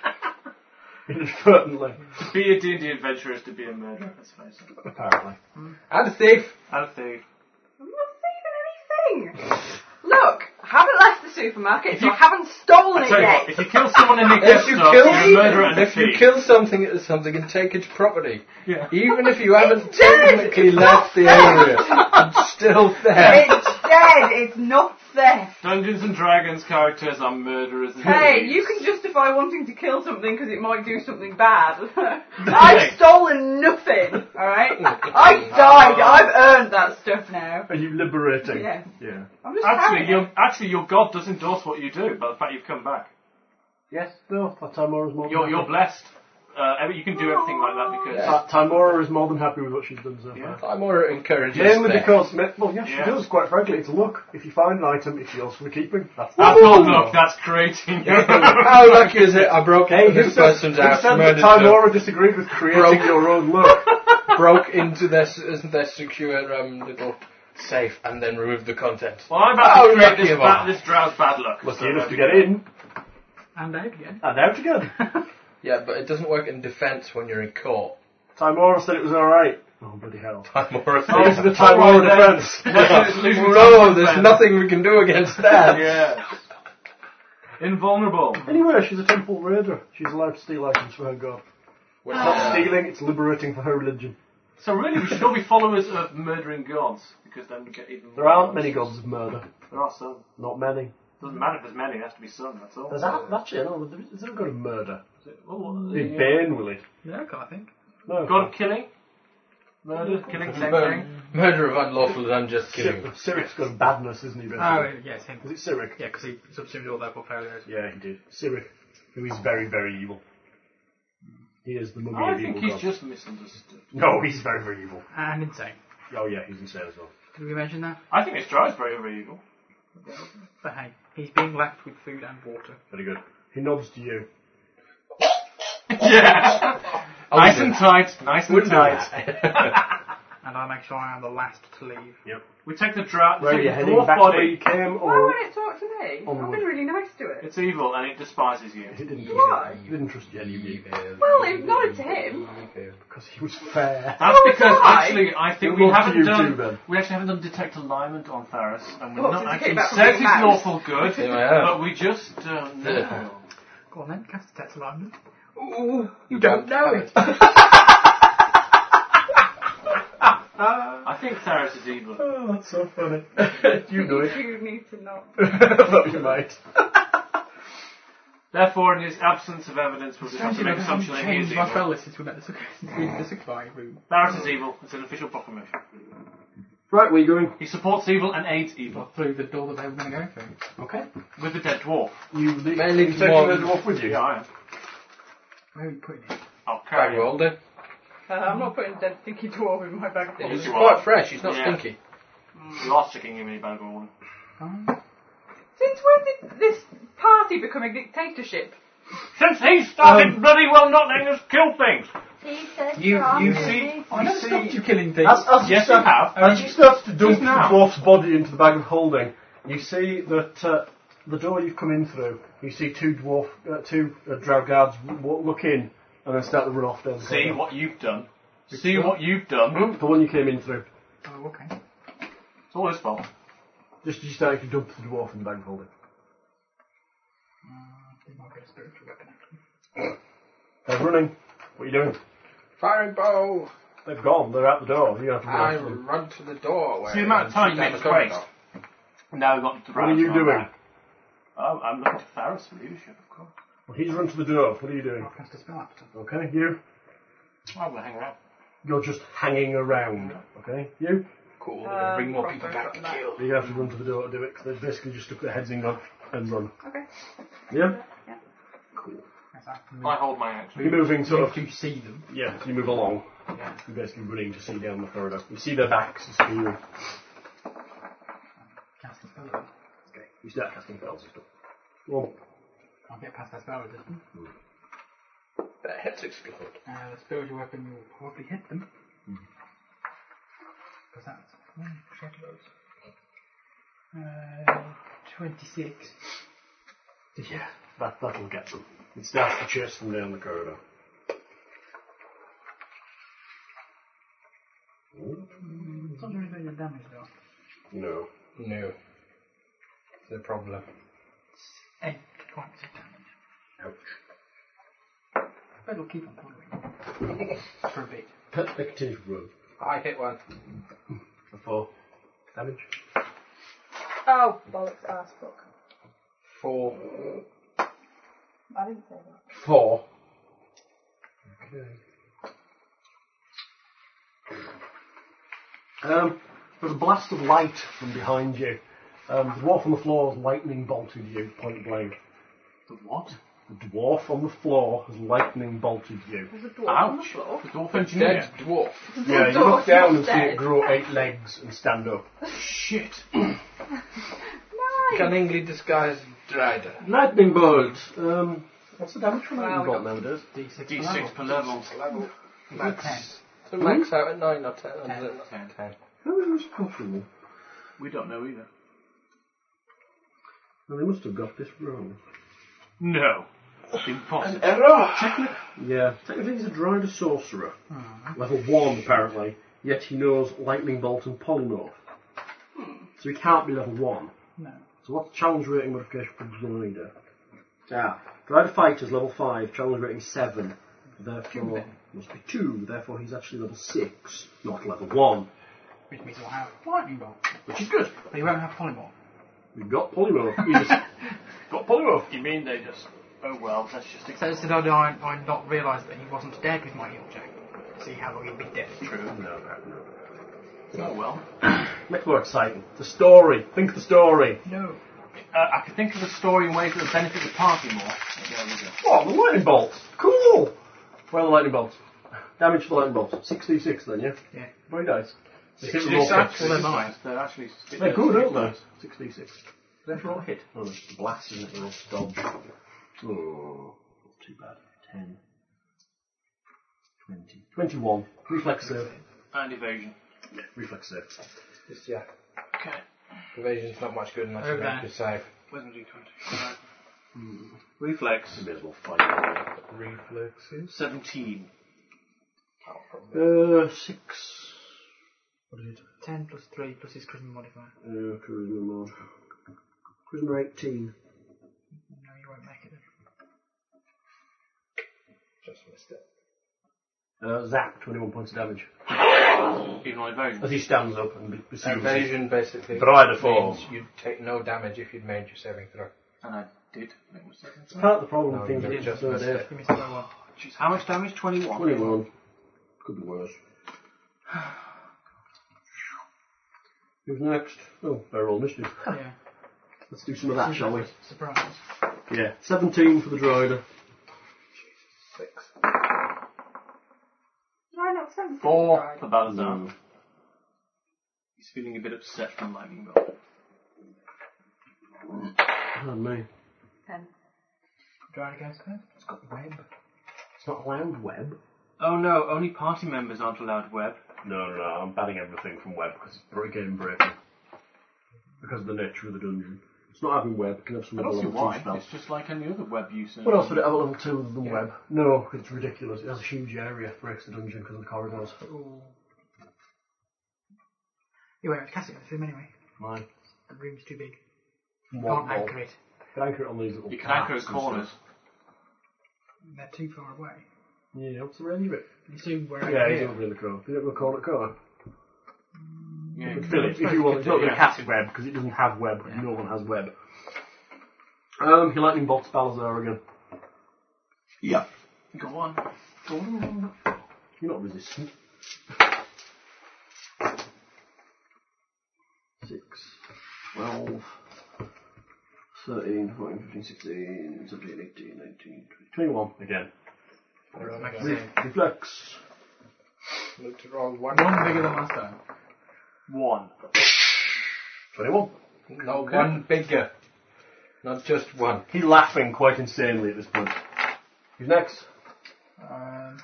S2: Inadvertently.
S3: To be a D&D adventurer is to be a murderer, let's face it.
S2: Apparently.
S7: And a thief.
S3: And a thief.
S4: I'm not saving anything. Look, I haven't left the supermarket, so I haven't stolen
S3: I
S4: it
S3: tell you what,
S4: yet.
S3: if you kill someone in the
S7: If
S3: guest
S7: you
S3: store,
S7: kill,
S3: you're a murderer and a
S7: if you
S3: thief.
S7: kill something at something and take its property,
S3: Yeah.
S7: even if you haven't
S4: It's dead.
S7: technically left the area, it's still there.
S4: It's dead. It's not theft.
S3: Dungeons and Dragons characters are murderers and
S4: Hey,
S3: thieves.
S4: you can justify wanting to kill something because it might do something bad. I've stolen nothing, alright? I've died. I've earned that stuff now.
S2: Are you liberating?
S4: Yeah.
S2: Yeah.
S4: I'm just
S3: Actually,
S4: carrying it.
S3: your, actually, your god does endorse what you do, by the fact you've come back.
S2: Yes, no. That Timora is more than
S3: You're, you're
S2: happy.
S3: blessed. Uh, every- you can do everything like that because...
S7: Yeah.
S2: That Timora is more than happy with what she's done so far.
S3: Yeah.
S7: I'm more encouraging.
S2: Mainly because, ma- well, yes,
S3: Yeah.
S2: she does, quite frankly. It's luck. If you find an item, it's yours for the keeping. That's
S3: That's not luck, that's creating.
S7: how lucky is it? I broke
S2: Hey,
S7: into
S2: who
S7: this
S2: said,
S7: person's
S2: who
S7: house,
S2: said that
S7: murdered
S2: Timora disagreed with creating
S7: Broke.
S2: your own luck?
S7: them, broke into their s- their secure um, little safe, and then removed the contents.
S3: Well, I'm about
S7: How
S3: to create
S7: lucky
S3: this,
S7: am
S3: ba-
S7: I?
S3: this drow's bad luck.
S2: Lucky
S3: So,
S2: enough
S3: uh,
S2: to get in,
S6: And out again.
S2: and out again.
S7: Yeah, but it doesn't work in defence when you're in court.
S2: Timora said it was alright. Oh, bloody hell.
S7: I'm more
S2: These are the
S7: afraid.
S2: Timora defence.
S3: Let's lose- lose-
S7: No, there's nothing we can do against that.
S3: Yeah. Invulnerable.
S2: Anyway, she's a temple raider. She's allowed to steal items for her god.
S7: Which,
S2: Not
S7: uh,
S2: stealing, it's liberating for her religion.
S3: So really, we should all be followers of murdering gods because then we get even.
S2: There aren't many gods of murder.
S3: There are some.
S2: Not many.
S3: Doesn't matter if there's many. It has to be some. That's all.
S2: There's that, actually no. there- Is there a god of murder?
S3: Oh,
S2: Is
S3: yeah.
S2: Bane, will it?
S6: America, I think.
S2: No.
S3: God of killing, murder, killing, same
S7: Mur-
S3: thing.
S7: Murder of unlawful and unjust killing.
S2: Cyr- Cyric's god of badness, isn't he?
S6: Oh,
S2: Basically?
S6: yeah, it's him.
S2: Is it Cyric?
S6: Yeah, because he subsumed all their portfolios.
S2: Yeah, he did. Cyric, who is very, very evil. He is the mummy
S3: I
S2: of evil
S3: think he's
S2: gods.
S3: just misunderstood.
S2: No, he's very, very evil.
S6: And insane.
S2: Oh yeah, he's insane as well.
S6: Did we mention that?
S3: I think this drive's very, very evil.
S6: But hey, he's being left with food and water.
S2: Very good. He nods to you.
S3: yeah. nice and tight. Nice and tight.
S6: And I make sure I am the last to leave.
S3: We take the dra-
S2: Where are
S3: take
S2: you
S3: the
S2: heading?
S3: dwarf
S2: Back where you
S3: body.
S2: came,
S4: Why
S2: or
S4: won't it talk to me?
S7: Oh
S4: I've
S2: Onward.
S4: been really nice to it.
S3: It's evil and it despises you.
S2: he didn't.
S4: Why?
S2: He didn't trust you anyway
S4: Well, it nodded to him.
S2: because he was fair.
S3: That's
S4: Oh,
S3: because
S4: it's all right.
S3: actually I think
S2: Good
S3: we
S2: luck to
S3: haven't
S2: you
S3: done
S2: too, Ben.
S3: we actually haven't done detect alignment on Tharis, and we've
S4: Oh,
S3: not
S4: since it
S3: actually
S4: came back from
S3: said
S4: being
S3: he's
S4: mouse.
S3: lawful good,
S7: Yeah, I have.
S3: but we just uh, don't know.
S6: Go on then, cast detect alignment.
S7: You don't know it.
S3: I think Tharis is evil.
S2: Oh, that's so funny. you know it,
S4: You need to know.
S2: but you might.
S3: Therefore, in his absence of evidence, we'll just have to make assumption that he is
S6: changed my
S3: evil.
S6: spell list since we met the six- since we did the six five room.
S3: Tharis is evil. It's an official proclamation.
S2: Right, where are you going?
S3: He supports evil and aids evil.
S6: Through the door that they were going to go through.
S2: Okay.
S3: With the dead dwarf.
S2: You leave.
S7: Mainly
S2: Mainly taking
S7: one-
S2: the dwarf with you.
S3: Yeah, I am.
S6: Where are you putting it?
S3: I'll carry
S7: Bag
S3: on.
S7: rolled it.
S4: Uh, I'm not putting dead stinky dwarf in my bag. full.
S3: Yes,
S7: It's
S3: you
S7: quite
S3: are.
S7: fresh. It's not
S3: Yeah.
S7: stinky.
S3: You are sticking him in a bag of water.
S6: Oh,
S4: Since when did this party become a dictatorship?
S3: Since he
S2: Um,
S3: started bloody well not letting us kill things.
S11: He said
S2: You-
S11: from
S2: you
S11: the
S2: see-
S11: meeting.
S6: I never
S2: see-
S6: stopped you killing things.
S2: As, as
S3: Yes,
S2: you
S3: you
S2: start,
S3: have.
S2: As you start to dump
S3: Just
S2: the
S3: now.
S2: dwarf's body into the bag of holding, you see that uh, the door you've come in through. You see two dwarf, uh, two uh, drow guards w- w- look in and then start to run off down the
S3: See
S2: corridor.
S3: what you've done. See what you've done.
S2: The one you came in through.
S6: Oh, okay.
S3: It's all his fault.
S2: Just you started to dump the dwarf in the bag of holding.
S6: They might get a spiritual weapon out.
S2: They're running. What are you doing?
S7: Firing bow.
S2: They've gone. They're out the door. You have to go
S7: I
S2: after them.
S7: run to the door.
S3: See the amount of time
S7: Down
S3: it
S7: the
S3: takes
S7: corridor.
S3: waste. Now we've got the
S2: What are you doing?
S3: Oh, I'm looking to Tharis for leadership, of course.
S2: Well, he's run to the door. What are you doing?
S6: I'll cast a spell after.
S2: Okay, you.
S3: I'm going to hang around.
S2: You're just hanging around. Okay, you.
S7: Cool. We're gonna bring more
S4: Um,
S7: people
S4: proper
S7: back to
S4: back.
S7: kill.
S2: You have to run to the door to do it 'cause they've basically just stuck their heads in gone and run.
S4: Okay.
S2: Yeah.
S6: As I can
S3: I
S6: move.
S3: hold my action.
S2: You're moving sort of.
S6: Do you see them?
S2: Yeah, you move along. You're basically running to see down the corridor. You see their backs as you.
S6: Cast a spell at them.
S2: Okay. You start casting spells and stuff. Well,
S6: I'll get past that spell resistance.
S7: Their heads explode.
S6: Uh, the spiritual weapon will probably hit them.
S3: Hmm.
S6: Because that's one shot of those. Uh, 26.
S2: yeah, that that'll get them. It starts to chase them down the corridor.
S6: It's not doing very good damage though.
S2: No.
S7: No. The problem.
S6: 8 points of damage.
S2: Ouch.
S6: But it'll keep on following. For a bit.
S2: Perspective roll.
S7: I hit one.
S2: A four. Damage.
S4: Oh, bollocks, ass fuck.
S7: Four.
S4: I didn't say that.
S2: Four. Okay. Um, there's a blast of light from behind you. Um, the dwarf on the floor has lightning bolted you, point blank.
S3: The what?
S2: The dwarf on the floor has lightning bolted you.
S4: There's a dwarf on the
S3: Ouch.
S4: floor.
S3: The dwarf
S7: Dead
S3: engineer.
S7: dwarf.
S2: Yeah, you
S4: dwarf
S2: look down and see
S4: upstairs.
S2: it grow eight legs and stand up.
S3: Shit.
S4: Nice.
S7: Cunningly disguised rider.
S2: Lightning bolt! Um, what's the damage from lightning bolt
S4: Well,
S2: nowadays?
S6: D6.
S3: D6 per level.
S7: Level. Max. So
S2: Hmm?
S7: max out at nine or ten. or
S6: Ten.
S7: ten. ten.
S2: Who is comfortable?
S3: We don't know either.
S2: Well, they must have got this wrong.
S3: No. uh, Impossible.
S2: Error! Yeah. Technically, he's a dried sorcerer. Level 1, apparently. Yet he knows Lightning Bolt and Polymorph. So he can't be level 1.
S6: No.
S2: So what's the challenge rating modification for Glider? Yeah. Glider Fighter's level 5, challenge rating 7. Therefore, must be two, therefore he's actually level six, not level one.
S6: Which means he'll have lightning bolt.
S2: Which is good.
S6: But he won't have polymorph.
S2: We've got polymorph. We just got polymorph.
S3: You mean they just? Oh well, that's just.
S6: So it's that I, I not realised that he wasn't dead with my heal check. See how long he'd be dead.
S3: True.
S2: No, no, no.
S3: Oh well.
S2: Make it more exciting. The story. Think of the story.
S6: No.
S3: Uh, I can think of the story in ways that would benefit the party more. There we go.
S2: What? The lightning bolt. Cool. Well, the lightning bolt. Damage to the lightning bolt. Sixty-six then, yeah.
S6: Yeah.
S2: Very nice. Just hit with
S3: It's
S2: roll
S3: actually
S2: fifty.
S3: nice. They're actually.
S2: They're good, aren't they? Sixty-six. Let's roll a hit. Oh, it's a blast, isn't it? They're all dodge. Oh, not too bad. 10, 20, 21. Reflex save.
S3: And evasion.
S2: Reflex save.
S7: Just, yeah.
S3: Okay.
S7: Evasion's not much good unless you
S6: Okay.
S7: make a save.
S3: Where's my D20? Right. Reflex.
S2: You may as well fight.
S7: Reflexes.
S3: 17.
S2: Uh, six. What is it?
S6: Ten plus three plus his charisma modifier.
S2: Uh, charisma mod. Charisma 18.
S6: No, you won't make it. Then.
S7: Just missed it.
S2: Uh, zap, 21 points of damage.
S3: Even on evasion.
S2: As he stands up and be- pursues us.
S7: Evasion basically
S2: Brighter form.
S7: means you take no damage if you'd made your saving throw.
S3: And I did. make a mistake.
S2: It's part of the problem
S7: No,
S2: with things
S7: you
S2: that
S7: just
S2: just don't
S7: missed
S2: have.
S6: You missed by one.
S3: Jeez, How much damage? 21.
S2: 21. Could be worse. Who's next? Oh, better roll initiative.
S6: Yeah.
S2: Let's do some of that, shall we?
S6: Surprise.
S2: Yeah. 17 for the droider.
S7: Six.
S25: No, no, it's only
S3: Four
S25: right.
S3: for Balazar. He's feeling a bit upset from lightning bolt.
S2: Oh, me.
S25: Ten.
S6: Dry against her. It's got web.
S2: It's not allowed web.
S3: Oh no, only party members aren't allowed web.
S2: No, no, no. I'm banning everything from web because it's very game breaking. Because of the nature of the dungeon. It's not having web. It can have some
S3: I
S2: other
S3: don't see
S2: level two
S3: why.
S2: spell.
S3: It's just like any other web user.
S2: What else would it have at level 2 other than web? No, 'cause it's ridiculous. It has a huge area, breaks the dungeon because of the corridors.
S6: Ooh. You won't cast it with him anyway.
S2: Mine.
S6: The room's too big.
S2: One
S6: Can't
S2: ball.
S6: anchor it.
S2: You can anchor it on these little
S3: You can anchor
S2: carts
S3: at
S2: and stuff.
S3: corners.
S6: They're too far away.
S2: Yeah, what's the range of it?
S6: You see where
S2: Yeah,
S6: I
S2: he's over in the corner. He's over the corner at corner.
S3: Yeah.
S2: Fill it if you want. It's not going to
S3: yeah.
S2: cast web because it doesn't have web. No one has web. Um, he lightning bolts Balazar again. Yeah.
S3: Go on.
S2: You're not resistant. Six, twelve, thirteen, fourteen, fifteen, sixteen, seventeen, eighteen, nineteen, twenty, twenty-one. Again.
S6: One
S2: Reflex.
S7: Look to roll one.
S6: bigger than last time.
S3: One.
S2: Twenty-one.
S7: No, one bigger. Not just one.
S2: He's laughing quite insanely at this point. Who's next?
S6: Um,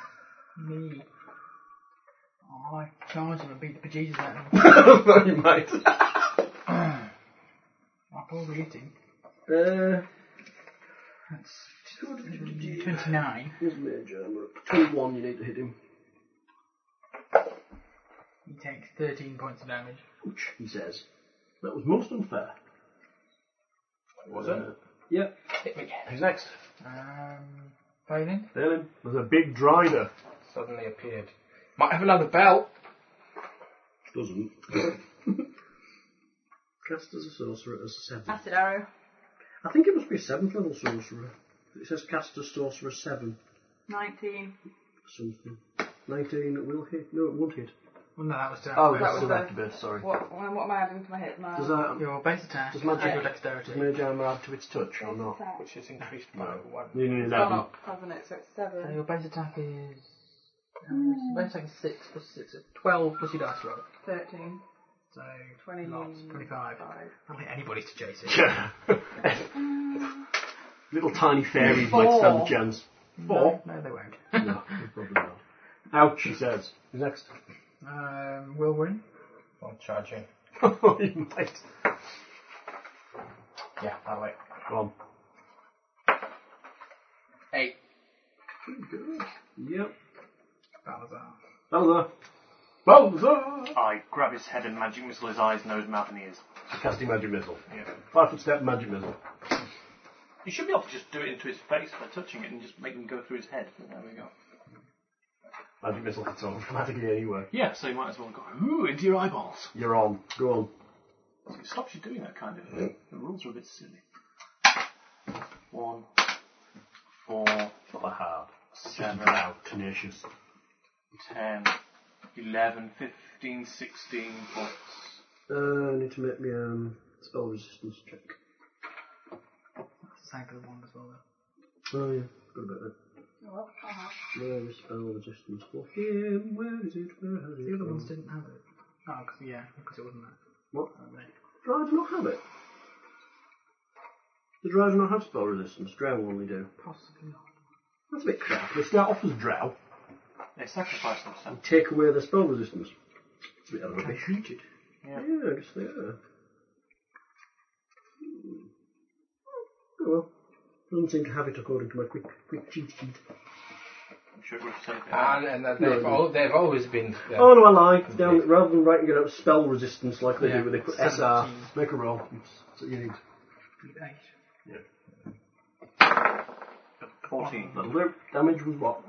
S6: me. Oh, I charge him and beat the bejesus out of him.
S2: Thought you might.
S6: I probably hit him.
S2: Uh,
S6: That's 29.
S2: here's major armor. Twenty-one. You need to hit him.
S6: He takes 13 points of damage.
S2: Ouch, he says. That was most unfair.
S3: Was
S2: Uh, yep. Who's next?
S6: Um, failing.
S2: Helen. There's a big drider.
S7: Suddenly appeared. Might have another belt.
S2: Doesn't. Cast as a sorcerer as a seven.
S25: Acid arrow.
S2: I think it must be a seventh level sorcerer. It says cast as sorcerer seven
S25: Nineteen.
S2: something. Nineteen it will hit. No, it won't hit.
S6: Well, no, that was down.
S2: Oh,
S25: that was the-
S2: bit. Sorry.
S25: What? What what am I adding to my hit? My
S2: Does that
S6: Your base attack.
S2: Does magic-
S6: and your
S2: does
S6: dexterity.
S2: mage armor add to its touch or not?
S25: attack?
S7: Which is increased by
S2: No.
S7: one.
S2: You need
S25: It's gone
S2: eleven.
S25: up, hasn't it? So it's
S6: So
S25: seven.
S6: your base attack is.
S25: Hmm.
S6: Uh, base attack is 6 plus 6 is 12 plus your dice roll.
S25: Thirteen.
S6: So,
S25: Twenty.
S6: lots, 25.
S25: Five.
S6: I'll hit anybody to chase it.
S2: Yeah. Little tiny fairies might stand a
S25: Four.
S2: chance.
S6: No, no, they won't.
S2: No, probably not. Ouch, he says. Who's next?
S6: Um, will win.
S7: I'm charging.
S2: Oh, you might.
S7: Yeah, that way.
S2: Go on.
S7: Eight.
S2: Yep.
S6: Balazar.
S2: Balazar. Balazar!
S3: I grab his head and magic missile his eyes, nose, mouth, and ears.
S2: Casting magic missile.
S3: Yeah.
S2: Five foot step magic missile.
S3: You should be able to just do it into his face by touching it and just make him go through his head. There we go.
S2: Magic missile hits automatically anyway.
S3: Yeah, so you might as well go, ooh, into your eyeballs.
S2: You're on. Go on.
S3: It stops you doing that kind of thing. The rules are a bit silly. One, four,
S2: Not that hard.
S3: seven,
S2: Wow, tenacious.
S3: 10, 11, 15, 16 points.
S28: Uh, I need to make my um, spell resistance check.
S6: Sangular one as well. Though.
S28: Oh yeah, good about that.
S6: Uh-huh.
S28: Where is spell resistance for him? Where is it? Where has it?
S6: The other
S28: gone?
S6: ones didn't have it. Oh, cause, yeah, because it wasn't that. Oh,
S28: What?
S6: that late.
S28: Drive not have it. The drive not have spell resistance. Drow only do.
S6: Possibly not.
S28: That's a bit crap. They start off as drow
S3: They sacrifice themselves.
S28: and take away their spell resistance. It's a bit rubbish.
S3: Yeah.
S28: Yeah, I guess they are. Hmm. Oh well. Doesn't seem to have it according to my quick quick cheat sheet.
S3: I'm sure it would have said it
S7: And, Ah, and that they've, al- they've always been. uh,
S28: Oh no, I lie. Down rather than writing it out, spell resistance like they
S7: Yeah.
S28: do with the SR. Make a roll. That's what you need.
S6: Good eight.
S2: Uh,
S3: 14,
S28: That'll do. Damage was what?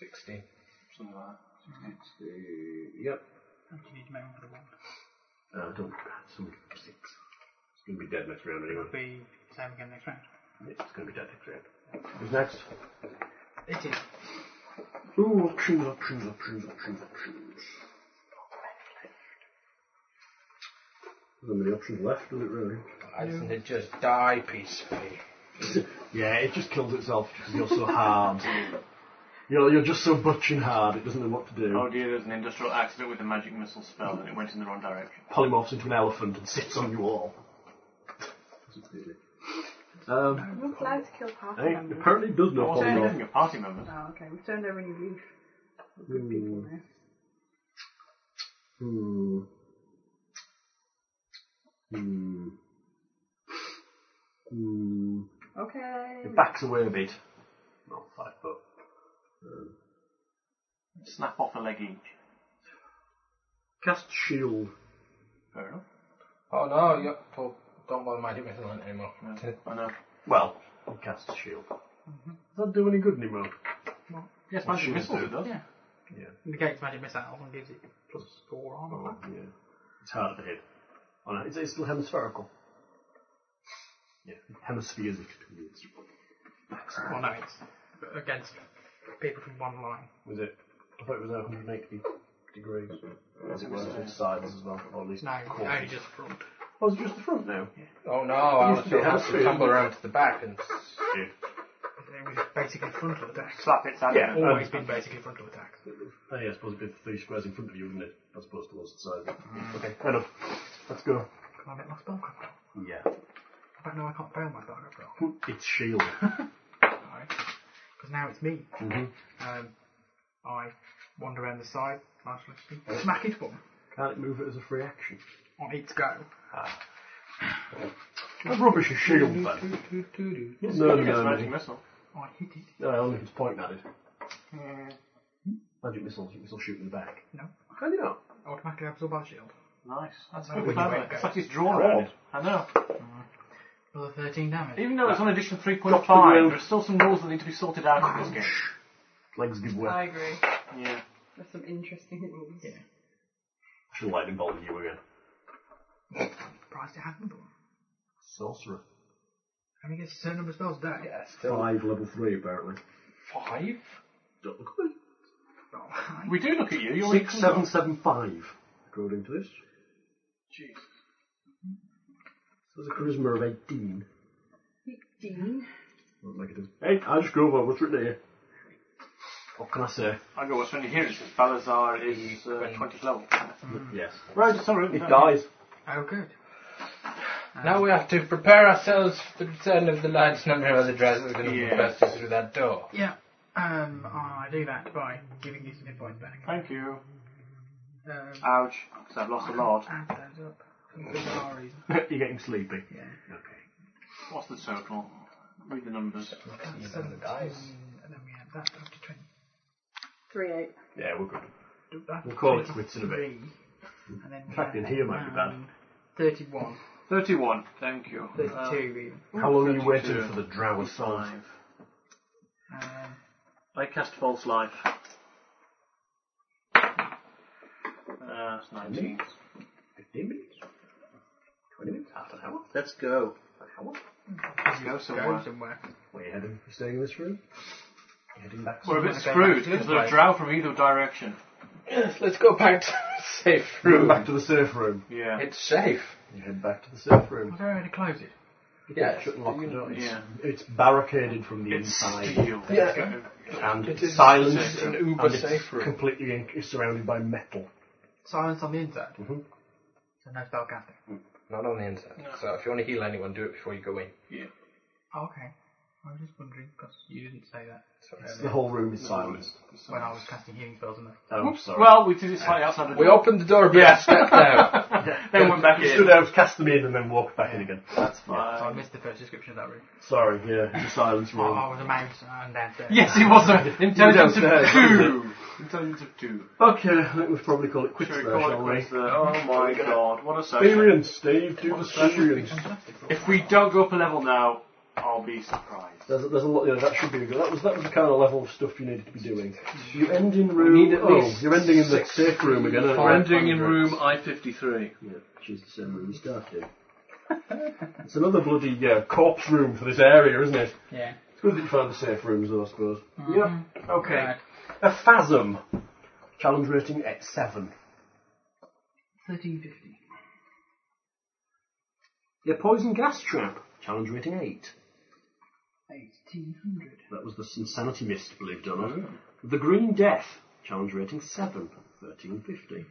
S7: 16.
S3: something like that.
S28: Uh, yep.
S6: How do you need to make one for the one?
S2: Uh, don't. Some six. It's going to be dead next round anyway.
S6: It'll be same again next round.
S2: It's going to be dead next round. Who's next?
S6: It is.
S28: Ooh, options, options, options, options, options. There's not many options left, is it really?
S7: Isn't it just die peacefully?
S2: Yeah, it just kills itself because you're so hard. You're, you're just so butching hard, it doesn't know what to do.
S3: Oh dear, there's an industrial accident with a magic missile spell and it went in the wrong direction.
S2: Polymorphs into an elephant and sits on you all. Um,
S4: You're not allowed to kill party
S2: eh,
S4: members.
S2: apparently it does know
S3: I wasn't
S2: polymorph.
S3: even your party members.
S4: Oh, okay. We've turned over a new leaf. We're good people now.
S28: Hmm. Hmm. Hmm.
S4: Okay.
S2: It backs away a bit. Not five foot.
S3: Snap off a leg each.
S28: Cast shield.
S3: Fair enough.
S7: Oh no, you're, well, don't bother magic missile on it anymore.
S3: I know.
S2: Well, it casts shield. Does that do any good anymore?
S3: Yes, magic
S2: should
S3: missiles
S2: do.
S3: it does.
S6: Yeah.
S2: Yeah.
S6: Negates magic missile and gives it plus four armor.
S2: Oh, yeah. It's harder to hit. Oh, no, it's, it's still hemispherical. Yeah, hemispheres experience.
S6: Well, no, it's against people from one line.
S2: Was it? I thought it was 180 degrees. As it was with sides as well, or at least
S6: No, only
S2: quarters.
S6: just front.
S2: Oh, it's just the front now.
S7: Oh no, I'll
S2: Used to be
S7: have to
S2: hemispheres.
S7: tumble around to the back and.
S2: Yeah.
S6: It was basically frontal attacks.
S3: Slap its hand
S2: Yeah.
S3: in.
S6: Always been basically frontal attacks.
S2: Oh, yeah, I suppose it'd be three squares in front of you, wouldn't it? As opposed to the side. Okay, fair enough. Let's go.
S6: Can I make my spellcraft roll?
S2: Yeah.
S6: In fact, no, I can't fail my spellcraft roll.
S2: It's shield.
S6: Alright. Because now it's me.
S2: mm-hmm.
S6: Um, I wander around the side, martial arts, smack it one
S2: Can't it move it as a free action?
S6: on its go.
S2: That rubbish is shield, then.
S6: I
S2: No, no,
S3: Yes,
S2: no.
S3: magic
S2: no.
S3: missile.
S6: hit it.
S2: No, I don't think it's pointing at it.
S6: Uh,
S2: Magic missiles, you can still shoot in the back.
S6: no.
S2: Can you not?
S6: Automatically absorb our shield.
S3: Nice. That's
S6: That's
S3: good
S6: how
S3: clever. It's
S6: it goes.
S3: like he's drawn
S2: Oh.
S3: around it. I know.
S6: Another 13 damage.
S3: Even though it's on edition
S2: Drop the ground.
S3: 3.5, there's still some rules that need to be sorted out in this game.
S2: Legs give way.
S4: I agree.
S3: Yeah.
S4: There's some interesting rules.
S6: Yeah.
S2: Should lightning bolt you again.
S6: Surprised it happened one.
S2: Sorcerer.
S6: Only gets a certain number of spells a day.
S7: Yeah, still.
S28: Five level three apparently.
S7: Five?
S28: Don't look at me.
S6: Oh,
S3: We do look at you. You're
S28: Six seven seven five. According to this,
S3: Jeez.
S28: there's a charisma of eighteen.
S4: Dean.
S28: Doesn't make a difference. Hey, I just go over what's written here. What can I say?
S3: I go, what's when you hear it says Balazar is uh, 20th level.
S2: Yes.
S3: Right, sorry.
S28: It dies.
S6: oh good.
S7: Now we have to prepare ourselves for the return of the large number of other dragons that are going to
S3: Yeah.
S7: burst us through that door.
S6: Yeah. Um, I do that by giving you some hit points back.
S3: Thank you.
S6: Um,
S3: Ouch. Because I've lost a lot.
S6: add those up. For bizarre reason.
S2: You're getting sleepy.
S6: Yeah.
S2: Okay.
S3: What's the total? Read the numbers.
S6: That's
S7: Even the dice.
S6: 17, And then we add that up to 20.
S4: Three eight.
S2: Yeah, we're good.
S6: Do that.
S2: We'll call it quits in a bit.
S6: Three. And then we
S2: fact,
S6: add,
S2: in here might be bad.
S6: um, 31,
S3: 31. Thank you.
S6: 32
S3: Uh,
S6: even.
S2: How long are you
S3: 32.
S2: waiting for the drow aside?
S6: Um,
S29: I cast False Life. Uh, it's 19.
S2: 15 minutes? 20 minutes? Half an hour?
S29: Let's go.
S2: An hour?
S6: Let's go somewhere.
S2: Where are you heading? You staying in this room? You heading back
S3: We're a
S2: somewhere?
S3: bit screwed because there's a drow from either direction.
S7: Yes, let's go back to the safe room.
S2: Back to the safe room.
S3: Yeah.
S7: It's safe.
S2: You head back to the safe room.
S6: I've already closed it.
S7: Yeah,
S2: Shut and lock the door. It's,
S3: yeah.
S2: it's barricaded from the inside.
S3: Steel.
S7: Yeah.
S2: And
S7: It
S2: it's
S7: is
S2: silent.
S7: safe room.
S2: and
S7: Uber
S2: it's
S7: safe room.
S2: completely in- it's surrounded by metal.
S6: Silence on the inside.
S2: Mhm.
S6: So no spell casting.
S7: Not on the inside. So if you want to heal anyone, do it before you go in.
S6: Oh, okay. I was just wondering because you didn't say that
S7: Sorry.
S2: The whole room is silenced.
S6: when I was casting healing spells in the
S2: Oh, sorry.
S3: Well, we did it slightly outside the
S7: We
S3: door.
S7: opened the door, but I stepped out.
S3: then went back
S2: you
S3: in.
S2: stood out, cast them in, and then walked back in again.
S3: That's
S6: So I
S3: fine.
S6: missed the first description of that room.
S2: Sorry, yeah, it's a silence
S6: Oh,
S2: room.
S6: I was a mouse and downstairs.
S3: Yes, he was a intelligence of
S2: downstairs,
S3: two. Intelligence of two.
S2: Okay, I think we've probably called it quits
S3: Should we
S2: there,
S3: call it
S2: shall we?
S3: quits there? Oh my god, what a session.
S2: Experience, Steve, do the experience.
S3: If we don't go up a level now, I'll be surprised.
S2: There's a, there's a lot. Yeah, that should be a good. That was that was the kind of level of stuff you needed to be doing. You end in room.
S7: need at
S2: oh,
S7: least
S2: you're ending in the safe room again. aren't you?
S29: We're entering in room I-53.
S2: Yeah, which is the same room you started. in. it's another bloody uh, corpse room for this area, isn't it?
S6: Yeah.
S2: It's good that you found the safe rooms, though, I suppose. Yeah. Okay.
S6: Right.
S2: A phasm. Challenge rating at seven.
S6: 1350.
S2: A poison gas trap. Challenge rating eight.
S6: 1800.
S2: That was the Insanity Mist, believe it or not. The Green Death, challenge rating 7, 1350.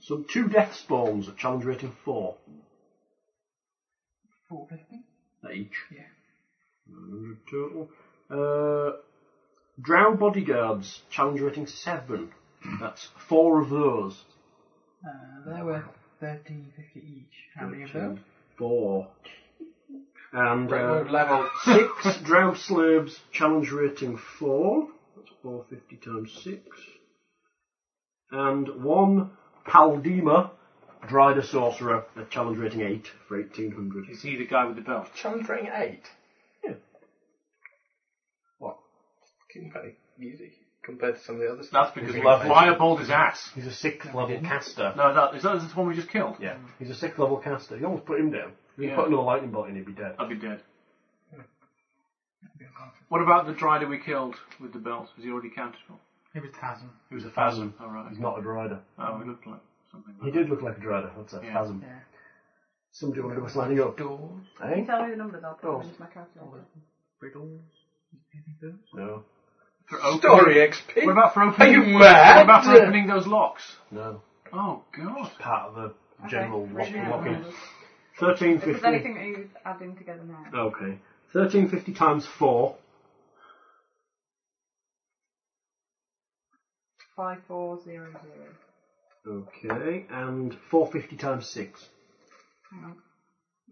S2: Some two Death Spawns at challenge rating 4
S6: 450?
S2: each.
S6: Yeah.
S2: 100 total. Uh, Drow Bodyguards, challenge rating 7. That's four of those.
S6: Uh, there were 1350 each. How many of those?
S2: Four. And uh,
S7: We're level
S2: six Drow Slaves, challenge rating 4. That's 450 times 6. And one Paldema, Drider Sorcerer, at challenge rating 8 for 1800.
S3: Is he the guy with the belt?
S7: challenge rating eight.
S2: Yeah.
S7: What? Fucking very easy compared to some of the others.
S3: That's because we
S2: Lovely.
S3: fireballed his ass.
S2: He's a sixth level caster.
S3: No, that is that is the one we just killed?
S2: Yeah, he's a sixth level caster. You almost put him down. You
S3: Yeah.
S2: put another lightning bolt in, he'd be dead.
S3: I'd be dead. What about the drider we killed with the belt? Was he already counted for?
S6: It was 1000.
S3: He was a
S2: Phasm.
S3: All right.
S2: He's not a drider.
S3: Oh, he looked like something.
S2: He
S3: Like
S2: did look like a drider. What's that?
S3: Yeah.
S2: Phasm.
S6: Yeah.
S2: Somebody wanted to us lining up.
S6: Doors,
S2: Eh?
S4: Tell me the numbers, I'll put them into my
S6: all
S4: calculator.
S6: the riddles, anything else?
S2: No.
S3: that. For opening-
S7: Story XP.
S3: What about for
S7: Are
S3: opening?
S7: you
S3: What
S7: mad?
S3: about for opening those locks?
S2: No.
S3: Oh God.
S2: Part of the general
S4: Okay,
S2: locking.
S4: written out
S2: locking.
S4: numbers. If there's
S2: 1350.
S4: anything that he's adding together now.
S2: Okay. 1350 times 4.
S4: Five, four, zero, zero.
S2: Okay. And 450 times 6.
S4: Hang on.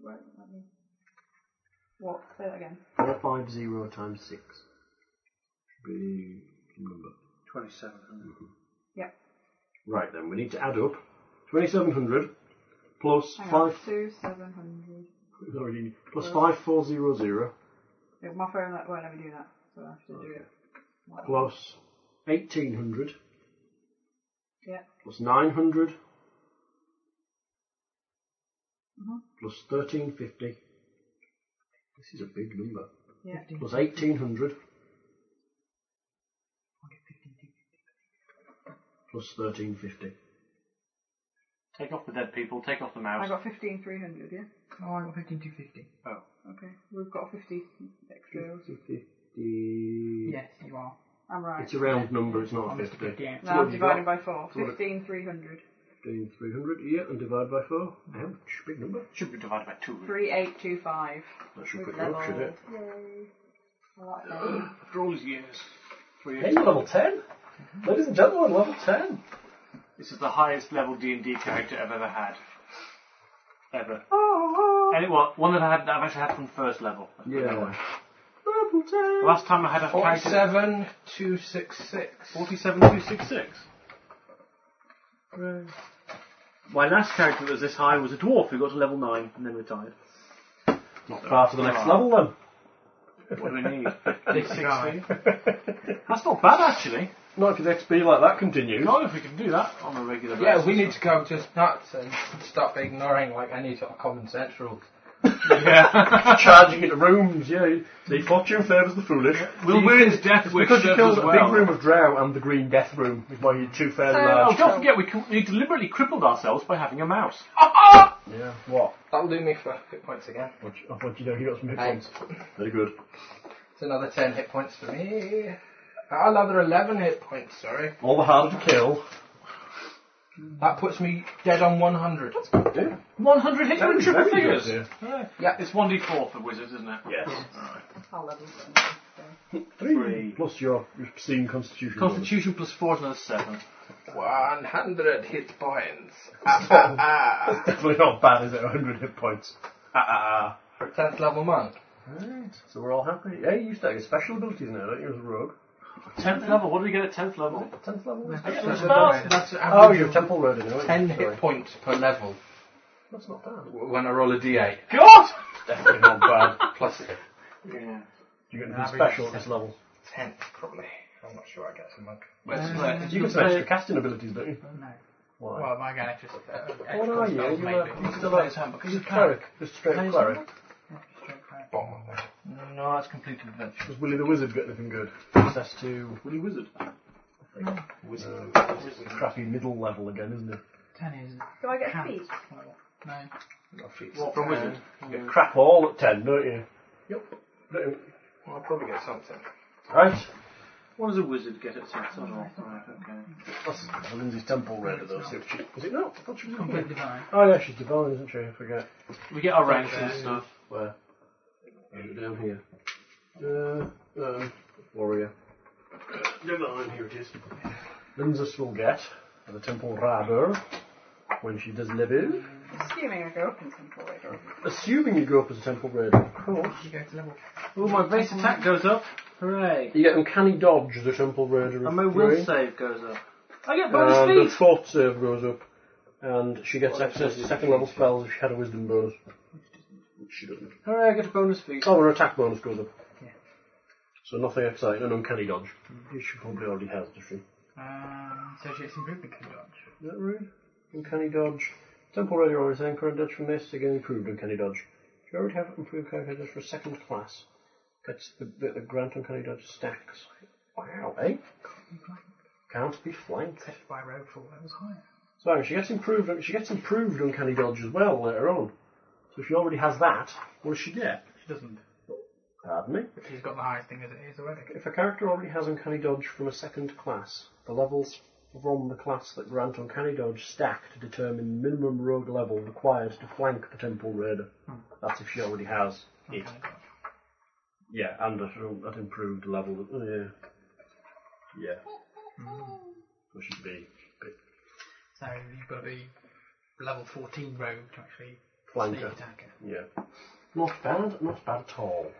S4: Right, let me... What? Say that again.
S2: 450 times 6. Be number.
S3: Twenty-seven hundred.
S4: Yep.
S2: Right then, we need to add up 2700 plus
S4: Hang on.
S2: 5.
S4: Two, seven hundred.
S2: Already, plus 5400
S4: Yeah, My phone like, won't let me do that, so I have to do it. like that.
S2: plus 1800
S4: Yeah.
S2: plus 900
S4: Mhm.
S2: plus 1350. This is a big number.
S4: Yeah.
S2: Plus 1800 plus 1350.
S3: Take off the dead people. Take off the
S4: I
S3: mouse.
S4: got fifteen three hundred. Yeah.
S6: Oh, I got 15250.
S3: Oh.
S4: Okay. We've got fifty extra.
S2: 50.
S6: Yes, you are.
S4: I'm right.
S2: It's a round number, it's
S6: I
S2: not a
S6: missed the
S2: 50.
S6: 50 out.
S4: Now I'm
S2: you got?
S4: dividing by four.
S2: So what-
S4: Fifteen three hundred.
S2: 15300, yeah, and divide by 4. Ouch, big number.
S3: Should be divided by two. really.
S4: Three eight two five.
S2: That should put
S4: With
S2: you up, should
S4: level.
S2: it?
S4: Yay. I like that.
S3: After all these years. Three
S2: Hey, you're level 10. Ladies and gentlemen, level 10.
S3: This is the highest level D and D character I've ever had. Ever. And it was one that I had that I've actually had from first level. Let's put it that way.
S2: Level 10.
S3: The last time I had a character
S7: Forty-seven two six six.
S3: forty-seven two six six. My last character that was this high was a dwarf who got to level nine and then retired.
S2: Not far to the next level then.
S3: What do we need?
S30: Six feet.
S3: That's not bad actually.
S2: Not if his XP like that continues.
S3: Not if we can do that on a regular basis.
S7: Yeah, we need to go just nuts and stop ignoring like any sort of common sense rules.
S3: Yeah.
S2: Charging into rooms, yeah. The fortune favours the foolish.
S3: Will Weir's death wish
S2: Because you
S3: serve as
S2: killed a big
S3: well.
S2: room of drow and the green death room is why you two fairly
S4: So-
S3: Oh,
S2: large.
S3: don't forget we, com- we deliberately crippled ourselves by having a mouse.
S2: Yeah. What?
S7: That'll do me for hit points again.
S2: What you, what you know, you got some hit
S7: Thanks.
S2: points. Very good.
S7: It's another ten hit points for me. Another eleven hit points. Sorry,
S2: All the harder to kill.
S7: that puts me dead on one hundred.
S3: 100 hit
S2: Very,
S3: with triple
S2: very good,
S3: figures.
S7: Yeah.
S3: It's 1d4 for wizards, isn't it?
S2: Yes.
S4: I'll level them.
S2: Three.
S3: Three.
S2: Plus your obscene constitution.
S3: Constitution plus 4 is another 7.
S7: One hundred hit points. Ah, ah, ah.
S2: Definitely not bad, is it? 100 hit points. Ah, ah,
S7: For a tenth level monk.
S2: ah. Right. So we're all happy. Yeah, you used to have your special abilities now, don't you, as a rogue?
S3: 10th level, what do we get at 10th level?
S2: 10th level?
S7: That's an
S2: Oh,
S7: average
S2: you're a temple rogue, anyway.
S7: ten hit points per level
S2: That's not bad.
S7: w- when I roll a d8
S3: God!
S2: Definitely not bad.
S7: plus a
S30: Yeah.
S2: You get anything special at this level.
S7: tenth probably. I'm not sure I get some monk.
S30: Let's
S3: Uh,
S2: You get some extra casting abilities, don't you?
S6: No.
S2: Why?
S6: Well, my going extra uh, extra
S2: What are you?
S6: spells,
S2: You're,
S6: maybe.
S2: a, you're still a, you're a cleric. Just straight cleric.
S7: Bomb.
S30: No, that's complete adventure.
S2: Does Willy the Wizard get anything good? Access to
S3: Willy Wizard.
S2: wizard. crappy middle level again, isn't it?
S6: Ten is
S4: Do I get
S6: can't.
S4: speed?
S6: No.
S3: What, uh, from
S7: uh,
S3: wizard?
S2: You get crap all at 10, don't you? Yep. Don't you?
S7: Well, I'll probably get something.
S2: Right.
S3: What does a wizard get at 10th level? Right, okay.
S2: That's Lindsay's temple render, though. So she, is it not? I thought she was
S6: Complete divine.
S2: Oh, yeah, she's divine, isn't she? I forget.
S3: We get our ranks and stuff.
S2: Where? down here. Uh, um, warrior. Divine, here it is. Lindsay will get the temple radar when she does live
S4: Assuming I go up in temple later.
S2: Assuming you go up as a temple raider, of course.
S6: You go to level.
S3: Oh, my base attack goes up. Hooray.
S2: You get uncanny dodge as a temple raider. of
S3: And my
S2: three.
S3: will save goes up. I get
S2: And Um, the
S3: bonus feet.
S2: fort save goes up, and she gets access to second level spells if she had a wisdom bonus. Which she doesn't.
S3: Hooray, I get a bonus feet.
S2: Oh, her attack bonus goes up. So nothing exciting, an uncanny dodge. Which she probably already has, does she? Is
S6: Um, so she gets improved because of dodge.
S2: that right? Uncanny dodge. Temple raider always has current dodge from this to get improved uncanny dodge. She already have improved uncanny dodge for second class. Gets the, the, the grant uncanny dodge stacks. Wow, eh? Can't be flanked.
S6: Except by row four levels higher.
S2: So hang on, she gets improved. She gets improved uncanny dodge as well later on. So she already has that. What does she get?
S6: She doesn't.
S2: Pardon me.
S6: But she's got the highest thing as it is already.
S2: If a character already has uncanny dodge from a second class, the levels from the class that grant uncanny dodge stack to determine minimum rogue level required to flank the temple raider. That's if she already has it.
S6: Uncanny dodge.
S2: Yeah, and at, an- at improved level. uh, Yeah. Yeah. So she'd be be
S6: So you've got to be level 14 rogue to actually sneak
S2: flanker.
S6: attack it.
S2: Yeah. Not bad. Not bad at all.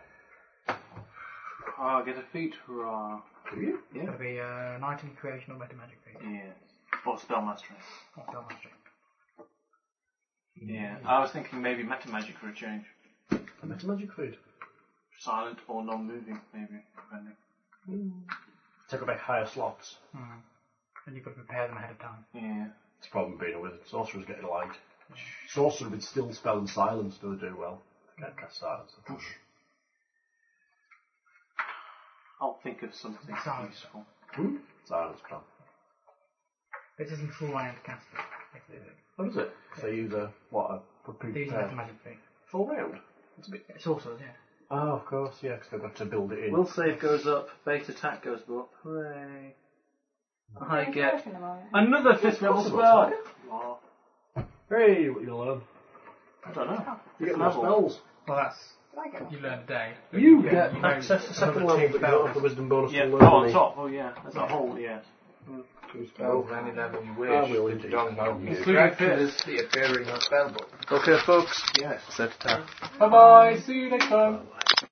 S30: Ah, get a feat. Hurrah.
S2: Do you?
S6: It's got to be uh, 19 creation or meta magic feat.
S30: Yes. Or spell mastery.
S6: Or spell magic.
S30: Yeah. I was thinking maybe meta magic for a change.
S2: A meta magic food.
S30: Silent or non-moving, maybe. Depending.
S2: Take up a higher slots.
S6: Mm. And you've got to prepare them ahead of time.
S30: Yeah.
S2: It's a problem being a wizard. Sorcerers get it light. Sorcerer with still spell and silence does do well. Can't cast silence. of course.
S30: I'll think of something
S6: Silence.
S30: useful.
S2: Hmm? Silence can.
S6: This isn't full round to cast it. basically.
S2: What is Oh, it? They use a uh, what a would
S6: They use a meta
S2: prepare
S6: magic feat.
S2: full round.
S6: It's also, yeah.
S2: Oh, of course, yeah, because they've got to build it in.
S3: Will save goes up. Base attack goes up. Hooray. I get
S4: Am I?
S3: another fifth level
S2: possible,
S3: spell.
S2: isn't
S3: Oh,
S2: hey, what you learn?
S3: I don't know.
S2: You get more
S3: Level.
S2: spells.
S6: Well, that's.
S4: Do I get one?
S6: You learn a day.
S2: You
S6: Yeah,
S2: get
S6: you know
S2: access to second
S6: another
S2: level,
S6: two
S2: but you don't have the wisdom bonus
S3: Yeah,
S2: to
S3: oh,
S2: learn.
S3: on
S2: any.
S3: top. Oh, yeah. There's a whole, yeah.
S2: Two spells.
S7: Spell Oh, any level you wish.
S2: I will indeed.
S7: Don't know.
S3: Including
S7: appearing on spellbook.
S2: Okay, folks.
S7: Yes.
S2: Set attack.
S7: Bye bye. See you next time.
S2: Bye.